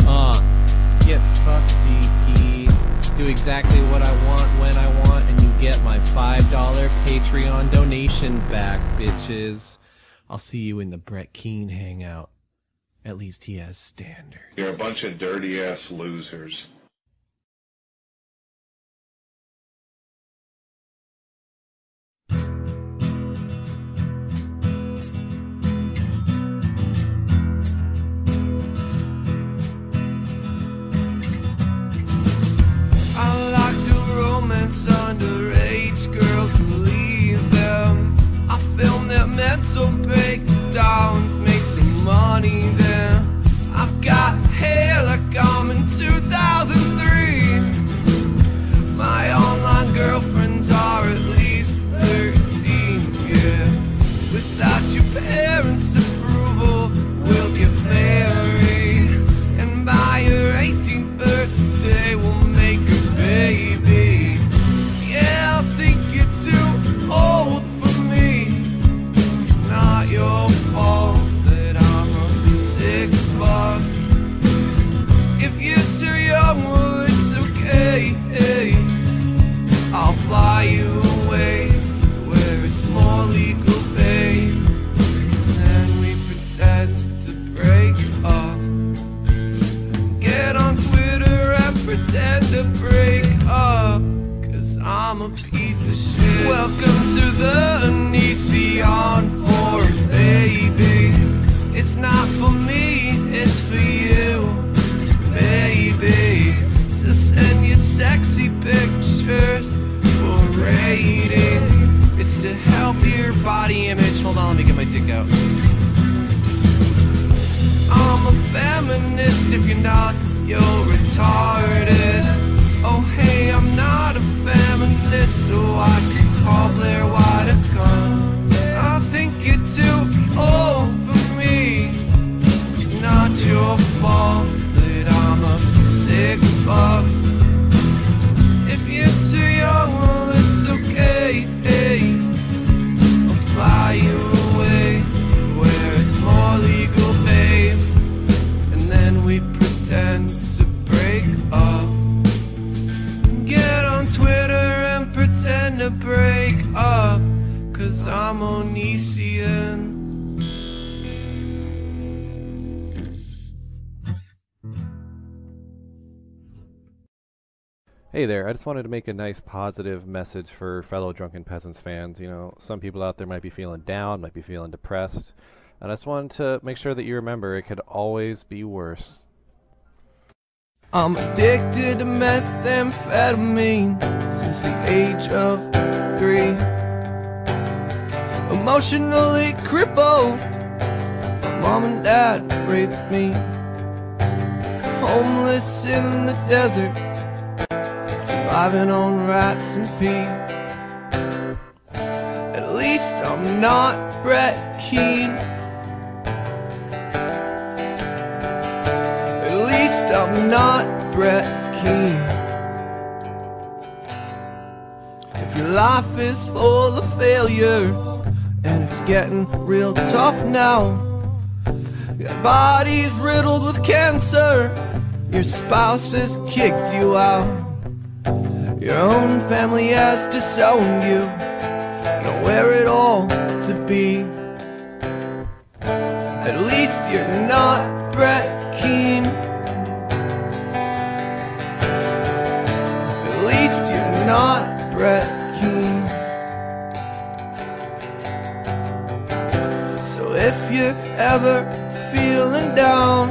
[SPEAKER 17] Uh, get fucked, DP.
[SPEAKER 8] Do exactly what I want when I want, and you get my $5 Patreon donation back, bitches.
[SPEAKER 17] I'll see you in the Brett Keen hangout. At least he has standards.
[SPEAKER 14] You're a bunch of dirty ass losers.
[SPEAKER 8] I like to romance underage girls and leave them. I film their mental breakdowns, make some money there. I've got hair like I'm in 2003. My online girlfriends are at least 13, yeah. Without your parents' approval, we'll get married. And by your 18th birthday, we'll make a baby. Yeah, I think you're too old for me. It's not your fault that I'm a sick fuck. If you're too young, well, it's okay. I'll fly you away to where it's more legal, babe. And then we pretend to break up. Get on Twitter and pretend to break up. Cause I'm a piece of shit. Welcome to the Onision Forum, baby. It's not for me, it's for you, baby. So send your sexy pictures for rating.
[SPEAKER 17] It's to help your body image. Hold on, let me get my dick out.
[SPEAKER 8] I'm a feminist, if you're not, you're retarded. Oh, hey, I'm not a feminist, so I can call Blair White a cunt. I think you're too old for me. It's not your fault that I'm a sick fuck. If you're too young, well, it's okay. I'll fly you away where it's more legal, babe. And then we pretend to break up. Get on Twitter and pretend to break up. Cause I'm Onision.
[SPEAKER 18] Hey there, I just wanted to make a nice positive message for fellow Drunken Peasants fans. You know, some people out there might be feeling down, might be feeling depressed, and I just wanted to make sure that you remember it could always be worse.
[SPEAKER 8] I'm addicted to methamphetamine since the age of three. emotionally crippled. My mom and dad raped me. Homeless in the desert, surviving on rats and pee. At least I'm not Brett Keane. At least I'm not Brett Keane. If your life is full of failure, and it's getting real tough now, your body's riddled with cancer, your spouse has kicked you out, your own family has disowned you, nowhere at all to be. At least you're not Brett Keane. At least you're not Brett Keane. So if you're ever feeling down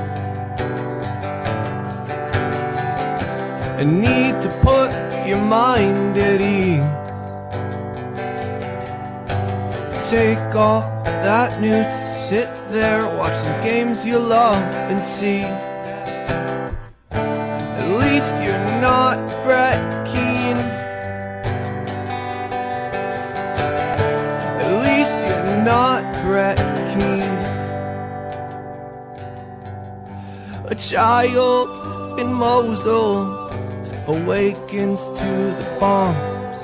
[SPEAKER 8] and need to put your mind at ease, take all that news, sit there watching games you love and see. At least you're not Brett Keane. At least you're not Brett Keane. A child in Mosul awakens to the bombs.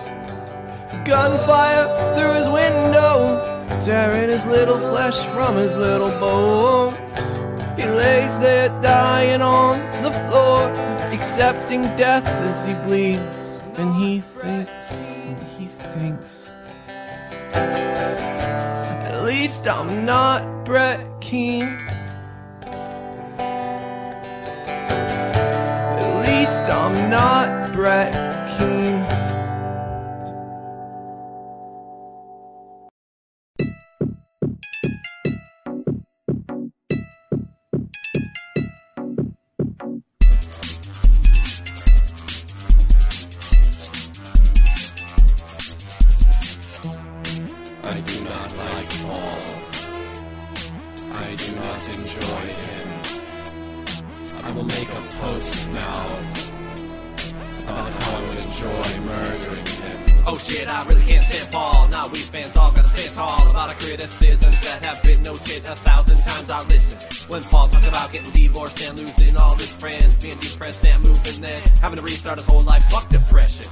[SPEAKER 8] Gunfire through his window, tearing his little flesh from his little bones. He lays there dying on the floor, accepting death as he bleeds. And he thinks, and he thinks. At least I'm not Brett Keane. At least I'm not Brett Keane.
[SPEAKER 5] I do not like Paul. I do not enjoy him. I will make a post now about how I would enjoy murdering him.
[SPEAKER 17] Oh shit, I really can't stand Paul. Now we fans all gotta stand tall about our criticisms that have been noted a thousand times. I listen when Paul talked about getting divorced and losing all his friends, being depressed and moving, then having to restart his whole life. Fuck depression.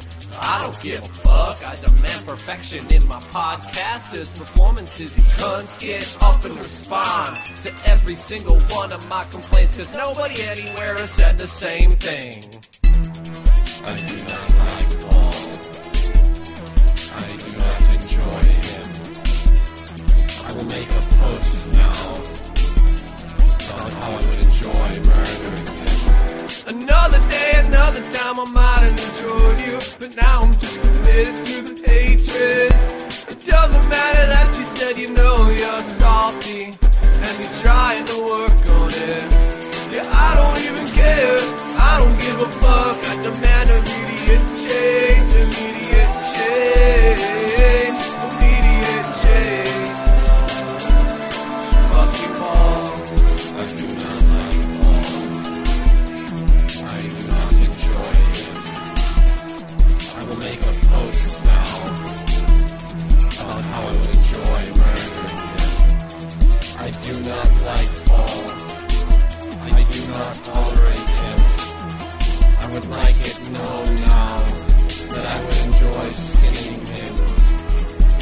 [SPEAKER 17] I don't give a fuck. I demand perfection in my podcasters' performances. You cunts get up and respond to every single one of my complaints, cause nobody anywhere has said the same thing.
[SPEAKER 5] I do not like Paul. I do not enjoy him. I will make a post now about how I would enjoy murdering him.
[SPEAKER 17] Another day, another time, I might have enjoyed you, but now I'm just committed to the hatred. It doesn't matter that you said you know you're salty, and you're trying to work on it. Yeah, I don't even care, I don't give a fuck, I demand immediate change, immediate change, immediate change. Fuck you all.
[SPEAKER 5] I do not like Paul. I do not enjoy him. I will make a post now about how I would enjoy murdering him. I do not like Paul. I do not tolerate him. I would like it known now that I would enjoy skinning him.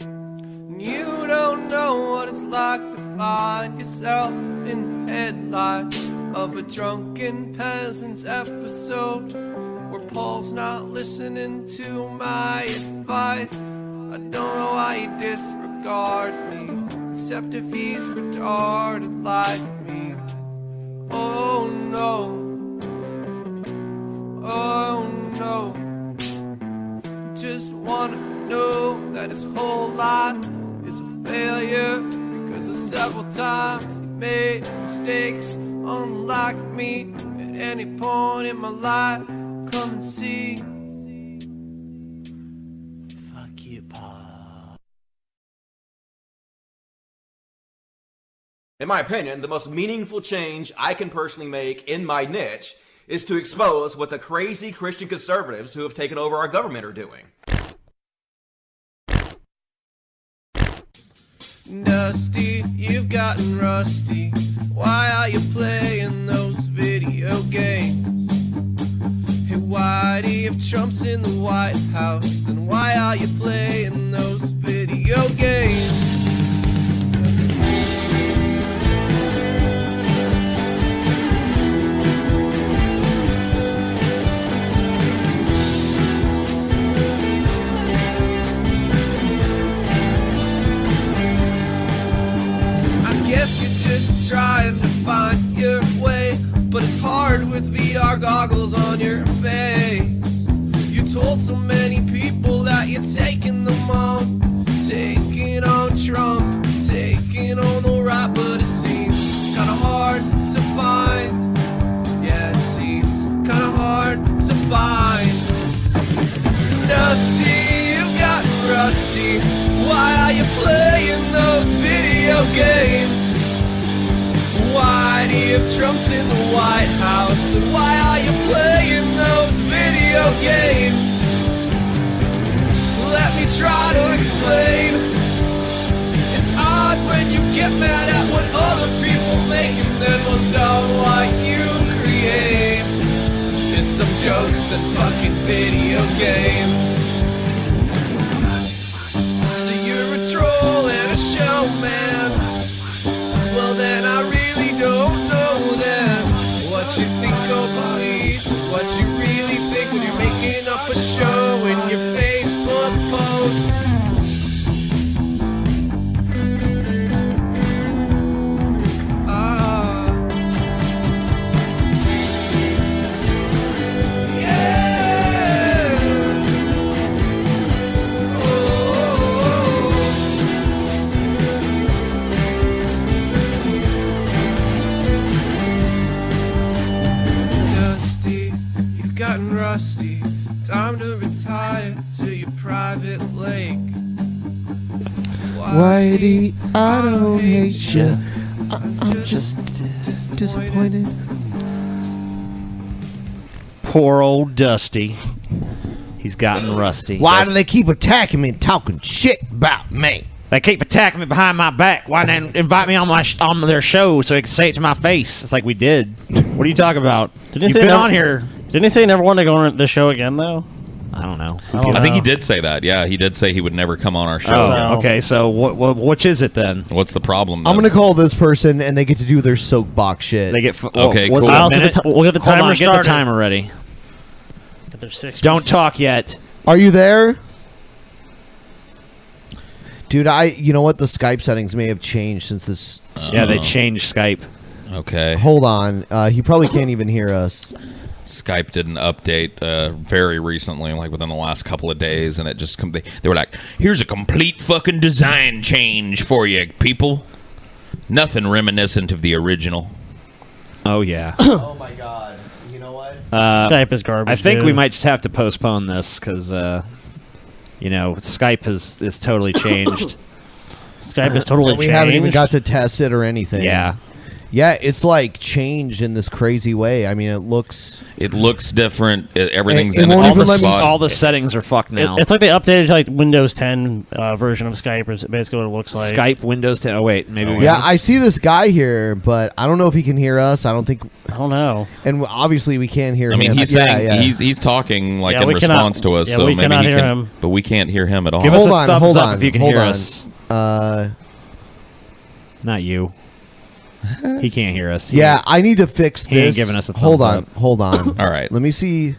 [SPEAKER 17] And you don't know what it's like to find yourself in the headlights of a drunken peasant's episode where Paul's not listening to my advice. I don't know why you disregard me, except if he's retarded like me. Oh no, oh no. Just wanna know that his whole life is a failure because of several times he made mistakes. Unlike me, at any point in my life, come and see.
[SPEAKER 25] In my opinion, the most meaningful change I can personally make in my niche is to expose what the crazy Christian conservatives who have taken over our government are doing.
[SPEAKER 8] Dusty, you've gotten rusty. Why are you playing those video games? Hey, Whitey, if Trump's in the White House, then why are you playing those video games? I guess you're just trying to find your way, but it's hard with VR goggles on your face. You told so many people that you're taking them on, taking on Trump, taking on the right, but it seems kinda hard to find. Yeah, it seems kinda hard to find. Dusty, you've gotten rusty. Why are you playing those video games? Why do you have Trump's in the White House? Then why are you playing those video games? Let me try to explain. It's odd when you get mad at what other people make and then will stop what you create. It's some jokes and fucking video games. So you're a troll and a showman. Well then I really don't know then what you think or believe, what you really think when you're making up a show in your Facebook posts. Ah. Yeah. Dusty, you've gotten rusty. Time to retire to your private lake.
[SPEAKER 2] Whitey, I don't hate you. I'm just disappointed.
[SPEAKER 6] Poor old Dusty. He's gotten rusty.
[SPEAKER 2] Why do they keep attacking me and talking shit about me?
[SPEAKER 6] They keep attacking me behind my back. Why didn't they invite me on my sh- on their show so they could say it to my face? It's like we did. What are you talking about?
[SPEAKER 7] he
[SPEAKER 6] You've
[SPEAKER 7] say
[SPEAKER 6] been
[SPEAKER 7] never-
[SPEAKER 6] on here.
[SPEAKER 7] Didn't he say he never wanted to go on the show again though?
[SPEAKER 6] I don't know.
[SPEAKER 7] I, don't
[SPEAKER 3] I think
[SPEAKER 7] know.
[SPEAKER 3] he did say that. Yeah, he did say he would never come on our show.
[SPEAKER 6] Oh, okay. So what, what which is it then?
[SPEAKER 3] What's the problem?
[SPEAKER 2] I'm gonna call this person, and they get to do their soapbox shit.
[SPEAKER 6] They get f-
[SPEAKER 3] Okay,
[SPEAKER 6] what's
[SPEAKER 3] cool.
[SPEAKER 6] the
[SPEAKER 3] I'll get
[SPEAKER 6] minute?
[SPEAKER 2] the ti- we'll get the
[SPEAKER 6] Hold
[SPEAKER 2] timer
[SPEAKER 6] on, Get the
[SPEAKER 2] started.
[SPEAKER 6] timer ready.
[SPEAKER 7] But they're six.
[SPEAKER 6] Don't talk yet.
[SPEAKER 2] Are you there? Dude, I you know what? The Skype settings may have changed since this.
[SPEAKER 6] Yeah, they changed Skype.
[SPEAKER 3] Okay.
[SPEAKER 2] Hold on. Uh, he probably can't even hear us.
[SPEAKER 3] Skype did an update uh, very recently, like within the last couple of days, and it just com- they, they were like, "Here's a complete fucking design change for you, people. Nothing reminiscent of the original."
[SPEAKER 6] Oh yeah.
[SPEAKER 2] oh my god. You know what?
[SPEAKER 6] Uh,
[SPEAKER 7] Skype is garbage,
[SPEAKER 6] I think we
[SPEAKER 7] dude.
[SPEAKER 6] might just have to postpone this because, uh, you know, Skype has is totally changed.
[SPEAKER 7] Skype
[SPEAKER 6] is
[SPEAKER 7] totally
[SPEAKER 2] we haven't even got to test it or anything.
[SPEAKER 6] Yeah.
[SPEAKER 2] Yeah, it's like changed in this crazy way. I mean, it looks.
[SPEAKER 3] It looks different. It, everything's
[SPEAKER 2] It- it
[SPEAKER 3] in
[SPEAKER 2] won't
[SPEAKER 3] all
[SPEAKER 2] even
[SPEAKER 3] the
[SPEAKER 2] let me-
[SPEAKER 3] spot.
[SPEAKER 6] all the settings are fucked now.
[SPEAKER 7] It- it's like they updated to like Windows 10 uh, version of Skype. Is basically what it looks like.
[SPEAKER 6] Skype Windows 10. Oh wait, maybe. we
[SPEAKER 2] Yeah, I see this guy here, but I don't know if he can hear us. I don't think. I
[SPEAKER 7] don't know.
[SPEAKER 2] And obviously, we can't hear
[SPEAKER 3] I mean,
[SPEAKER 2] him.
[SPEAKER 3] he's
[SPEAKER 2] Yeah,
[SPEAKER 3] saying
[SPEAKER 2] yeah.
[SPEAKER 3] he's he's talking like
[SPEAKER 2] Yeah,
[SPEAKER 3] in
[SPEAKER 2] we cannot-
[SPEAKER 3] response to us,
[SPEAKER 2] yeah,
[SPEAKER 3] so
[SPEAKER 2] we
[SPEAKER 3] maybe
[SPEAKER 2] cannot
[SPEAKER 3] he
[SPEAKER 2] hear
[SPEAKER 3] can,
[SPEAKER 2] him.
[SPEAKER 3] but we can't hear him at all.
[SPEAKER 2] hold on, hold on, hold on. Uh,
[SPEAKER 6] Not you. He can't hear us. He
[SPEAKER 2] yeah,
[SPEAKER 6] ain't-
[SPEAKER 2] I need to fix
[SPEAKER 6] he ain't
[SPEAKER 2] this.
[SPEAKER 6] giving us a
[SPEAKER 2] hold
[SPEAKER 6] thumbs
[SPEAKER 2] on, hold on.
[SPEAKER 3] All right,
[SPEAKER 2] let me see.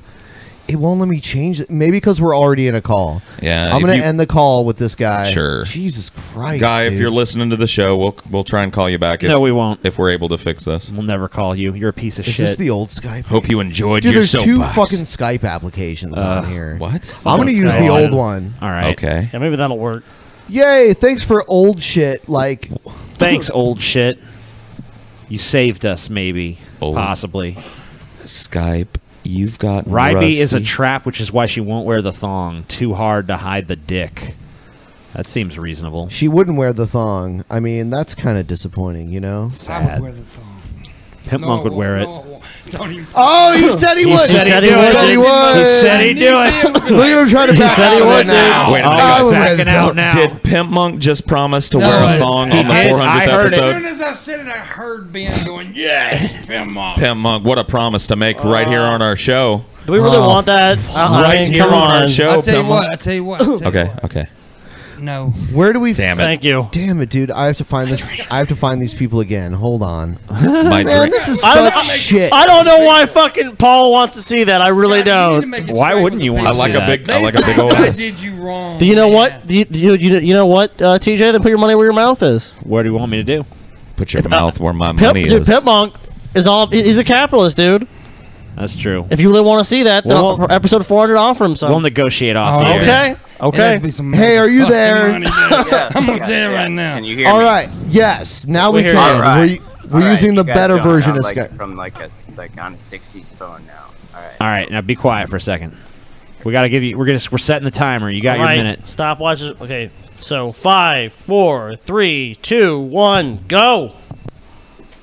[SPEAKER 2] It won't let me change it. Maybe because we're already in a call.
[SPEAKER 3] Yeah,
[SPEAKER 2] I'm
[SPEAKER 3] Uh, if
[SPEAKER 2] gonna
[SPEAKER 3] you-
[SPEAKER 2] end the call with this guy.
[SPEAKER 3] Sure.
[SPEAKER 2] Jesus Christ,
[SPEAKER 3] guy, if
[SPEAKER 2] dude.
[SPEAKER 3] you're listening to the show, we'll we'll try and call you back. If,
[SPEAKER 2] No,
[SPEAKER 6] we won't.
[SPEAKER 3] If we're able to fix this,
[SPEAKER 6] we'll never call you. You're a piece of
[SPEAKER 2] Is this shit. the old Skype?
[SPEAKER 3] Hope you enjoyed
[SPEAKER 2] Dude,
[SPEAKER 3] your
[SPEAKER 2] there's two
[SPEAKER 3] soapbox.
[SPEAKER 2] fucking Skype applications
[SPEAKER 3] Uh,
[SPEAKER 2] on here.
[SPEAKER 3] What?
[SPEAKER 2] I'm gonna
[SPEAKER 3] Fucking
[SPEAKER 2] use the
[SPEAKER 3] Skype.
[SPEAKER 2] old one.
[SPEAKER 6] All right.
[SPEAKER 3] Okay.
[SPEAKER 7] Yeah, maybe that'll work.
[SPEAKER 2] Yay! Thanks for old shit. Like,
[SPEAKER 6] Thanks, old shit. You saved us, maybe, possibly.
[SPEAKER 3] Skype, you've got
[SPEAKER 6] Ryby is a
[SPEAKER 3] rusty.
[SPEAKER 6] trap, which is why she won't wear the thong. Too hard to hide the dick. That seems reasonable.
[SPEAKER 2] She wouldn't wear the thong. I mean, that's kind of disappointing, you know?
[SPEAKER 5] Sad. I would wear the thong.
[SPEAKER 6] Pimp Monk would wear it.
[SPEAKER 2] Oh, he said he, would. He said he would. Look at him trying to back out of it now.
[SPEAKER 1] Wait a
[SPEAKER 2] Oh,
[SPEAKER 1] minute.
[SPEAKER 2] I would wear the thong.
[SPEAKER 1] Did Pimp Monk just promise to wear a thong on the 400th
[SPEAKER 5] As soon
[SPEAKER 1] episode?
[SPEAKER 5] as I said it, I heard Ben going, "Yes, Pimp Monk."
[SPEAKER 3] Pimp Monk, what a promise to make right here on our show.
[SPEAKER 7] Do we really
[SPEAKER 5] Oh,
[SPEAKER 7] want that? Uh-uh,
[SPEAKER 1] right
[SPEAKER 7] I mean,
[SPEAKER 1] here
[SPEAKER 7] come
[SPEAKER 1] on our show,
[SPEAKER 5] I tell you
[SPEAKER 1] Pimp
[SPEAKER 5] what.
[SPEAKER 1] Monk.
[SPEAKER 5] I tell you what. I tell you
[SPEAKER 3] Okay, okay.
[SPEAKER 5] No.
[SPEAKER 2] Where do we?
[SPEAKER 3] Damn it. Thank
[SPEAKER 7] you.
[SPEAKER 2] Damn it, dude! I have to find this. I have to find these people again. Hold on.
[SPEAKER 3] My
[SPEAKER 2] Man,
[SPEAKER 7] drink.
[SPEAKER 2] this is
[SPEAKER 7] I don't-
[SPEAKER 2] such shit.
[SPEAKER 7] I don't know why fucking Paul wants to see that. I really don't.
[SPEAKER 3] Why wouldn't you want I like a big I like a big old ass.
[SPEAKER 7] Do you know what? Do you, do you, you know- you know what, uh, TJ? Then put your money where your mouth is.
[SPEAKER 6] Where do you want me to do?
[SPEAKER 3] Put your mouth where my
[SPEAKER 7] Pimp,
[SPEAKER 3] money
[SPEAKER 7] dude,
[SPEAKER 3] is.
[SPEAKER 7] Pimp Monk is all. he- He's a capitalist, dude.
[SPEAKER 6] That's true.
[SPEAKER 7] If you really want to see that, then
[SPEAKER 6] Well-
[SPEAKER 7] I'll- episode 400, offer him some.
[SPEAKER 6] We'll negotiate off. the air.
[SPEAKER 7] okay. Okay.
[SPEAKER 2] Hey, are you there?
[SPEAKER 5] I'm gonna tell you right now.
[SPEAKER 4] Can you hear
[SPEAKER 2] All
[SPEAKER 4] me?
[SPEAKER 2] right. Yes. Now we
[SPEAKER 4] We're
[SPEAKER 2] can.
[SPEAKER 4] here. All
[SPEAKER 2] We're,
[SPEAKER 4] right.
[SPEAKER 2] we're
[SPEAKER 4] All right,
[SPEAKER 2] using the
[SPEAKER 4] you guys
[SPEAKER 2] better
[SPEAKER 4] don't
[SPEAKER 2] version
[SPEAKER 4] sound
[SPEAKER 2] of
[SPEAKER 4] like,
[SPEAKER 2] Skype.
[SPEAKER 4] From like a s- like on a '60s phone now. All right.
[SPEAKER 6] All right, now be quiet for a second. We gotta give you. We're gonna. We're setting the timer. You got your
[SPEAKER 7] Alright,
[SPEAKER 6] minute.
[SPEAKER 7] Stop watching. Okay. So five, four, three, two, one, go.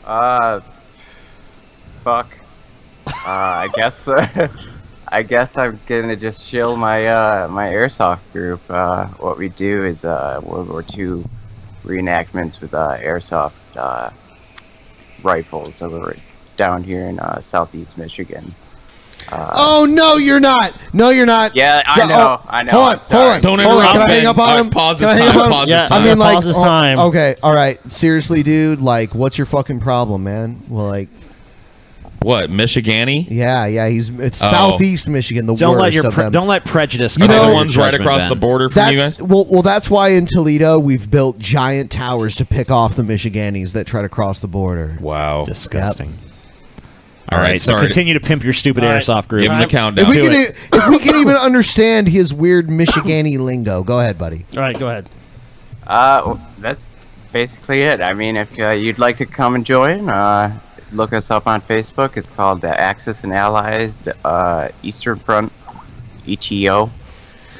[SPEAKER 4] Uh, fuck. Uh, I guess. Uh, I guess I'm gonna just chill my uh my airsoft group. Uh, what we do is uh World War II reenactments with uh airsoft uh rifles over down here in uh, southeast Michigan. Uh,
[SPEAKER 2] Oh no, you're not. No, you're not.
[SPEAKER 4] Yeah, I
[SPEAKER 2] Go-
[SPEAKER 4] know,
[SPEAKER 2] oh,
[SPEAKER 4] I know, I'm
[SPEAKER 2] Hold on. Hold on.
[SPEAKER 4] sorry. Don't
[SPEAKER 2] hold on. Can
[SPEAKER 4] interrupt
[SPEAKER 2] I hang
[SPEAKER 4] me.
[SPEAKER 2] up
[SPEAKER 4] All
[SPEAKER 2] on
[SPEAKER 4] right,
[SPEAKER 2] him?
[SPEAKER 4] pause
[SPEAKER 2] Can
[SPEAKER 4] this
[SPEAKER 2] I hang
[SPEAKER 4] time,
[SPEAKER 2] up on him?
[SPEAKER 4] pause this
[SPEAKER 2] I
[SPEAKER 4] time.
[SPEAKER 2] mean, like,
[SPEAKER 4] Pause this
[SPEAKER 2] oh,
[SPEAKER 4] time.
[SPEAKER 2] okay, all right. Seriously, dude. Like, what's your fucking problem, man? Well, like,
[SPEAKER 3] What, Michigani?
[SPEAKER 2] yeah, yeah. He's it's
[SPEAKER 3] Oh.
[SPEAKER 2] southeast Michigan. The
[SPEAKER 3] Don't
[SPEAKER 2] worst
[SPEAKER 3] let your
[SPEAKER 2] of
[SPEAKER 3] pre-
[SPEAKER 2] them.
[SPEAKER 6] Don't let prejudice.
[SPEAKER 3] You
[SPEAKER 6] cloud
[SPEAKER 3] know-
[SPEAKER 6] your
[SPEAKER 3] The ones right
[SPEAKER 6] judgment,
[SPEAKER 3] across
[SPEAKER 6] Ben.
[SPEAKER 3] the border from you
[SPEAKER 2] That's
[SPEAKER 3] guys?
[SPEAKER 2] well, well. That's why in Toledo we've built giant towers to pick off the Michiganis that try to cross the border.
[SPEAKER 3] Wow,
[SPEAKER 6] disgusting.
[SPEAKER 3] All
[SPEAKER 6] All
[SPEAKER 3] right,
[SPEAKER 6] right, so
[SPEAKER 3] sorry.
[SPEAKER 6] continue to pimp your stupid
[SPEAKER 3] All right.
[SPEAKER 6] airsoft group.
[SPEAKER 3] Give him the countdown.
[SPEAKER 2] If we,
[SPEAKER 6] Do
[SPEAKER 2] can, e-,
[SPEAKER 6] it.
[SPEAKER 2] if we can even understand his weird Michigani lingo, go ahead, buddy.
[SPEAKER 7] All right, go ahead.
[SPEAKER 4] Uh, w- that's basically it. I mean, if uh, you'd like to come and join, uh, look us up on Facebook. It's called the Axis and Allies uh, Eastern Front ETO.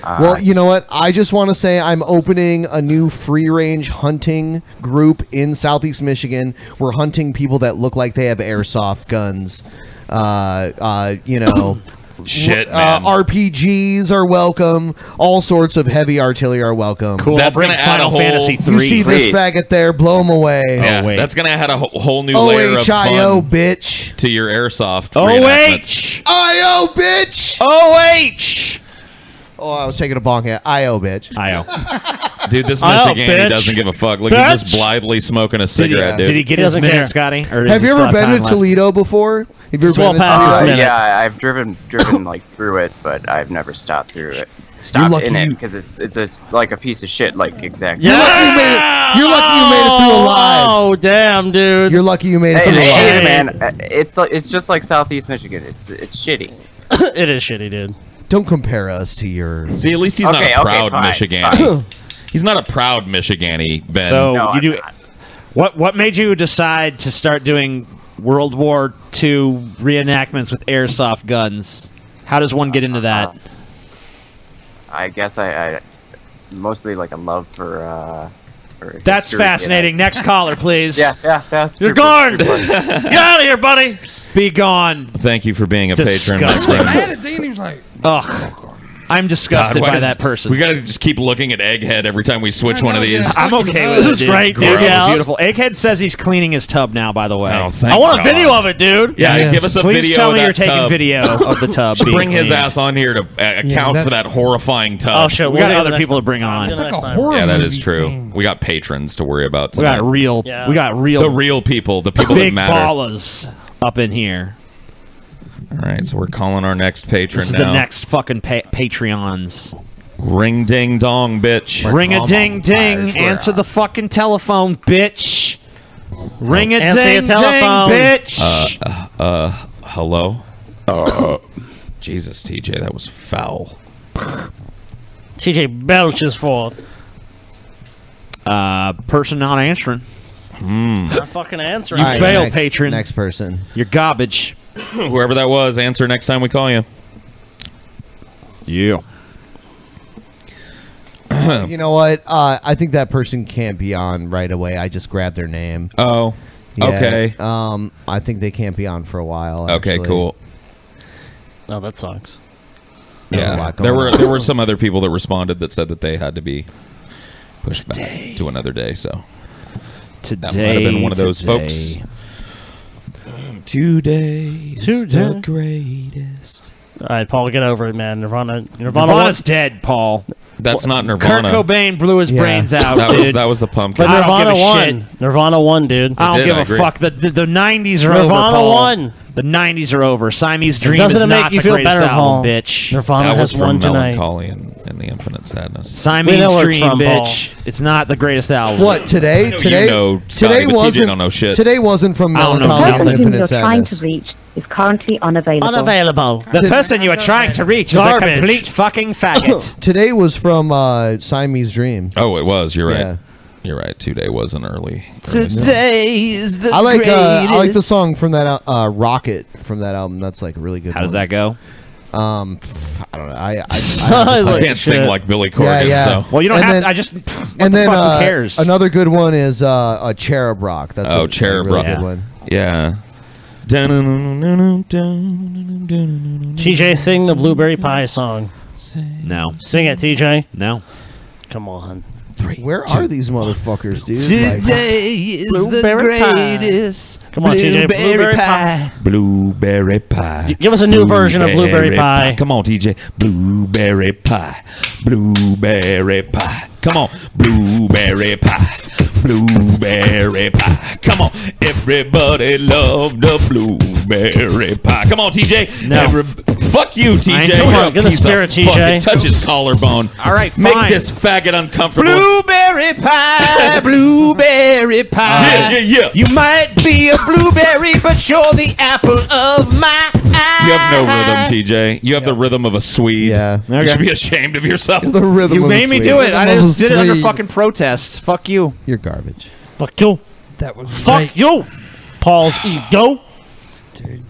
[SPEAKER 4] Uh,
[SPEAKER 2] Well, you know what? I just want to say I'm opening a new free range hunting group in Southeast Michigan. We're hunting people that look like they have airsoft guns. Uh, uh, you know.
[SPEAKER 3] Shit,
[SPEAKER 2] Uh, RPGs are welcome. All sorts of heavy artillery are welcome.
[SPEAKER 3] Cool, I'll That's bring gonna add Final a whole- Fantasy
[SPEAKER 2] You
[SPEAKER 3] three.
[SPEAKER 2] see this
[SPEAKER 3] Please.
[SPEAKER 2] faggot there? Blow him away.
[SPEAKER 5] Oh,
[SPEAKER 2] Oh,
[SPEAKER 3] yeah, that's gonna add a wh- whole new layer of
[SPEAKER 2] OHIO,
[SPEAKER 3] fun
[SPEAKER 2] bitch.
[SPEAKER 3] to your airsoft.
[SPEAKER 2] Oh,
[SPEAKER 3] reenactments.
[SPEAKER 2] IO, bitch.
[SPEAKER 7] OH.
[SPEAKER 2] Oh, I was taking a bong hit. IO, bitch.
[SPEAKER 6] IO.
[SPEAKER 3] dude, this
[SPEAKER 2] Oh,
[SPEAKER 3] Michigani
[SPEAKER 2] bitch.
[SPEAKER 3] doesn't give a fuck. Look, he's just
[SPEAKER 2] Bitch.
[SPEAKER 3] blithely smoking a
[SPEAKER 6] Did he,
[SPEAKER 3] cigarette, dude.
[SPEAKER 6] did he get his minute, Scotty? Or is
[SPEAKER 2] Have you
[SPEAKER 6] he
[SPEAKER 2] ever
[SPEAKER 6] still
[SPEAKER 2] been
[SPEAKER 6] time
[SPEAKER 2] to
[SPEAKER 6] left?
[SPEAKER 2] Toledo before? Have you ever
[SPEAKER 4] Uh,
[SPEAKER 2] been to Toledo?
[SPEAKER 4] yeah, I- I've driven driven like through it, but I've never stopped through it. Stopped
[SPEAKER 2] lucky
[SPEAKER 4] in it
[SPEAKER 2] you-
[SPEAKER 4] because it's it's a, like a piece of shit. Like exactly.
[SPEAKER 2] You're lucky you made it. You're lucky you made it through alive.
[SPEAKER 7] Oh, damn, dude.
[SPEAKER 2] You're lucky you made it
[SPEAKER 4] Hey,
[SPEAKER 2] through
[SPEAKER 4] hey,
[SPEAKER 2] alive.
[SPEAKER 4] hey, man, uh, it's like it's just like Southeast Michigan. It's it's shitty.
[SPEAKER 7] it is shitty, dude.
[SPEAKER 2] Don't compare us to your.
[SPEAKER 3] See, at least he's
[SPEAKER 2] Okay,
[SPEAKER 3] not a
[SPEAKER 2] okay,
[SPEAKER 3] proud
[SPEAKER 2] fine,
[SPEAKER 3] Michigani. he's not a proud Michigani, Ben.
[SPEAKER 6] So you do. What What made you decide to start doing World War II reenactments with airsoft guns? How does one get
[SPEAKER 4] Uh,
[SPEAKER 6] into that?
[SPEAKER 4] um, I guess I, I mostly like a love for. Uh, for
[SPEAKER 6] That's
[SPEAKER 4] history, you know.
[SPEAKER 6] fascinating. Next caller, please.
[SPEAKER 4] Yeah, yeah, that's
[SPEAKER 6] You're
[SPEAKER 4] super-
[SPEAKER 6] gone.
[SPEAKER 4] super-
[SPEAKER 6] Get out of here, buddy. Be gone.
[SPEAKER 3] Thank you for being a patron.
[SPEAKER 6] Disgusting.
[SPEAKER 3] Mike.
[SPEAKER 6] Ugh. I'm
[SPEAKER 3] God,
[SPEAKER 6] disgusted
[SPEAKER 3] why
[SPEAKER 6] by
[SPEAKER 3] does-
[SPEAKER 6] that person.
[SPEAKER 3] We got to just keep looking at Egghead every time we switch one of these.
[SPEAKER 6] I'm okay with it.
[SPEAKER 3] It's
[SPEAKER 6] dude. It's
[SPEAKER 3] gross.
[SPEAKER 6] gross. Beautiful. Egghead says he's cleaning his tub now. By the way, oh,
[SPEAKER 3] thank I want a God. video of
[SPEAKER 7] it, dude.
[SPEAKER 3] Yeah, give us a
[SPEAKER 6] Please
[SPEAKER 3] video.
[SPEAKER 6] tell
[SPEAKER 3] of
[SPEAKER 6] me
[SPEAKER 3] that
[SPEAKER 6] you're taking
[SPEAKER 3] tub.
[SPEAKER 6] video of the tub.
[SPEAKER 3] Just
[SPEAKER 6] being
[SPEAKER 3] bring his
[SPEAKER 6] cleaned.
[SPEAKER 3] ass on here to uh, account for that horrifying tub.
[SPEAKER 6] Oh, shit, We we'll got do it other next people to time. bring We'll on. do it next time.
[SPEAKER 3] yeah, that
[SPEAKER 6] movie
[SPEAKER 3] is true. We got patrons to worry about.
[SPEAKER 6] We got
[SPEAKER 3] tonight.
[SPEAKER 6] real- we Yeah. got real-
[SPEAKER 3] The real people. The people
[SPEAKER 6] Big
[SPEAKER 3] that matter.
[SPEAKER 6] ballas up in here.
[SPEAKER 3] All right, so we're calling our next patron
[SPEAKER 6] This is
[SPEAKER 3] now.
[SPEAKER 6] the next fucking pa- Patreons.
[SPEAKER 3] Ring ding dong, bitch.
[SPEAKER 6] Ring a ding ding. Answer the fucking telephone, bitch. Ring a ding ding, bitch.
[SPEAKER 3] Uh, uh, uh, hello.
[SPEAKER 6] Uh.
[SPEAKER 3] Jesus, TJ, that was foul.
[SPEAKER 7] TJ belches forth.
[SPEAKER 6] Uh, person not answering.
[SPEAKER 3] Hmm.
[SPEAKER 7] Not fucking answering.
[SPEAKER 6] You
[SPEAKER 7] All right,
[SPEAKER 6] fail,
[SPEAKER 7] next-
[SPEAKER 6] patron.
[SPEAKER 2] Next person.
[SPEAKER 6] You're garbage.
[SPEAKER 3] Whoever that was, answer next time we call you.
[SPEAKER 6] Yeah.
[SPEAKER 2] you know what? Uh, I think that person can't be on right away. I just grabbed their name.
[SPEAKER 3] Oh, okay.
[SPEAKER 2] Um, I think they can't be on for a while.
[SPEAKER 3] Okay,
[SPEAKER 2] actually.
[SPEAKER 3] cool.
[SPEAKER 7] Oh, that sucks.
[SPEAKER 3] Yeah,
[SPEAKER 2] There's a lot
[SPEAKER 3] there
[SPEAKER 2] going
[SPEAKER 3] were
[SPEAKER 2] on.
[SPEAKER 3] there were some other people that responded that said that they had to be pushed back to another day. So that might have been one of those folks.
[SPEAKER 5] today.
[SPEAKER 3] Today,
[SPEAKER 7] Today.
[SPEAKER 5] the greatest.
[SPEAKER 7] All right, Paul, get over it, man. Nirvana, Nirvana
[SPEAKER 6] Nirvana's
[SPEAKER 7] won-
[SPEAKER 6] dead, Paul.
[SPEAKER 3] That's not
[SPEAKER 6] Kurt
[SPEAKER 3] Nirvana.
[SPEAKER 6] Cobain blew his
[SPEAKER 7] Yeah.
[SPEAKER 6] brains out.
[SPEAKER 3] That was
[SPEAKER 6] dude.
[SPEAKER 3] that was the pumpkin.
[SPEAKER 7] But Nirvana won. Nirvana won, dude.
[SPEAKER 6] I don't
[SPEAKER 3] did,
[SPEAKER 6] give
[SPEAKER 3] I
[SPEAKER 6] a
[SPEAKER 3] agree.
[SPEAKER 6] fuck. The, the the 90s are over.
[SPEAKER 7] Nirvana
[SPEAKER 6] Paul.
[SPEAKER 7] won.
[SPEAKER 6] The 90s are over. Siamese Dream
[SPEAKER 7] Doesn't
[SPEAKER 6] is
[SPEAKER 7] it make
[SPEAKER 6] not
[SPEAKER 7] you
[SPEAKER 6] the
[SPEAKER 7] feel
[SPEAKER 6] greatest
[SPEAKER 7] better,
[SPEAKER 6] album,
[SPEAKER 7] Paul?
[SPEAKER 6] bitch.
[SPEAKER 7] Nirvana
[SPEAKER 3] that was
[SPEAKER 7] has
[SPEAKER 3] from
[SPEAKER 7] won tonight.
[SPEAKER 3] Melancholy and, and the Infinite Sadness.
[SPEAKER 6] Siamese
[SPEAKER 7] We know where it's
[SPEAKER 6] Dream,
[SPEAKER 7] from, Paul.
[SPEAKER 6] bitch. It's not the greatest album.
[SPEAKER 2] What
[SPEAKER 3] I
[SPEAKER 2] today?
[SPEAKER 3] know you
[SPEAKER 2] Today?
[SPEAKER 3] know, Scotty,
[SPEAKER 2] today
[SPEAKER 3] but you
[SPEAKER 2] wasn't.
[SPEAKER 3] don't know shit.
[SPEAKER 2] Today wasn't from
[SPEAKER 6] I don't know
[SPEAKER 2] Melancholy and
[SPEAKER 6] nothing.
[SPEAKER 2] Infinite
[SPEAKER 6] You're trying
[SPEAKER 2] Sadness.
[SPEAKER 6] to
[SPEAKER 26] reach is currently unavailable.
[SPEAKER 7] Unavailable.
[SPEAKER 6] The person you are trying to reach is a
[SPEAKER 2] Garbage.
[SPEAKER 6] complete fucking faggot.
[SPEAKER 2] today was from uh, Siamese Dream.
[SPEAKER 3] Oh, it was. You're right.
[SPEAKER 2] Yeah.
[SPEAKER 3] You're right. Today was an early. early song.
[SPEAKER 2] Today
[SPEAKER 7] is
[SPEAKER 2] I like uh, I like the song from that al- uh, Rocket from that album. That's like a really good. How
[SPEAKER 6] does that go?
[SPEAKER 2] Um, pff, I don't know. I I,
[SPEAKER 3] I can't sing like Billy
[SPEAKER 2] Yeah,
[SPEAKER 3] Corgan.
[SPEAKER 2] yeah.
[SPEAKER 3] So.
[SPEAKER 6] Well, you don't
[SPEAKER 2] And
[SPEAKER 6] have
[SPEAKER 2] then-
[SPEAKER 6] to. I just. pfft, What
[SPEAKER 2] and
[SPEAKER 6] the
[SPEAKER 2] then
[SPEAKER 6] fuck,
[SPEAKER 2] uh,
[SPEAKER 6] who cares?
[SPEAKER 2] another good one is uh, uh, Cherub Rock. That's a,
[SPEAKER 3] oh,
[SPEAKER 2] a
[SPEAKER 3] Cherub
[SPEAKER 2] really
[SPEAKER 3] Rock.
[SPEAKER 2] good one.
[SPEAKER 3] Yeah.
[SPEAKER 7] TJ, sing the Blueberry Pie song.
[SPEAKER 6] No.
[SPEAKER 7] Sing it, TJ.
[SPEAKER 6] No.
[SPEAKER 7] Come on.
[SPEAKER 2] Where are these motherfuckers, dude?
[SPEAKER 7] is the Blueberry pie. greatest Come on, TJ, blueberry blueberry pie.
[SPEAKER 3] Blueberry pie.
[SPEAKER 7] Give us a new version of blueberry pie.
[SPEAKER 3] Come on, TJ. Blueberry pie. Blueberry pie. Come on. Blueberry pie. Blueberry pie. Come on. Everybody love the blueberry pie. Come on, TJ.
[SPEAKER 7] No.
[SPEAKER 3] fuck you, TJ.
[SPEAKER 7] Come
[SPEAKER 3] You're
[SPEAKER 7] on,
[SPEAKER 3] a
[SPEAKER 7] get in the
[SPEAKER 3] piece of
[SPEAKER 7] spirit, TJ.
[SPEAKER 3] fucking- Touch his collarbone. All
[SPEAKER 6] right,
[SPEAKER 3] Make
[SPEAKER 7] fine.
[SPEAKER 3] this faggot uncomfortable.
[SPEAKER 5] Blueberry pie, blueberry pie.
[SPEAKER 3] Yeah, yeah, yeah.
[SPEAKER 5] You might be a blueberry, but you're the apple of my eye.
[SPEAKER 3] You have no rhythm, TJ. You have the rhythm of a Swede. Yeah. You should be ashamed of yourself.
[SPEAKER 2] The rhythm
[SPEAKER 6] You
[SPEAKER 2] of a
[SPEAKER 6] made me
[SPEAKER 2] Swede.
[SPEAKER 6] do it. I
[SPEAKER 2] Rhythm of a
[SPEAKER 6] just did it under
[SPEAKER 2] Swede.
[SPEAKER 6] fucking protest. Fuck you.
[SPEAKER 2] You're garbage.
[SPEAKER 7] Fuck you.
[SPEAKER 1] That was
[SPEAKER 7] Fuck you. Paul's ego. Dude.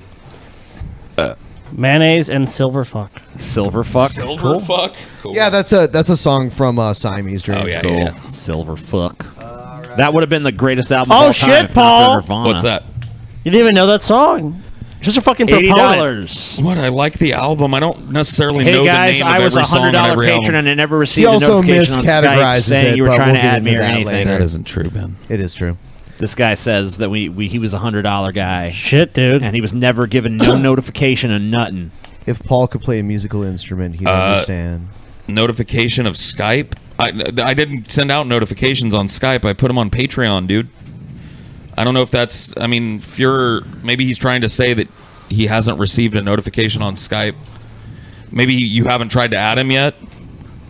[SPEAKER 7] Mayonnaise and silver fuck.
[SPEAKER 6] Uh. Silver fuck.
[SPEAKER 3] Silver fuck.
[SPEAKER 2] Yeah, that's a that's a song from uh, Siamese
[SPEAKER 3] Oh,
[SPEAKER 2] Dream.
[SPEAKER 6] cool. Silver fuck. That would have been the greatest album. of
[SPEAKER 7] Oh
[SPEAKER 6] all time
[SPEAKER 7] shit,
[SPEAKER 6] if not for
[SPEAKER 7] Paul.
[SPEAKER 6] Nirvana.
[SPEAKER 7] You didn't even know that song. You're Just a fucking
[SPEAKER 6] Eighty
[SPEAKER 7] proponent.
[SPEAKER 6] dollars.
[SPEAKER 3] What? I like the album. I don't necessarily know
[SPEAKER 6] Hey
[SPEAKER 3] the
[SPEAKER 6] guys,
[SPEAKER 3] name
[SPEAKER 6] I
[SPEAKER 3] of
[SPEAKER 6] was
[SPEAKER 3] every
[SPEAKER 6] a
[SPEAKER 3] song
[SPEAKER 6] hundred
[SPEAKER 3] and
[SPEAKER 6] dollar
[SPEAKER 3] every
[SPEAKER 6] patron
[SPEAKER 3] album.
[SPEAKER 6] and I never
[SPEAKER 2] He
[SPEAKER 6] received a
[SPEAKER 2] also
[SPEAKER 6] notification on Skype
[SPEAKER 2] miscategorizes
[SPEAKER 6] saying
[SPEAKER 2] it,
[SPEAKER 6] you were
[SPEAKER 2] but
[SPEAKER 6] trying
[SPEAKER 2] we'll
[SPEAKER 6] to
[SPEAKER 2] get
[SPEAKER 6] add
[SPEAKER 2] into
[SPEAKER 6] me or
[SPEAKER 2] that
[SPEAKER 6] anything.
[SPEAKER 2] later. That
[SPEAKER 3] isn't true, Ben.
[SPEAKER 2] It is true.
[SPEAKER 6] This guy says that we, we he was a hundred dollar guy.
[SPEAKER 7] Shit, dude.
[SPEAKER 6] And he was never given no notification of nothing.
[SPEAKER 2] If Paul could play a musical instrument, he'd
[SPEAKER 3] Uh,
[SPEAKER 2] understand.
[SPEAKER 3] Notification of Skype. I, I didn't send out notifications on Skype. I put them on Patreon, dude. I don't know if that's. I mean, if you're maybe he's trying to say that he hasn't received a notification on Skype. Maybe you haven't tried to add him yet.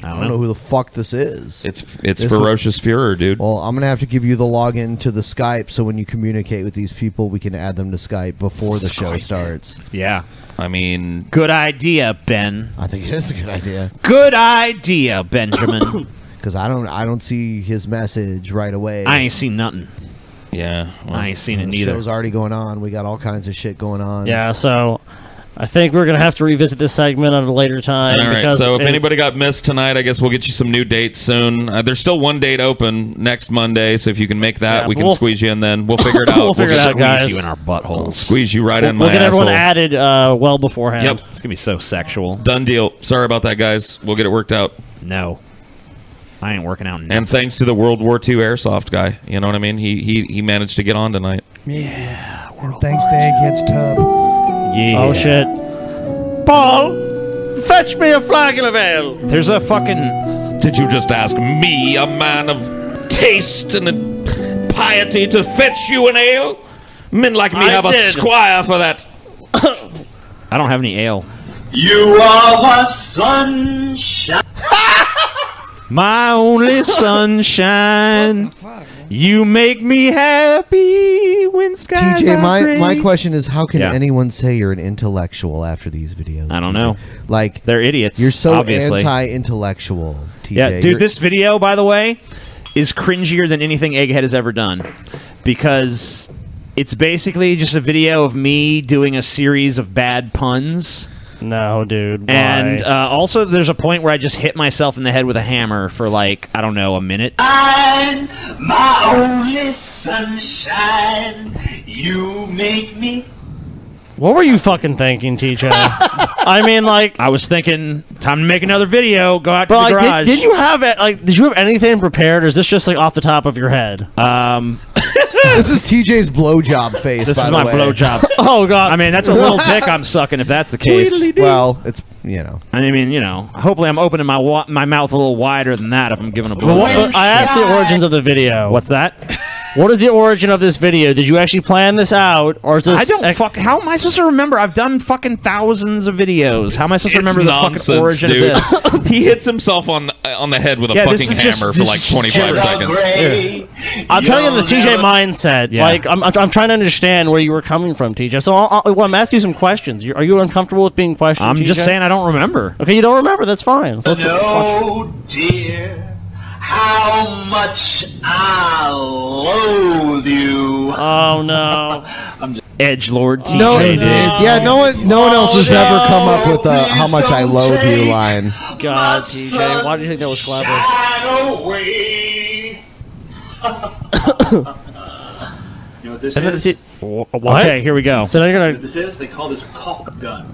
[SPEAKER 6] I
[SPEAKER 2] I don't know who the fuck this is.
[SPEAKER 3] It's it's
[SPEAKER 2] This-
[SPEAKER 3] ferocious furor, dude.
[SPEAKER 2] Well, I'm gonna have to give you the login to the Skype, so when you communicate with these people, we can add them to Skype before the show starts.
[SPEAKER 6] Yeah.
[SPEAKER 3] I mean,
[SPEAKER 6] good idea, Ben.
[SPEAKER 2] I think it is a good idea.
[SPEAKER 6] Good idea, Benjamin.
[SPEAKER 2] Because I don't, I don't see his message right away.
[SPEAKER 6] I ain't seen nothing.
[SPEAKER 3] Yeah,
[SPEAKER 6] I ain't seen it
[SPEAKER 2] the
[SPEAKER 6] neither.
[SPEAKER 2] show's already going on. We got all kinds of shit going on.
[SPEAKER 7] Yeah, so I think we're gonna have to revisit this segment at a later time.
[SPEAKER 3] All right.
[SPEAKER 7] because
[SPEAKER 3] So if
[SPEAKER 7] it's-
[SPEAKER 3] anybody got missed tonight, I guess we'll get you some new dates soon. Uh, there's still one date open next Monday, so if you can make that,
[SPEAKER 7] Yeah,
[SPEAKER 3] we
[SPEAKER 7] but
[SPEAKER 3] can
[SPEAKER 7] we'll-
[SPEAKER 3] squeeze you in. Then we'll figure it out.
[SPEAKER 7] We'll figure it out,
[SPEAKER 3] squeeze
[SPEAKER 7] guys.
[SPEAKER 3] you in our buttholes. squeeze you right
[SPEAKER 7] we'll,
[SPEAKER 3] in my
[SPEAKER 7] we'll get everyone
[SPEAKER 3] asshole.
[SPEAKER 7] added uh, well beforehand.
[SPEAKER 3] Yep.
[SPEAKER 6] It's gonna be so sexual.
[SPEAKER 3] Done deal. Sorry about that, guys. We'll get it worked out.
[SPEAKER 6] No, I ain't working out.
[SPEAKER 3] And thanks to the World War II airsoft guy. You know what I mean? He he he managed to get on tonight.
[SPEAKER 1] Yeah. Thanks to Egghead's Tub.
[SPEAKER 6] Yeah.
[SPEAKER 7] Oh shit. Paul, fetch me a flagon of ale.
[SPEAKER 6] There's a fucking.
[SPEAKER 3] Did you just ask me, a man of taste and a piety, to fetch you an ale? Men like me
[SPEAKER 27] I
[SPEAKER 3] have a
[SPEAKER 27] did.
[SPEAKER 3] squire for that.
[SPEAKER 6] I don't have any ale.
[SPEAKER 27] You are the sunshine.
[SPEAKER 6] My only sunshine. You make me happy when skies
[SPEAKER 2] TJ,
[SPEAKER 6] are
[SPEAKER 2] my,
[SPEAKER 6] gray.
[SPEAKER 2] my question is, how can
[SPEAKER 6] Yeah.
[SPEAKER 2] anyone say you're an intellectual after these videos?
[SPEAKER 6] I don't
[SPEAKER 2] TJ?
[SPEAKER 6] know.
[SPEAKER 2] Like
[SPEAKER 6] they're idiots.
[SPEAKER 2] You're so
[SPEAKER 6] obviously.
[SPEAKER 2] anti-intellectual, TJ.
[SPEAKER 6] Yeah, dude,
[SPEAKER 2] You're-
[SPEAKER 6] this video, by the way, is cringier than anything Egghead has ever done because it's basically just a video of me doing a series of bad puns
[SPEAKER 7] No, dude. Why?
[SPEAKER 6] And uh, also, there's a point where I just hit myself in the head with a hammer for like I don't know a minute.
[SPEAKER 5] I'm my only sunshine. You make me.
[SPEAKER 7] what were you fucking thinking, TJ? I mean, like
[SPEAKER 6] I was thinking, time to make another video. Go out
[SPEAKER 7] But
[SPEAKER 6] to the
[SPEAKER 7] like,
[SPEAKER 6] garage.
[SPEAKER 7] did, did you have it? Like, did you have anything prepared, or is this just like off the top of your head?
[SPEAKER 6] Um,
[SPEAKER 2] this is TJ's blowjob face.
[SPEAKER 6] This
[SPEAKER 2] by
[SPEAKER 6] is
[SPEAKER 2] the
[SPEAKER 6] my
[SPEAKER 2] way.
[SPEAKER 6] blowjob.
[SPEAKER 7] oh God!
[SPEAKER 6] I mean, that's a little dick I'm sucking if that's the case.
[SPEAKER 2] Tweedledee. Well, it's you know.
[SPEAKER 6] I mean, you know. Hopefully, I'm opening my wa- my mouth a little wider than that if I'm giving a blow.
[SPEAKER 7] Well, what- I asked the origins of the video.
[SPEAKER 6] What's that?
[SPEAKER 7] What is the origin of this video? Did you actually plan this out, or is this?
[SPEAKER 6] I don't fuck. How am I supposed to remember? I've done fucking thousands of videos. How am I supposed to
[SPEAKER 3] It's
[SPEAKER 6] remember the fucking origin of this?
[SPEAKER 3] dude. he hits himself on the, on the head with a
[SPEAKER 6] Yeah, this
[SPEAKER 3] fucking
[SPEAKER 6] is just-
[SPEAKER 3] hammer for
[SPEAKER 6] this
[SPEAKER 3] like
[SPEAKER 6] is
[SPEAKER 3] 25
[SPEAKER 6] just-
[SPEAKER 3] seconds.
[SPEAKER 7] I'm trying to get the TJ mindset. Like, I'm, I'm, I'm trying to understand where you were coming from, TJ. So I'll, I'll, well, I'm asking you some questions. You- Are you uncomfortable with being questioned?
[SPEAKER 6] I'm just
[SPEAKER 7] TJ?
[SPEAKER 6] saying I don't remember.
[SPEAKER 7] Okay, you don't remember. That's fine. So let's-
[SPEAKER 5] Oh dear, how much I loathe you.
[SPEAKER 7] Oh no.
[SPEAKER 5] I'm just
[SPEAKER 6] Edge Lord TJ.
[SPEAKER 2] No,
[SPEAKER 6] did.
[SPEAKER 2] yeah, no one, no one else has
[SPEAKER 7] Oh,
[SPEAKER 6] no.
[SPEAKER 2] ever come up with a "how much I loathe you" line.
[SPEAKER 7] God, TJ, why do you think that was clever?
[SPEAKER 5] away. you know what this
[SPEAKER 7] And then
[SPEAKER 5] is?
[SPEAKER 7] it's- What?
[SPEAKER 6] Okay, here we go.
[SPEAKER 7] So now you're
[SPEAKER 5] You know what
[SPEAKER 7] gonna.
[SPEAKER 5] this is? They call this caulk gun.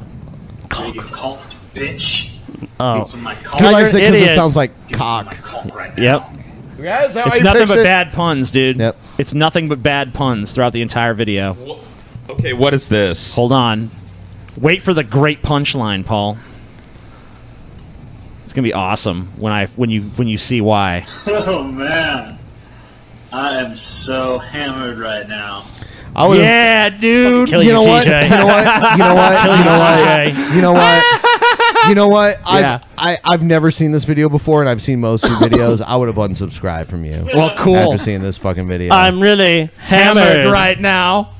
[SPEAKER 5] Cock. You caulked bitch.
[SPEAKER 7] Oh.
[SPEAKER 5] It's my caulk.
[SPEAKER 2] He likes it
[SPEAKER 7] you're an
[SPEAKER 2] because it
[SPEAKER 7] idiot.
[SPEAKER 2] sounds like cock.
[SPEAKER 6] Yep.
[SPEAKER 2] That's how
[SPEAKER 6] It's
[SPEAKER 2] he
[SPEAKER 6] nothing
[SPEAKER 2] picks
[SPEAKER 6] but
[SPEAKER 2] it.
[SPEAKER 6] bad puns, dude. Yep. It's nothing but bad puns throughout the entire video.
[SPEAKER 3] Okay, what is this?
[SPEAKER 6] Hold on. Wait for the great punchline, Paul. It's gonna be awesome when I when you when you see why.
[SPEAKER 5] Oh man. I am so hammered right now.
[SPEAKER 2] I would've-
[SPEAKER 6] yeah, dude.
[SPEAKER 2] You know what? You know what? You know what? You know what? You know what? You know what?
[SPEAKER 6] Yeah.
[SPEAKER 2] I've, I, I've never seen this video before, and I've seen most of your videos. I would have unsubscribed from you.
[SPEAKER 6] Well, cool.
[SPEAKER 2] After seeing this fucking video,
[SPEAKER 7] I'm really hammered.
[SPEAKER 6] right now.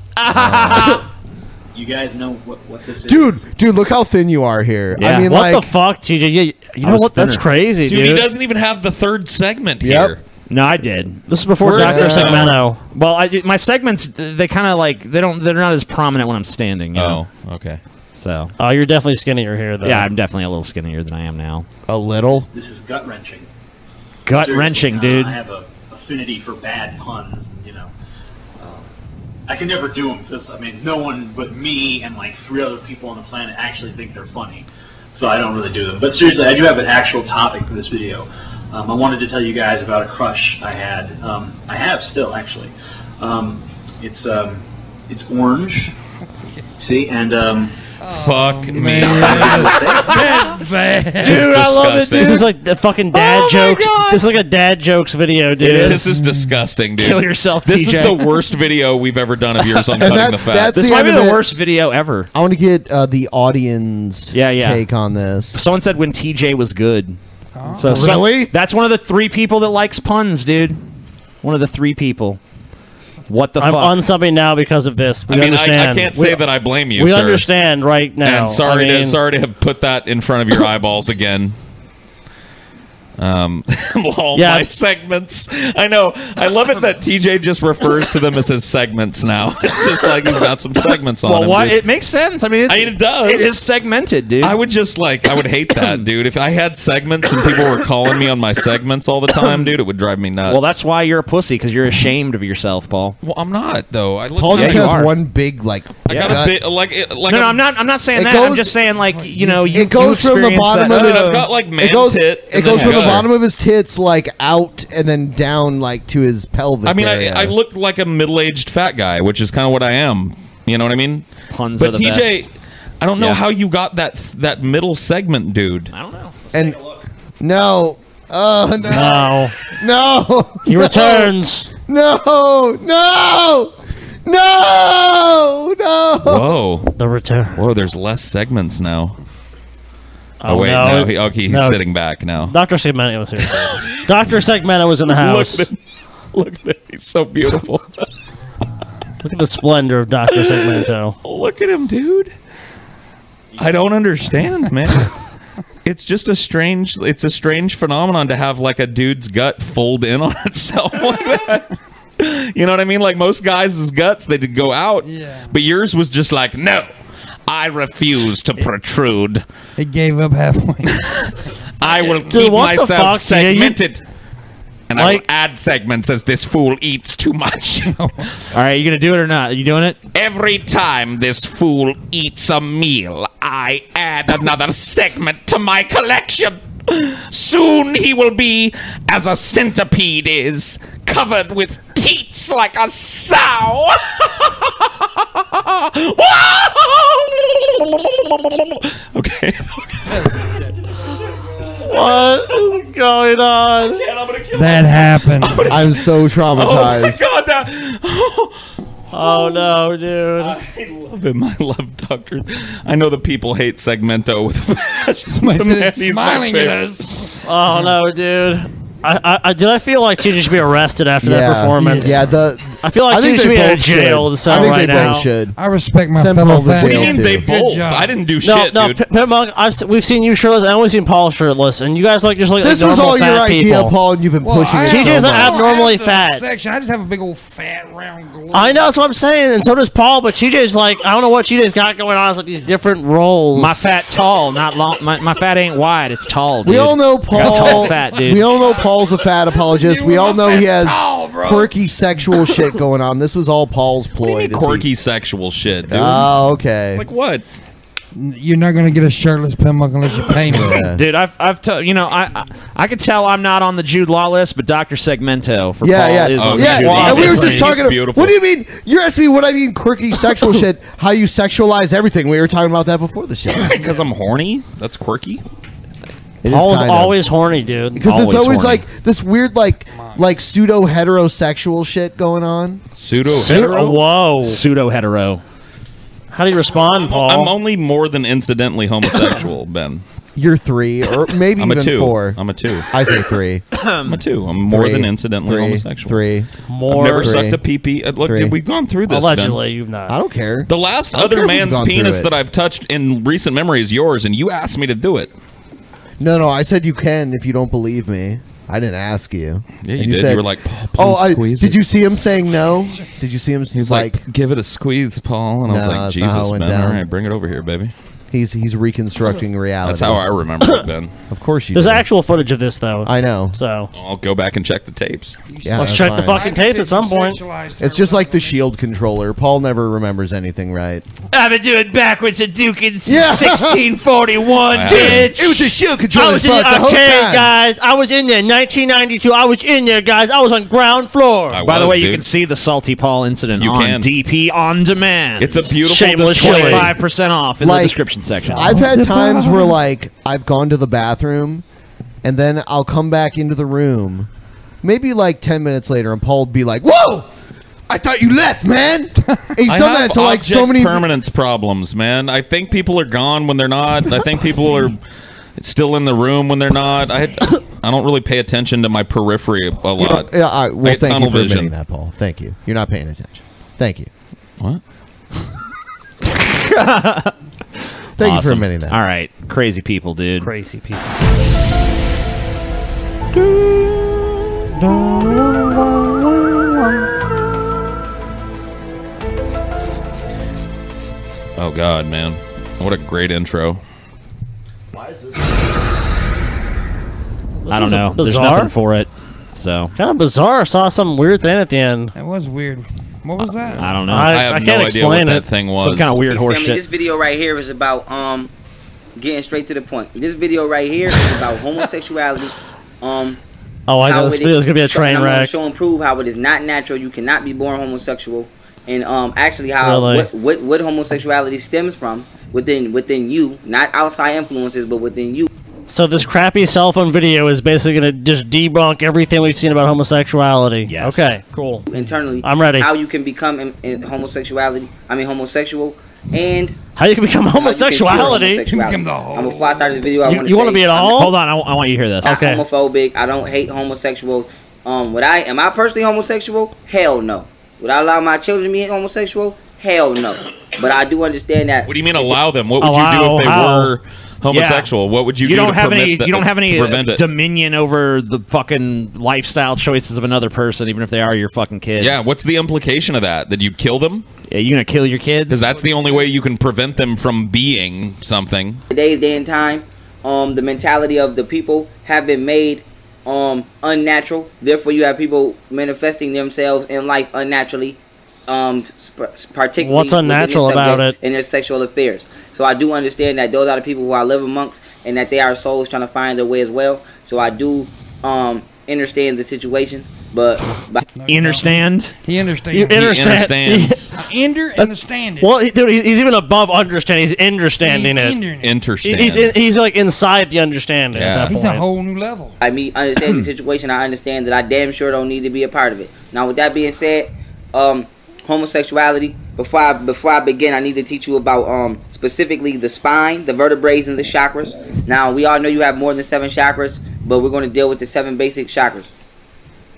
[SPEAKER 5] You guys know what, what this
[SPEAKER 2] Uh, dude,
[SPEAKER 5] is?
[SPEAKER 2] dude, look how thin you are here.
[SPEAKER 7] Yeah.
[SPEAKER 2] I mean,
[SPEAKER 7] what
[SPEAKER 2] like,
[SPEAKER 7] the fuck, TJ? You, you know
[SPEAKER 2] was
[SPEAKER 7] what? That's
[SPEAKER 2] thinner.
[SPEAKER 7] crazy,
[SPEAKER 3] Dude,
[SPEAKER 7] dude.
[SPEAKER 3] he doesn't even have the third segment here.
[SPEAKER 6] No, I did.
[SPEAKER 7] This is before
[SPEAKER 3] Where is
[SPEAKER 7] Doctor
[SPEAKER 3] this at?
[SPEAKER 7] Segmento.
[SPEAKER 6] Well, I, my segments they kind of like they don't they're not as prominent when I'm standing. You know?
[SPEAKER 3] Oh, okay.
[SPEAKER 6] So
[SPEAKER 7] Oh, you're definitely skinnier here, though.
[SPEAKER 6] yeah, I'm definitely a little skinnier than I am now.
[SPEAKER 2] a little.
[SPEAKER 5] This is gut wrenching.
[SPEAKER 6] Gut wrenching, dude.
[SPEAKER 5] I have a affinity for bad puns, you know. Um, I can never do them because I mean, no one but me and like three other people on the planet actually think they're funny, so I don't really do them. But seriously, I do have an actual topic for this video. Um, I wanted to tell you guys about a crush I had. Um, I have still actually. Um, it's um, it's orange. See, and um,
[SPEAKER 3] Fuck me.
[SPEAKER 5] that's bad.
[SPEAKER 7] Dude, I love it.
[SPEAKER 3] disgusting.
[SPEAKER 7] This is like the fucking
[SPEAKER 3] Oh
[SPEAKER 7] dad jokes. This is like a dad jokes video, dude.
[SPEAKER 3] This is disgusting, dude.
[SPEAKER 6] Kill yourself,
[SPEAKER 3] This
[SPEAKER 6] TJ.
[SPEAKER 3] is the worst video we've ever done of yours on
[SPEAKER 2] And
[SPEAKER 3] cutting
[SPEAKER 2] that's-
[SPEAKER 3] the fat.
[SPEAKER 2] that's
[SPEAKER 6] This
[SPEAKER 2] the
[SPEAKER 6] might
[SPEAKER 2] end
[SPEAKER 6] be
[SPEAKER 2] of
[SPEAKER 6] the
[SPEAKER 2] it.
[SPEAKER 6] worst video ever.
[SPEAKER 2] I want to get uh, the audience
[SPEAKER 6] Yeah, yeah.
[SPEAKER 2] take on this.
[SPEAKER 6] Someone said when TJ was good. So so-
[SPEAKER 2] Really?
[SPEAKER 6] that's one of the three people that likes puns, dude. One of the three people. What the
[SPEAKER 7] I'm
[SPEAKER 6] fuck?
[SPEAKER 7] on something now because of this. We
[SPEAKER 3] I mean, I, I
[SPEAKER 7] understand.
[SPEAKER 3] can't
[SPEAKER 7] We-
[SPEAKER 3] say that I blame you,
[SPEAKER 7] We
[SPEAKER 3] sir.
[SPEAKER 7] understand right now.
[SPEAKER 3] And sorry,
[SPEAKER 7] I mean,
[SPEAKER 3] to, sorry to have put that in front of your eyeballs again. Um, all
[SPEAKER 7] Yeah.
[SPEAKER 3] my segments. I know. I love it that TJ just refers to them as his segments now. It's just like he's got some segments on
[SPEAKER 6] well,
[SPEAKER 3] him.
[SPEAKER 6] why
[SPEAKER 3] dude.
[SPEAKER 6] it makes sense. I mean, it's,
[SPEAKER 3] I mean, it does.
[SPEAKER 6] It is segmented, dude.
[SPEAKER 3] I would just like I would hate that, dude. If I had segments and people were calling me on my segments all the time, dude, it would drive me nuts.
[SPEAKER 6] well, that's why you're a pussy because you're ashamed of yourself, Paul.
[SPEAKER 3] Well, I'm not though. I look
[SPEAKER 2] Paul
[SPEAKER 3] yeah,
[SPEAKER 2] just
[SPEAKER 3] you
[SPEAKER 2] has
[SPEAKER 3] are.
[SPEAKER 2] one big like.
[SPEAKER 3] I got
[SPEAKER 2] gut.
[SPEAKER 3] a bit like it- like
[SPEAKER 6] no, no,
[SPEAKER 3] a-
[SPEAKER 6] I'm not. I'm not saying
[SPEAKER 2] It
[SPEAKER 6] that. I'm
[SPEAKER 2] goes-
[SPEAKER 6] just saying, like, you know, you,
[SPEAKER 2] it goes
[SPEAKER 6] you
[SPEAKER 2] from the
[SPEAKER 6] experienced
[SPEAKER 2] bottom
[SPEAKER 6] that-
[SPEAKER 2] of his.
[SPEAKER 3] I've got, like, man
[SPEAKER 2] it goes.
[SPEAKER 3] pit
[SPEAKER 2] it
[SPEAKER 3] and
[SPEAKER 2] goes
[SPEAKER 3] then
[SPEAKER 2] from the
[SPEAKER 3] gut.
[SPEAKER 2] bottom of his tits like out and then down like to his pelvic.
[SPEAKER 3] I mean,
[SPEAKER 2] area.
[SPEAKER 3] I, I look like a middle-aged fat guy, which is kind of what I am. You know what I mean?
[SPEAKER 6] Puns are
[SPEAKER 3] But
[SPEAKER 6] the
[SPEAKER 3] TJ,
[SPEAKER 6] best.
[SPEAKER 3] I don't know
[SPEAKER 6] Yeah.
[SPEAKER 3] how you got that that middle segment, dude.
[SPEAKER 6] I don't know.
[SPEAKER 2] and no, oh no,
[SPEAKER 7] No.
[SPEAKER 2] no,
[SPEAKER 7] He
[SPEAKER 2] no,
[SPEAKER 7] returns.
[SPEAKER 2] No, no, no, no.
[SPEAKER 3] Whoa,
[SPEAKER 7] The return.
[SPEAKER 3] Oh. whoa! There's less segments now. Oh, wait,
[SPEAKER 7] no.
[SPEAKER 3] no. He, okay, he's
[SPEAKER 7] No.
[SPEAKER 3] sitting back now.
[SPEAKER 7] Dr. Segmento was here. Dr. Segmento was in the house.
[SPEAKER 3] Oh. Look at him. Look at him. He's so beautiful.
[SPEAKER 7] Look at the splendor of Dr. Segmento.
[SPEAKER 3] Look at him, dude. I don't understand, man. It's just a strange it's a strange phenomenon to have like a dude's gut fold in on itself like that. You know what I mean? Like most guys' guts, they'd go out. Yeah. But yours was just like, no. I refuse to protrude.
[SPEAKER 1] It gave up halfway.
[SPEAKER 3] I will
[SPEAKER 1] Dude,
[SPEAKER 3] keep
[SPEAKER 1] what the
[SPEAKER 3] myself
[SPEAKER 1] fuck? Yeah, you-
[SPEAKER 3] segmented. And I will add segments as this fool eats too much.
[SPEAKER 6] All right, you gonna do it or not? Are you doing it?
[SPEAKER 3] Every time this fool eats a meal, I add another segment to my collection. Soon he will be, as a centipede is, covered with teats like a sow. okay.
[SPEAKER 7] What is going on?
[SPEAKER 1] That happened.
[SPEAKER 2] I'm so traumatized.
[SPEAKER 3] Oh my god!
[SPEAKER 7] oh no, dude.
[SPEAKER 3] I love him. I love Doctor. I know the people hate Segmento with a passion.
[SPEAKER 7] Somebody
[SPEAKER 3] but
[SPEAKER 7] said
[SPEAKER 3] man,
[SPEAKER 7] it's
[SPEAKER 3] he's my
[SPEAKER 7] smiling at
[SPEAKER 3] favorite.
[SPEAKER 7] Oh no, dude. I, I, I did. I feel like she should be arrested after
[SPEAKER 2] Yeah.
[SPEAKER 7] that performance.
[SPEAKER 2] Yeah, the
[SPEAKER 7] I feel like
[SPEAKER 2] I
[SPEAKER 7] she
[SPEAKER 2] think
[SPEAKER 7] should
[SPEAKER 2] they
[SPEAKER 7] be in
[SPEAKER 2] both
[SPEAKER 7] jail
[SPEAKER 2] should.
[SPEAKER 7] cell
[SPEAKER 2] I think
[SPEAKER 7] right
[SPEAKER 2] they both
[SPEAKER 7] now.
[SPEAKER 2] should.
[SPEAKER 1] I respect my
[SPEAKER 2] Send
[SPEAKER 1] fellow
[SPEAKER 2] Paul to
[SPEAKER 1] fat
[SPEAKER 2] jail,
[SPEAKER 1] man.
[SPEAKER 2] too. They
[SPEAKER 1] Good
[SPEAKER 3] both.
[SPEAKER 1] job.
[SPEAKER 3] I didn't do
[SPEAKER 7] no,
[SPEAKER 3] shit,
[SPEAKER 7] no,
[SPEAKER 3] dude.
[SPEAKER 7] P- Pitmunk, I've s- we've seen you shirtless. I only seen Paul shirtless, and you guys look just like
[SPEAKER 2] This was
[SPEAKER 7] normal
[SPEAKER 2] all your
[SPEAKER 7] fat
[SPEAKER 2] idea,
[SPEAKER 7] people.
[SPEAKER 2] Paul, and you've been pushing
[SPEAKER 1] I
[SPEAKER 2] it.
[SPEAKER 7] He
[SPEAKER 2] so
[SPEAKER 7] is
[SPEAKER 2] much.
[SPEAKER 1] I don't have
[SPEAKER 7] abnormally
[SPEAKER 1] the
[SPEAKER 7] fat.
[SPEAKER 1] Section. I just have a big old fat round globe.
[SPEAKER 7] I know that's what I'm saying, and so does Paul. But GJ's like, I don't know what GJ's got going on. It's like these different roles.
[SPEAKER 6] My fat tall, not long. My, my fat ain't wide. It's tall.
[SPEAKER 2] We
[SPEAKER 6] dude.
[SPEAKER 2] all know
[SPEAKER 6] I got
[SPEAKER 2] Paul.
[SPEAKER 6] tall fat, dude.
[SPEAKER 2] we all know Paul's a fat apologist. We all know he has quirky sexual shit going on. This was all Paul's ploy. to see-
[SPEAKER 3] Quirky sexual shit, dude.
[SPEAKER 2] Oh, okay.
[SPEAKER 3] Like what?
[SPEAKER 1] You're not gonna get a shirtless Pembroke unless you pay me.
[SPEAKER 6] Dude, I've, I've t- you know, I, I I could tell I'm not on the Jude Law list, but Doctor Segmento for
[SPEAKER 2] yeah,
[SPEAKER 6] Paul
[SPEAKER 2] yeah, Oh,
[SPEAKER 6] is on
[SPEAKER 2] yeah.
[SPEAKER 6] the Jude Law
[SPEAKER 2] And we were
[SPEAKER 6] list.
[SPEAKER 2] just talking. About, what do you mean? You're asking me what I mean quirky sexual shit? How you sexualize everything? We were talking about that before the show.
[SPEAKER 3] Because I'm horny. That's quirky.
[SPEAKER 2] It is
[SPEAKER 7] Paul's
[SPEAKER 2] kinda.
[SPEAKER 7] always horny, dude.
[SPEAKER 2] Because it's always like this weird, like, like pseudo heterosexual shit going on.
[SPEAKER 3] Pseudo
[SPEAKER 7] Pseudo-
[SPEAKER 3] hetero.
[SPEAKER 7] Whoa.
[SPEAKER 6] Pseudo hetero.
[SPEAKER 7] How do you respond, Paul?
[SPEAKER 3] I'm only more than incidentally homosexual, Ben.
[SPEAKER 2] You're three, or maybe
[SPEAKER 3] I'm a
[SPEAKER 2] even
[SPEAKER 3] two.
[SPEAKER 2] four.
[SPEAKER 3] I'm a two.
[SPEAKER 2] I say three.
[SPEAKER 3] I'm a two. I'm more
[SPEAKER 2] Three.
[SPEAKER 3] than incidentally
[SPEAKER 2] Three.
[SPEAKER 3] homosexual.
[SPEAKER 2] Three.
[SPEAKER 3] More. I've never sucked a pee pee. Look,
[SPEAKER 2] Three.
[SPEAKER 3] dude, we've gone through this.
[SPEAKER 7] Allegedly,
[SPEAKER 3] Ben.
[SPEAKER 7] you've not.
[SPEAKER 2] I don't care.
[SPEAKER 3] The last
[SPEAKER 2] I don't care
[SPEAKER 3] other
[SPEAKER 2] if we've
[SPEAKER 3] man's
[SPEAKER 2] gone through
[SPEAKER 3] penis
[SPEAKER 2] it.
[SPEAKER 3] that I've touched in recent memory is yours, and you asked me to do it.
[SPEAKER 2] No, no. I said you can if you don't believe me. I didn't ask you.
[SPEAKER 3] Yeah,
[SPEAKER 2] And
[SPEAKER 3] you did. You
[SPEAKER 2] Said,
[SPEAKER 3] were like, "Paul,
[SPEAKER 2] "Oh,
[SPEAKER 3] please
[SPEAKER 2] I,
[SPEAKER 3] squeeze
[SPEAKER 2] did
[SPEAKER 3] it."
[SPEAKER 2] you see him saying no? Did you see him? He's like,
[SPEAKER 3] give it a squeeze, Paul. And I was
[SPEAKER 2] No,
[SPEAKER 3] like,
[SPEAKER 2] that's not how it
[SPEAKER 3] Jesus,
[SPEAKER 2] went
[SPEAKER 3] man.
[SPEAKER 2] down.
[SPEAKER 3] All right, bring it over here, baby.
[SPEAKER 2] he's he's reconstructing reality.
[SPEAKER 3] That's how I remember it, Ben.
[SPEAKER 2] Of course you.
[SPEAKER 7] There's
[SPEAKER 2] did.
[SPEAKER 7] actual footage of this though.
[SPEAKER 2] I know.
[SPEAKER 7] So
[SPEAKER 3] I'll go back and check the tapes.
[SPEAKER 2] Yeah,
[SPEAKER 7] let's
[SPEAKER 2] that's
[SPEAKER 7] check the
[SPEAKER 2] fine.
[SPEAKER 7] fucking tape at some point.
[SPEAKER 2] It's just like the shield controller. Paul never remembers anything right.
[SPEAKER 5] I've been doing backwards at Duke in
[SPEAKER 2] Yeah.
[SPEAKER 5] 1641,
[SPEAKER 2] Wow.
[SPEAKER 5] bitch.
[SPEAKER 2] It was a shield controller
[SPEAKER 7] I was in
[SPEAKER 2] fuck the whole
[SPEAKER 7] okay,
[SPEAKER 2] time.
[SPEAKER 7] guys. I was in there 1992. I was in there, guys. I was on ground floor.
[SPEAKER 6] By the way, you can see the salty Paul incident
[SPEAKER 3] You
[SPEAKER 6] on
[SPEAKER 3] can.
[SPEAKER 6] DP on demand.
[SPEAKER 3] It's a beautiful
[SPEAKER 6] Shameless
[SPEAKER 3] display.
[SPEAKER 6] Five percent off in the
[SPEAKER 2] Like,
[SPEAKER 6] description section.
[SPEAKER 2] I've had times where like I've gone to the bathroom and then I'll come back into the room maybe like 10 minutes later and Paul would be like, "Whoa! I thought you left, man." And he's
[SPEAKER 3] I
[SPEAKER 2] done
[SPEAKER 3] have
[SPEAKER 2] that to like so
[SPEAKER 3] object
[SPEAKER 2] many
[SPEAKER 3] permanence problems, man. I think people are gone when they're not. I think people are still in the room when they're not. I I don't really pay attention to my periphery
[SPEAKER 2] You
[SPEAKER 3] a
[SPEAKER 2] know,
[SPEAKER 3] lot.
[SPEAKER 2] yeah, all right,
[SPEAKER 3] I
[SPEAKER 2] well,
[SPEAKER 3] get
[SPEAKER 2] thank you
[SPEAKER 3] tunnel
[SPEAKER 2] for
[SPEAKER 3] vision.
[SPEAKER 2] admitting that, Paul. Thank you. You're not paying attention. Thank you.
[SPEAKER 3] What?
[SPEAKER 2] Thank you for
[SPEAKER 6] Awesome.
[SPEAKER 2] admitting that.
[SPEAKER 6] All right, crazy people, dude.
[SPEAKER 7] Crazy people.
[SPEAKER 3] Oh God, man! What a great intro.
[SPEAKER 6] I don't
[SPEAKER 7] This is
[SPEAKER 6] know. There's
[SPEAKER 7] bizarre.
[SPEAKER 6] nothing for it. So
[SPEAKER 7] Kind of bizarre. I saw some weird thing at the end.
[SPEAKER 1] That was weird. What was that?
[SPEAKER 6] I don't know.
[SPEAKER 7] I- I have I can't no idea what explain that it. thing was.
[SPEAKER 6] Some kind of weird
[SPEAKER 9] This
[SPEAKER 6] horse
[SPEAKER 9] family,
[SPEAKER 6] shit.
[SPEAKER 9] This video right here is about um getting straight to the point. This video right here is about homosexuality. Um.
[SPEAKER 7] Oh, I know
[SPEAKER 9] how
[SPEAKER 7] this
[SPEAKER 9] it
[SPEAKER 7] video
[SPEAKER 9] is-
[SPEAKER 7] is gonna be a train
[SPEAKER 9] and I'm gonna
[SPEAKER 7] wreck.
[SPEAKER 9] Show and prove how it is not natural. You cannot be born homosexual, and um actually how
[SPEAKER 7] Really?
[SPEAKER 9] what, what what homosexuality stems from within within you, not outside influences, but within you.
[SPEAKER 7] So this crappy cell phone video is basically gonna just debunk everything we've seen about homosexuality.
[SPEAKER 9] Yes.
[SPEAKER 7] Okay. Cool.
[SPEAKER 9] Internally,
[SPEAKER 7] I'm ready.
[SPEAKER 9] How you can become in, in homosexuality? I mean homosexual, and
[SPEAKER 7] How you can become
[SPEAKER 9] how you
[SPEAKER 7] homosexuality?
[SPEAKER 9] cure homosexuality. I'm before I start this video. I
[SPEAKER 7] You-
[SPEAKER 9] wanna
[SPEAKER 7] you wanna
[SPEAKER 9] say
[SPEAKER 7] be at
[SPEAKER 9] I'm-
[SPEAKER 7] all?
[SPEAKER 6] Hold on, I, I want you to hear this.
[SPEAKER 9] Not homophobic. I don't hate homosexuals. Um, would I? Am I personally homosexual? Hell no. Would I allow my children to be homosexual? Hell no. But I do understand that.
[SPEAKER 3] What do you mean allow them? What would you do
[SPEAKER 9] Allow
[SPEAKER 3] if they
[SPEAKER 9] how?
[SPEAKER 3] were homosexual, what would you do
[SPEAKER 6] don't
[SPEAKER 3] to
[SPEAKER 6] have
[SPEAKER 3] prevent
[SPEAKER 6] any.
[SPEAKER 3] that-
[SPEAKER 6] you don't have any uh,
[SPEAKER 3] to prevent it?
[SPEAKER 6] dominion over the fucking lifestyle choices of another person, even if they are your fucking kids.
[SPEAKER 3] Yeah, what's the implication of that? That you kill them?
[SPEAKER 6] Yeah, you're gonna kill your kids.
[SPEAKER 3] Because that's the only way you can prevent them from being something.
[SPEAKER 9] today's day and time, um, the mentality of the people have been made um, unnatural. Therefore, you have people manifesting themselves in life unnaturally. Um, sp- particularly
[SPEAKER 7] What's
[SPEAKER 9] within the
[SPEAKER 7] unnatural
[SPEAKER 9] subject
[SPEAKER 7] about it?
[SPEAKER 9] In their sexual affairs. So I do understand that those are the people who I live amongst, and that they are souls trying to find their way as well. So I do um understand the situation, but
[SPEAKER 6] understand.
[SPEAKER 1] He understands.
[SPEAKER 7] You understand.
[SPEAKER 1] Ender and the standard.
[SPEAKER 7] Well, he- dude, he- he's even above understanding. He's understanding it.
[SPEAKER 3] Understand.
[SPEAKER 7] He's in, he's like inside the understanding. At
[SPEAKER 3] Yeah.
[SPEAKER 7] that
[SPEAKER 9] He's
[SPEAKER 7] point.
[SPEAKER 9] a
[SPEAKER 1] whole new level.
[SPEAKER 9] I mean, understand the situation. I understand that I damn sure don't need to be a part of it. Now, with that being said, um, homosexuality. Before I before I begin, I need to teach you about um specifically the spine, the vertebrae, and the chakras. Now, we all know you have more than seven chakras, but we're going to deal with the seven basic chakras.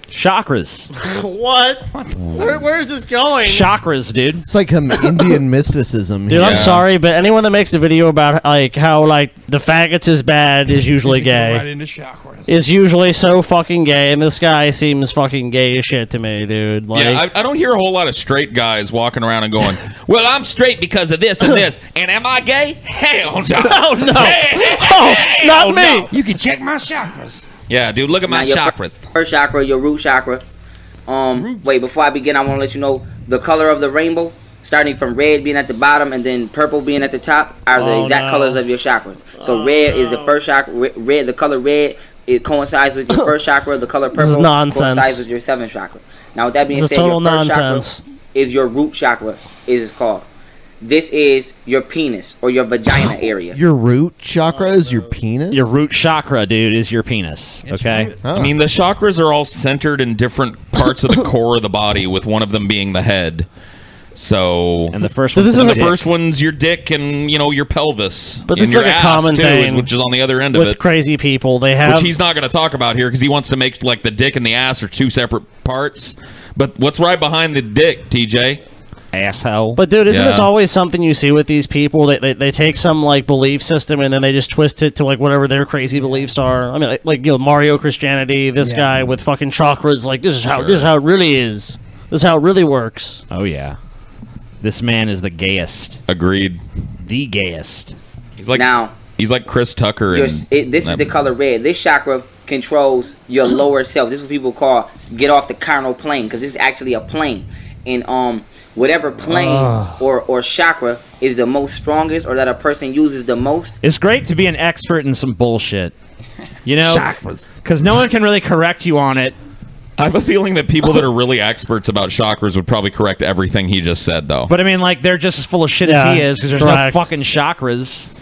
[SPEAKER 6] Chakras.
[SPEAKER 7] what? Where, where is this going?
[SPEAKER 6] Chakras, dude.
[SPEAKER 2] It's like um, Indian mysticism.
[SPEAKER 7] Dude,
[SPEAKER 2] here.
[SPEAKER 7] I'm sorry, but anyone that makes a video about like how like the faggots is bad is usually
[SPEAKER 1] Right
[SPEAKER 7] gay.
[SPEAKER 1] into chakras.
[SPEAKER 7] Is usually so fucking gay, and this guy seems fucking gay as shit to me, dude. Like,
[SPEAKER 3] yeah, I, I don't hear a whole lot of straight guys walking around and going, "Well, I'm straight because of this and this." And am I gay? Hell no!
[SPEAKER 7] Oh no!
[SPEAKER 3] oh,
[SPEAKER 7] not me!
[SPEAKER 1] You can check my chakras.
[SPEAKER 3] Yeah, dude, look at my
[SPEAKER 9] Now, your
[SPEAKER 3] chakras.
[SPEAKER 9] fir- First chakra, your root chakra. Um, wait. Before I begin, I want to let you know the color of the rainbow, starting from red being at the bottom and then purple being at the top, are the
[SPEAKER 28] Oh,
[SPEAKER 9] exact
[SPEAKER 28] no.
[SPEAKER 9] colors of your chakras.
[SPEAKER 3] Oh,
[SPEAKER 9] So red is the first chakra. re- Red, the color red, it coincides with your first chakra. The color
[SPEAKER 7] is
[SPEAKER 9] purple
[SPEAKER 7] nonsense.
[SPEAKER 9] coincides with your seventh chakra. Now, with that being
[SPEAKER 7] This
[SPEAKER 9] said,
[SPEAKER 7] is total
[SPEAKER 9] your first
[SPEAKER 7] nonsense.
[SPEAKER 9] chakra is your root chakra. Is called. This is your penis or your vagina area.
[SPEAKER 2] Your root chakra is your penis. Your
[SPEAKER 6] root chakra, dude, is your penis. Okay.
[SPEAKER 3] I mean, the chakras are all centered in different parts of the core of the body, with one of them being the head. So,
[SPEAKER 6] and the first
[SPEAKER 3] one,
[SPEAKER 7] This one's is
[SPEAKER 3] the
[SPEAKER 7] the dick.
[SPEAKER 3] first one's your dick, and you know your pelvis,
[SPEAKER 7] But this
[SPEAKER 3] and
[SPEAKER 7] is
[SPEAKER 3] your
[SPEAKER 7] like a
[SPEAKER 3] ass
[SPEAKER 7] common
[SPEAKER 3] too,
[SPEAKER 7] thing
[SPEAKER 3] which is on the other end of
[SPEAKER 7] with
[SPEAKER 3] it.
[SPEAKER 7] crazy people, they have
[SPEAKER 3] which he's not going to talk about here because he wants to make like the dick and the ass are two separate parts. But what's right behind the dick, TJ?
[SPEAKER 6] Asshole.
[SPEAKER 7] But dude, isn't this
[SPEAKER 3] Yeah.
[SPEAKER 7] always something you see with these people? They, they they take some like belief system and then they just twist it to like whatever their crazy beliefs are. I mean, like, like you know Mario Christianity, this
[SPEAKER 6] Yeah.
[SPEAKER 7] guy with fucking chakras, like this is how
[SPEAKER 6] Sure.
[SPEAKER 7] this is how it really is. This is how it really works.
[SPEAKER 6] Oh yeah. This man is the gayest.
[SPEAKER 3] Agreed.
[SPEAKER 6] The gayest.
[SPEAKER 3] He's like
[SPEAKER 9] now.
[SPEAKER 3] He's like Chris Tucker.
[SPEAKER 9] Your,
[SPEAKER 3] in-
[SPEAKER 9] it, this is
[SPEAKER 3] in
[SPEAKER 9] the
[SPEAKER 3] that-
[SPEAKER 9] color red. This chakra controls your lower self. This is what people call get off the carnal plane because this is actually a plane. And um, whatever plane
[SPEAKER 6] Ugh.
[SPEAKER 9] or or chakra is the most strongest or that a person uses the most.
[SPEAKER 6] It's great to be an expert in some bullshit. You know, because no one can really correct you on it.
[SPEAKER 3] I have a feeling that people that are really experts about chakras would probably correct everything he just said, though.
[SPEAKER 6] But I mean, like they're just as full of shit
[SPEAKER 3] Yeah,
[SPEAKER 6] as he is because there's
[SPEAKER 3] correct.
[SPEAKER 6] no fucking chakras.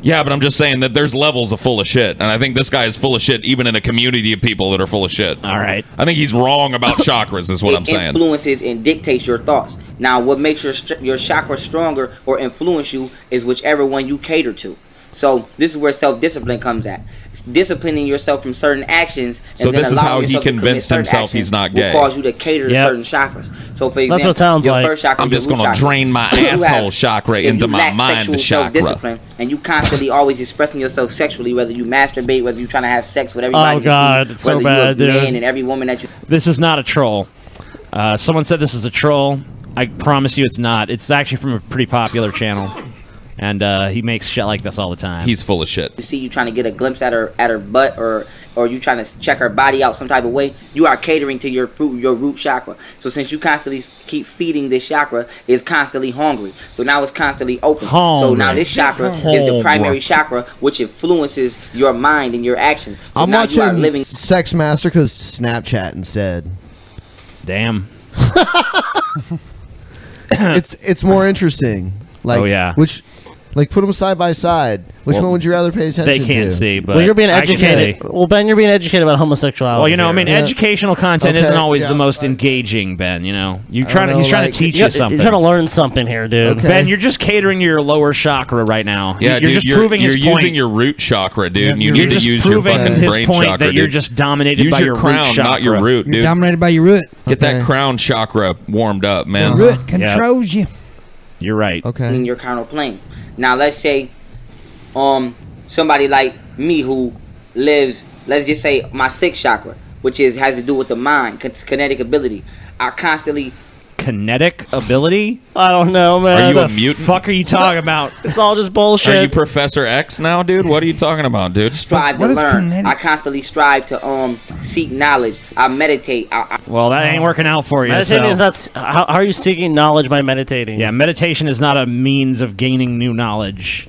[SPEAKER 3] Yeah, but I'm just saying that there's levels of full of shit, and I think this guy is full of shit, even in a community of people that are full of shit. All
[SPEAKER 6] right,
[SPEAKER 3] I think he's wrong about chakras, is what
[SPEAKER 9] it
[SPEAKER 3] I'm saying.
[SPEAKER 9] influences and dictates your thoughts. Now, what makes your str- your chakra stronger or influence you is whichever one you cater to. So this is where self discipline comes at. It's disciplining yourself from certain actions. And
[SPEAKER 3] So
[SPEAKER 9] then
[SPEAKER 3] this is
[SPEAKER 9] allowing
[SPEAKER 3] how he
[SPEAKER 9] yourself to commit
[SPEAKER 3] convinced
[SPEAKER 9] certain
[SPEAKER 3] himself he's
[SPEAKER 9] actions
[SPEAKER 3] not
[SPEAKER 9] will
[SPEAKER 3] gay.
[SPEAKER 9] cause you to cater
[SPEAKER 3] Yep.
[SPEAKER 9] to certain chakras. So for example,
[SPEAKER 3] what it sounds
[SPEAKER 9] your
[SPEAKER 3] like.
[SPEAKER 9] first chakra,
[SPEAKER 3] I'm
[SPEAKER 9] your
[SPEAKER 3] just
[SPEAKER 9] root
[SPEAKER 3] gonna
[SPEAKER 9] chakra.
[SPEAKER 3] drain my
[SPEAKER 9] If you
[SPEAKER 3] asshole chakra
[SPEAKER 9] if you
[SPEAKER 3] into my
[SPEAKER 9] lack
[SPEAKER 3] mind
[SPEAKER 9] sexual
[SPEAKER 3] chakra.
[SPEAKER 9] self-discipline and you constantly always expressing yourself sexually, whether you masturbate, whether you're trying to have sex with everybody you see,
[SPEAKER 6] God, it's so
[SPEAKER 9] whether you're a
[SPEAKER 6] bad, dude.
[SPEAKER 9] man and every woman that you
[SPEAKER 6] This is not a troll. Uh, someone said this is a troll. I promise you, it's not. It's actually from a pretty popular channel, and uh, he makes shit like this all the time.
[SPEAKER 3] He's full of shit.
[SPEAKER 9] you see you trying to get a glimpse at her at her butt or or you trying to check her body out some type of way you are catering to your fruit your root chakra so since you constantly s- keep feeding this chakra it's constantly hungry so now it's constantly open so now
[SPEAKER 2] Hungry.
[SPEAKER 9] this chakra is the
[SPEAKER 2] Hungry.
[SPEAKER 9] primary chakra which influences your mind and your actions so
[SPEAKER 2] I'm
[SPEAKER 9] now you are
[SPEAKER 2] watching
[SPEAKER 9] living
[SPEAKER 2] Sex Masterca's Snapchat instead.
[SPEAKER 6] Damn.
[SPEAKER 2] it's it's more interesting. Like
[SPEAKER 6] Oh, yeah.
[SPEAKER 2] Which like put them side by side. Which
[SPEAKER 6] Well,
[SPEAKER 2] one would you rather pay attention to?
[SPEAKER 7] well, you're being educated. Well, Ben, you're being educated about homosexuality.
[SPEAKER 6] Well, you know, I
[SPEAKER 7] Oh, here.
[SPEAKER 6] mean, educational content
[SPEAKER 7] Okay,
[SPEAKER 6] isn't always
[SPEAKER 7] yeah,
[SPEAKER 6] the most engaging, Ben. You know, you
[SPEAKER 7] I
[SPEAKER 6] trying to
[SPEAKER 7] don't
[SPEAKER 6] he's
[SPEAKER 7] know,
[SPEAKER 6] trying
[SPEAKER 7] like-
[SPEAKER 6] to teach
[SPEAKER 7] You're-
[SPEAKER 6] you something.
[SPEAKER 7] You're trying to learn something here, dude.
[SPEAKER 6] Ben, you're just catering to your lower chakra right now.
[SPEAKER 3] Yeah,
[SPEAKER 6] you're
[SPEAKER 3] dude,
[SPEAKER 6] just
[SPEAKER 3] you're,
[SPEAKER 6] proving
[SPEAKER 3] you're
[SPEAKER 6] his
[SPEAKER 3] using
[SPEAKER 6] point.
[SPEAKER 3] your root chakra, dude. and you
[SPEAKER 6] you're
[SPEAKER 3] need
[SPEAKER 6] just
[SPEAKER 3] to use your
[SPEAKER 6] proving
[SPEAKER 3] fucking
[SPEAKER 6] his
[SPEAKER 3] brain
[SPEAKER 6] point
[SPEAKER 3] chakra,
[SPEAKER 6] that you're
[SPEAKER 3] dude.
[SPEAKER 6] just dominated
[SPEAKER 3] use
[SPEAKER 6] by your root
[SPEAKER 3] crown, not your
[SPEAKER 6] chakra.
[SPEAKER 3] root, dude.
[SPEAKER 6] You're
[SPEAKER 1] Dominated by your root.
[SPEAKER 3] Get that crown chakra warmed up, man.
[SPEAKER 1] Root controls you.
[SPEAKER 6] You're right.
[SPEAKER 2] Okay.
[SPEAKER 9] in your carnal plane. Now let's say, um, somebody like me who lives, let's just say, my sixth chakra, which is has to do with the mind, kin- kinetic ability. I constantly
[SPEAKER 6] Kinetic ability?
[SPEAKER 7] I don't know, man.
[SPEAKER 20] Are you
[SPEAKER 7] the
[SPEAKER 20] a mutant?
[SPEAKER 7] Fuck are you talking about? It's all just bullshit.
[SPEAKER 20] Are you Professor X now, dude? What are you talking about, dude?
[SPEAKER 9] strive to learn. I constantly strive to um seek knowledge. I meditate. I, I,
[SPEAKER 6] Well, that ain't working out for you.
[SPEAKER 7] Meditating
[SPEAKER 6] so-
[SPEAKER 7] is not. s- How, how are you seeking knowledge by meditating?
[SPEAKER 6] Yeah, meditation is not a means of gaining new knowledge.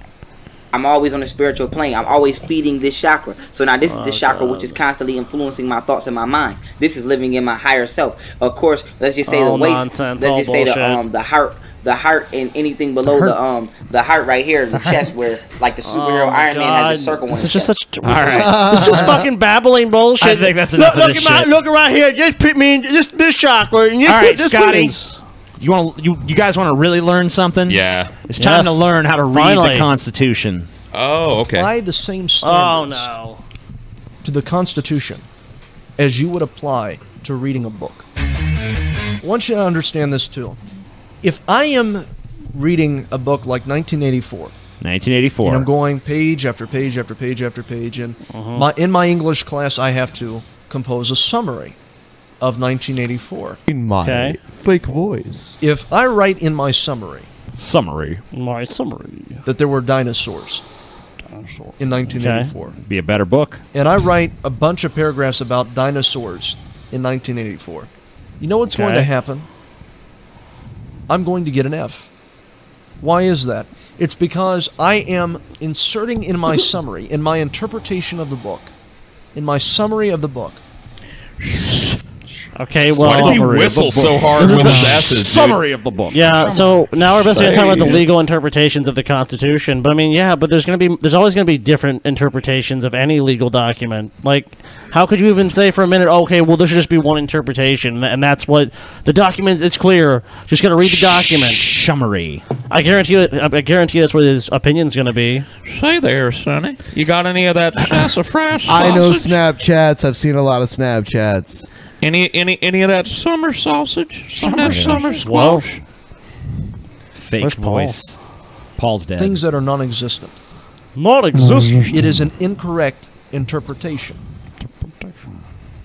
[SPEAKER 9] I'm always on a spiritual plane. I'm always feeding this chakra. So now this is the
[SPEAKER 6] Oh,
[SPEAKER 9] chakra
[SPEAKER 6] God.
[SPEAKER 9] which is constantly influencing my thoughts and my minds. This is living in my higher self. Of course, let's just say the
[SPEAKER 7] All
[SPEAKER 9] waist.
[SPEAKER 7] nonsense,
[SPEAKER 9] let's
[SPEAKER 7] all
[SPEAKER 9] just say the
[SPEAKER 7] bullshit.
[SPEAKER 9] um the heart the heart and anything below the,
[SPEAKER 7] heart.
[SPEAKER 9] um the heart right here, the chest where like the superhero
[SPEAKER 7] Oh, my
[SPEAKER 9] Iron Man has the
[SPEAKER 7] God.
[SPEAKER 9] circle on
[SPEAKER 7] This
[SPEAKER 9] his
[SPEAKER 7] is just
[SPEAKER 9] chest.
[SPEAKER 7] such. All right. it's just fucking babbling bullshit.
[SPEAKER 6] I think that's
[SPEAKER 7] look,
[SPEAKER 6] enough of
[SPEAKER 7] look
[SPEAKER 6] this
[SPEAKER 7] at my
[SPEAKER 6] shit.
[SPEAKER 7] look right here. Just put me in just this chakra and you
[SPEAKER 6] All
[SPEAKER 7] put
[SPEAKER 6] right,
[SPEAKER 7] this
[SPEAKER 6] Scotty.
[SPEAKER 7] penis.
[SPEAKER 6] You want to? You, you guys want to really learn something?
[SPEAKER 20] Yeah.
[SPEAKER 6] It's time
[SPEAKER 7] Yes.
[SPEAKER 6] to learn how to read
[SPEAKER 7] Finally.
[SPEAKER 6] the Constitution.
[SPEAKER 20] Oh, okay.
[SPEAKER 10] Apply the same standards
[SPEAKER 7] no.
[SPEAKER 10] to the Constitution as you would apply to reading a book. I want you to understand this too. If I am reading a book like 1984,
[SPEAKER 6] 1984.
[SPEAKER 10] and I'm going page after page after page after page, and my, in my English class, I have to compose a summary of 1984.
[SPEAKER 25] In my
[SPEAKER 10] Okay.
[SPEAKER 25] fake voice.
[SPEAKER 10] If I write in my summary,
[SPEAKER 6] summary,
[SPEAKER 7] my summary,
[SPEAKER 10] that there were dinosaurs in 1984,
[SPEAKER 6] Be a better book.
[SPEAKER 10] and I write a bunch of paragraphs about dinosaurs in 1984, you know what's going
[SPEAKER 6] Okay.
[SPEAKER 10] to happen? I'm going to get an F. Why is that? It's because I am inserting in my summary, in my interpretation of the book, in my summary of the book.
[SPEAKER 7] Okay,
[SPEAKER 10] Why
[SPEAKER 7] well,
[SPEAKER 10] did he whistle so hard with his
[SPEAKER 7] asses?
[SPEAKER 10] S's, dude? Summary of the book.
[SPEAKER 7] Yeah, so now we're basically talking about the
[SPEAKER 10] Hey.
[SPEAKER 7] legal interpretations of the Constitution. But I mean, yeah, but there's gonna be there's always gonna be different interpretations of any legal document. Like, how could you even say for a minute, okay, well, there should just be one interpretation, and that's what the document. It's clear. Just gotta read the document.
[SPEAKER 6] Summary.
[SPEAKER 7] I guarantee you. I I guarantee you that's what his opinion's gonna be.
[SPEAKER 20] Say there, Sonny. You got any of that sassafras?
[SPEAKER 25] I know
[SPEAKER 20] sausage?
[SPEAKER 25] Snapchats. I've seen a lot of Snapchats.
[SPEAKER 20] Any any any of that summer sausage? Some of that summer
[SPEAKER 25] sausage?
[SPEAKER 20] squash?
[SPEAKER 6] Fake
[SPEAKER 10] Where's Paul?
[SPEAKER 6] voice. Paul's dead.
[SPEAKER 10] Things that are non-existent.
[SPEAKER 6] Non-existent.
[SPEAKER 10] It is an incorrect interpretation.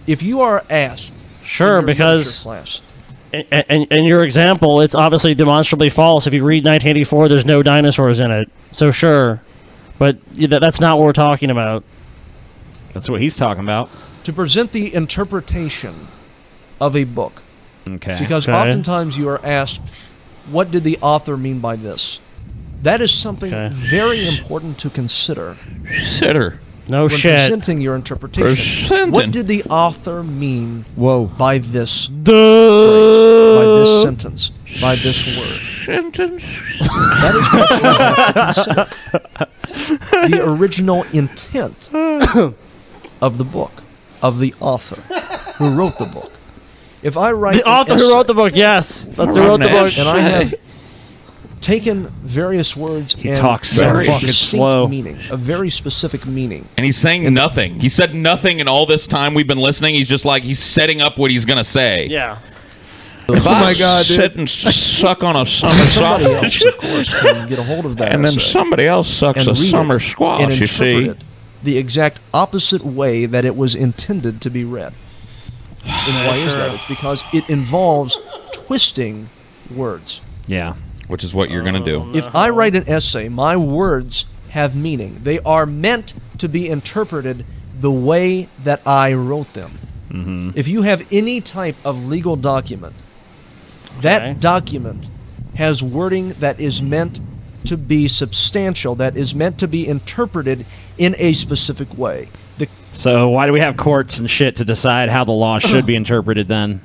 [SPEAKER 10] If you are asked,
[SPEAKER 7] Sure,
[SPEAKER 10] in your
[SPEAKER 7] because-
[SPEAKER 10] literature class,
[SPEAKER 7] And, and, and your example, it's obviously demonstrably false. If you read 1984, there's no dinosaurs in it. So sure, but y- that- that's not what we're talking about.
[SPEAKER 6] That's what he's talking about.
[SPEAKER 10] to present the interpretation of a book,
[SPEAKER 6] Okay.
[SPEAKER 10] because
[SPEAKER 6] Okay.
[SPEAKER 10] oftentimes you are asked, "What did the author mean by this?" That is something very important to consider.
[SPEAKER 20] Sitter.
[SPEAKER 7] No
[SPEAKER 10] when
[SPEAKER 7] shit.
[SPEAKER 10] presenting your interpretation.
[SPEAKER 20] Presenting.
[SPEAKER 10] What did the author mean?
[SPEAKER 25] Whoa.
[SPEAKER 10] By this
[SPEAKER 7] phrase,
[SPEAKER 10] by this sentence, by this word.
[SPEAKER 20] Sentence.
[SPEAKER 10] That is what you have to consider. The original intent of the book, of the author who wrote the book. If I write
[SPEAKER 7] The
[SPEAKER 10] an
[SPEAKER 7] author who
[SPEAKER 10] essay-
[SPEAKER 7] wrote the book, yes, that's who wrote the book.
[SPEAKER 10] and I have taken various words
[SPEAKER 20] He
[SPEAKER 10] and
[SPEAKER 20] talks so
[SPEAKER 10] their
[SPEAKER 20] fucking
[SPEAKER 10] distinct
[SPEAKER 20] slow.
[SPEAKER 10] meaning, a very specific meaning.
[SPEAKER 20] And he's saying nothing. He said nothing, and all this time we've been listening. He's just like he's setting up what he's gonna say.
[SPEAKER 7] Yeah.
[SPEAKER 20] If
[SPEAKER 10] Oh
[SPEAKER 20] I
[SPEAKER 10] my God,
[SPEAKER 20] sit
[SPEAKER 10] dude.
[SPEAKER 20] and s- suck on a summer
[SPEAKER 10] Somebody
[SPEAKER 20] sausage,
[SPEAKER 10] else, of course, can get a hold of that.
[SPEAKER 20] and then
[SPEAKER 10] essay.
[SPEAKER 20] somebody else sucks
[SPEAKER 10] and
[SPEAKER 20] a
[SPEAKER 10] read it
[SPEAKER 20] summer squash.
[SPEAKER 10] and
[SPEAKER 20] You
[SPEAKER 10] interpret
[SPEAKER 20] see,
[SPEAKER 10] it the exact opposite way that it was intended to be read. And why is
[SPEAKER 20] Sure.
[SPEAKER 10] that? It's because it involves twisting words.
[SPEAKER 6] Yeah.
[SPEAKER 20] Which is what you're gonna do.
[SPEAKER 7] Um, uh,
[SPEAKER 10] If I write an essay, my words have meaning. They are meant to be interpreted the way that I wrote them.
[SPEAKER 6] Mm-hmm.
[SPEAKER 10] If you have any type of legal document, that document has wording that is meant to be substantial, that is meant to be interpreted in a specific way. The
[SPEAKER 6] So why do we have courts and shit to decide how the law should be interpreted then?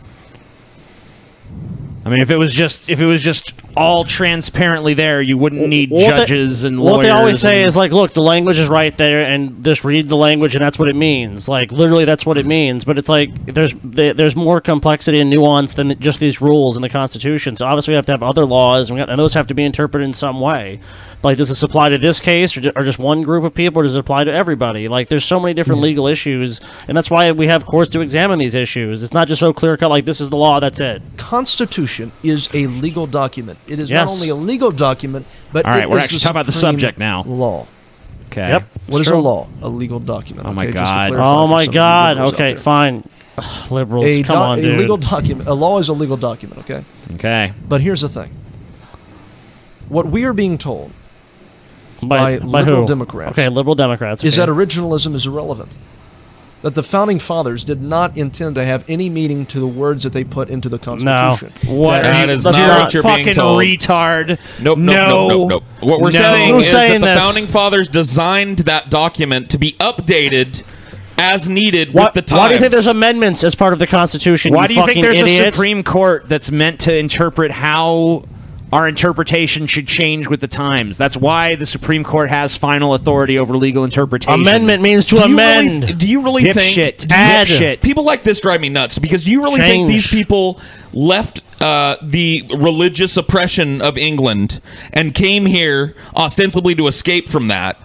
[SPEAKER 6] I mean, if it was just if it was just all transparently there, you wouldn't need
[SPEAKER 7] Well, what they-
[SPEAKER 6] judges and lawyers.
[SPEAKER 7] What they always say
[SPEAKER 6] and-
[SPEAKER 7] is like, look, the language is right there, and just read the language, and that's what it means. Like literally, that's
[SPEAKER 6] Mm-hmm.
[SPEAKER 7] what it means. But it's like there's there- there's more complexity and nuance than just these rules in the Constitution. So obviously, we have to have other laws, and, we got, and those have to be interpreted in some way. Like does this apply to this case, or, ju- or just one group of people, or does it apply to everybody? Like there's so many
[SPEAKER 6] Mm-hmm.
[SPEAKER 7] different legal issues, and that's why we have courts to examine these issues. It's not just so clear cut. Like this is the law, that's it.
[SPEAKER 10] Constitution is a legal document. It is
[SPEAKER 7] Yes.
[SPEAKER 10] not only a legal document, but
[SPEAKER 6] all right,
[SPEAKER 10] it
[SPEAKER 6] we're
[SPEAKER 10] is
[SPEAKER 6] actually talking about the
[SPEAKER 10] supreme
[SPEAKER 6] subject now.
[SPEAKER 10] Law.
[SPEAKER 6] Okay.
[SPEAKER 7] Yep.
[SPEAKER 10] What is
[SPEAKER 7] Sure.
[SPEAKER 10] a law? A legal document.
[SPEAKER 6] Oh my
[SPEAKER 10] okay? Just to
[SPEAKER 6] God.
[SPEAKER 10] clarify
[SPEAKER 7] Oh
[SPEAKER 10] for
[SPEAKER 7] my
[SPEAKER 10] some
[SPEAKER 7] God.
[SPEAKER 10] liberals out
[SPEAKER 7] Okay,
[SPEAKER 10] there.
[SPEAKER 7] fine. Ugh, liberals,
[SPEAKER 10] A
[SPEAKER 7] come
[SPEAKER 10] doc-
[SPEAKER 7] on,
[SPEAKER 10] a
[SPEAKER 7] dude.
[SPEAKER 10] legal document. A law is a legal document. Okay.
[SPEAKER 6] Okay.
[SPEAKER 10] But here's the thing. What we are being told by
[SPEAKER 7] by, by
[SPEAKER 10] liberal
[SPEAKER 7] who?
[SPEAKER 10] Democrats.
[SPEAKER 7] Okay, liberal Democrats.
[SPEAKER 10] is
[SPEAKER 7] okay.
[SPEAKER 10] that originalism is irrelevant. That the founding fathers did not intend to have any meaning to the words that they put into the Constitution.
[SPEAKER 7] What
[SPEAKER 10] That-
[SPEAKER 7] are you- That's not fucking retard.
[SPEAKER 10] Nope, nope,
[SPEAKER 7] no,
[SPEAKER 10] nope, nope,
[SPEAKER 3] nope. What we're
[SPEAKER 7] no.
[SPEAKER 3] saying
[SPEAKER 7] Who's
[SPEAKER 3] is
[SPEAKER 7] saying
[SPEAKER 3] that the
[SPEAKER 7] this?
[SPEAKER 3] founding fathers designed that document to be updated as needed
[SPEAKER 7] Why-
[SPEAKER 3] with the times.
[SPEAKER 7] Why do you think there's amendments as part of the Constitution?
[SPEAKER 6] Why do you think
[SPEAKER 7] fucking
[SPEAKER 6] there's
[SPEAKER 7] idiot?
[SPEAKER 6] a Supreme Court that's meant to interpret how our interpretation should change with the times? That's why the Supreme Court has final authority over legal interpretation.
[SPEAKER 7] Amendment means to
[SPEAKER 6] Do you really-
[SPEAKER 7] amend.
[SPEAKER 3] do you really
[SPEAKER 6] Dipshit.
[SPEAKER 3] think do you-
[SPEAKER 6] Add. Dipshit.
[SPEAKER 3] people like this drive me nuts because do you really think
[SPEAKER 6] Change.
[SPEAKER 3] these people left uh, the religious oppression of England and came here ostensibly to escape from that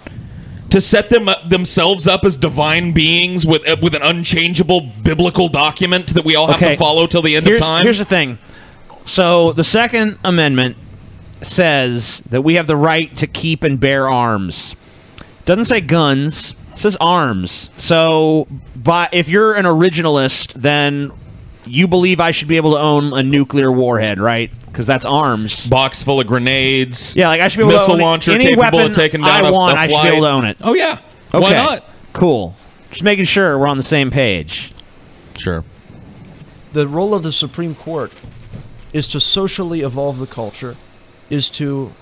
[SPEAKER 3] to set them up, themselves up as divine beings with uh, with an unchangeable biblical document that we all have to follow till the end
[SPEAKER 6] here's,
[SPEAKER 3] of time
[SPEAKER 6] Here's the thing. So the Second Amendment says that we have the right to keep and bear arms. Doesn't say guns. It says arms. So, but if you're an originalist, then you believe I should be able to own a nuclear warhead, right? Because that's arms.
[SPEAKER 3] Box full of grenades.
[SPEAKER 6] Yeah, like I should be able to
[SPEAKER 3] Missile
[SPEAKER 6] own any-
[SPEAKER 3] launcher
[SPEAKER 6] any
[SPEAKER 3] capable of
[SPEAKER 6] weapon
[SPEAKER 3] taking down
[SPEAKER 6] I
[SPEAKER 3] a-
[SPEAKER 6] want.
[SPEAKER 3] a
[SPEAKER 6] I should be able to
[SPEAKER 3] flight.
[SPEAKER 6] own it.
[SPEAKER 3] Oh, yeah.
[SPEAKER 6] Okay.
[SPEAKER 3] Why not?
[SPEAKER 6] Cool. Just making sure we're on the same page.
[SPEAKER 3] Sure.
[SPEAKER 10] the role of the Supreme Court is to socially evolve the culture, is to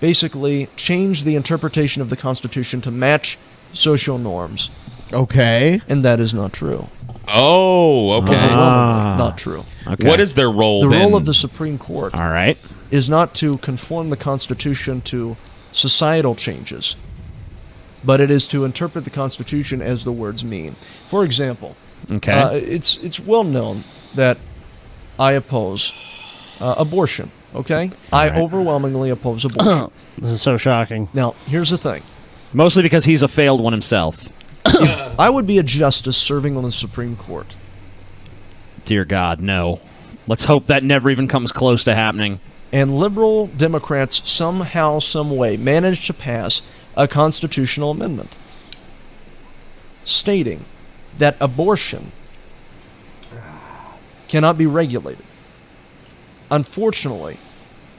[SPEAKER 10] basically change the interpretation of the Constitution to match social norms.
[SPEAKER 2] Okay.
[SPEAKER 10] And that is not true.
[SPEAKER 3] oh okay
[SPEAKER 10] Ah. Not true. Okay.
[SPEAKER 3] what is their role
[SPEAKER 10] The
[SPEAKER 3] then?
[SPEAKER 10] role of the Supreme Court
[SPEAKER 6] All right.
[SPEAKER 10] is not to conform the Constitution to societal changes, but it is to interpret the Constitution as the words mean. For example,
[SPEAKER 6] Okay.
[SPEAKER 10] uh, it's it's well known that I oppose uh, abortion. Okay, I
[SPEAKER 7] Alright.
[SPEAKER 10] overwhelmingly oppose abortion.
[SPEAKER 7] this is so shocking.
[SPEAKER 10] now, here's the thing:
[SPEAKER 6] Mostly because he's a failed one himself.
[SPEAKER 10] if I would be a justice serving on the Supreme Court,
[SPEAKER 6] Dear God, no. Let's hope that never even comes close to happening.
[SPEAKER 10] and liberal Democrats somehow, some way, managed to pass a constitutional amendment stating that abortion cannot be regulated. Unfortunately,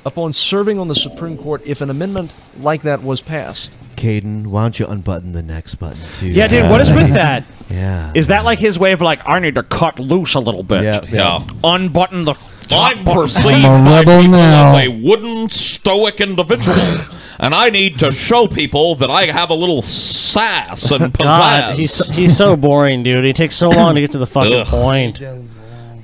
[SPEAKER 10] upon serving on the Supreme Court, if an amendment like that was passed,
[SPEAKER 2] Caden, why don't you unbutton the next button too?
[SPEAKER 6] Yeah, dude, what is with that?
[SPEAKER 2] Yeah.
[SPEAKER 6] Is that like his way of like, I need to cut loose a little bit?
[SPEAKER 2] Yeah, yeah.
[SPEAKER 6] Unbutton the.
[SPEAKER 3] I'm perceived
[SPEAKER 6] I'm a
[SPEAKER 3] by
[SPEAKER 6] rebel
[SPEAKER 3] people
[SPEAKER 6] now.
[SPEAKER 3] as a wooden, stoic individual, and I need to show people that I have a little sass and pizzazz.
[SPEAKER 7] God, he's he's so boring, dude. He takes so long to get to the fucking
[SPEAKER 3] Ugh.
[SPEAKER 7] point. It's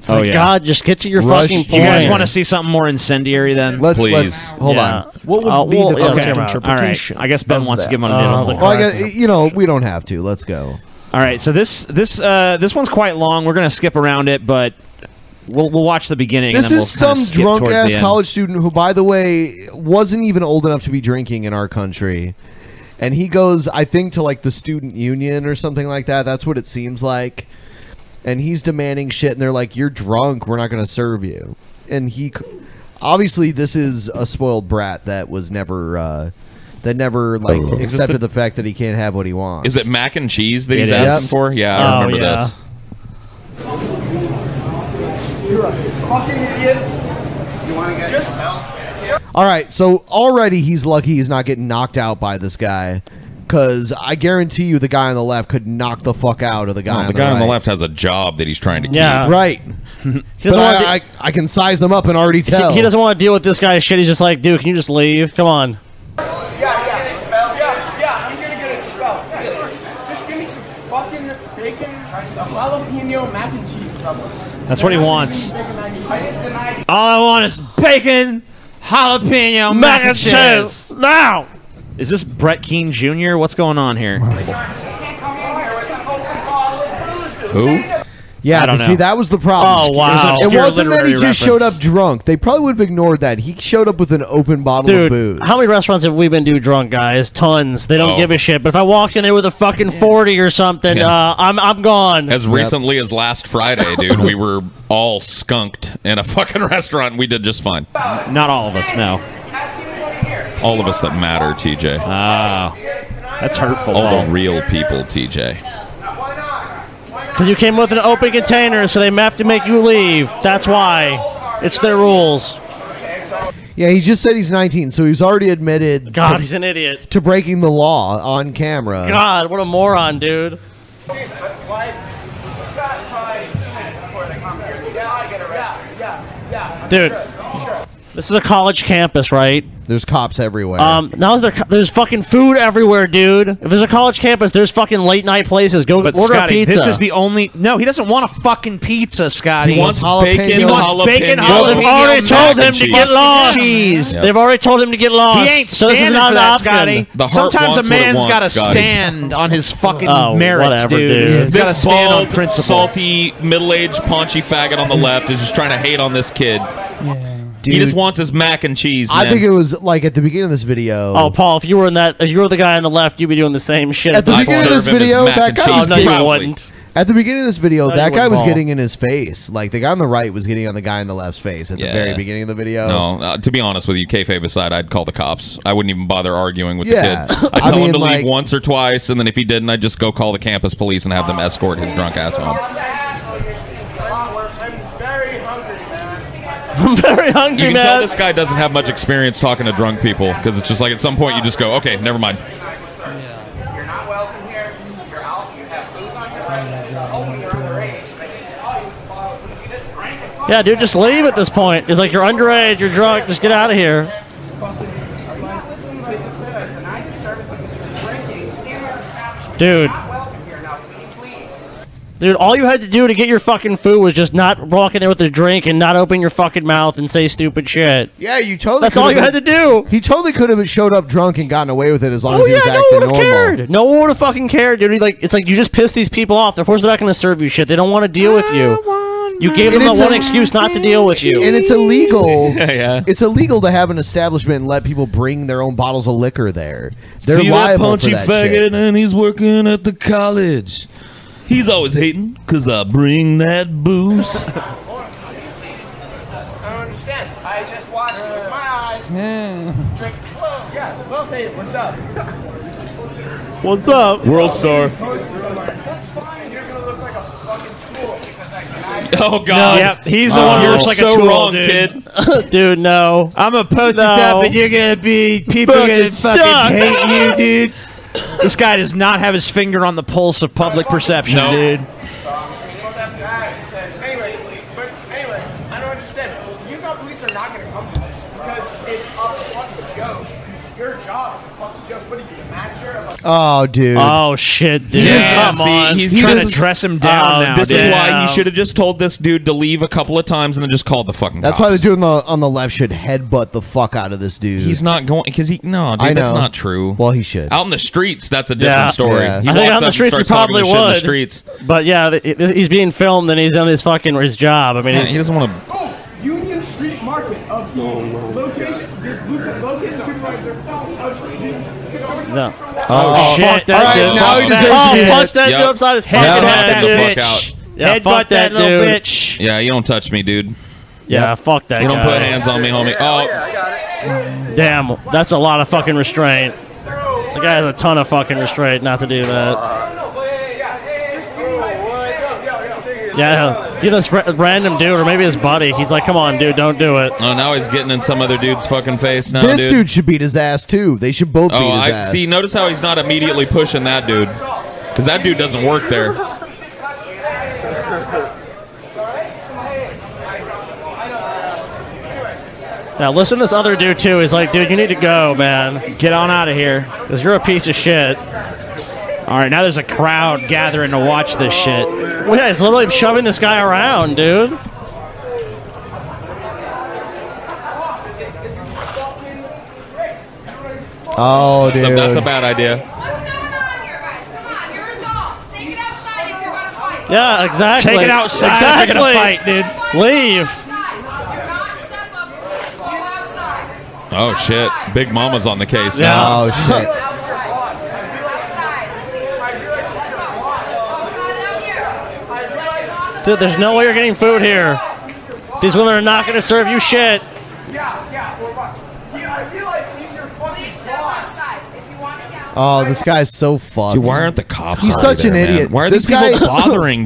[SPEAKER 6] Oh,
[SPEAKER 7] like,
[SPEAKER 6] yeah.
[SPEAKER 7] God, just get to your
[SPEAKER 6] Rush-
[SPEAKER 7] fucking
[SPEAKER 6] Do you
[SPEAKER 7] point.
[SPEAKER 6] guys want to see something more incendiary then? Uh,
[SPEAKER 2] Let's- Please. let's- hold on.
[SPEAKER 10] What would be the
[SPEAKER 6] yeah,
[SPEAKER 10] correct
[SPEAKER 6] okay.
[SPEAKER 10] interpretation
[SPEAKER 6] All right. I guess Ben
[SPEAKER 10] of
[SPEAKER 6] wants to
[SPEAKER 10] that?
[SPEAKER 6] give him an
[SPEAKER 2] Uh, Well,
[SPEAKER 6] animal.
[SPEAKER 2] Oh, I guess, you know, we don't have to. Let's go.
[SPEAKER 6] All right, so this this uh, this one's quite long. We're gonna skip around it, but we'll we'll watch the beginning.
[SPEAKER 2] This
[SPEAKER 6] and then
[SPEAKER 2] is
[SPEAKER 6] we'll kinda
[SPEAKER 2] some
[SPEAKER 6] skip
[SPEAKER 2] drunk
[SPEAKER 6] towards the
[SPEAKER 2] ass
[SPEAKER 6] end.
[SPEAKER 2] college student who, by the way, wasn't even old enough to be drinking in our country. And he goes, I think, to like the student union or something like that. That's what it seems like. And he's demanding shit, and they're like, You're drunk. We're not going to serve you. And he, c- obviously, this is a spoiled brat that was never, uh, that never like accepted the fact that he can't have what he wants.
[SPEAKER 3] Oh. Is it mac and cheese that he's
[SPEAKER 2] It is.
[SPEAKER 3] asking for? Yeah, I
[SPEAKER 2] Oh,
[SPEAKER 3] remember
[SPEAKER 2] yeah.
[SPEAKER 3] this.
[SPEAKER 5] You're a fucking idiot. You want to get just
[SPEAKER 2] All right, so already he's lucky he's not getting knocked out by this guy, because I guarantee you the guy on the left could knock the fuck out of the guy. on,
[SPEAKER 3] Oh, the guy on the
[SPEAKER 2] right.
[SPEAKER 3] left has a job that he's trying to
[SPEAKER 2] Yeah.
[SPEAKER 3] keep.
[SPEAKER 2] Right. But
[SPEAKER 7] want
[SPEAKER 2] I, I, I can size him up and already tell.
[SPEAKER 7] He, he doesn't want to deal with this guy's shit. He's just like, dude, can you just leave? Come on.
[SPEAKER 5] Yeah, yeah. Expelled. Yeah, yeah. I'm gonna get expelled. Just give me some fucking bacon, jalapeno mac and cheese, brother.
[SPEAKER 6] That's what he wants.
[SPEAKER 5] I just denied it.
[SPEAKER 6] All I want is bacon, jalapeno, mac and cheese.
[SPEAKER 7] Now!
[SPEAKER 6] Is this Brett Keene Jr.? What's going on here? Who?
[SPEAKER 2] Yeah,
[SPEAKER 6] I don't
[SPEAKER 2] but
[SPEAKER 6] know.
[SPEAKER 2] see, that was the problem.
[SPEAKER 6] Oh, wow.
[SPEAKER 2] It wasn't that he
[SPEAKER 6] Obscure
[SPEAKER 2] just
[SPEAKER 6] literary
[SPEAKER 2] showed up drunk. They probably would have ignored that. He showed up with an open bottle of booze.
[SPEAKER 7] Dude, how many restaurants have we been to drunk, guys? Tons. They don't
[SPEAKER 2] Oh.
[SPEAKER 7] give a shit. But if I walked in there with a fucking 40 or something,
[SPEAKER 3] Yeah.
[SPEAKER 7] uh, I'm, I'm gone.
[SPEAKER 3] As recently as last Friday, dude, we were all skunked in a fucking restaurant. and We did just fine.
[SPEAKER 6] Not all of us, no.
[SPEAKER 3] All of us that matter, TJ.
[SPEAKER 6] Ah.
[SPEAKER 7] That's hurtful. Oh.
[SPEAKER 3] All the real people, TJ.
[SPEAKER 7] Because you came with an open container, so they have to make you leave. That's why. It's their rules.
[SPEAKER 2] Yeah, he just said he's 19, so he's already admitted.
[SPEAKER 7] God, he's an idiot.
[SPEAKER 2] To breaking the law on camera.
[SPEAKER 7] God, what a moron, dude. Dude, this is a college campus, right?
[SPEAKER 2] There's cops everywhere.
[SPEAKER 7] Um, now there, there's fucking food everywhere, dude. If there's a college campus, there's fucking late night places. Go
[SPEAKER 6] But
[SPEAKER 7] order
[SPEAKER 6] Scotty,
[SPEAKER 7] a pizza.
[SPEAKER 6] this is the only. No, he doesn't want a fucking pizza, Scotty.
[SPEAKER 7] He wants
[SPEAKER 6] He
[SPEAKER 7] bacon,
[SPEAKER 6] wants
[SPEAKER 7] jalapeno,
[SPEAKER 6] bacon.
[SPEAKER 7] Well, they've
[SPEAKER 6] jalapeno,
[SPEAKER 7] already
[SPEAKER 6] mac
[SPEAKER 7] told
[SPEAKER 6] and
[SPEAKER 7] him to
[SPEAKER 6] cheese.
[SPEAKER 7] get lost.
[SPEAKER 6] Cheese.
[SPEAKER 7] They've already told him to get lost.
[SPEAKER 6] He ain't
[SPEAKER 7] so
[SPEAKER 6] standing
[SPEAKER 7] this is not
[SPEAKER 6] for
[SPEAKER 7] an
[SPEAKER 6] that,
[SPEAKER 7] option.
[SPEAKER 6] Scotty. Sometimes a man's got to
[SPEAKER 3] Scotty.
[SPEAKER 6] stand on his fucking
[SPEAKER 7] Oh,
[SPEAKER 6] merits,
[SPEAKER 7] whatever,
[SPEAKER 6] dude.
[SPEAKER 7] dude.
[SPEAKER 6] He's got to
[SPEAKER 3] This
[SPEAKER 6] stand on
[SPEAKER 3] bald,
[SPEAKER 6] principle.
[SPEAKER 3] salty, middle-aged, paunchy faggot on the left is just trying to hate on this kid. He
[SPEAKER 2] Dude.
[SPEAKER 3] just wants his mac and cheese. Man.
[SPEAKER 2] I think it was like at the beginning of this video.
[SPEAKER 7] Oh, Paul, if you were in that, if you were the guy on the left, you'd be doing the same shit.
[SPEAKER 2] At the
[SPEAKER 7] I'd
[SPEAKER 2] beginning of
[SPEAKER 7] serve
[SPEAKER 2] this
[SPEAKER 7] him his
[SPEAKER 2] video,
[SPEAKER 7] mac
[SPEAKER 2] that
[SPEAKER 7] and
[SPEAKER 2] guy
[SPEAKER 7] cheese.
[SPEAKER 2] was
[SPEAKER 7] Oh, no,
[SPEAKER 2] getting-
[SPEAKER 7] you wouldn't.
[SPEAKER 2] At the beginning of this video,
[SPEAKER 7] No, you
[SPEAKER 2] that guy
[SPEAKER 7] wouldn't,
[SPEAKER 2] was
[SPEAKER 7] Paul.
[SPEAKER 2] getting in his face. Like the guy on the right was getting on the guy on the left's face at the very beginning of the video.
[SPEAKER 3] No, uh, to be honest with you, kayfabe aside, I'd call the cops. I wouldn't even bother arguing with
[SPEAKER 2] Yeah.
[SPEAKER 3] the kid. I'd
[SPEAKER 2] I
[SPEAKER 3] tell
[SPEAKER 2] mean,
[SPEAKER 3] him to
[SPEAKER 2] like-
[SPEAKER 3] leave once or twice, and then if he didn't, I'd just go call the campus police and have them escort his drunk ass home.
[SPEAKER 7] I'm very hungry,
[SPEAKER 3] You can tell
[SPEAKER 7] man.
[SPEAKER 3] this guy doesn't have much experience talking to drunk people because it's just like at some point you just go, okay, never mind.
[SPEAKER 7] Yeah, dude, just leave at this point. It's like you're underage, you're drunk, just get out of here. Dude. Dude, all you had to do to get your fucking food was just not walk in there with a drink and not open your fucking mouth and say stupid shit.
[SPEAKER 2] Yeah, you totally.
[SPEAKER 7] That's all
[SPEAKER 2] could've
[SPEAKER 7] you had to
[SPEAKER 2] been-
[SPEAKER 7] do.
[SPEAKER 2] He totally could have showed up drunk and gotten away with it as long
[SPEAKER 7] Oh
[SPEAKER 2] as he
[SPEAKER 7] yeah,
[SPEAKER 2] was
[SPEAKER 7] no
[SPEAKER 2] acting
[SPEAKER 7] one would have
[SPEAKER 2] normal.
[SPEAKER 7] cared. No one would have fucking cared, dude. Like it's like you just piss these people off. Of course they're not going to serve you shit. They don't want to deal with you. You gave them
[SPEAKER 2] And
[SPEAKER 7] that
[SPEAKER 2] it's
[SPEAKER 7] one
[SPEAKER 2] a-
[SPEAKER 7] excuse not to deal with you.
[SPEAKER 2] And it's illegal.
[SPEAKER 3] yeah.
[SPEAKER 2] It's illegal to have an establishment and let people bring their own bottles of liquor there. They're
[SPEAKER 3] See
[SPEAKER 2] liable
[SPEAKER 3] that punchy
[SPEAKER 2] for that
[SPEAKER 3] faggot,
[SPEAKER 2] shit.
[SPEAKER 3] and he's working at the college. He's always hating because I bring that booze.
[SPEAKER 5] I don't understand. I just watched it with my eyes. Drink. Yeah. Well, hey, what's up?
[SPEAKER 7] What's up,
[SPEAKER 3] world star? Oh
[SPEAKER 7] No, yep, he's the one who looks like a tool, dude. kid. dude, no.
[SPEAKER 6] I'm a post
[SPEAKER 7] No.
[SPEAKER 6] that, but you're gonna be people are gonna
[SPEAKER 7] Fucking
[SPEAKER 6] fucking
[SPEAKER 7] suck.
[SPEAKER 6] hate you, dude. This guy does not have his finger on the pulse of public perception, dude.
[SPEAKER 5] Anyway, but anyway, I don't understand. You got police are not going to come to this because it's a fucking joke. Your job is a fucking joke. What are you, the manager of a
[SPEAKER 2] Oh, dude.
[SPEAKER 7] Oh shit, dude.
[SPEAKER 3] Yeah,
[SPEAKER 7] Come
[SPEAKER 3] see,
[SPEAKER 7] on.
[SPEAKER 3] he's He trying to doesn't- Um,
[SPEAKER 6] dress him
[SPEAKER 7] Oh,
[SPEAKER 3] this
[SPEAKER 7] dude.
[SPEAKER 3] is why
[SPEAKER 7] Yeah.
[SPEAKER 3] he should have just told this dude to leave a couple of times and then just called the fucking.
[SPEAKER 2] That's
[SPEAKER 3] cops.
[SPEAKER 2] why the dude on the, on the left should headbutt the fuck out of this dude.
[SPEAKER 3] He's not going because he no, dude,
[SPEAKER 2] I
[SPEAKER 3] that's
[SPEAKER 2] know.
[SPEAKER 3] not true.
[SPEAKER 2] Well, he should.
[SPEAKER 3] Out in the streets, that's a different
[SPEAKER 7] Yeah.
[SPEAKER 3] story.
[SPEAKER 2] Yeah.
[SPEAKER 3] He
[SPEAKER 7] I think
[SPEAKER 3] walks up
[SPEAKER 7] on the
[SPEAKER 3] and
[SPEAKER 7] streets he
[SPEAKER 3] starts talking
[SPEAKER 7] probably
[SPEAKER 3] to shit in
[SPEAKER 7] would.
[SPEAKER 3] the streets.
[SPEAKER 7] But yeah, th- it- he's being filmed and he's on his fucking his job. I mean,
[SPEAKER 3] Yeah, he doesn't want to.
[SPEAKER 5] Union Street Market of no, location, location, location supervisor. Don't touch me.
[SPEAKER 7] No.
[SPEAKER 5] Oh,
[SPEAKER 7] Oh,
[SPEAKER 5] shit.
[SPEAKER 7] fuck that
[SPEAKER 5] All right,
[SPEAKER 7] dude.
[SPEAKER 5] now
[SPEAKER 7] Fuck
[SPEAKER 5] he
[SPEAKER 7] that-
[SPEAKER 5] deserves
[SPEAKER 7] oh,
[SPEAKER 5] shit.
[SPEAKER 7] punch that
[SPEAKER 3] Yep.
[SPEAKER 7] dude upside his
[SPEAKER 3] Now
[SPEAKER 7] head.
[SPEAKER 3] knock
[SPEAKER 7] Yeah,
[SPEAKER 3] him the
[SPEAKER 7] dude.
[SPEAKER 3] fuck out.
[SPEAKER 7] Yeah,
[SPEAKER 6] Headbutt that
[SPEAKER 7] fuck that,
[SPEAKER 6] little
[SPEAKER 7] dude.
[SPEAKER 6] bitch.
[SPEAKER 3] Yeah, you don't touch me, dude.
[SPEAKER 7] Yeah, fuck that
[SPEAKER 3] You don't
[SPEAKER 7] guy.
[SPEAKER 3] put hands on me, homie. Oh,
[SPEAKER 7] Damn, that's a lot of fucking restraint. The guy has a ton of fucking restraint not to do that. Yeah, you know, this ra- random dude or maybe his buddy. He's like, "Come on, dude, don't do it."
[SPEAKER 3] oh, now he's getting in some other dude's fucking face now,
[SPEAKER 2] this dude. should beat his ass too. They should both
[SPEAKER 3] Oh,
[SPEAKER 2] beat his
[SPEAKER 3] I
[SPEAKER 2] ass.
[SPEAKER 3] see. Notice how he's not immediately pushing that dude, because that dude doesn't work there.
[SPEAKER 7] Now listen, to this other dude too is like, "Dude, you need to go, man. Get on out of here, cause you're a piece of shit."
[SPEAKER 6] All right, now there's a crowd gathering to watch this shit.
[SPEAKER 7] Well, yeah, he's literally shoving this guy around, dude.
[SPEAKER 2] Oh, dude.
[SPEAKER 3] So that's a bad idea.
[SPEAKER 7] Yeah, exactly.
[SPEAKER 6] Take it outside if you're gonna
[SPEAKER 7] dude. Leave.
[SPEAKER 3] Oh shit, Big Mama's on the case
[SPEAKER 2] Yeah.
[SPEAKER 3] now.
[SPEAKER 2] Oh, shit.
[SPEAKER 7] Dude, there's no way you're getting food here. These women are not going to serve you shit.
[SPEAKER 5] Yeah, yeah, we're fine. Yeah, I realize he's your fucking boss.
[SPEAKER 2] Oh, this guy's so fucked.
[SPEAKER 3] Dude, why aren't the cops?
[SPEAKER 2] He's
[SPEAKER 3] already
[SPEAKER 2] such
[SPEAKER 3] there,
[SPEAKER 2] an
[SPEAKER 3] man?
[SPEAKER 2] idiot.
[SPEAKER 3] Why are
[SPEAKER 2] this
[SPEAKER 3] these
[SPEAKER 2] guy,
[SPEAKER 3] people bothering,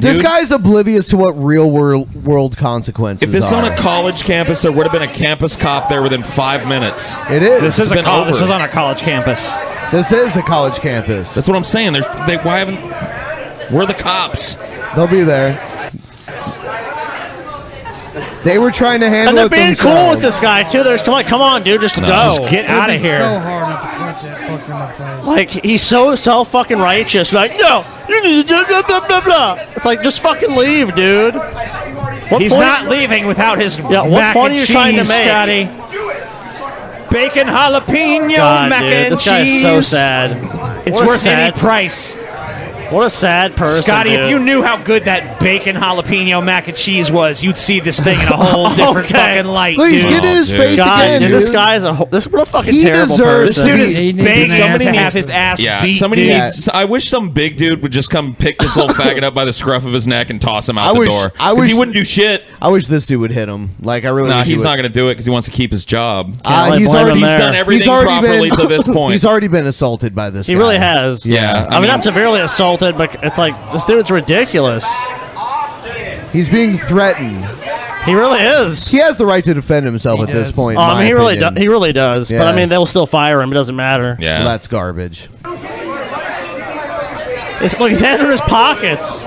[SPEAKER 2] This
[SPEAKER 3] dude?
[SPEAKER 2] guy's oblivious to what real world world consequences
[SPEAKER 3] If this
[SPEAKER 2] are.
[SPEAKER 3] on a college campus, there would have been a campus cop there within five minutes.
[SPEAKER 2] It is.
[SPEAKER 3] This has been over.
[SPEAKER 2] a college campus. This is a college campus.
[SPEAKER 3] That's what I'm saying. There's, they why haven't? We're the cops.
[SPEAKER 2] They'll be there. They were trying to handle
[SPEAKER 7] And they're
[SPEAKER 2] it
[SPEAKER 7] being
[SPEAKER 2] themselves.
[SPEAKER 7] cool with this guy too. There's come on, come on, dude, just
[SPEAKER 2] No.
[SPEAKER 7] go,
[SPEAKER 2] Just get
[SPEAKER 1] It'd
[SPEAKER 7] outta
[SPEAKER 1] be So hard not to punch that fucker in the face.
[SPEAKER 7] Like he's so self fucking righteous. Like no, you need to do blah blah blah blah. It's like just fucking leave, dude. What
[SPEAKER 6] He's not leaving without his
[SPEAKER 7] Yeah, what
[SPEAKER 6] mac
[SPEAKER 7] point
[SPEAKER 6] and
[SPEAKER 7] are you trying to
[SPEAKER 6] cheese,
[SPEAKER 7] make?
[SPEAKER 6] Scotty. Bacon jalapeno
[SPEAKER 7] God,
[SPEAKER 6] mac
[SPEAKER 7] dude,
[SPEAKER 6] and
[SPEAKER 7] this guy is
[SPEAKER 6] cheese.
[SPEAKER 7] so sad.
[SPEAKER 6] It's
[SPEAKER 7] What a
[SPEAKER 6] worth
[SPEAKER 7] sad-
[SPEAKER 6] any price.
[SPEAKER 7] What a sad person,
[SPEAKER 6] Scotty, if
[SPEAKER 7] dude.
[SPEAKER 6] you knew how good that bacon jalapeno mac and cheese was, you'd see this thing in a whole different
[SPEAKER 7] Okay.
[SPEAKER 6] fucking light.
[SPEAKER 7] Please
[SPEAKER 6] dude.
[SPEAKER 7] get in his Oh, face dude. God, again, dude, this dude. guy is a whole- this what a fucking He terrible deserves person.
[SPEAKER 6] This dude is
[SPEAKER 7] He- he needs
[SPEAKER 6] begging
[SPEAKER 7] an ass
[SPEAKER 6] somebody to
[SPEAKER 7] beating.
[SPEAKER 6] have his ass
[SPEAKER 3] Yeah,
[SPEAKER 6] beat.
[SPEAKER 3] somebody
[SPEAKER 6] dude.
[SPEAKER 3] needs. I wish some big dude would just come pick this little faggot up by the scruff of his neck and toss him out
[SPEAKER 2] I
[SPEAKER 3] the
[SPEAKER 2] wish.
[SPEAKER 3] door.
[SPEAKER 2] I
[SPEAKER 3] 'Cause
[SPEAKER 2] wish
[SPEAKER 3] he wouldn't do shit.
[SPEAKER 2] I wish this dude would hit him. Like I really.
[SPEAKER 3] Nah,
[SPEAKER 2] wish he
[SPEAKER 3] he's
[SPEAKER 2] would.
[SPEAKER 3] not going to do it because he wants to keep his job.
[SPEAKER 2] Uh, he's already
[SPEAKER 3] he's done everything
[SPEAKER 2] he's already
[SPEAKER 3] properly
[SPEAKER 2] been,
[SPEAKER 3] to this point.
[SPEAKER 2] He's already been assaulted by this.
[SPEAKER 7] He
[SPEAKER 2] guy.
[SPEAKER 7] really has.
[SPEAKER 2] Yeah,
[SPEAKER 7] I, mean, not severely assaulted, but it's like this dude's ridiculous.
[SPEAKER 2] He's being threatened.
[SPEAKER 7] He really is.
[SPEAKER 2] He has the right to defend himself at this point.
[SPEAKER 7] Oh,
[SPEAKER 2] in
[SPEAKER 7] I
[SPEAKER 2] my
[SPEAKER 7] mean, he really,
[SPEAKER 2] opinion.
[SPEAKER 7] do- he really does. But
[SPEAKER 2] Yeah.
[SPEAKER 7] I mean, they'll still fire him. It doesn't matter.
[SPEAKER 2] Yeah. Well, that's garbage.
[SPEAKER 7] It's, look, his hands are in his pockets.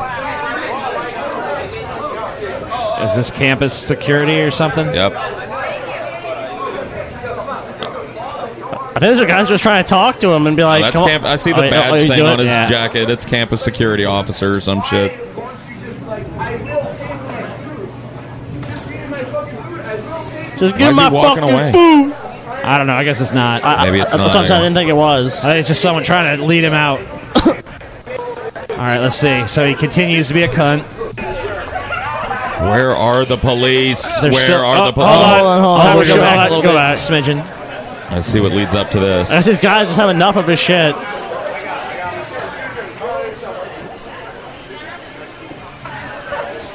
[SPEAKER 6] Is this campus security or something?
[SPEAKER 3] Yep.
[SPEAKER 7] I think those are guys just trying to talk to him and be like,
[SPEAKER 3] that's
[SPEAKER 7] come on.
[SPEAKER 3] camp- I see
[SPEAKER 7] Oh,
[SPEAKER 3] the
[SPEAKER 7] yeah,
[SPEAKER 3] badge
[SPEAKER 7] oh, you
[SPEAKER 3] thing
[SPEAKER 7] do
[SPEAKER 3] on
[SPEAKER 7] it?
[SPEAKER 3] his
[SPEAKER 7] Yeah.
[SPEAKER 3] jacket. It's campus security officer or some shit.
[SPEAKER 7] Just
[SPEAKER 3] Why
[SPEAKER 7] give
[SPEAKER 3] is
[SPEAKER 7] him
[SPEAKER 3] he
[SPEAKER 7] my
[SPEAKER 3] walking
[SPEAKER 7] fucking
[SPEAKER 3] away?
[SPEAKER 7] food.
[SPEAKER 6] I don't know. I guess it's not.
[SPEAKER 3] Maybe it's
[SPEAKER 7] That's what I'm
[SPEAKER 3] not.
[SPEAKER 7] saying. I didn't think it was.
[SPEAKER 6] I think it's just someone trying to lead him out. All right, let's see. So he continues to be a cunt.
[SPEAKER 3] Where are the police?
[SPEAKER 6] They're
[SPEAKER 3] Where
[SPEAKER 6] still-
[SPEAKER 3] are
[SPEAKER 6] oh,
[SPEAKER 3] the police?
[SPEAKER 6] hold on,
[SPEAKER 7] hold on,
[SPEAKER 6] Time
[SPEAKER 7] we
[SPEAKER 6] to go
[SPEAKER 7] go
[SPEAKER 6] back
[SPEAKER 7] back,
[SPEAKER 6] a little
[SPEAKER 7] go
[SPEAKER 6] bit.
[SPEAKER 7] back. Uh,
[SPEAKER 6] Smidgen.
[SPEAKER 3] Let's see what leads up to this.
[SPEAKER 7] That's these guys just have enough of his shit.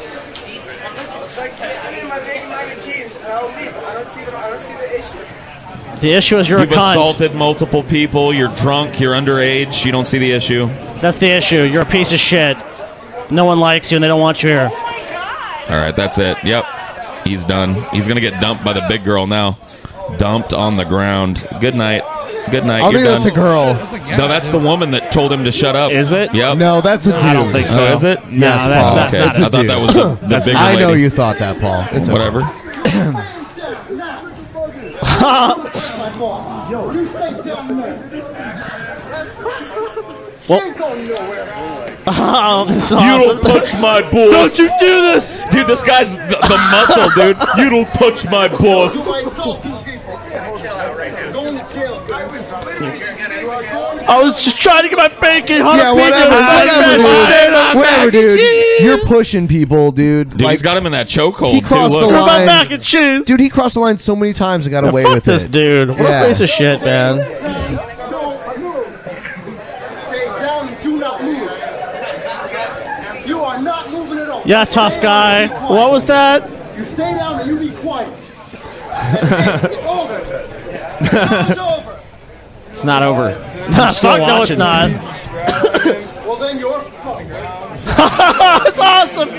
[SPEAKER 5] It's like just give me my bacon mac and cheese and I'll leave. I don't see the I don't see the issue.
[SPEAKER 7] The issue is you're
[SPEAKER 3] You've
[SPEAKER 7] a cunt.
[SPEAKER 3] assaulted multiple people. You're drunk. You're underage. You don't see the issue.
[SPEAKER 7] That's the issue. You're a piece of shit. No one likes you and they don't want you here.
[SPEAKER 3] All right, that's it. Yep. He's done. He's going to get dumped by the big girl now. Dumped on the ground. Good night. Good night.
[SPEAKER 2] I
[SPEAKER 3] You're
[SPEAKER 2] think
[SPEAKER 3] done.
[SPEAKER 2] that's a girl.
[SPEAKER 3] no, that's the woman that told him to shut up. Is it? Yep.
[SPEAKER 2] No, that's a dude.
[SPEAKER 3] I don't think so.
[SPEAKER 2] Oh,
[SPEAKER 3] Is it?
[SPEAKER 2] No, Yes, that's- Paul. that's
[SPEAKER 3] Okay,
[SPEAKER 2] not a
[SPEAKER 3] I thought
[SPEAKER 2] dude.
[SPEAKER 3] that was the, the
[SPEAKER 2] That's-
[SPEAKER 3] bigger
[SPEAKER 2] I know
[SPEAKER 3] lady.
[SPEAKER 2] you thought that, Paul. It's okay.
[SPEAKER 3] Whatever.
[SPEAKER 7] Oh, this is
[SPEAKER 3] You
[SPEAKER 7] awesome.
[SPEAKER 3] don't touch my boss. Don't
[SPEAKER 7] you do this,
[SPEAKER 3] dude. This guy's the, the muscle, dude. You don't touch my boss.
[SPEAKER 7] I was just trying to get my bacon jalapeno
[SPEAKER 2] Yeah, whatever,
[SPEAKER 7] mac
[SPEAKER 2] whatever,
[SPEAKER 7] and
[SPEAKER 2] dude.
[SPEAKER 7] cheese.
[SPEAKER 2] Whatever, dude. You're pushing people, dude.
[SPEAKER 3] Dude, he's got him in that chokehold.
[SPEAKER 2] he crossed
[SPEAKER 3] too.
[SPEAKER 2] the
[SPEAKER 3] Look.
[SPEAKER 2] line.
[SPEAKER 7] and cheese.
[SPEAKER 2] Dude, he crossed the line so many times and got away
[SPEAKER 7] fuck
[SPEAKER 2] with
[SPEAKER 7] this
[SPEAKER 2] it.
[SPEAKER 7] dude. What
[SPEAKER 2] Yeah.
[SPEAKER 7] a piece of shit, man.
[SPEAKER 5] Stay down and do not move. You are not moving at all.
[SPEAKER 7] Yeah, tough guy. What was that?
[SPEAKER 5] You stay down and you be quiet. It's over.
[SPEAKER 6] It's not over.
[SPEAKER 7] Nah, fuck no, it's not.
[SPEAKER 5] well then you're
[SPEAKER 7] it's awesome.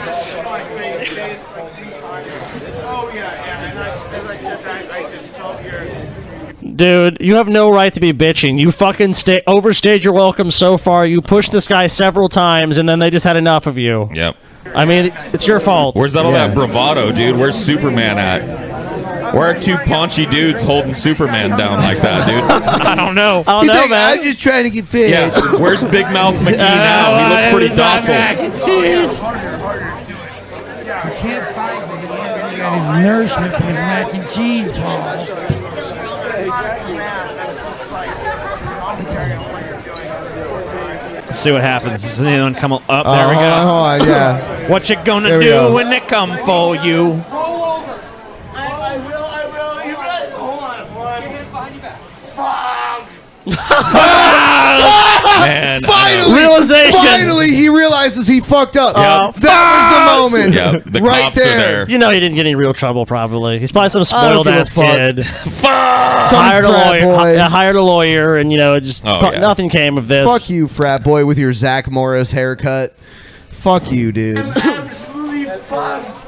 [SPEAKER 7] Dude, you have no right to be bitching. You fucking stay overstayed your welcome so far. You pushed this guy several times, and then they just had enough of you.
[SPEAKER 3] Yep.
[SPEAKER 7] I mean, it's your fault.
[SPEAKER 3] Where's that all that bravado, dude? Where's Superman at? Where are two paunchy dudes holding Superman down like that, dude?
[SPEAKER 7] I don't know. I
[SPEAKER 2] You think I'm just trying to get fit.
[SPEAKER 3] Yeah. Where's Big Mouth McGee now? He
[SPEAKER 5] uh,
[SPEAKER 3] looks pretty docile.
[SPEAKER 1] You can't fight with him. You got his nourishment from his mac and cheese, Paul.
[SPEAKER 6] Let's see what happens. Does anyone come up?
[SPEAKER 2] Oh,
[SPEAKER 6] there we go.
[SPEAKER 2] hold on, hold on,
[SPEAKER 3] Uh-huh,
[SPEAKER 2] yeah.
[SPEAKER 6] What you gonna
[SPEAKER 2] There we
[SPEAKER 6] do
[SPEAKER 2] go.
[SPEAKER 6] when they come for you?
[SPEAKER 5] Roll over. I, I will, I will. You ready? Hold on. One. Your hands behind your back. Fuck.
[SPEAKER 3] man.
[SPEAKER 2] Finally, Finally, he realizes he fucked up.
[SPEAKER 7] Yeah.
[SPEAKER 2] That
[SPEAKER 7] Ah!
[SPEAKER 2] was the moment.
[SPEAKER 7] Yeah,
[SPEAKER 3] the
[SPEAKER 2] right there.
[SPEAKER 7] You know he didn't get any real trouble, probably. He's probably some
[SPEAKER 2] I don't
[SPEAKER 7] spoiled
[SPEAKER 2] give a
[SPEAKER 7] ass
[SPEAKER 2] fuck.
[SPEAKER 7] kid.
[SPEAKER 2] Some
[SPEAKER 7] hired a
[SPEAKER 2] frat
[SPEAKER 7] lawyer.
[SPEAKER 2] boy.
[SPEAKER 7] hi- hired a lawyer, and you know, just
[SPEAKER 2] Oh,
[SPEAKER 7] pro-
[SPEAKER 2] yeah.
[SPEAKER 7] nothing came of this.
[SPEAKER 2] Fuck you, frat boy, with your Zach Morris haircut. Fuck you, dude.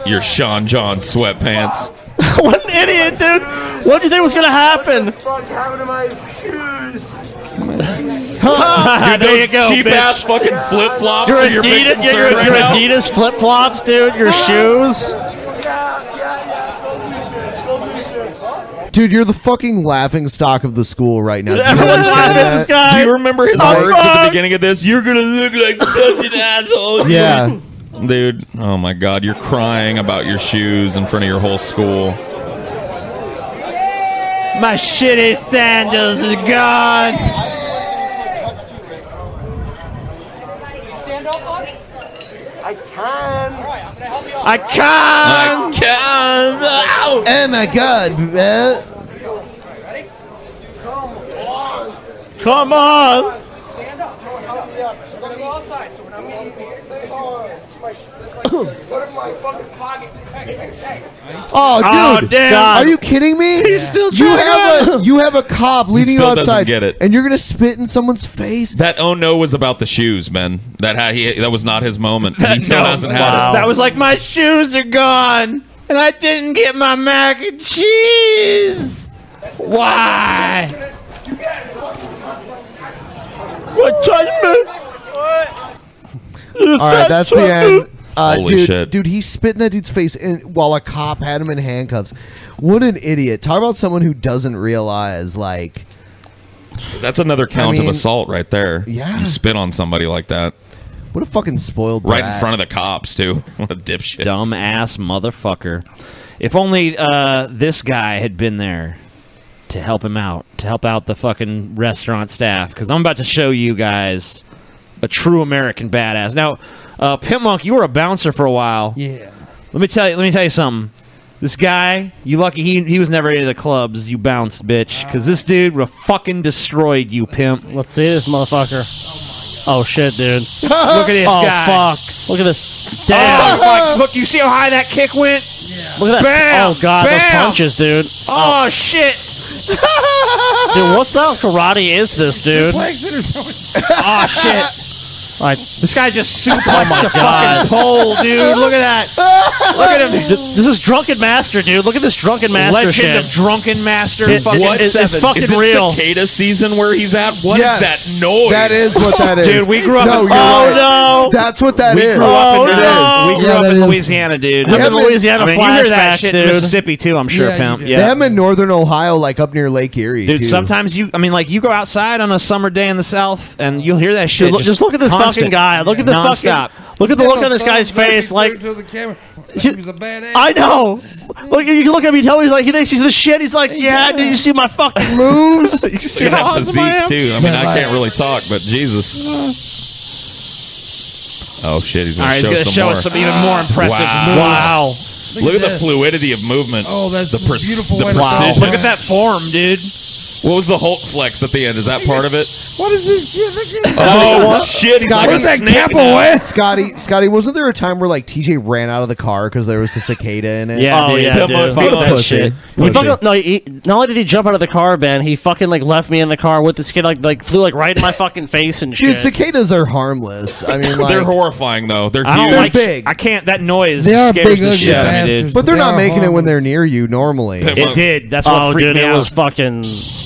[SPEAKER 3] Your Sean John sweatpants.
[SPEAKER 7] what an idiot, dude! What do you think was gonna happen?
[SPEAKER 3] Dude,
[SPEAKER 7] there
[SPEAKER 3] those
[SPEAKER 7] you go,
[SPEAKER 3] cheap
[SPEAKER 7] bitch.
[SPEAKER 3] ass fucking flip flops.
[SPEAKER 7] Your
[SPEAKER 3] are your big
[SPEAKER 7] Adidas, your,
[SPEAKER 3] concern right
[SPEAKER 7] your
[SPEAKER 3] now?
[SPEAKER 7] Adidas flip flops, dude. Your shoes.
[SPEAKER 2] Dude, you're the fucking laughing stock of the school right now. Do you
[SPEAKER 7] Everyone's
[SPEAKER 2] understand
[SPEAKER 7] laughing at this
[SPEAKER 2] that?
[SPEAKER 7] guy.
[SPEAKER 3] Do you remember his
[SPEAKER 2] Like-
[SPEAKER 3] words at the beginning of this? You're gonna look like such an asshole.
[SPEAKER 2] Yeah.
[SPEAKER 3] Dude, oh my god, you're crying about your shoes in front of your whole school.
[SPEAKER 5] My shitty sandals is gone.
[SPEAKER 4] I can. Alright, I'm gonna help you
[SPEAKER 5] I
[SPEAKER 2] can't.
[SPEAKER 5] I can't.
[SPEAKER 2] Oh my god, man.
[SPEAKER 7] Come on.
[SPEAKER 4] Stand up. Joey, help me up. We're gonna go outside, so we're not meeting here. It's my, it's my, put it in my fucking pocket. Hey, hey, hey.
[SPEAKER 2] Oh,
[SPEAKER 4] Oh,
[SPEAKER 2] dude,
[SPEAKER 4] damn.
[SPEAKER 2] are you kidding me?
[SPEAKER 4] He's still
[SPEAKER 2] you
[SPEAKER 4] trying
[SPEAKER 2] have
[SPEAKER 4] to-
[SPEAKER 2] a you have a cop leading you
[SPEAKER 3] still doesn't
[SPEAKER 2] outside,
[SPEAKER 3] get it.
[SPEAKER 2] and you're gonna spit in someone's face.
[SPEAKER 3] That oh no was about the shoes, man. That ha- he, that was not his moment. He still hasn't had it.
[SPEAKER 5] That was like my shoes are gone, and I didn't get my mac and cheese. Why?
[SPEAKER 7] What judgment?
[SPEAKER 2] All right, that's the end. Uh,
[SPEAKER 3] Holy
[SPEAKER 2] dude,
[SPEAKER 3] shit.
[SPEAKER 2] dude, he spit in that dude's face in, while a cop had him in handcuffs. What an idiot! Talk about someone who doesn't realize, like,
[SPEAKER 3] That's another count
[SPEAKER 2] mean-
[SPEAKER 3] of assault right there.
[SPEAKER 2] Yeah.
[SPEAKER 3] You spit on somebody like that.
[SPEAKER 2] what a fucking spoiled
[SPEAKER 3] Right in
[SPEAKER 2] brat.
[SPEAKER 3] front of the cops, too. What a dipshit.
[SPEAKER 6] Dumb ass motherfucker. If only uh, this guy had been there to help him out, to help out the fucking restaurant staff, because I'm about to show you guys a true American badass. Now, uh, Pimp Monk, you were a bouncer for a while.
[SPEAKER 1] Yeah.
[SPEAKER 6] Let me tell you. Let me tell you something. This guy, you lucky he he was never into the clubs. You bounced, bitch, because this dude would fucking destroyed you, pimp.
[SPEAKER 7] Let's see this motherfucker. Oh shit, dude!
[SPEAKER 6] Look at this
[SPEAKER 7] oh,
[SPEAKER 6] guy.
[SPEAKER 7] fuck! Look at this. Damn!
[SPEAKER 5] Oh,
[SPEAKER 6] Damn! fuck. Look, you see how high that kick went?
[SPEAKER 7] Look at that.
[SPEAKER 6] Bam!
[SPEAKER 7] Oh god, those
[SPEAKER 6] Bam!
[SPEAKER 7] punches, dude.
[SPEAKER 6] Oh, shit!
[SPEAKER 7] Dude, what style of karate is this, dude?
[SPEAKER 5] oh shit!
[SPEAKER 7] Like,
[SPEAKER 5] This guy just suplexed
[SPEAKER 7] Oh, my
[SPEAKER 5] the
[SPEAKER 7] God.
[SPEAKER 5] fucking pole, dude. Look at that. Look at him.
[SPEAKER 7] th- this is drunken master, dude. Look at this drunken master
[SPEAKER 5] Legend
[SPEAKER 7] shit.
[SPEAKER 5] of drunken master.
[SPEAKER 7] It-
[SPEAKER 5] fucking
[SPEAKER 7] what? It's- it's
[SPEAKER 5] seven.
[SPEAKER 7] fucking
[SPEAKER 5] Is it
[SPEAKER 7] real.
[SPEAKER 3] Cicada season where he's at? What is
[SPEAKER 5] Yes.
[SPEAKER 3] that noise?
[SPEAKER 2] That is what that is.
[SPEAKER 6] Dude, we grew up
[SPEAKER 2] No,
[SPEAKER 6] in-
[SPEAKER 2] you're
[SPEAKER 6] Oh,
[SPEAKER 2] right.
[SPEAKER 6] no.
[SPEAKER 2] That's what that
[SPEAKER 6] we
[SPEAKER 2] is.
[SPEAKER 6] grew up in,
[SPEAKER 2] It
[SPEAKER 6] uh,
[SPEAKER 2] is.
[SPEAKER 6] we grew
[SPEAKER 2] Yeah,
[SPEAKER 6] up
[SPEAKER 2] that
[SPEAKER 6] in
[SPEAKER 2] is.
[SPEAKER 6] Louisiana, dude.
[SPEAKER 2] Them in Louisiana
[SPEAKER 6] I mean, you hear that
[SPEAKER 2] flashbacks,
[SPEAKER 6] shit in
[SPEAKER 2] dude.
[SPEAKER 6] Mississippi too. I'm sure, pimp. Yeah.
[SPEAKER 2] Them in northern Ohio, like up near Lake Erie.
[SPEAKER 6] Dude,
[SPEAKER 2] too.
[SPEAKER 6] sometimes you, I mean, like, you go outside on a summer day in the South and you'll hear that shit.
[SPEAKER 7] Dude, look- just look at this fucking
[SPEAKER 6] constant,
[SPEAKER 7] guy. Look at the fucking-
[SPEAKER 6] nonstop.
[SPEAKER 7] look at the look on this guy's face, like-
[SPEAKER 1] To the camera. He was a badass.
[SPEAKER 7] I know. Look, you can look at me. Tell me, he's like he thinks he's the shit. He's like, yeah. Did you see my fucking moves? you
[SPEAKER 3] Look at that physique, too. I mean, I can't really talk, but Jesus. Oh, shit. He's going
[SPEAKER 6] All right, he's
[SPEAKER 3] to
[SPEAKER 6] gonna
[SPEAKER 3] show
[SPEAKER 6] show us some even more impressive moves. Wow.
[SPEAKER 3] Look, at the fluidity of movement.
[SPEAKER 6] Oh, that's
[SPEAKER 3] the pers-
[SPEAKER 6] beautiful
[SPEAKER 3] The
[SPEAKER 6] way to- Wow.
[SPEAKER 3] precision.
[SPEAKER 6] Look at that form, dude.
[SPEAKER 3] What was the Hulk flex at the end? Is that part of it?
[SPEAKER 1] What is this shit? Look at
[SPEAKER 3] Oh, shit. He's like a snake now.
[SPEAKER 2] Scotty, Scotty, wasn't there a time where like TJ ran out of the car because there was a cicada in it?
[SPEAKER 7] Oh,
[SPEAKER 6] Oh,
[SPEAKER 7] Yeah, dude, yeah, dude.
[SPEAKER 2] Fuck that shit.
[SPEAKER 7] He fucking, no, he, not only did he jump out of the car, Ben, he fucking like left me in the car with this kid, like like flew like right in my fucking face and
[SPEAKER 2] Dude,
[SPEAKER 7] shit.
[SPEAKER 2] cicadas are harmless. I mean, like,
[SPEAKER 3] they're horrifying, though. They're
[SPEAKER 6] I don't
[SPEAKER 3] huge.
[SPEAKER 6] like big. I can't. That noise
[SPEAKER 2] They are
[SPEAKER 6] scares
[SPEAKER 2] big,
[SPEAKER 6] the
[SPEAKER 2] ugly
[SPEAKER 6] shit out of me, dude.
[SPEAKER 2] but they're not making it when they're near you normally.
[SPEAKER 6] It did. That's what
[SPEAKER 7] oh,
[SPEAKER 6] freaked
[SPEAKER 7] dude,
[SPEAKER 6] me
[SPEAKER 7] it
[SPEAKER 6] out.
[SPEAKER 7] was fucking.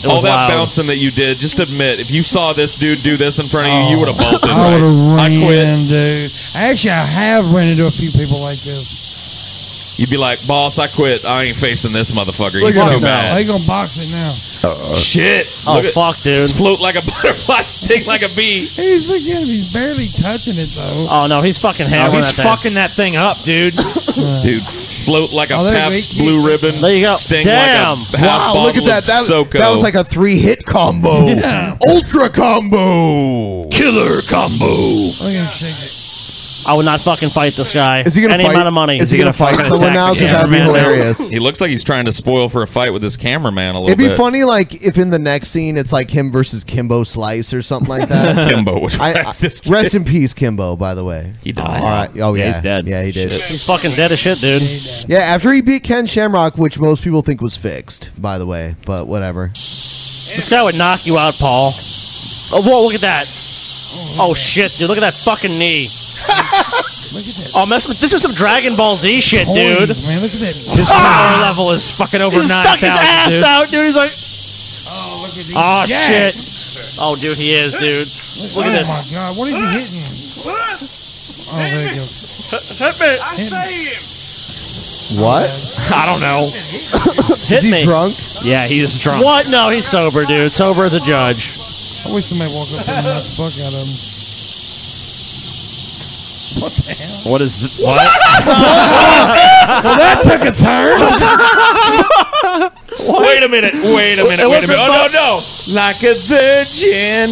[SPEAKER 7] It
[SPEAKER 3] All
[SPEAKER 7] was
[SPEAKER 3] that
[SPEAKER 7] wild.
[SPEAKER 3] bouncing that you did, just admit, if you saw this dude do this in front of you, you would have bolted.
[SPEAKER 1] I would
[SPEAKER 3] right?
[SPEAKER 1] have ran, dude. Actually, I have ran into a few people like this.
[SPEAKER 3] You'd be like, boss, I quit. I ain't facing this motherfucker.
[SPEAKER 1] Look
[SPEAKER 3] He's
[SPEAKER 1] at
[SPEAKER 3] too
[SPEAKER 1] him now.
[SPEAKER 3] bad.
[SPEAKER 1] He gonna box it now.
[SPEAKER 3] Shit.
[SPEAKER 1] Oh,
[SPEAKER 3] Look at-
[SPEAKER 7] fuck, dude.
[SPEAKER 3] Float like a butterfly, sting like a bee.
[SPEAKER 1] He's look at him. He's barely touching it though.
[SPEAKER 7] Oh no, he's fucking hammering
[SPEAKER 3] he's
[SPEAKER 7] that thing.
[SPEAKER 3] fucking
[SPEAKER 6] that thing up, dude.
[SPEAKER 3] Dude, float like a
[SPEAKER 2] Oh, there we
[SPEAKER 3] Pabst Blue Ribbon.
[SPEAKER 7] There you go.
[SPEAKER 3] Sting
[SPEAKER 7] Damn.
[SPEAKER 3] like a half
[SPEAKER 2] Wow, look at
[SPEAKER 3] bottle
[SPEAKER 2] that.
[SPEAKER 3] of
[SPEAKER 2] That,
[SPEAKER 3] SoCo.
[SPEAKER 2] that was like a three hit combo. Ultra combo.
[SPEAKER 3] Killer combo.
[SPEAKER 1] Oh, Look at him shake it.
[SPEAKER 7] I would not fucking fight this guy.
[SPEAKER 2] Is he gonna
[SPEAKER 7] Any
[SPEAKER 2] fight-
[SPEAKER 7] amount of money?
[SPEAKER 2] is he gonna
[SPEAKER 7] fucking
[SPEAKER 2] fight someone
[SPEAKER 7] attack
[SPEAKER 2] now?
[SPEAKER 7] me.
[SPEAKER 2] 'Cause that'd be
[SPEAKER 7] Cameraman.
[SPEAKER 2] hilarious.
[SPEAKER 3] He looks like he's trying to spoil for a fight with this cameraman a little
[SPEAKER 2] It'd be
[SPEAKER 3] bit.
[SPEAKER 2] funny, like if in the next scene it's like him versus Kimbo Slice or something like that.
[SPEAKER 3] Kimbo would
[SPEAKER 2] I, I, rest in peace, Kimbo. By the way, he
[SPEAKER 3] died.
[SPEAKER 2] All right. Oh yeah,
[SPEAKER 7] Yeah, he's dead.
[SPEAKER 2] Yeah, he did.
[SPEAKER 7] He's fucking dead as shit, dude.
[SPEAKER 2] Yeah, after he beat Ken Shamrock, which most people think was fixed, by the way, but whatever.
[SPEAKER 7] This guy would knock you out, Paul. Oh, whoa, look at that. Oh, shit, dude. Look at that fucking knee. Oh, mess with, this is some Dragon Ball Z shit, dude.
[SPEAKER 1] Horns, man, look at that.
[SPEAKER 7] His power level is fucking over
[SPEAKER 1] He
[SPEAKER 7] 9,000,
[SPEAKER 1] Ah! stuck his ass
[SPEAKER 7] dude.
[SPEAKER 1] out,
[SPEAKER 7] dude. He's like,
[SPEAKER 1] Oh, look at these.
[SPEAKER 5] Ah,
[SPEAKER 7] oh,
[SPEAKER 1] Yeah.
[SPEAKER 7] shit. Oh, dude, he is, dude. Look
[SPEAKER 1] oh
[SPEAKER 7] at this.
[SPEAKER 1] my god, what is he hitting? Oh, there you go.
[SPEAKER 7] Hit me.
[SPEAKER 29] I say him.
[SPEAKER 2] What?
[SPEAKER 3] Oh,
[SPEAKER 7] I don't know. Hit
[SPEAKER 2] he
[SPEAKER 7] me.
[SPEAKER 2] drunk?
[SPEAKER 7] Yeah, he is drunk. What? No, he's sober, dude. Sober as a judge.
[SPEAKER 1] I wish somebody walked up there and knocked the fuck out of him. What the hell?
[SPEAKER 7] What is the, what?
[SPEAKER 30] well, that took a
[SPEAKER 7] turn.
[SPEAKER 30] Wait a minute. Wait a minute. Wait a minute. Oh, no, no. Like a virgin.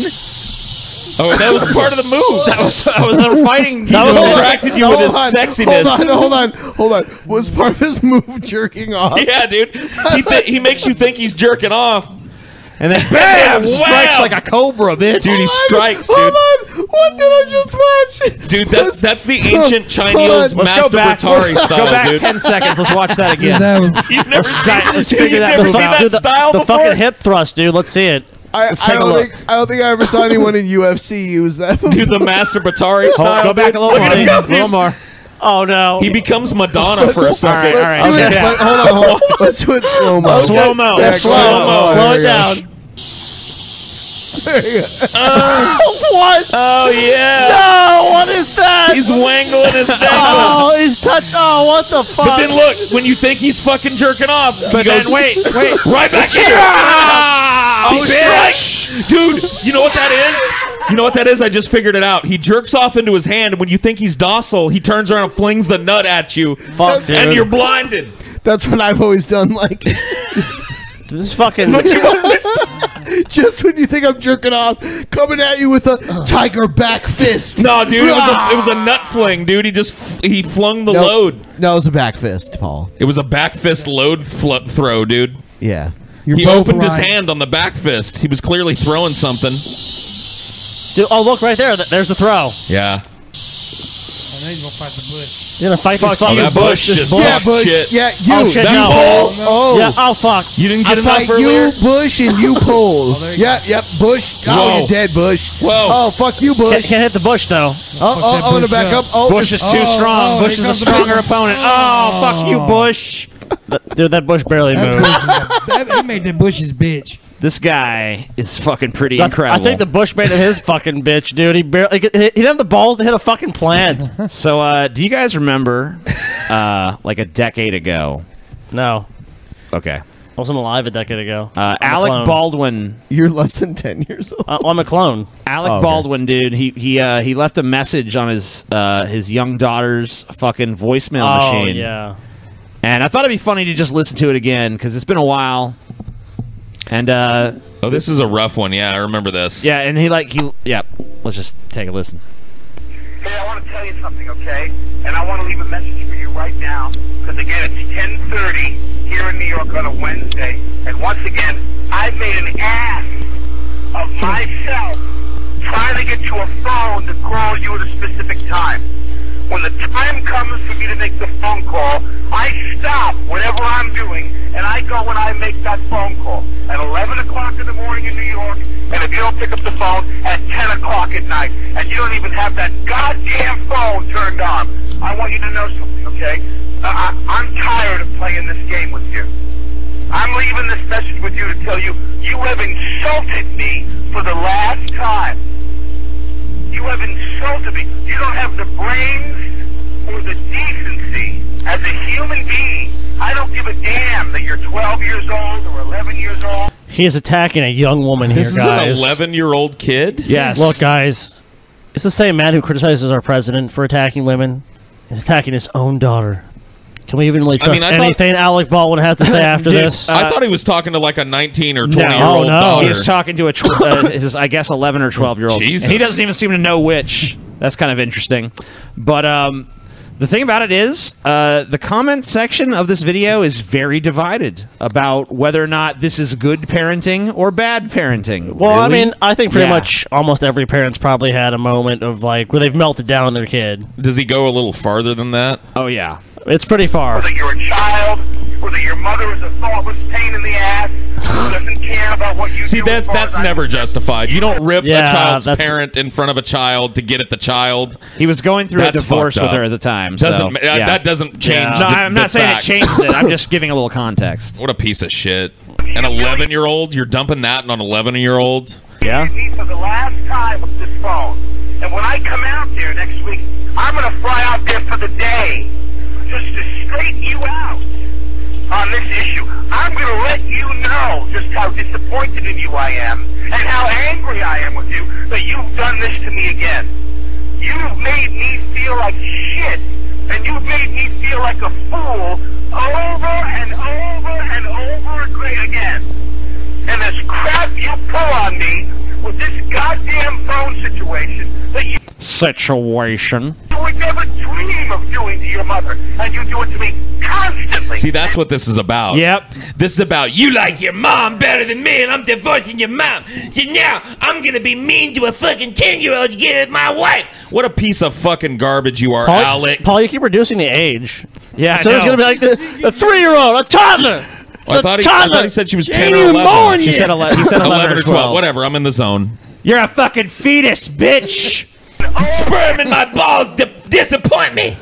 [SPEAKER 3] Oh, that was part of the move.
[SPEAKER 30] That was that was the fighting. He distracted you with his sexiness.
[SPEAKER 2] Hold on, hold on, hold on. Was part of his move jerking off?
[SPEAKER 3] yeah, dude. He, th- he makes you think he's jerking off.
[SPEAKER 7] And then
[SPEAKER 3] bam,
[SPEAKER 30] strikes like
[SPEAKER 7] a cobra, bitch.
[SPEAKER 3] Dude, he strikes, dude.
[SPEAKER 2] on. What did I just watch?
[SPEAKER 3] Dude, that's that's the ancient
[SPEAKER 30] Hold
[SPEAKER 3] Chinese
[SPEAKER 30] on. Let's go back.
[SPEAKER 3] masturbatory
[SPEAKER 30] Go
[SPEAKER 3] style,
[SPEAKER 30] back
[SPEAKER 3] dude.
[SPEAKER 30] 10 seconds. Let's watch that
[SPEAKER 7] again.
[SPEAKER 3] You've never
[SPEAKER 7] Let's,
[SPEAKER 3] seen,
[SPEAKER 7] di- let's
[SPEAKER 3] dude,
[SPEAKER 7] figure
[SPEAKER 3] you've
[SPEAKER 7] that
[SPEAKER 3] never
[SPEAKER 7] bitch
[SPEAKER 3] seen
[SPEAKER 7] out.
[SPEAKER 3] that
[SPEAKER 7] Dude, the,
[SPEAKER 3] style
[SPEAKER 7] the
[SPEAKER 3] before.
[SPEAKER 7] fucking hip thrust, dude. Let's see it.
[SPEAKER 2] I,
[SPEAKER 7] Let's
[SPEAKER 2] I
[SPEAKER 7] take a
[SPEAKER 2] don't
[SPEAKER 7] look.
[SPEAKER 2] think I don't think I ever saw anyone in UFC use that. Do
[SPEAKER 3] the masturbatory style,
[SPEAKER 7] go back
[SPEAKER 3] dude.
[SPEAKER 7] a little
[SPEAKER 3] Look at
[SPEAKER 7] more.
[SPEAKER 3] him go,
[SPEAKER 7] A little
[SPEAKER 3] dude.
[SPEAKER 7] more. Oh no.
[SPEAKER 3] He becomes Madonna for a
[SPEAKER 2] Let's-
[SPEAKER 3] second.
[SPEAKER 7] All right, all
[SPEAKER 2] Do it,
[SPEAKER 7] right. Okay.
[SPEAKER 2] but hold on, hold on. Let's do it slow mo.
[SPEAKER 7] Okay. Slow-mo. Slow- slow it down.
[SPEAKER 30] what? Oh yeah. No, what is that? He's
[SPEAKER 3] wangling his dick.
[SPEAKER 30] Oh, he's touch. Oh, what the fuck?
[SPEAKER 3] But then look, when you think he's fucking jerking off,
[SPEAKER 30] But
[SPEAKER 3] he goes,
[SPEAKER 30] then wait, wait.
[SPEAKER 3] right back here.
[SPEAKER 30] Ah,
[SPEAKER 3] Oh,
[SPEAKER 30] bitch.
[SPEAKER 3] strike. dude. You know what that is? You know what that is? I just figured it out. He jerks off into his hand, and when you think he's docile, he turns around and flings the nut at you,
[SPEAKER 2] Fuck,
[SPEAKER 3] and
[SPEAKER 2] dude.
[SPEAKER 3] you're blinded.
[SPEAKER 2] That's what I've always done. Like
[SPEAKER 7] this fucking.
[SPEAKER 2] What you Just when you think I'm jerking off, coming at you with a tiger back fist.
[SPEAKER 3] No, dude, it was a, it was a nut fling, dude. He just f- he flung the
[SPEAKER 2] No.
[SPEAKER 3] load.
[SPEAKER 2] No, it was a back fist, Paul.
[SPEAKER 3] It was a back fist load fl- throw, dude.
[SPEAKER 2] Yeah.
[SPEAKER 3] he
[SPEAKER 2] both
[SPEAKER 3] opened his
[SPEAKER 2] right.
[SPEAKER 3] hand on the back fist. He was clearly throwing something.
[SPEAKER 7] Dude, oh look right there. Th- There's the throw.
[SPEAKER 3] Yeah.
[SPEAKER 1] And then he's gonna fight the bush.
[SPEAKER 7] You're gonna fight this
[SPEAKER 3] Fuck
[SPEAKER 7] fucking
[SPEAKER 3] you, Bush,
[SPEAKER 7] This
[SPEAKER 3] just
[SPEAKER 7] bull.
[SPEAKER 2] Yeah, Bush. Yeah, you.
[SPEAKER 7] Oh shit,
[SPEAKER 2] That
[SPEAKER 7] no.
[SPEAKER 2] bull.
[SPEAKER 7] Oh.
[SPEAKER 2] Oh.
[SPEAKER 7] Yeah, oh fuck.
[SPEAKER 3] You didn't
[SPEAKER 2] I fight you, Bush, and
[SPEAKER 3] Oh,
[SPEAKER 2] you Pole. yep, yep. Bush.
[SPEAKER 7] Whoa.
[SPEAKER 2] Oh, you're dead, Bush.
[SPEAKER 7] Whoa.
[SPEAKER 2] Oh, fuck you, Bush.
[SPEAKER 7] Can't, can't hit the bush though.
[SPEAKER 2] Oh, oh,
[SPEAKER 7] that
[SPEAKER 2] I'm gonna
[SPEAKER 7] Bush
[SPEAKER 2] back
[SPEAKER 7] up.
[SPEAKER 2] up. Oh,
[SPEAKER 7] Bush is
[SPEAKER 2] it's-
[SPEAKER 7] too
[SPEAKER 2] oh, oh,
[SPEAKER 7] strong. Bush
[SPEAKER 2] here
[SPEAKER 7] is a
[SPEAKER 2] comes the
[SPEAKER 7] stronger
[SPEAKER 2] big-
[SPEAKER 7] opponent. Oh, fuck you, Bush. Th- Dude, that bush barely moved.
[SPEAKER 1] That, he made the bushes bitch.
[SPEAKER 7] This guy is fucking pretty
[SPEAKER 1] incredible.
[SPEAKER 7] I think the bush made him his fucking bitch, dude. He barely he didn't have the balls to hit a fucking plant.
[SPEAKER 6] So, uh, do you guys remember, uh, like a decade ago?
[SPEAKER 7] No.
[SPEAKER 6] Okay.
[SPEAKER 7] I wasn't alive a decade ago.
[SPEAKER 6] Uh,
[SPEAKER 7] I'm a
[SPEAKER 6] Alec
[SPEAKER 7] clone.
[SPEAKER 6] Baldwin.
[SPEAKER 2] You're less than ten years old.
[SPEAKER 7] Uh, I'm a clone.
[SPEAKER 6] Alec
[SPEAKER 7] Oh, okay.
[SPEAKER 6] Baldwin, dude. He he uh, he left a message on his uh, his young daughter's fucking voicemail
[SPEAKER 7] Oh,
[SPEAKER 6] machine.
[SPEAKER 7] yeah.
[SPEAKER 6] And I thought it'd be funny to just listen to it again because it's been a while. And uh,
[SPEAKER 3] Oh, this is a rough one. Yeah, I remember this.
[SPEAKER 6] yeah, and he like he yeah. Let's just take a listen.
[SPEAKER 5] tell you something, okay? And I want to leave a message for you right now, because again, it's 10:30 here in New York on a Wednesday, and once again, I've made an ass of myself trying to get to a phone to call you at a specific time. When the time comes for me to make the phone call, I stop whatever I'm doing and I go and I make that phone call at 11 o'clock in the morning in New York. And if you don't pick up the phone at 10 o'clock at night and you don't even have that goddamn phone turned on, I want you to know something, okay? Uh, I, I, I'm tired of playing this game with you. I'm leaving this message with you to tell you you have insulted me for the last time. You have insulted me. You don't have the brains or the decency as a human being. I don't give a damn that you're 12 years old or 11 years old.
[SPEAKER 7] He is attacking a young woman here,
[SPEAKER 3] This is
[SPEAKER 7] guys.
[SPEAKER 3] an 11 year old kid.
[SPEAKER 7] Yes. Look, guys, it's the same man who criticizes our president for attacking women. He's attacking his own daughter. Can we even really
[SPEAKER 3] I
[SPEAKER 7] trust
[SPEAKER 3] mean, I thought-
[SPEAKER 7] anything Alec Baldwin has to say after this?
[SPEAKER 3] I thought he was talking to like a 19 or 20
[SPEAKER 6] No.
[SPEAKER 3] year old
[SPEAKER 6] Oh, no.
[SPEAKER 3] daughter.
[SPEAKER 6] He's talking to a, tw- uh, his, I guess, 11 or 12 year old.
[SPEAKER 3] Jesus.
[SPEAKER 6] And he doesn't even seem to know which. That's kind of interesting. But um, the thing about it is, uh, the comment section of this video is very divided about whether or not this is good parenting or bad parenting.
[SPEAKER 7] Well, I mean, I think pretty
[SPEAKER 6] Yeah.
[SPEAKER 7] much almost every parent's probably had a moment of like where they've melted down their kid.
[SPEAKER 3] Does he go a little farther than that?
[SPEAKER 6] Oh yeah,
[SPEAKER 7] it's pretty far.
[SPEAKER 5] Whether you're a child, whether your mother is a thoughtless pain in the ass who doesn't care about what you
[SPEAKER 3] See, that's that's never justified. You don't rip
[SPEAKER 6] Yeah,
[SPEAKER 3] a child's
[SPEAKER 6] that's-
[SPEAKER 3] parent in front of a child to get at the child.
[SPEAKER 6] He was going through a
[SPEAKER 3] That's
[SPEAKER 6] divorce
[SPEAKER 3] fucked
[SPEAKER 6] with
[SPEAKER 3] up.
[SPEAKER 6] her at the time.
[SPEAKER 3] Doesn't
[SPEAKER 6] so,
[SPEAKER 3] ma- that-
[SPEAKER 6] yeah.
[SPEAKER 3] that doesn't change?
[SPEAKER 6] Yeah.
[SPEAKER 3] the-
[SPEAKER 6] no, I'm
[SPEAKER 3] the
[SPEAKER 6] not saying
[SPEAKER 3] fact.
[SPEAKER 6] it changed it. I'm just giving a little context.
[SPEAKER 3] What a piece of shit! An 11 year old, you're dumping that on an 11 year old.
[SPEAKER 6] Yeah.
[SPEAKER 5] me for the last time with this phone. And when I come out there next week, I'm going to fly out there for the day just to straighten you out on this issue. I'm going to let you know just how disappointed in you I am and how angry I am with you that you've done this to me again. You've made me feel like shit and you've made me feel like a fool over and over and over ag- again. And this crap you pull on me with this goddamn phone situation that you
[SPEAKER 6] Situation.
[SPEAKER 5] would never dream of doing to your mother, and you do it to me constantly.
[SPEAKER 3] See, that's what this is about.
[SPEAKER 6] Yep.
[SPEAKER 3] This is about you like your mom better than me, and I'm divorcing your mom.
[SPEAKER 31] So now I'm gonna be mean to a fucking ten-year-old to get with my wife.
[SPEAKER 3] What a piece of fucking garbage you are,
[SPEAKER 7] Paul,
[SPEAKER 3] Alec.
[SPEAKER 7] Paul, you keep reducing the age.
[SPEAKER 6] Yeah,
[SPEAKER 7] so it's gonna be like this, a three-year-old, a toddler.
[SPEAKER 3] Well, I
[SPEAKER 7] a
[SPEAKER 3] thought, he, I
[SPEAKER 7] toddler.
[SPEAKER 3] thought he said she was 10
[SPEAKER 7] ain't
[SPEAKER 3] or
[SPEAKER 7] even
[SPEAKER 3] 11.
[SPEAKER 7] born
[SPEAKER 3] She
[SPEAKER 7] yet.
[SPEAKER 3] said 11, he said 11 or 12. Whatever, I'm in the zone.
[SPEAKER 6] You're a fucking fetus, bitch.
[SPEAKER 31] Sperm in my balls di- disappoint me.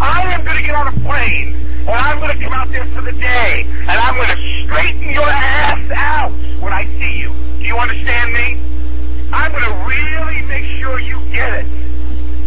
[SPEAKER 5] I am going to get on a plane, and I'm going to come out there for the day, and I'm going to straighten your ass out when I see you. Do you understand me? I'm going to really make sure you get it.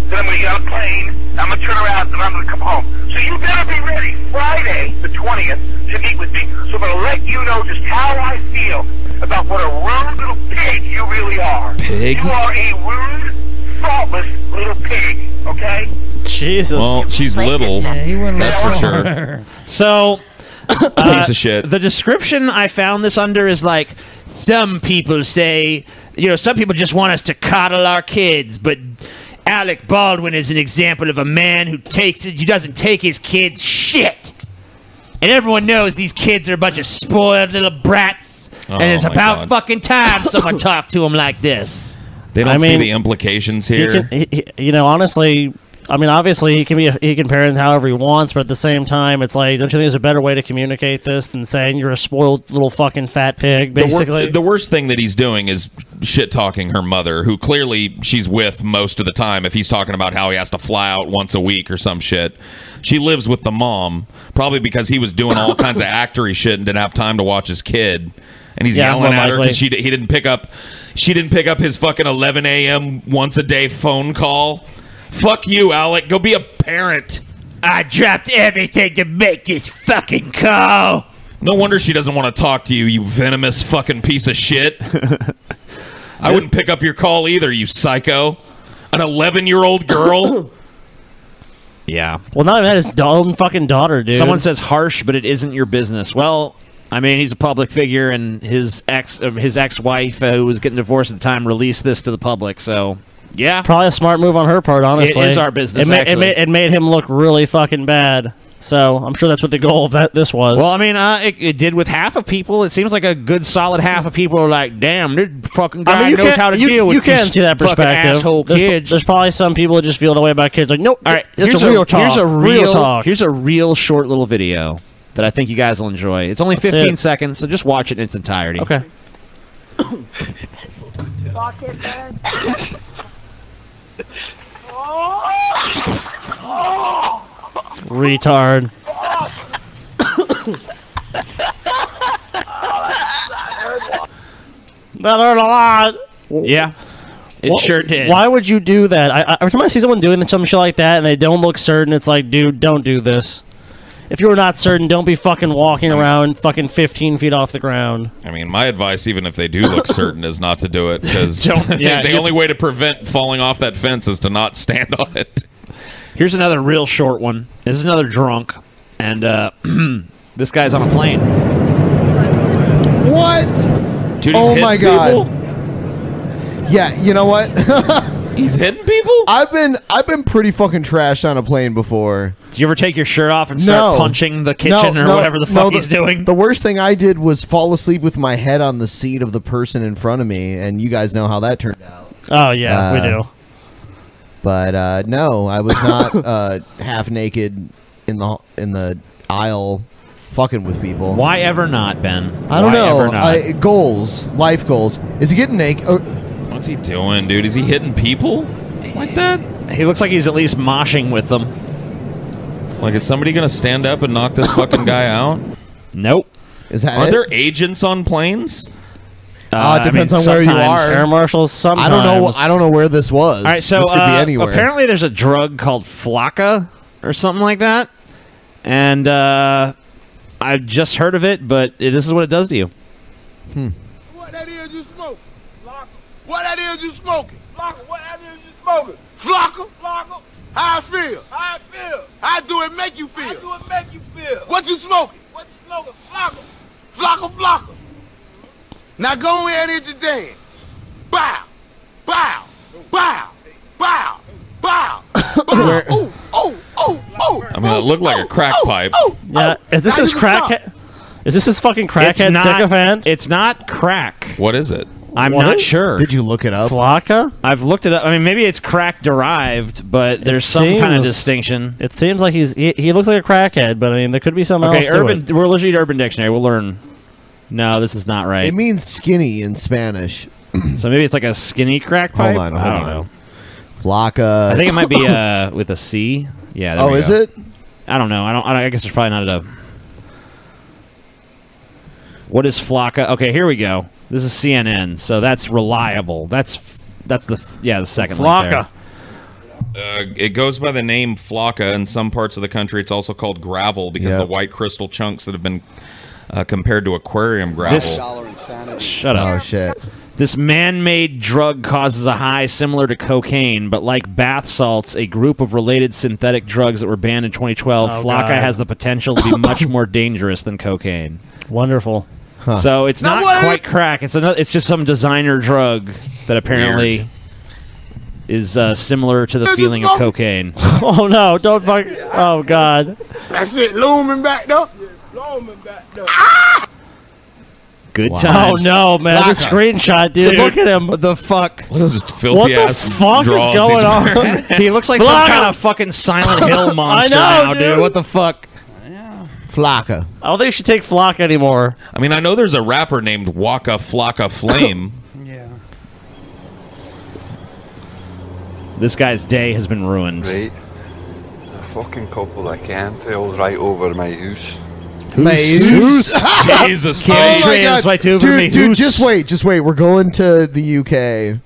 [SPEAKER 5] Then I'm going to get on a plane, and I'm going to turn around, and I'm going to come home. So you better be ready Friday, the 20th, to meet with me. So I'm going to let you know just how I feel about what a rude little pig you really are.
[SPEAKER 3] Pig?
[SPEAKER 5] You are a rude, thoughtless little pig, okay?
[SPEAKER 7] Jesus.
[SPEAKER 3] Well, she's little. That's for sure.
[SPEAKER 6] So,
[SPEAKER 3] Piece of shit.
[SPEAKER 6] The description I found this under is like some people say, you know, some people just want us to coddle our kids, but Alec Baldwin is an example of a man who takes it, who doesn't take his kids shit. And everyone knows these kids are a bunch of spoiled little brats, and
[SPEAKER 3] Oh,
[SPEAKER 6] it's
[SPEAKER 3] my
[SPEAKER 6] about
[SPEAKER 3] God.
[SPEAKER 6] fucking time someone talked to them like this.
[SPEAKER 3] They don't
[SPEAKER 7] I
[SPEAKER 3] see
[SPEAKER 7] mean,
[SPEAKER 3] the implications
[SPEAKER 7] He
[SPEAKER 3] here.
[SPEAKER 7] can, he, he- you know, honestly, I mean, obviously he can be a, he can parent however he wants, but at the same time, it's like, don't you think there's a better way to communicate this than saying you're a spoiled little fucking fat pig,
[SPEAKER 3] The wor-
[SPEAKER 7] basically?
[SPEAKER 3] The, worst thing that he's doing is shit talking her mother, who clearly she's with most of the time. If he's talking about how he has to fly out once a week or some shit, she lives with the mom probably because he was doing all kinds of actory shit and didn't have time to watch his kid, and he's
[SPEAKER 7] Yeah,
[SPEAKER 3] yelling
[SPEAKER 7] more
[SPEAKER 3] at her
[SPEAKER 7] likely.
[SPEAKER 3] because she di- he didn't pick up she didn't pick up his fucking 11 a.m. once a day phone call. Fuck you, Alec. Go be a parent.
[SPEAKER 6] I dropped everything to make this fucking call.
[SPEAKER 3] No wonder she doesn't want to talk to you, you venomous fucking piece of shit. I wouldn't pick up your call either, you psycho. An 11 year old girl?
[SPEAKER 6] Yeah.
[SPEAKER 7] well, not even that, his dumb fucking daughter, dude.
[SPEAKER 6] Someone says harsh, but it isn't your business. Well, I mean, he's a public figure, and his ex, uh, his ex-wife, uh, who was getting divorced at the time, released this to the public. So, yeah,
[SPEAKER 7] probably a smart move on her part. Honestly,
[SPEAKER 6] It is our business,
[SPEAKER 7] It, ma- it,
[SPEAKER 6] actually.
[SPEAKER 7] ma- it made him look really fucking bad. So I'm sure that's what the goal of that this was.
[SPEAKER 6] well, I mean, uh, it, it did with half of people. It seems like a good, solid half of people are like, "Damn, this fucking guy
[SPEAKER 7] I mean, you
[SPEAKER 6] knows
[SPEAKER 7] can't-
[SPEAKER 6] how to
[SPEAKER 7] you-
[SPEAKER 6] deal with
[SPEAKER 7] you can
[SPEAKER 6] these
[SPEAKER 7] see that
[SPEAKER 6] fucking
[SPEAKER 7] perspective.
[SPEAKER 6] asshole
[SPEAKER 7] There's, pro-
[SPEAKER 6] kids."
[SPEAKER 7] there's probably some people that just feel the way about kids. Like, no, all right,
[SPEAKER 6] Here's
[SPEAKER 7] it's a real talk.
[SPEAKER 6] Here's a real,
[SPEAKER 7] talk.
[SPEAKER 6] Here's a real short little video that I think you guys will enjoy. It's only
[SPEAKER 7] That's
[SPEAKER 6] 15
[SPEAKER 7] it.
[SPEAKER 6] seconds, so just watch it in its entirety.
[SPEAKER 7] Okay. Retard. that hurt a lot.
[SPEAKER 6] Yeah. It
[SPEAKER 7] Wha-
[SPEAKER 6] sure did.
[SPEAKER 7] Why would you do that? I, I, every time I see someone doing some shit like that and they don't look certain, it's like, dude, don't do this. If you're not certain, don't be fucking walking around fucking 15 feet off the ground.
[SPEAKER 3] I mean, my advice, even if they do look certain, is not to do it because
[SPEAKER 6] Don't- yeah,
[SPEAKER 3] the
[SPEAKER 6] you-
[SPEAKER 3] only way to prevent falling off that fence is to not stand on it.
[SPEAKER 6] Here's another real short one. This is another drunk, and uh, this guy's on a plane.
[SPEAKER 2] What?
[SPEAKER 6] Dude, he's
[SPEAKER 2] oh
[SPEAKER 6] hitting
[SPEAKER 2] my god. Yeah, you know what?
[SPEAKER 3] He's hitting people.
[SPEAKER 2] I've been I've been pretty fucking trashed on a plane before.
[SPEAKER 6] Did you ever take your shirt off and start
[SPEAKER 2] no.
[SPEAKER 6] punching the
[SPEAKER 2] No,
[SPEAKER 6] kitchen or
[SPEAKER 2] no,
[SPEAKER 6] whatever the
[SPEAKER 2] no,
[SPEAKER 6] fuck he's doing?
[SPEAKER 2] The worst thing I did was fall asleep with my head on the seat of the person in front of me, and you guys know how that turned out.
[SPEAKER 7] Oh yeah, we
[SPEAKER 2] Uh,
[SPEAKER 7] do.
[SPEAKER 2] But uh, no, I was not uh, half naked in the in the aisle, fucking with people.
[SPEAKER 6] Why ever not, Ben?
[SPEAKER 2] I don't
[SPEAKER 6] Why
[SPEAKER 2] know.
[SPEAKER 6] ever not? Uh,
[SPEAKER 2] I, uh, goals, life goals. Is he getting naked? Oh,
[SPEAKER 3] What's he doing, dude? Is he hitting people? Like that?
[SPEAKER 6] He looks like he's at least moshing with them.
[SPEAKER 3] Like, is somebody gonna stand up and knock this fucking guy out?
[SPEAKER 6] Nope.
[SPEAKER 2] Is that
[SPEAKER 3] Are
[SPEAKER 2] it?
[SPEAKER 3] there agents on planes?
[SPEAKER 2] Uh, it depends on where you are.
[SPEAKER 7] marshals.
[SPEAKER 2] I don't know.
[SPEAKER 6] sometimes.
[SPEAKER 2] I don't know where this was.
[SPEAKER 6] All right, so
[SPEAKER 2] this could
[SPEAKER 6] uh,
[SPEAKER 2] be anywhere.
[SPEAKER 6] apparently there's a drug called Flaca or something like that, and uh, I've just heard of it, but this is what it does to you.
[SPEAKER 5] What that is you smoking? Locker. What that is you smoking? Locker. What that is you smoking? Flocker. Flocker. How I feel? How I feel? How do it make you feel? How do it make you feel? What you smoking? What you smoking? Flocker. Flocker. Flocker. Now go in and just dance. Bow. Bow. Bow. Bow. Bow. Bow.
[SPEAKER 6] Oh,
[SPEAKER 5] ooh, ooh, ooh, ooh.
[SPEAKER 3] I mean, it looked like a crack pipe.
[SPEAKER 6] oh,
[SPEAKER 7] Yeah, is this
[SPEAKER 3] How
[SPEAKER 7] his
[SPEAKER 3] does it stop?
[SPEAKER 7] crack? Is this his fucking
[SPEAKER 6] It's
[SPEAKER 7] crackhead
[SPEAKER 6] not-
[SPEAKER 7] sycophant?
[SPEAKER 6] It's not crack.
[SPEAKER 3] What is it?
[SPEAKER 6] I'm
[SPEAKER 7] What?
[SPEAKER 6] not sure.
[SPEAKER 2] Did you look it up?
[SPEAKER 7] Flaca?
[SPEAKER 6] I've looked it up. I mean, maybe it's crack derived, but there's some kind of
[SPEAKER 7] seems-
[SPEAKER 6] distinction.
[SPEAKER 7] It seems like he's he, he looks like a crackhead, but I mean there could be something
[SPEAKER 6] Okay,
[SPEAKER 7] else. to
[SPEAKER 6] urban.
[SPEAKER 7] it.
[SPEAKER 6] We're looking at Urban Dictionary. We'll learn. No, this is not right.
[SPEAKER 2] It means skinny in Spanish.
[SPEAKER 6] so maybe it's like a skinny crack pipe.
[SPEAKER 2] Hold on, hold
[SPEAKER 6] I don't
[SPEAKER 2] on.
[SPEAKER 6] know.
[SPEAKER 2] Flaca.
[SPEAKER 6] I think it might be uh, with a C. Yeah. there
[SPEAKER 2] Oh,
[SPEAKER 6] we
[SPEAKER 2] is
[SPEAKER 6] go.
[SPEAKER 2] it?
[SPEAKER 6] I don't know. I don't. I, don't, I guess there's probably not a. What is Flocka? Okay, here we go. This is CNN, so that's reliable. That's f- that's the yeah the second link there.
[SPEAKER 3] Flocka. Uh, it goes by the name flaca in some parts of the country. It's also called gravel because the white crystal chunks that have been uh, compared to aquarium gravel.
[SPEAKER 6] This- Shut up.
[SPEAKER 2] Oh shit.
[SPEAKER 6] This man-made drug causes a high similar to cocaine, but like bath salts, a group of related synthetic drugs that were banned in 2012,
[SPEAKER 7] Oh,
[SPEAKER 6] Flocka
[SPEAKER 7] God.
[SPEAKER 6] has the potential to be much more dangerous than cocaine.
[SPEAKER 7] Wonderful.
[SPEAKER 6] So it's
[SPEAKER 7] Now
[SPEAKER 6] not
[SPEAKER 7] what-
[SPEAKER 6] quite crack. It's another. It's just some designer drug that apparently is uh, similar to the feeling of cocaine.
[SPEAKER 7] oh no! Don't fuck. Oh god.
[SPEAKER 5] That shit looming back though.
[SPEAKER 6] Good
[SPEAKER 7] Wow.
[SPEAKER 6] times.
[SPEAKER 7] Oh, no, man. This Lock 'em. screenshot, dude. Look at him.
[SPEAKER 2] What the fuck?
[SPEAKER 3] Look at those
[SPEAKER 7] What the fuck is going on?
[SPEAKER 6] he looks like
[SPEAKER 7] Block
[SPEAKER 6] some kind
[SPEAKER 7] him.
[SPEAKER 6] of fucking Silent Hill monster
[SPEAKER 7] I
[SPEAKER 6] now,
[SPEAKER 7] know,
[SPEAKER 6] dude. What the fuck?
[SPEAKER 2] Flocka.
[SPEAKER 7] I don't think you should take Flock anymore.
[SPEAKER 3] I mean, I know there's a rapper named Waka Flocka Flame.
[SPEAKER 6] This guy's day has been ruined.
[SPEAKER 9] Right. A fucking couple of chemtrails right over my house.
[SPEAKER 3] Jesus
[SPEAKER 2] oh
[SPEAKER 9] Christ.
[SPEAKER 2] my God.
[SPEAKER 9] Trans right over
[SPEAKER 2] dude,
[SPEAKER 9] me
[SPEAKER 2] dude,
[SPEAKER 9] hoose.
[SPEAKER 2] just wait, just wait. We're going to the UK.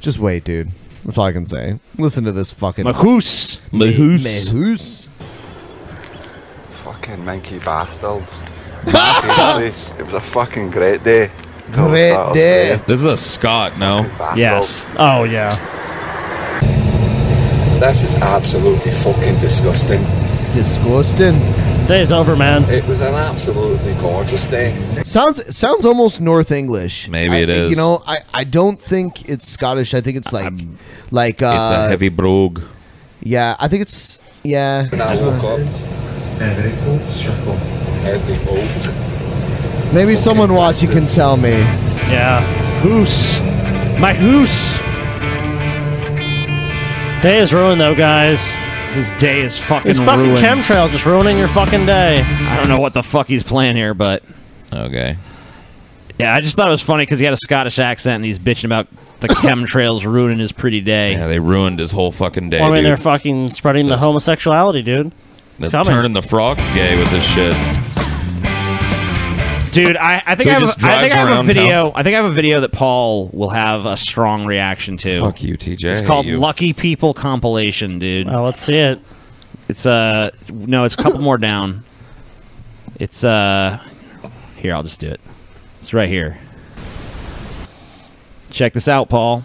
[SPEAKER 2] Just wait, dude. That's all I can say. Listen to this fucking
[SPEAKER 9] My
[SPEAKER 6] hoose.
[SPEAKER 2] Ma-
[SPEAKER 9] My hoose.
[SPEAKER 2] hoose.
[SPEAKER 9] Fucking minky bastards. Bastards! It was a fucking great day. Till
[SPEAKER 2] Great
[SPEAKER 9] Saturday.
[SPEAKER 3] This is a Scott, no?
[SPEAKER 9] Yes.
[SPEAKER 7] Oh yeah.
[SPEAKER 9] This is absolutely fucking disgusting.
[SPEAKER 2] Disgusting.
[SPEAKER 7] Day's over, man.
[SPEAKER 9] It was an absolutely gorgeous day.
[SPEAKER 2] Sounds sounds almost North English.
[SPEAKER 3] Maybe
[SPEAKER 2] I,
[SPEAKER 3] it is.
[SPEAKER 2] You know, I, I don't think it's Scottish. I think it's like like uh
[SPEAKER 3] it's a heavy brogue.
[SPEAKER 2] Yeah, I think it's yeah.
[SPEAKER 9] When I woke up, every old
[SPEAKER 2] Maybe someone watching can tell me.
[SPEAKER 7] Yeah. Hoose. My hoose. Day is ruined though, guys.
[SPEAKER 6] His day is fucking
[SPEAKER 7] His fucking
[SPEAKER 6] ruined.
[SPEAKER 7] chemtrail just ruining your fucking day.
[SPEAKER 6] I don't know what the fuck he's playing here, but
[SPEAKER 3] okay.
[SPEAKER 6] Yeah, I just thought it was funny because he had a Scottish accent and he's bitching about the chemtrails ruining his pretty day.
[SPEAKER 3] Yeah, they ruined his whole fucking day,
[SPEAKER 7] Well, I mean,
[SPEAKER 3] dude.
[SPEAKER 7] they're fucking spreading the homosexuality, dude.
[SPEAKER 3] They're
[SPEAKER 7] It's coming.
[SPEAKER 3] turning the frogs gay with this shit.
[SPEAKER 6] Dude, I, I think I
[SPEAKER 3] So he
[SPEAKER 6] have,
[SPEAKER 3] just
[SPEAKER 6] a, I think
[SPEAKER 3] drives
[SPEAKER 6] I have a
[SPEAKER 3] around
[SPEAKER 6] video. I think I have a video that Paul will have a strong reaction to.
[SPEAKER 3] Fuck you, TJ.
[SPEAKER 6] It's called
[SPEAKER 3] I hate you.
[SPEAKER 6] Lucky People compilation, dude.
[SPEAKER 7] Oh, let's see it.
[SPEAKER 6] It's uh no, it's a couple more down. It's uh here, I'll just do it. It's right here. Check this out, Paul.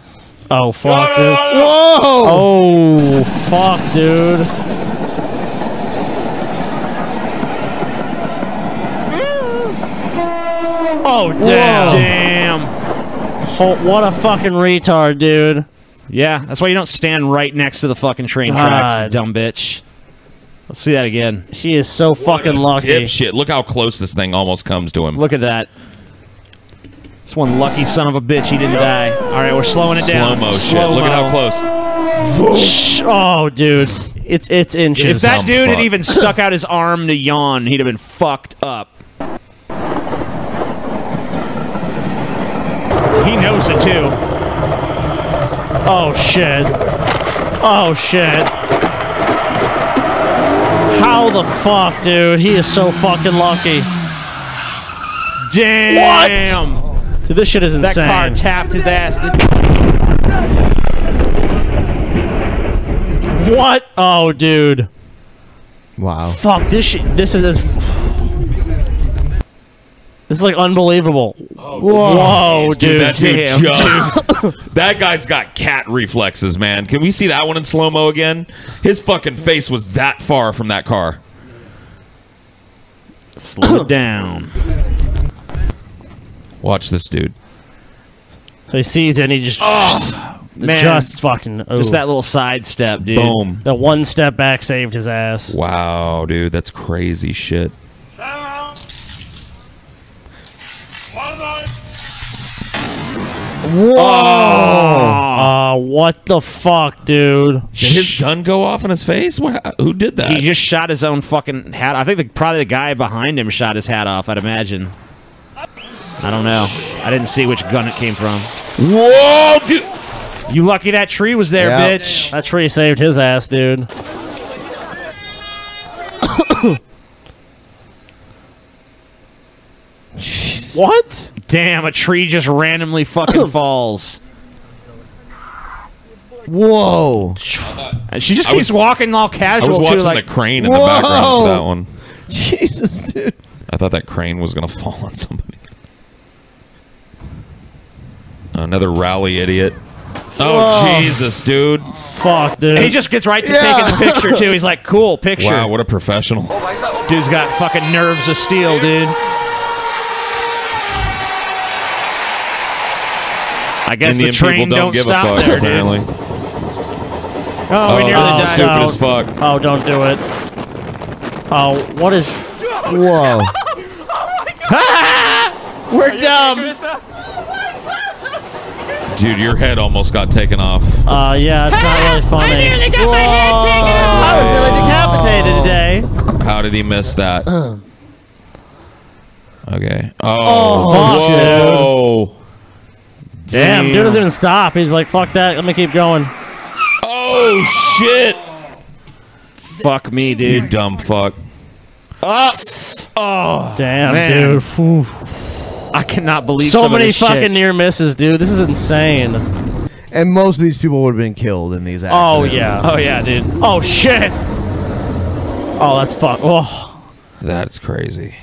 [SPEAKER 7] Oh fuck, dude.
[SPEAKER 2] Whoa!
[SPEAKER 7] Oh fuck, dude. Oh damn!
[SPEAKER 6] Damn.
[SPEAKER 3] Oh,
[SPEAKER 7] Ho- what a fucking retard, dude.
[SPEAKER 6] Yeah, that's why you don't stand right next to the fucking train
[SPEAKER 7] God.
[SPEAKER 6] tracks, you dumb bitch. Let's see that again. She is so fucking lucky.
[SPEAKER 3] Dipshit. Look how close this thing almost comes to him.
[SPEAKER 6] Look at that. This one lucky son of a bitch, he didn't die. All right, we're slowing it down.
[SPEAKER 3] Slow-mo shit. Look at how
[SPEAKER 6] close. Oh, dude. It's it's inches. If that
[SPEAKER 7] Some
[SPEAKER 6] dude had
[SPEAKER 7] fuck.
[SPEAKER 6] even stuck out his arm to yawn, he'd have been fucked up. He knows it too.
[SPEAKER 7] Oh shit. Oh shit. How the fuck, dude? He is so fucking lucky.
[SPEAKER 6] Damn.
[SPEAKER 7] What? Dude, this shit is insane.
[SPEAKER 32] That car tapped his ass.
[SPEAKER 7] What? Oh, dude.
[SPEAKER 2] Wow.
[SPEAKER 7] Fuck this shit. This is this. This is like unbelievable. Whoa, dude.
[SPEAKER 3] that dude
[SPEAKER 7] damn.
[SPEAKER 3] just- that guy's got cat reflexes, man. Can we see that one in slow mo again? His fucking face was that far from that car.
[SPEAKER 6] Slow it down.
[SPEAKER 3] Watch this dude.
[SPEAKER 7] So he sees it and he just.
[SPEAKER 6] man.
[SPEAKER 7] Just fucking.
[SPEAKER 6] Just that little sidestep, dude.
[SPEAKER 3] Boom.
[SPEAKER 7] The one step back saved his ass.
[SPEAKER 3] Wow, Oh, dude, that's crazy shit.
[SPEAKER 7] Whoa! Oh.
[SPEAKER 6] Oh.
[SPEAKER 7] Uh, what the fuck, dude?
[SPEAKER 3] Did his gun go off in his face? What, who did that?
[SPEAKER 6] He just shot his own fucking hat. I think the, probably the guy behind him shot his hat off. I'd imagine. I don't know. I didn't see which gun it came from.
[SPEAKER 3] Whoa, dude!
[SPEAKER 6] You lucky that tree was there,
[SPEAKER 7] Yeah.
[SPEAKER 6] bitch.
[SPEAKER 7] That tree saved his ass, dude.
[SPEAKER 6] What? Damn, a tree just randomly fucking falls.
[SPEAKER 2] Whoa.
[SPEAKER 6] And she just
[SPEAKER 3] I
[SPEAKER 6] keeps
[SPEAKER 3] was-
[SPEAKER 6] walking all casual.
[SPEAKER 3] I was
[SPEAKER 6] too,
[SPEAKER 3] watching
[SPEAKER 6] like,
[SPEAKER 3] the crane in the background for that one.
[SPEAKER 2] Jesus, dude.
[SPEAKER 3] I thought that crane was gonna fall on somebody. Another rally idiot. Oh
[SPEAKER 6] Whoa.
[SPEAKER 3] Jesus, dude!
[SPEAKER 7] Fuck, dude.
[SPEAKER 6] And he just gets right to taking the picture too. He's like, "Cool picture."
[SPEAKER 3] Wow, what a professional.
[SPEAKER 6] Dude's got fucking nerves of steel, dude. I guess
[SPEAKER 3] Indian
[SPEAKER 6] the train
[SPEAKER 3] people don't, give
[SPEAKER 6] stop
[SPEAKER 3] a fuck.
[SPEAKER 6] there, dude.
[SPEAKER 3] apparently,
[SPEAKER 7] Oh,
[SPEAKER 3] Oh,
[SPEAKER 7] we nearly
[SPEAKER 3] that's
[SPEAKER 7] died.
[SPEAKER 3] stupid
[SPEAKER 7] oh,
[SPEAKER 3] as fuck.
[SPEAKER 7] Oh, don't do it. Oh, what is?
[SPEAKER 2] Whoa.
[SPEAKER 7] We're dumb.
[SPEAKER 3] dude, your head almost got taken off.
[SPEAKER 7] Uh, yeah, it's not really funny. I nearly got my head taken off. I was nearly
[SPEAKER 3] Oh.
[SPEAKER 7] decapitated today.
[SPEAKER 3] How did he miss that? Okay. Oh,
[SPEAKER 7] fuck, dude.
[SPEAKER 3] whoa.
[SPEAKER 7] Damn, dude doesn't even stop. He's like, fuck that. Let me keep going.
[SPEAKER 3] Oh shit!
[SPEAKER 6] Fuck me, dude.
[SPEAKER 3] You dumb fuck.
[SPEAKER 6] Oh, oh
[SPEAKER 7] Damn,
[SPEAKER 6] man.
[SPEAKER 7] dude. Whew.
[SPEAKER 6] I cannot believe
[SPEAKER 7] so
[SPEAKER 6] some of
[SPEAKER 7] many
[SPEAKER 6] this
[SPEAKER 7] fucking
[SPEAKER 6] shit.
[SPEAKER 7] near misses, dude. This is insane.
[SPEAKER 2] And most of these people would have been killed in these accidents.
[SPEAKER 7] Oh yeah. dude. Oh shit. Oh, that's fuck. Oh,
[SPEAKER 3] That's crazy.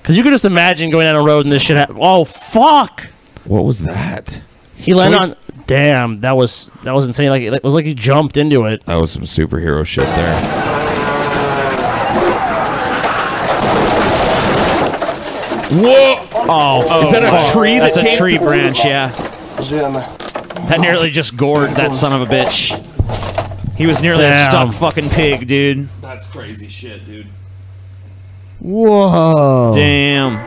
[SPEAKER 7] because you could just imagine going down a road and this shit. Hap- oh fuck.
[SPEAKER 3] What was that?
[SPEAKER 7] He landed
[SPEAKER 3] What
[SPEAKER 7] on. Damn, that was that was insane. Like it was like he jumped into it.
[SPEAKER 3] That was some superhero shit there. Whoa!
[SPEAKER 6] Oh,
[SPEAKER 7] Oh,
[SPEAKER 6] is that a
[SPEAKER 7] fuck.
[SPEAKER 6] tree?
[SPEAKER 7] That's
[SPEAKER 6] That's
[SPEAKER 7] a
[SPEAKER 6] a
[SPEAKER 7] tree
[SPEAKER 6] tree branch. Yeah. That nearly just gored that son of a bitch. He was nearly a
[SPEAKER 3] Damn.
[SPEAKER 6] stuck fucking pig, dude.
[SPEAKER 3] That's crazy shit, dude.
[SPEAKER 2] Whoa.
[SPEAKER 6] Damn.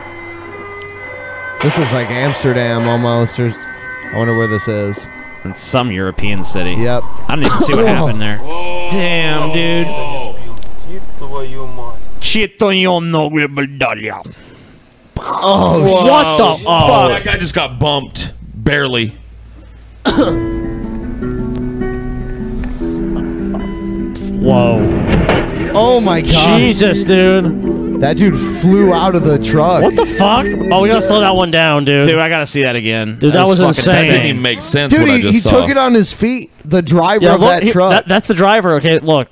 [SPEAKER 2] This looks like Amsterdam almost. Or I wonder where this is.
[SPEAKER 6] In some European city.
[SPEAKER 2] Yep.
[SPEAKER 6] I didn't even see what happened there. Damn, dude. Shit on your no
[SPEAKER 2] Oh,
[SPEAKER 7] what the
[SPEAKER 3] Oh,
[SPEAKER 7] fuck?
[SPEAKER 3] that guy just got bumped. Barely.
[SPEAKER 7] Whoa.
[SPEAKER 2] Oh my god.
[SPEAKER 7] Jesus, dude.
[SPEAKER 2] That dude flew out of the truck.
[SPEAKER 7] What the fuck? Oh, we gotta slow that one down, dude.
[SPEAKER 6] Dude, I gotta see that again.
[SPEAKER 7] Dude, that was
[SPEAKER 6] fucking
[SPEAKER 7] insane.
[SPEAKER 3] That didn't even make sense
[SPEAKER 2] Dude,
[SPEAKER 3] what I
[SPEAKER 2] he,
[SPEAKER 3] just
[SPEAKER 2] he
[SPEAKER 3] saw.
[SPEAKER 2] took it on his feet. The driver of
[SPEAKER 7] look,
[SPEAKER 2] that
[SPEAKER 7] he-
[SPEAKER 2] truck.
[SPEAKER 7] that- that's the driver. Okay, look.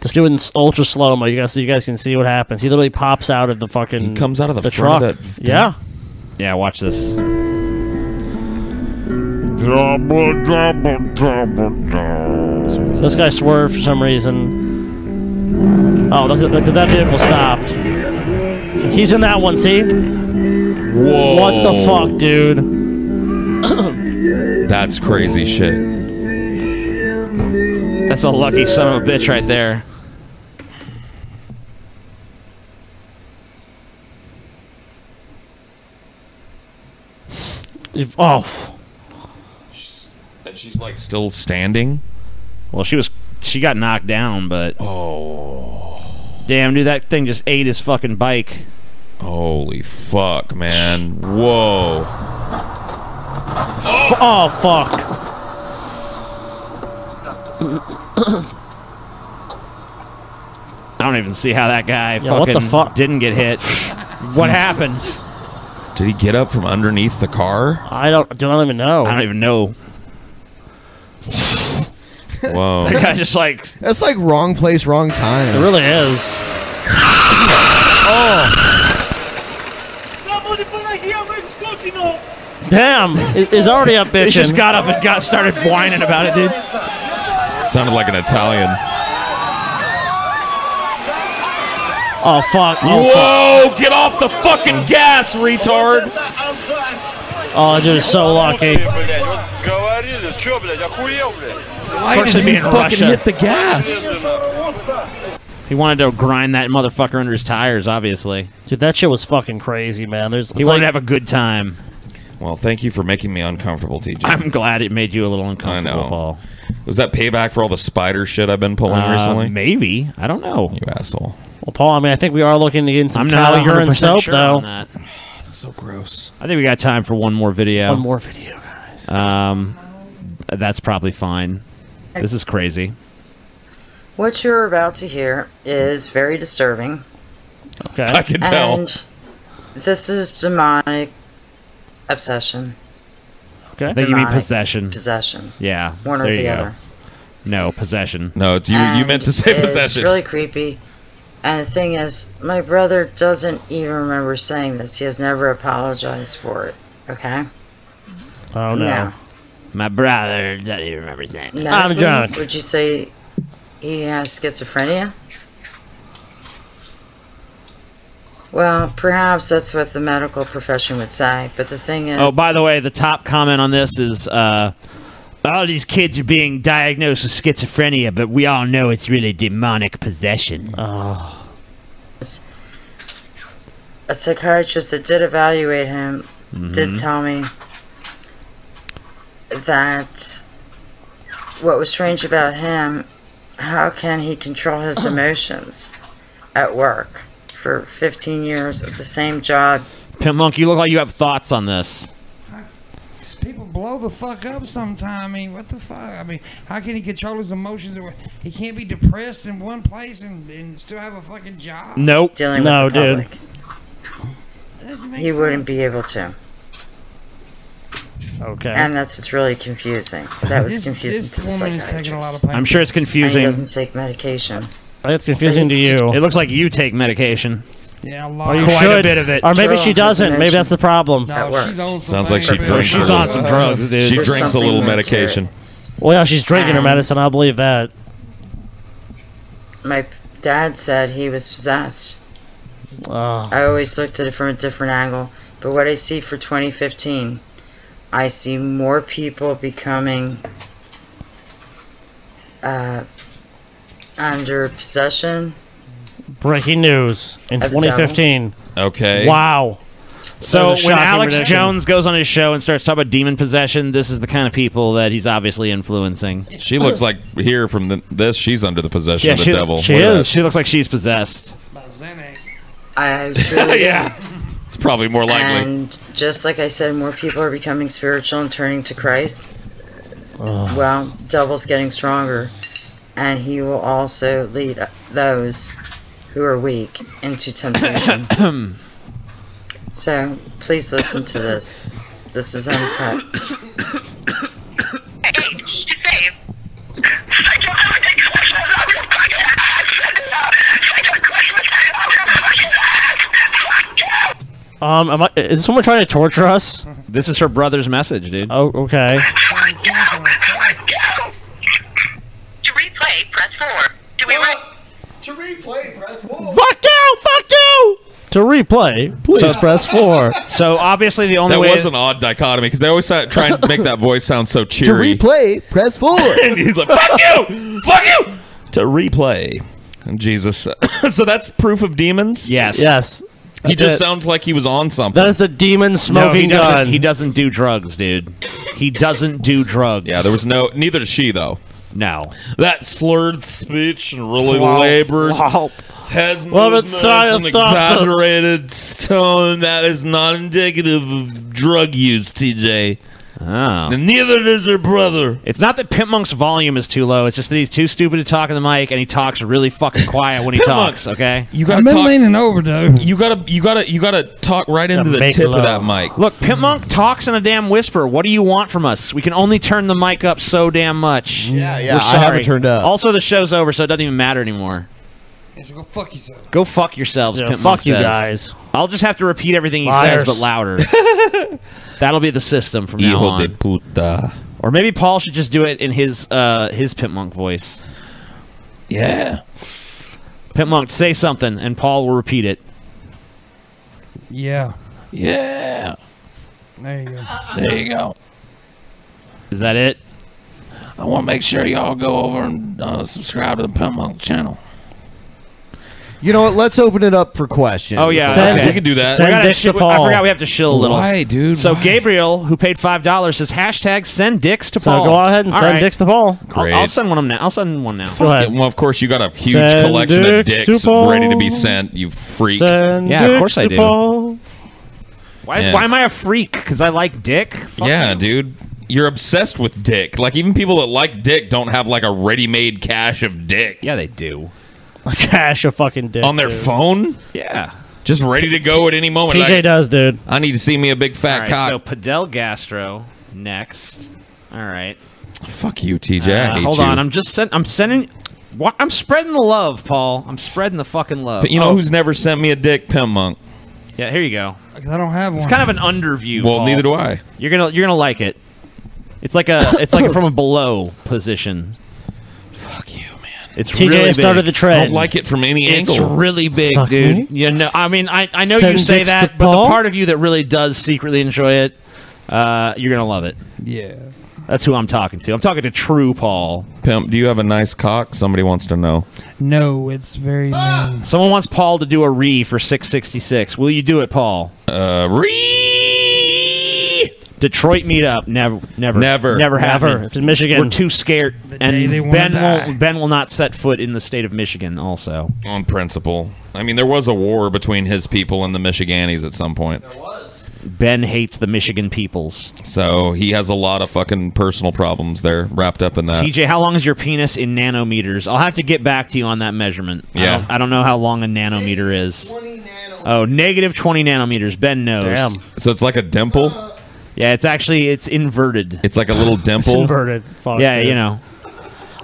[SPEAKER 7] Just doing s- ultra slow mo. You guys, so you guys can see what happens. He literally pops out of the fucking. He
[SPEAKER 3] comes out of the
[SPEAKER 7] truck.
[SPEAKER 3] front of that thing.
[SPEAKER 7] yeah.
[SPEAKER 6] Yeah, watch this.
[SPEAKER 7] So this guy swerved for some reason. Oh, look, at- look at that vehicle stopped. He's in that one. See?
[SPEAKER 3] Whoa.
[SPEAKER 7] What the fuck, dude?
[SPEAKER 3] That's crazy shit.
[SPEAKER 6] That's a lucky son of a bitch right there.
[SPEAKER 7] If, oh,
[SPEAKER 20] And she's like still standing.
[SPEAKER 6] Well, she was she got knocked down, but oh, damn, dude, that thing just ate his fucking bike.
[SPEAKER 20] Holy fuck, man! Whoa.
[SPEAKER 7] f- oh fuck.
[SPEAKER 6] I don't even see how that guy
[SPEAKER 7] Yeah,
[SPEAKER 6] fucking
[SPEAKER 7] what the fuck?
[SPEAKER 6] didn't get hit. what happened?
[SPEAKER 20] Did he get up from underneath the car?
[SPEAKER 7] I don't. I don't even know. I
[SPEAKER 6] don't even know.
[SPEAKER 20] Whoa.
[SPEAKER 3] Oh.
[SPEAKER 6] That guy just like
[SPEAKER 25] That's like wrong place, wrong time. It
[SPEAKER 7] really is.
[SPEAKER 25] Oh.
[SPEAKER 7] Damn, it- it's already up bitching.
[SPEAKER 6] He just got up and got started whining about it, dude.
[SPEAKER 20] Sounded like an Italian.
[SPEAKER 7] Oh fuck! Oh,
[SPEAKER 20] Whoa! Get off the fucking gas, retard!
[SPEAKER 7] Fuck. Oh, dude, it's so lucky.
[SPEAKER 6] Why Of course did it'd be he in fucking Russia. hit the gas? He wanted to grind that motherfucker under his tires, obviously.
[SPEAKER 7] Dude, that shit was fucking crazy, man. There's
[SPEAKER 6] He wanted to have a good time.
[SPEAKER 20] Well, thank you for making me uncomfortable, TJ.
[SPEAKER 6] I'm glad it made you a little
[SPEAKER 20] I
[SPEAKER 6] uncomfortable,
[SPEAKER 20] know.
[SPEAKER 6] Paul.
[SPEAKER 20] Was that payback for all the spider shit I've been pulling
[SPEAKER 6] Uh,
[SPEAKER 20] recently?
[SPEAKER 6] Maybe. I don't know.
[SPEAKER 20] You asshole.
[SPEAKER 7] Well, Paul, I mean, I think we are looking to get in some
[SPEAKER 6] I'm
[SPEAKER 7] cow
[SPEAKER 6] not
[SPEAKER 7] urine
[SPEAKER 6] 100%
[SPEAKER 7] soap,
[SPEAKER 6] sure
[SPEAKER 7] though.
[SPEAKER 6] on that.
[SPEAKER 20] so gross.
[SPEAKER 6] I think we got time for one more video.
[SPEAKER 7] One more video,
[SPEAKER 6] guys. Um, that's probably fine. This is crazy.
[SPEAKER 22] What you're about to hear is very disturbing.
[SPEAKER 7] Okay.
[SPEAKER 20] I can tell.
[SPEAKER 22] And this is demonic obsession.
[SPEAKER 7] Okay.
[SPEAKER 6] I think you mean
[SPEAKER 22] Demonic
[SPEAKER 6] possession.
[SPEAKER 22] Possession.
[SPEAKER 6] Yeah.
[SPEAKER 22] One or
[SPEAKER 6] there you
[SPEAKER 22] the
[SPEAKER 6] go.
[SPEAKER 22] other.
[SPEAKER 6] No, possession.
[SPEAKER 20] No, it's you. you
[SPEAKER 22] And
[SPEAKER 20] meant to say
[SPEAKER 22] it's
[SPEAKER 20] possession.
[SPEAKER 22] really creepy. And the thing is, my brother doesn't even remember saying this. He has never apologized for it. Okay?
[SPEAKER 7] Oh,
[SPEAKER 22] no. No.
[SPEAKER 6] My brother doesn't even remember saying that.
[SPEAKER 22] Medically, Would you say he has schizophrenia? Well, perhaps that's what the medical profession would say, but the thing is,
[SPEAKER 6] Oh, by the way, the top comment on this is uh, all these kids are being diagnosed with schizophrenia, but we all know it's really demonic possession. Oh.
[SPEAKER 22] a psychiatrist that did evaluate him did
[SPEAKER 6] Mhm.
[SPEAKER 22] tell me that what was strange about him, how can he control his emotions at work for 15 years of the same job?
[SPEAKER 6] Pimp Monk, you look like you have thoughts on this.
[SPEAKER 1] People blow the fuck up sometime. I mean, what the fuck? I mean, how can he control his emotions? He can't be depressed in one place and, and still have a fucking job.
[SPEAKER 6] Nope.
[SPEAKER 22] Dealing
[SPEAKER 6] No,
[SPEAKER 22] with the
[SPEAKER 6] dude.
[SPEAKER 22] public.
[SPEAKER 1] That doesn't make
[SPEAKER 22] He wouldn't
[SPEAKER 1] sense.
[SPEAKER 22] be able to.
[SPEAKER 7] Okay.
[SPEAKER 22] And that's what's really confusing. That was
[SPEAKER 1] This-
[SPEAKER 22] confusing
[SPEAKER 1] this
[SPEAKER 22] to the
[SPEAKER 1] woman is
[SPEAKER 22] psychiatrist.
[SPEAKER 1] taking a lot of
[SPEAKER 6] I'm sure it's confusing.
[SPEAKER 22] And he doesn't take medication.
[SPEAKER 7] It's confusing to you.
[SPEAKER 6] It looks like you take medication.
[SPEAKER 1] Yeah, a
[SPEAKER 7] Or
[SPEAKER 1] lot.
[SPEAKER 7] you
[SPEAKER 6] Quite a
[SPEAKER 7] should.
[SPEAKER 6] bit of it.
[SPEAKER 7] Or maybe
[SPEAKER 6] Drugs
[SPEAKER 7] she
[SPEAKER 6] and
[SPEAKER 7] doesn't. Maybe that's the problem.
[SPEAKER 22] No, she's
[SPEAKER 1] on
[SPEAKER 20] Sounds like she drinks.
[SPEAKER 6] She's
[SPEAKER 20] a
[SPEAKER 6] on
[SPEAKER 20] little-
[SPEAKER 6] some drugs, dude.
[SPEAKER 20] She
[SPEAKER 6] There's
[SPEAKER 20] drinks a
[SPEAKER 6] something
[SPEAKER 20] little
[SPEAKER 6] to it.
[SPEAKER 20] medication.
[SPEAKER 7] Well, yeah, she's drinking
[SPEAKER 22] Um,
[SPEAKER 7] her medicine. I believe that.
[SPEAKER 22] My dad said he was possessed.
[SPEAKER 7] Uh,
[SPEAKER 22] I always looked at it from a different angle. But what I see for 2015, I see more people becoming uh, under possession.
[SPEAKER 7] Breaking news in
[SPEAKER 22] Of
[SPEAKER 7] 2015.
[SPEAKER 20] Okay.
[SPEAKER 7] Wow.
[SPEAKER 6] So
[SPEAKER 7] That was a
[SPEAKER 6] when
[SPEAKER 7] shocking
[SPEAKER 6] Alex
[SPEAKER 7] prediction.
[SPEAKER 6] Jones goes on his show and starts talking about demon possession, this is the kind of people that he's obviously influencing.
[SPEAKER 20] She looks like here from the, this. She's under the possession
[SPEAKER 6] yeah,
[SPEAKER 20] of the
[SPEAKER 6] she,
[SPEAKER 20] devil.
[SPEAKER 6] she
[SPEAKER 20] Look at
[SPEAKER 6] is. She looks like she's possessed.
[SPEAKER 1] Uh,
[SPEAKER 22] I truly
[SPEAKER 20] Yeah. that. It's probably more likely.
[SPEAKER 22] And just like I said, more people are becoming spiritual and turning to Christ. Well, the devil's getting stronger, and he will also lead those who are weak into temptation. so please listen to this. This is uncut.
[SPEAKER 7] Um, am I, is someone trying to torture us?
[SPEAKER 6] This is her brother's message, dude.
[SPEAKER 7] Oh, okay.
[SPEAKER 5] To replay, press 4.
[SPEAKER 7] Fuck you! Fuck you! To replay, please press four.
[SPEAKER 6] So obviously the only
[SPEAKER 3] that
[SPEAKER 6] way
[SPEAKER 3] was an odd dichotomy because they always try try and make that voice sound so
[SPEAKER 5] To
[SPEAKER 3] cheery.
[SPEAKER 5] replay, press four.
[SPEAKER 3] and he's like, "Fuck you, fuck you," to replay. And Jesus, so that's proof of demons.
[SPEAKER 6] Yes,
[SPEAKER 7] yes.
[SPEAKER 3] He
[SPEAKER 6] That's
[SPEAKER 3] just
[SPEAKER 6] it.
[SPEAKER 3] sounds like he was on something.
[SPEAKER 7] That is the demon
[SPEAKER 6] he
[SPEAKER 7] smoking
[SPEAKER 6] doesn't-
[SPEAKER 7] gun.
[SPEAKER 6] He doesn't do drugs, dude. He doesn't do drugs.
[SPEAKER 3] Yeah, there was no. Neither does she, though.
[SPEAKER 6] No.
[SPEAKER 3] That slurred speech and really
[SPEAKER 6] Flop,
[SPEAKER 3] labored
[SPEAKER 6] flop.
[SPEAKER 3] head
[SPEAKER 6] Well,
[SPEAKER 3] movements
[SPEAKER 6] it's not-
[SPEAKER 3] and
[SPEAKER 6] it's not-
[SPEAKER 3] exaggerated tone that is not indicative of drug use, TJ. And neither does her brother.
[SPEAKER 6] Oh. It's not that Pimp Monk's volume is too low. It's just that he's too stupid to talk in the mic, and he talks really fucking quiet when he
[SPEAKER 3] Pimp
[SPEAKER 6] talks. Okay,
[SPEAKER 3] You gotta talk-
[SPEAKER 1] over, though.
[SPEAKER 3] You gotta, you gotta, you gotta talk right into the
[SPEAKER 6] make
[SPEAKER 3] tip
[SPEAKER 6] love.
[SPEAKER 3] of that mic.
[SPEAKER 6] Look, Pimp Monk talks in a damn whisper. What do you want from us? We can only turn the mic up so damn much. Yeah,
[SPEAKER 2] yeah, I have it turned up.
[SPEAKER 6] Also, the show's over, so it doesn't even matter anymore.
[SPEAKER 1] go fuck yourself.
[SPEAKER 6] Go fuck yourselves,
[SPEAKER 7] Yeah,
[SPEAKER 6] Pimp
[SPEAKER 7] fuck
[SPEAKER 6] Monk
[SPEAKER 7] you
[SPEAKER 6] says.
[SPEAKER 7] guys.
[SPEAKER 6] I'll just have to repeat everything he
[SPEAKER 7] Liars.
[SPEAKER 6] says, but louder. That'll be the system from now
[SPEAKER 3] Hijo de
[SPEAKER 6] on.
[SPEAKER 3] puta.
[SPEAKER 6] Or maybe Paul should just do it in his uh, his Pimp Monk voice.
[SPEAKER 3] Yeah.
[SPEAKER 6] Pimp Monk, say something, and Paul will repeat it.
[SPEAKER 1] Yeah.
[SPEAKER 3] Yeah.
[SPEAKER 1] There you go.
[SPEAKER 3] There you go.
[SPEAKER 6] Is that it?
[SPEAKER 3] I want to make sure y'all go over and uh, subscribe to the Pimp Monk channel.
[SPEAKER 2] You know what? Let's open it up for questions.
[SPEAKER 6] Oh yeah, okay. We gotta shill- I forgot we have to shill a little.
[SPEAKER 2] Why,
[SPEAKER 6] dude? So Gabriel, who paid five dollars, says hashtag send dicks to
[SPEAKER 7] So
[SPEAKER 6] Paul.
[SPEAKER 7] go ahead and
[SPEAKER 6] All
[SPEAKER 7] send
[SPEAKER 6] right.
[SPEAKER 7] dicks to Paul.
[SPEAKER 6] I'll,
[SPEAKER 3] Great.
[SPEAKER 6] I'll send one of them now. I'll send one now.
[SPEAKER 7] Go ahead.
[SPEAKER 3] Well, of course, you got a huge
[SPEAKER 7] Send
[SPEAKER 3] collection of
[SPEAKER 7] dicks to
[SPEAKER 3] dicks
[SPEAKER 7] Paul.
[SPEAKER 3] ready to be sent. You freak.
[SPEAKER 7] Send
[SPEAKER 6] Yeah, of
[SPEAKER 7] dicks
[SPEAKER 6] course I
[SPEAKER 7] to
[SPEAKER 6] do.
[SPEAKER 7] Paul.
[SPEAKER 6] Why, is-
[SPEAKER 3] Yeah.
[SPEAKER 6] why am I a freak? Because I like dick. Fuck
[SPEAKER 3] yeah, dude. You're obsessed with dick. Like even people that like dick don't have like a ready-made cache of dick.
[SPEAKER 6] Yeah, they do.
[SPEAKER 7] Cash a fucking dick
[SPEAKER 3] On their
[SPEAKER 7] dude.
[SPEAKER 3] phone? Yeah. Just ready to go at any moment.
[SPEAKER 7] TJ
[SPEAKER 3] I,
[SPEAKER 7] does, dude.
[SPEAKER 3] I need to see me a big
[SPEAKER 6] All
[SPEAKER 3] fat
[SPEAKER 6] right,
[SPEAKER 3] cock.
[SPEAKER 6] so Padel Gastro next. All right.
[SPEAKER 3] Fuck you, TJ. I
[SPEAKER 6] Uh,
[SPEAKER 3] hate
[SPEAKER 6] hold
[SPEAKER 3] you.
[SPEAKER 6] on. I'm just send, I'm sending. What? I'm spreading the love, Paul. I'm spreading the fucking love.
[SPEAKER 3] But you know
[SPEAKER 6] Oh,
[SPEAKER 3] who's never sent me a dick, Pimp Monk?
[SPEAKER 6] Yeah, here you go.
[SPEAKER 1] I don't have one.
[SPEAKER 6] It's kind of an underview.
[SPEAKER 3] Well,
[SPEAKER 6] Paul.
[SPEAKER 3] neither do I.
[SPEAKER 6] You're gonna you're gonna like it. It's like a it's like from a below position. Fuck you, man. It's
[SPEAKER 7] TJ
[SPEAKER 6] really
[SPEAKER 7] started
[SPEAKER 6] big.
[SPEAKER 7] the trend. I don't
[SPEAKER 3] like it from any
[SPEAKER 6] it's
[SPEAKER 3] angle.
[SPEAKER 6] really big,
[SPEAKER 7] Suck
[SPEAKER 6] dude.
[SPEAKER 7] me.
[SPEAKER 6] You know, I mean, I, I know
[SPEAKER 7] Send
[SPEAKER 6] you say
[SPEAKER 7] dicks to
[SPEAKER 6] that, but
[SPEAKER 7] Paul?
[SPEAKER 6] the part of you that really does secretly enjoy it, uh, you're gonna love it.
[SPEAKER 1] Yeah.
[SPEAKER 6] That's who I'm talking to. I'm talking to True Paul.
[SPEAKER 3] Pimp, do you have a nice cock? Somebody wants to know.
[SPEAKER 1] No, it's very. mean.
[SPEAKER 6] Someone wants Paul to do a re for 666. Will you do it, Paul?
[SPEAKER 3] Uh, re.
[SPEAKER 6] Detroit meetup. Never, never,
[SPEAKER 3] Never.
[SPEAKER 6] never
[SPEAKER 3] Never.
[SPEAKER 6] happening.
[SPEAKER 7] It's in Michigan.
[SPEAKER 6] We're too scared.
[SPEAKER 7] day
[SPEAKER 6] and
[SPEAKER 7] they wanna
[SPEAKER 6] Ben
[SPEAKER 7] die.
[SPEAKER 6] will Ben will not set foot in the state of Michigan. Also,
[SPEAKER 3] On principle. I mean, there was a war between his people and the Michiganis at some point.
[SPEAKER 6] Ben hates the Michigan peoples.
[SPEAKER 3] So he has a lot of fucking personal problems there wrapped up in that.
[SPEAKER 6] TJ, how long is your penis in nanometers? I'll have to get back to you on that measurement. I
[SPEAKER 3] Yeah.
[SPEAKER 6] don't, I don't know how long a nanometer is. Oh, negative 20 nanometers. Ben knows.
[SPEAKER 3] Damn. So it's like a dimple?
[SPEAKER 6] Yeah, it's actually, it's inverted.
[SPEAKER 3] It's like a little dimple.
[SPEAKER 7] It's inverted. Fuck,
[SPEAKER 6] yeah,
[SPEAKER 7] dude.
[SPEAKER 6] you know.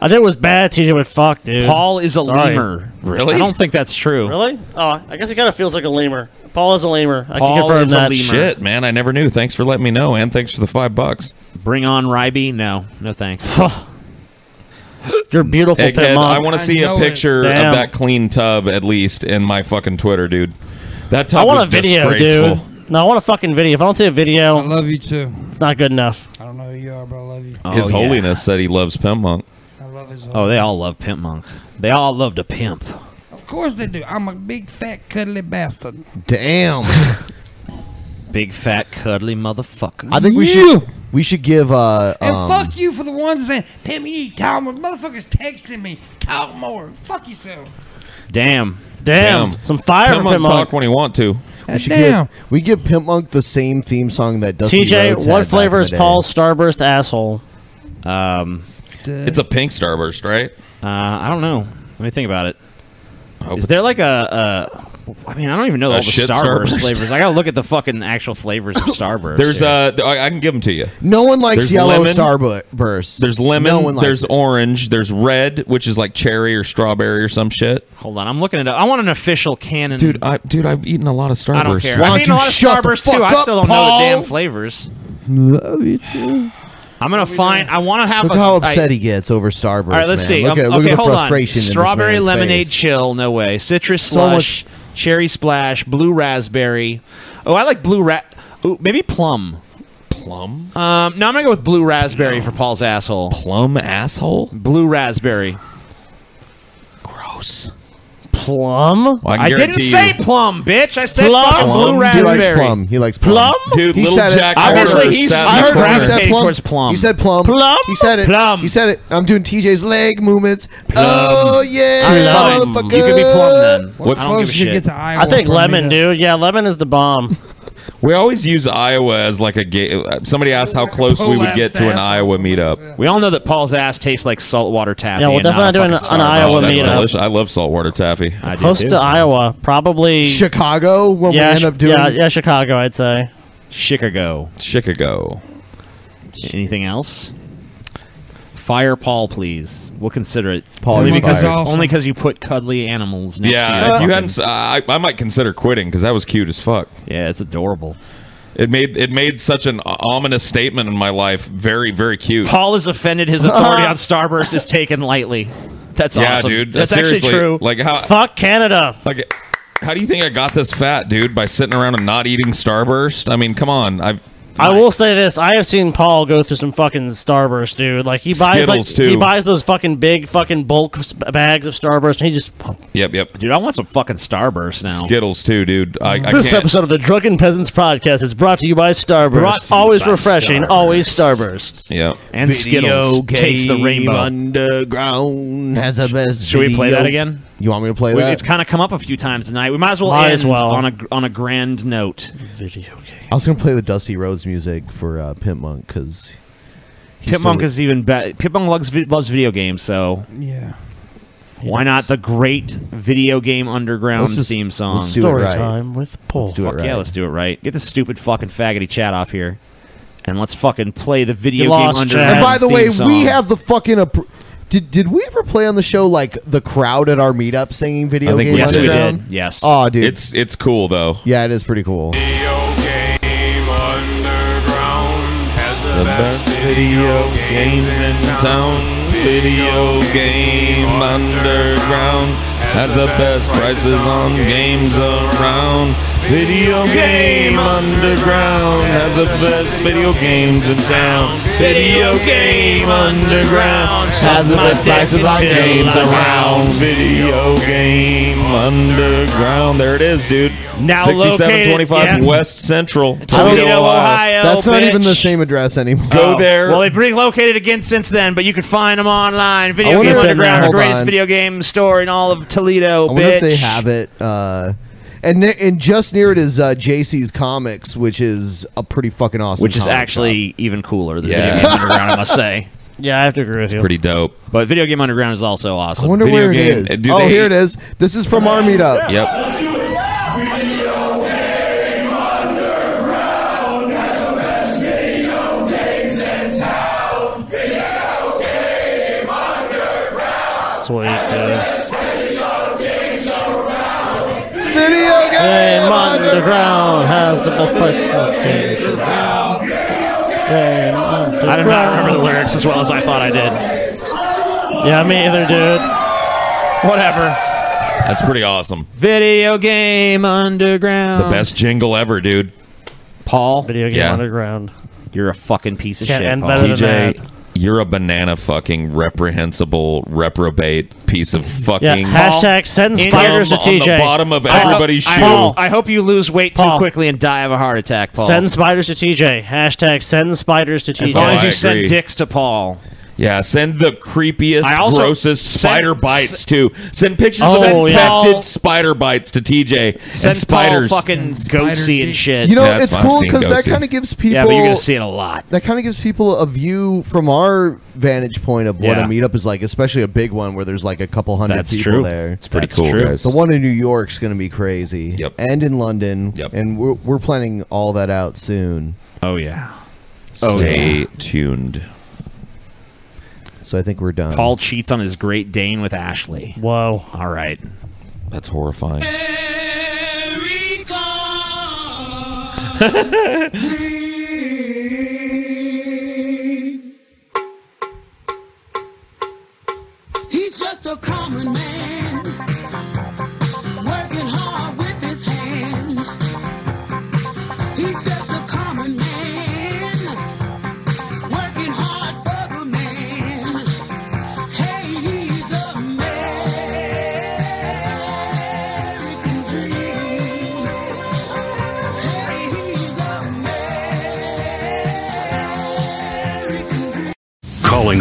[SPEAKER 7] I did it was bad. TJ would fuck, dude.
[SPEAKER 6] Paul is a
[SPEAKER 7] Sorry.
[SPEAKER 6] lemur. I don't think that's true.
[SPEAKER 7] Really? Oh, I guess he kind of feels like a lemur. Paul is a lemur. I
[SPEAKER 6] Paul
[SPEAKER 7] can confirm
[SPEAKER 6] is a
[SPEAKER 7] that.
[SPEAKER 6] lemur.
[SPEAKER 3] Shit, man, I never knew. Thanks for letting me know, and thanks for the five bucks.
[SPEAKER 6] Bring on Ryby? No, no thanks. Oh,
[SPEAKER 7] You're beautiful,
[SPEAKER 3] Egghead,
[SPEAKER 7] Pimp Monk.
[SPEAKER 3] I want to see a picture of that clean tub at least in my fucking Twitter, dude. That tub
[SPEAKER 7] I want
[SPEAKER 3] was
[SPEAKER 7] a video,
[SPEAKER 3] disgraceful.
[SPEAKER 7] dude. No, I want a fucking video. If I don't see a video, I
[SPEAKER 1] love you too.
[SPEAKER 7] It's not good enough.
[SPEAKER 1] I don't know who you are, but I love you.
[SPEAKER 3] His
[SPEAKER 6] Oh, yeah.
[SPEAKER 3] holiness said he loves Pimp Monk.
[SPEAKER 1] I love his.
[SPEAKER 6] Oh, they all love Pimp Monk. They all loved a pimp.
[SPEAKER 1] Of course they do. I'm a big fat cuddly bastard.
[SPEAKER 2] Damn.
[SPEAKER 6] Big, fat, cuddly motherfucker.
[SPEAKER 2] I think we should um, we should give uh
[SPEAKER 1] And
[SPEAKER 2] um,
[SPEAKER 1] fuck you for the ones that saying, Pimp, you need to talk more. Motherfuckers texting me. Talk more. Fuck yourself.
[SPEAKER 6] Damn.
[SPEAKER 7] Damn. Some fire
[SPEAKER 3] Pimp
[SPEAKER 7] from
[SPEAKER 3] Monk
[SPEAKER 7] Pimp Monk.
[SPEAKER 3] talk when you want to.
[SPEAKER 2] we should
[SPEAKER 7] Damn.
[SPEAKER 2] give we give Pimp Monk the same theme song that Dusty Rhodes
[SPEAKER 7] TJ,
[SPEAKER 2] had
[SPEAKER 7] what
[SPEAKER 2] back
[SPEAKER 7] flavor
[SPEAKER 2] in
[SPEAKER 7] is
[SPEAKER 2] the day.
[SPEAKER 7] Paul's Starburst asshole?
[SPEAKER 6] Um,
[SPEAKER 3] It's a pink starburst, right?
[SPEAKER 6] Uh, I don't know. Let me think about it. Is there like a, a? I mean, I don't even know
[SPEAKER 3] A
[SPEAKER 6] all the
[SPEAKER 3] shit
[SPEAKER 6] Starburst,
[SPEAKER 3] Starburst.
[SPEAKER 6] flavors. I gotta look at the fucking actual flavors of Starburst.
[SPEAKER 3] There's
[SPEAKER 6] here.
[SPEAKER 3] uh, th- I I can give them to you.
[SPEAKER 2] No one likes
[SPEAKER 3] There's
[SPEAKER 2] yellow
[SPEAKER 3] lemon.
[SPEAKER 2] Starburst.
[SPEAKER 3] There's lemon.
[SPEAKER 2] No one likes
[SPEAKER 3] there's
[SPEAKER 2] it.
[SPEAKER 3] orange. There's red, which is like cherry or strawberry or some shit.
[SPEAKER 6] Hold on, I'm looking it up. I want an official canon.
[SPEAKER 3] Dude, I dude, I've eaten a lot of Starburst.
[SPEAKER 6] I don't care. I've eaten a lot of Starburst too. I still don't know the damn flavors.
[SPEAKER 2] Love you too.
[SPEAKER 6] I'm gonna find. I want to have.
[SPEAKER 2] Look
[SPEAKER 6] a,
[SPEAKER 2] how upset
[SPEAKER 6] I-
[SPEAKER 2] he gets over Starburst.
[SPEAKER 6] All right, let's
[SPEAKER 2] man.
[SPEAKER 6] see.
[SPEAKER 2] Look
[SPEAKER 6] Um,
[SPEAKER 2] at, look at
[SPEAKER 6] okay,
[SPEAKER 2] the
[SPEAKER 6] hold
[SPEAKER 2] frustration.
[SPEAKER 6] on.
[SPEAKER 2] in this
[SPEAKER 6] Strawberry
[SPEAKER 2] man's
[SPEAKER 6] lemonade
[SPEAKER 2] face.
[SPEAKER 6] chill, no way. Citrus
[SPEAKER 2] So much-
[SPEAKER 6] slush, cherry splash, blue raspberry. Oh, I like blue ra. Ooh, maybe plum.
[SPEAKER 3] Plum.
[SPEAKER 6] Um, no, I'm gonna go with blue raspberry for Paul's asshole.
[SPEAKER 3] Plum asshole.
[SPEAKER 6] Blue raspberry.
[SPEAKER 3] Gross.
[SPEAKER 7] Plum?
[SPEAKER 3] Well, I
[SPEAKER 6] I,
[SPEAKER 3] can
[SPEAKER 6] didn't
[SPEAKER 3] guarantee
[SPEAKER 6] say
[SPEAKER 3] you-
[SPEAKER 6] plum, bitch. I said
[SPEAKER 7] Plum?
[SPEAKER 6] fucking blue
[SPEAKER 2] He
[SPEAKER 6] raspberry.
[SPEAKER 2] likes plum. He likes plum.
[SPEAKER 3] Dude,
[SPEAKER 2] He
[SPEAKER 3] Little
[SPEAKER 2] said it.
[SPEAKER 3] Jack
[SPEAKER 2] I heard
[SPEAKER 3] Obviously,
[SPEAKER 2] it.
[SPEAKER 3] he's-
[SPEAKER 2] I heard when he said
[SPEAKER 3] he's gravitating
[SPEAKER 2] plum.
[SPEAKER 3] towards plum.
[SPEAKER 2] He said plum.
[SPEAKER 3] Plum?
[SPEAKER 2] He said it. Plum. He said it. I'm doing TJ's leg movements. Oh yeah,
[SPEAKER 7] I love it.
[SPEAKER 2] motherfucker.
[SPEAKER 7] You could be plum then.
[SPEAKER 3] What I don't give a close you shit. get to Iowa
[SPEAKER 7] I think
[SPEAKER 3] from
[SPEAKER 7] lemon,
[SPEAKER 3] me
[SPEAKER 7] dude. Yeah, lemon is the bomb.
[SPEAKER 3] We always use Iowa as like a gay. Somebody asked how close we would get to an Iowa meetup.
[SPEAKER 6] We all know that Paul's ass tastes like saltwater taffy.
[SPEAKER 7] Yeah, we'll
[SPEAKER 6] and not
[SPEAKER 7] definitely
[SPEAKER 6] a
[SPEAKER 7] do an-
[SPEAKER 6] fucking
[SPEAKER 7] an
[SPEAKER 6] Starbucks.
[SPEAKER 7] Iowa
[SPEAKER 3] Oh, that's
[SPEAKER 7] meetup.
[SPEAKER 3] delicious. I love saltwater taffy. I
[SPEAKER 7] Close to Iowa, probably
[SPEAKER 2] Chicago. When
[SPEAKER 7] yeah,
[SPEAKER 2] we end
[SPEAKER 7] Chi-
[SPEAKER 2] up doing.
[SPEAKER 7] yeah, yeah, Chicago, I'd say.
[SPEAKER 6] Chicago.
[SPEAKER 3] Chicago.
[SPEAKER 6] Anything else? Fire Paul, please. We'll consider it.
[SPEAKER 2] Paul,
[SPEAKER 6] only
[SPEAKER 3] you're
[SPEAKER 6] because
[SPEAKER 3] fired.
[SPEAKER 6] only 'cause you put cuddly animals next to
[SPEAKER 3] Yeah, if
[SPEAKER 6] your
[SPEAKER 3] you
[SPEAKER 2] Uh,
[SPEAKER 6] fucking-
[SPEAKER 3] hadn't, s- I, I might consider quitting because that was cute as fuck.
[SPEAKER 6] Yeah, it's adorable.
[SPEAKER 3] It made it made such an o- ominous statement in my life. Very very cute.
[SPEAKER 6] Paul has offended his
[SPEAKER 2] Uh,
[SPEAKER 6] authority on Starburst is taken lightly. That's
[SPEAKER 3] yeah,
[SPEAKER 6] awesome.
[SPEAKER 3] dude.
[SPEAKER 6] That's
[SPEAKER 3] seriously,
[SPEAKER 6] actually true.
[SPEAKER 3] Like how
[SPEAKER 7] fuck Canada.
[SPEAKER 3] Like how do you think I got this fat, dude? By sitting around and not eating Starburst? I mean, come on. I've
[SPEAKER 7] I will say this: I have seen Paul go through some fucking Starburst, dude. Like he buys, like,
[SPEAKER 3] Skittles, too.
[SPEAKER 7] he buys those fucking big fucking bulk s- bags of Starburst, and he just
[SPEAKER 3] yep yep.
[SPEAKER 6] Dude, I want some fucking Starburst now.
[SPEAKER 3] Skittles too, dude. I, I
[SPEAKER 7] this
[SPEAKER 3] can't.
[SPEAKER 7] episode of the Drunken Peasants podcast is brought to you by Starburst.
[SPEAKER 3] Brought to you
[SPEAKER 7] always
[SPEAKER 3] by
[SPEAKER 7] refreshing,
[SPEAKER 3] Starburst.
[SPEAKER 7] always Starburst.
[SPEAKER 3] Yep.
[SPEAKER 6] Mm-hmm. And Skittles taste the rainbow.
[SPEAKER 2] Underground has the best.
[SPEAKER 6] Should we play
[SPEAKER 2] video-
[SPEAKER 6] that again?
[SPEAKER 2] You want me to play
[SPEAKER 6] We-
[SPEAKER 2] that?
[SPEAKER 6] It's kind of come up a few times tonight. We might as well
[SPEAKER 2] Might
[SPEAKER 6] end
[SPEAKER 2] as well.
[SPEAKER 6] on a gr- on a grand note.
[SPEAKER 7] Video game.
[SPEAKER 2] I was gonna play the Dusty Rhodes music for uh, Pimp Monk because
[SPEAKER 6] Pitmonk is even better. Pitmonk loves vi- loves video games, so
[SPEAKER 33] Yeah.
[SPEAKER 6] why not the great video game underground
[SPEAKER 2] Let's just-
[SPEAKER 6] theme song?
[SPEAKER 2] let's do it Story right. time with Paul. Let's do it
[SPEAKER 6] Fuck Yeah,
[SPEAKER 2] right.
[SPEAKER 6] let's do it right. Get this stupid fucking faggoty chat off here, and let's fucking play the video
[SPEAKER 2] You
[SPEAKER 6] game
[SPEAKER 2] lost,
[SPEAKER 6] underground.
[SPEAKER 2] And by the
[SPEAKER 6] theme
[SPEAKER 2] way, we
[SPEAKER 6] song.
[SPEAKER 2] have the fucking. appro did, did we ever play on the show like the crowd at our meetup singing video
[SPEAKER 3] I think
[SPEAKER 2] game
[SPEAKER 3] we did.
[SPEAKER 2] underground?
[SPEAKER 6] Yes.
[SPEAKER 2] Oh, dude.
[SPEAKER 3] It's it's cool though.
[SPEAKER 2] yeah, it is pretty cool.
[SPEAKER 3] The best video games in town. Video game underground has the best prices on games around. Video game underground has the best video games in town. Video game underground has the best prices on games around. Video game underground. There it is, dude.
[SPEAKER 6] Now located-
[SPEAKER 3] 6725
[SPEAKER 6] yeah.
[SPEAKER 3] West Central,
[SPEAKER 6] Toledo,
[SPEAKER 3] Toledo,
[SPEAKER 6] Ohio.
[SPEAKER 3] Ohio.
[SPEAKER 2] That's not
[SPEAKER 6] bitch.
[SPEAKER 2] even the same address anymore.
[SPEAKER 6] Oh. Well, they've relocated again since then, but you can find them online.
[SPEAKER 2] I
[SPEAKER 6] Video
[SPEAKER 2] wonder
[SPEAKER 6] Game
[SPEAKER 2] if they-
[SPEAKER 6] Underground, the
[SPEAKER 2] hold
[SPEAKER 6] greatest
[SPEAKER 2] on.
[SPEAKER 6] video game store in all of Toledo,
[SPEAKER 2] I wonder
[SPEAKER 6] bitch.
[SPEAKER 2] if they have it. Uh, and ne- and just near it is uh, JC's Comics, which is a pretty fucking awesome.
[SPEAKER 6] Which is
[SPEAKER 2] comic
[SPEAKER 6] actually even cooler than
[SPEAKER 2] Yeah.
[SPEAKER 6] Video Game Underground, I must say.
[SPEAKER 7] Yeah, I have to agree with you.
[SPEAKER 3] Pretty dope. uh,
[SPEAKER 6] But Video Game Underground is also awesome.
[SPEAKER 2] shop. I wonder where it is. Oh, here it is. This is from our meetup.
[SPEAKER 3] Yep.
[SPEAKER 7] Sweet, dude.
[SPEAKER 2] Video
[SPEAKER 7] Game Underground has the best prices on games around.
[SPEAKER 6] I do not remember the lyrics as well as I thought I did.
[SPEAKER 7] Yeah, me either, dude.
[SPEAKER 6] Whatever.
[SPEAKER 3] That's pretty awesome.
[SPEAKER 6] Video Game Underground.
[SPEAKER 3] The best jingle ever, dude.
[SPEAKER 6] Paul.
[SPEAKER 7] Video Game
[SPEAKER 3] Yeah.
[SPEAKER 7] Underground.
[SPEAKER 6] You're a fucking piece of
[SPEAKER 7] Can't
[SPEAKER 6] shit.
[SPEAKER 7] end
[SPEAKER 6] Paul.
[SPEAKER 7] better than that.
[SPEAKER 3] TJ, you're a banana fucking reprehensible reprobate piece of
[SPEAKER 7] Yeah,
[SPEAKER 3] fucking.
[SPEAKER 7] hashtag send
[SPEAKER 6] In-
[SPEAKER 7] spiders to
[SPEAKER 3] on the
[SPEAKER 7] TJ.
[SPEAKER 3] bottom of everybody's
[SPEAKER 6] I
[SPEAKER 3] shoe.
[SPEAKER 6] hope, I hope you lose weight too
[SPEAKER 7] Paul.
[SPEAKER 6] quickly and die of a heart attack, Paul.
[SPEAKER 7] Send spiders to TJ. Hashtag send spiders to TJ.
[SPEAKER 6] as long
[SPEAKER 3] Oh,
[SPEAKER 6] as
[SPEAKER 3] I
[SPEAKER 6] you send
[SPEAKER 3] agree.
[SPEAKER 6] dicks to Paul.
[SPEAKER 3] Yeah, send the creepiest,
[SPEAKER 6] I also-
[SPEAKER 3] grossest
[SPEAKER 6] send-
[SPEAKER 3] spider bites too. Send pictures
[SPEAKER 6] Oh,
[SPEAKER 3] of
[SPEAKER 6] yeah.
[SPEAKER 3] infected
[SPEAKER 6] Paul-
[SPEAKER 3] spider bites to TJ
[SPEAKER 6] Send
[SPEAKER 3] and spiders.
[SPEAKER 6] Paul fucking goatsy and shit.
[SPEAKER 2] You know, it's cool because that kind of gives people.
[SPEAKER 6] Yeah, but you're gonna see it a lot.
[SPEAKER 2] That kind of gives people a view from our vantage point of what
[SPEAKER 6] Yeah.
[SPEAKER 2] a meetup is like, especially a big one where there's like a couple hundred
[SPEAKER 6] That's
[SPEAKER 2] people
[SPEAKER 6] true.
[SPEAKER 2] there.
[SPEAKER 3] It's pretty That's cool, true. guys.
[SPEAKER 2] The one in New York's going to be crazy. Yep. And in London. Yep. And we're, we're planning all that out soon.
[SPEAKER 6] Oh yeah. Oh,
[SPEAKER 3] Stay
[SPEAKER 6] yeah.
[SPEAKER 3] tuned.
[SPEAKER 2] So I think we're
[SPEAKER 3] Um,
[SPEAKER 2] done.
[SPEAKER 6] Paul cheats on his Great Dane with Ashley.
[SPEAKER 7] Whoa.
[SPEAKER 6] All right.
[SPEAKER 3] That's horrifying.
[SPEAKER 5] He's just a common man working hard with
[SPEAKER 23] Calling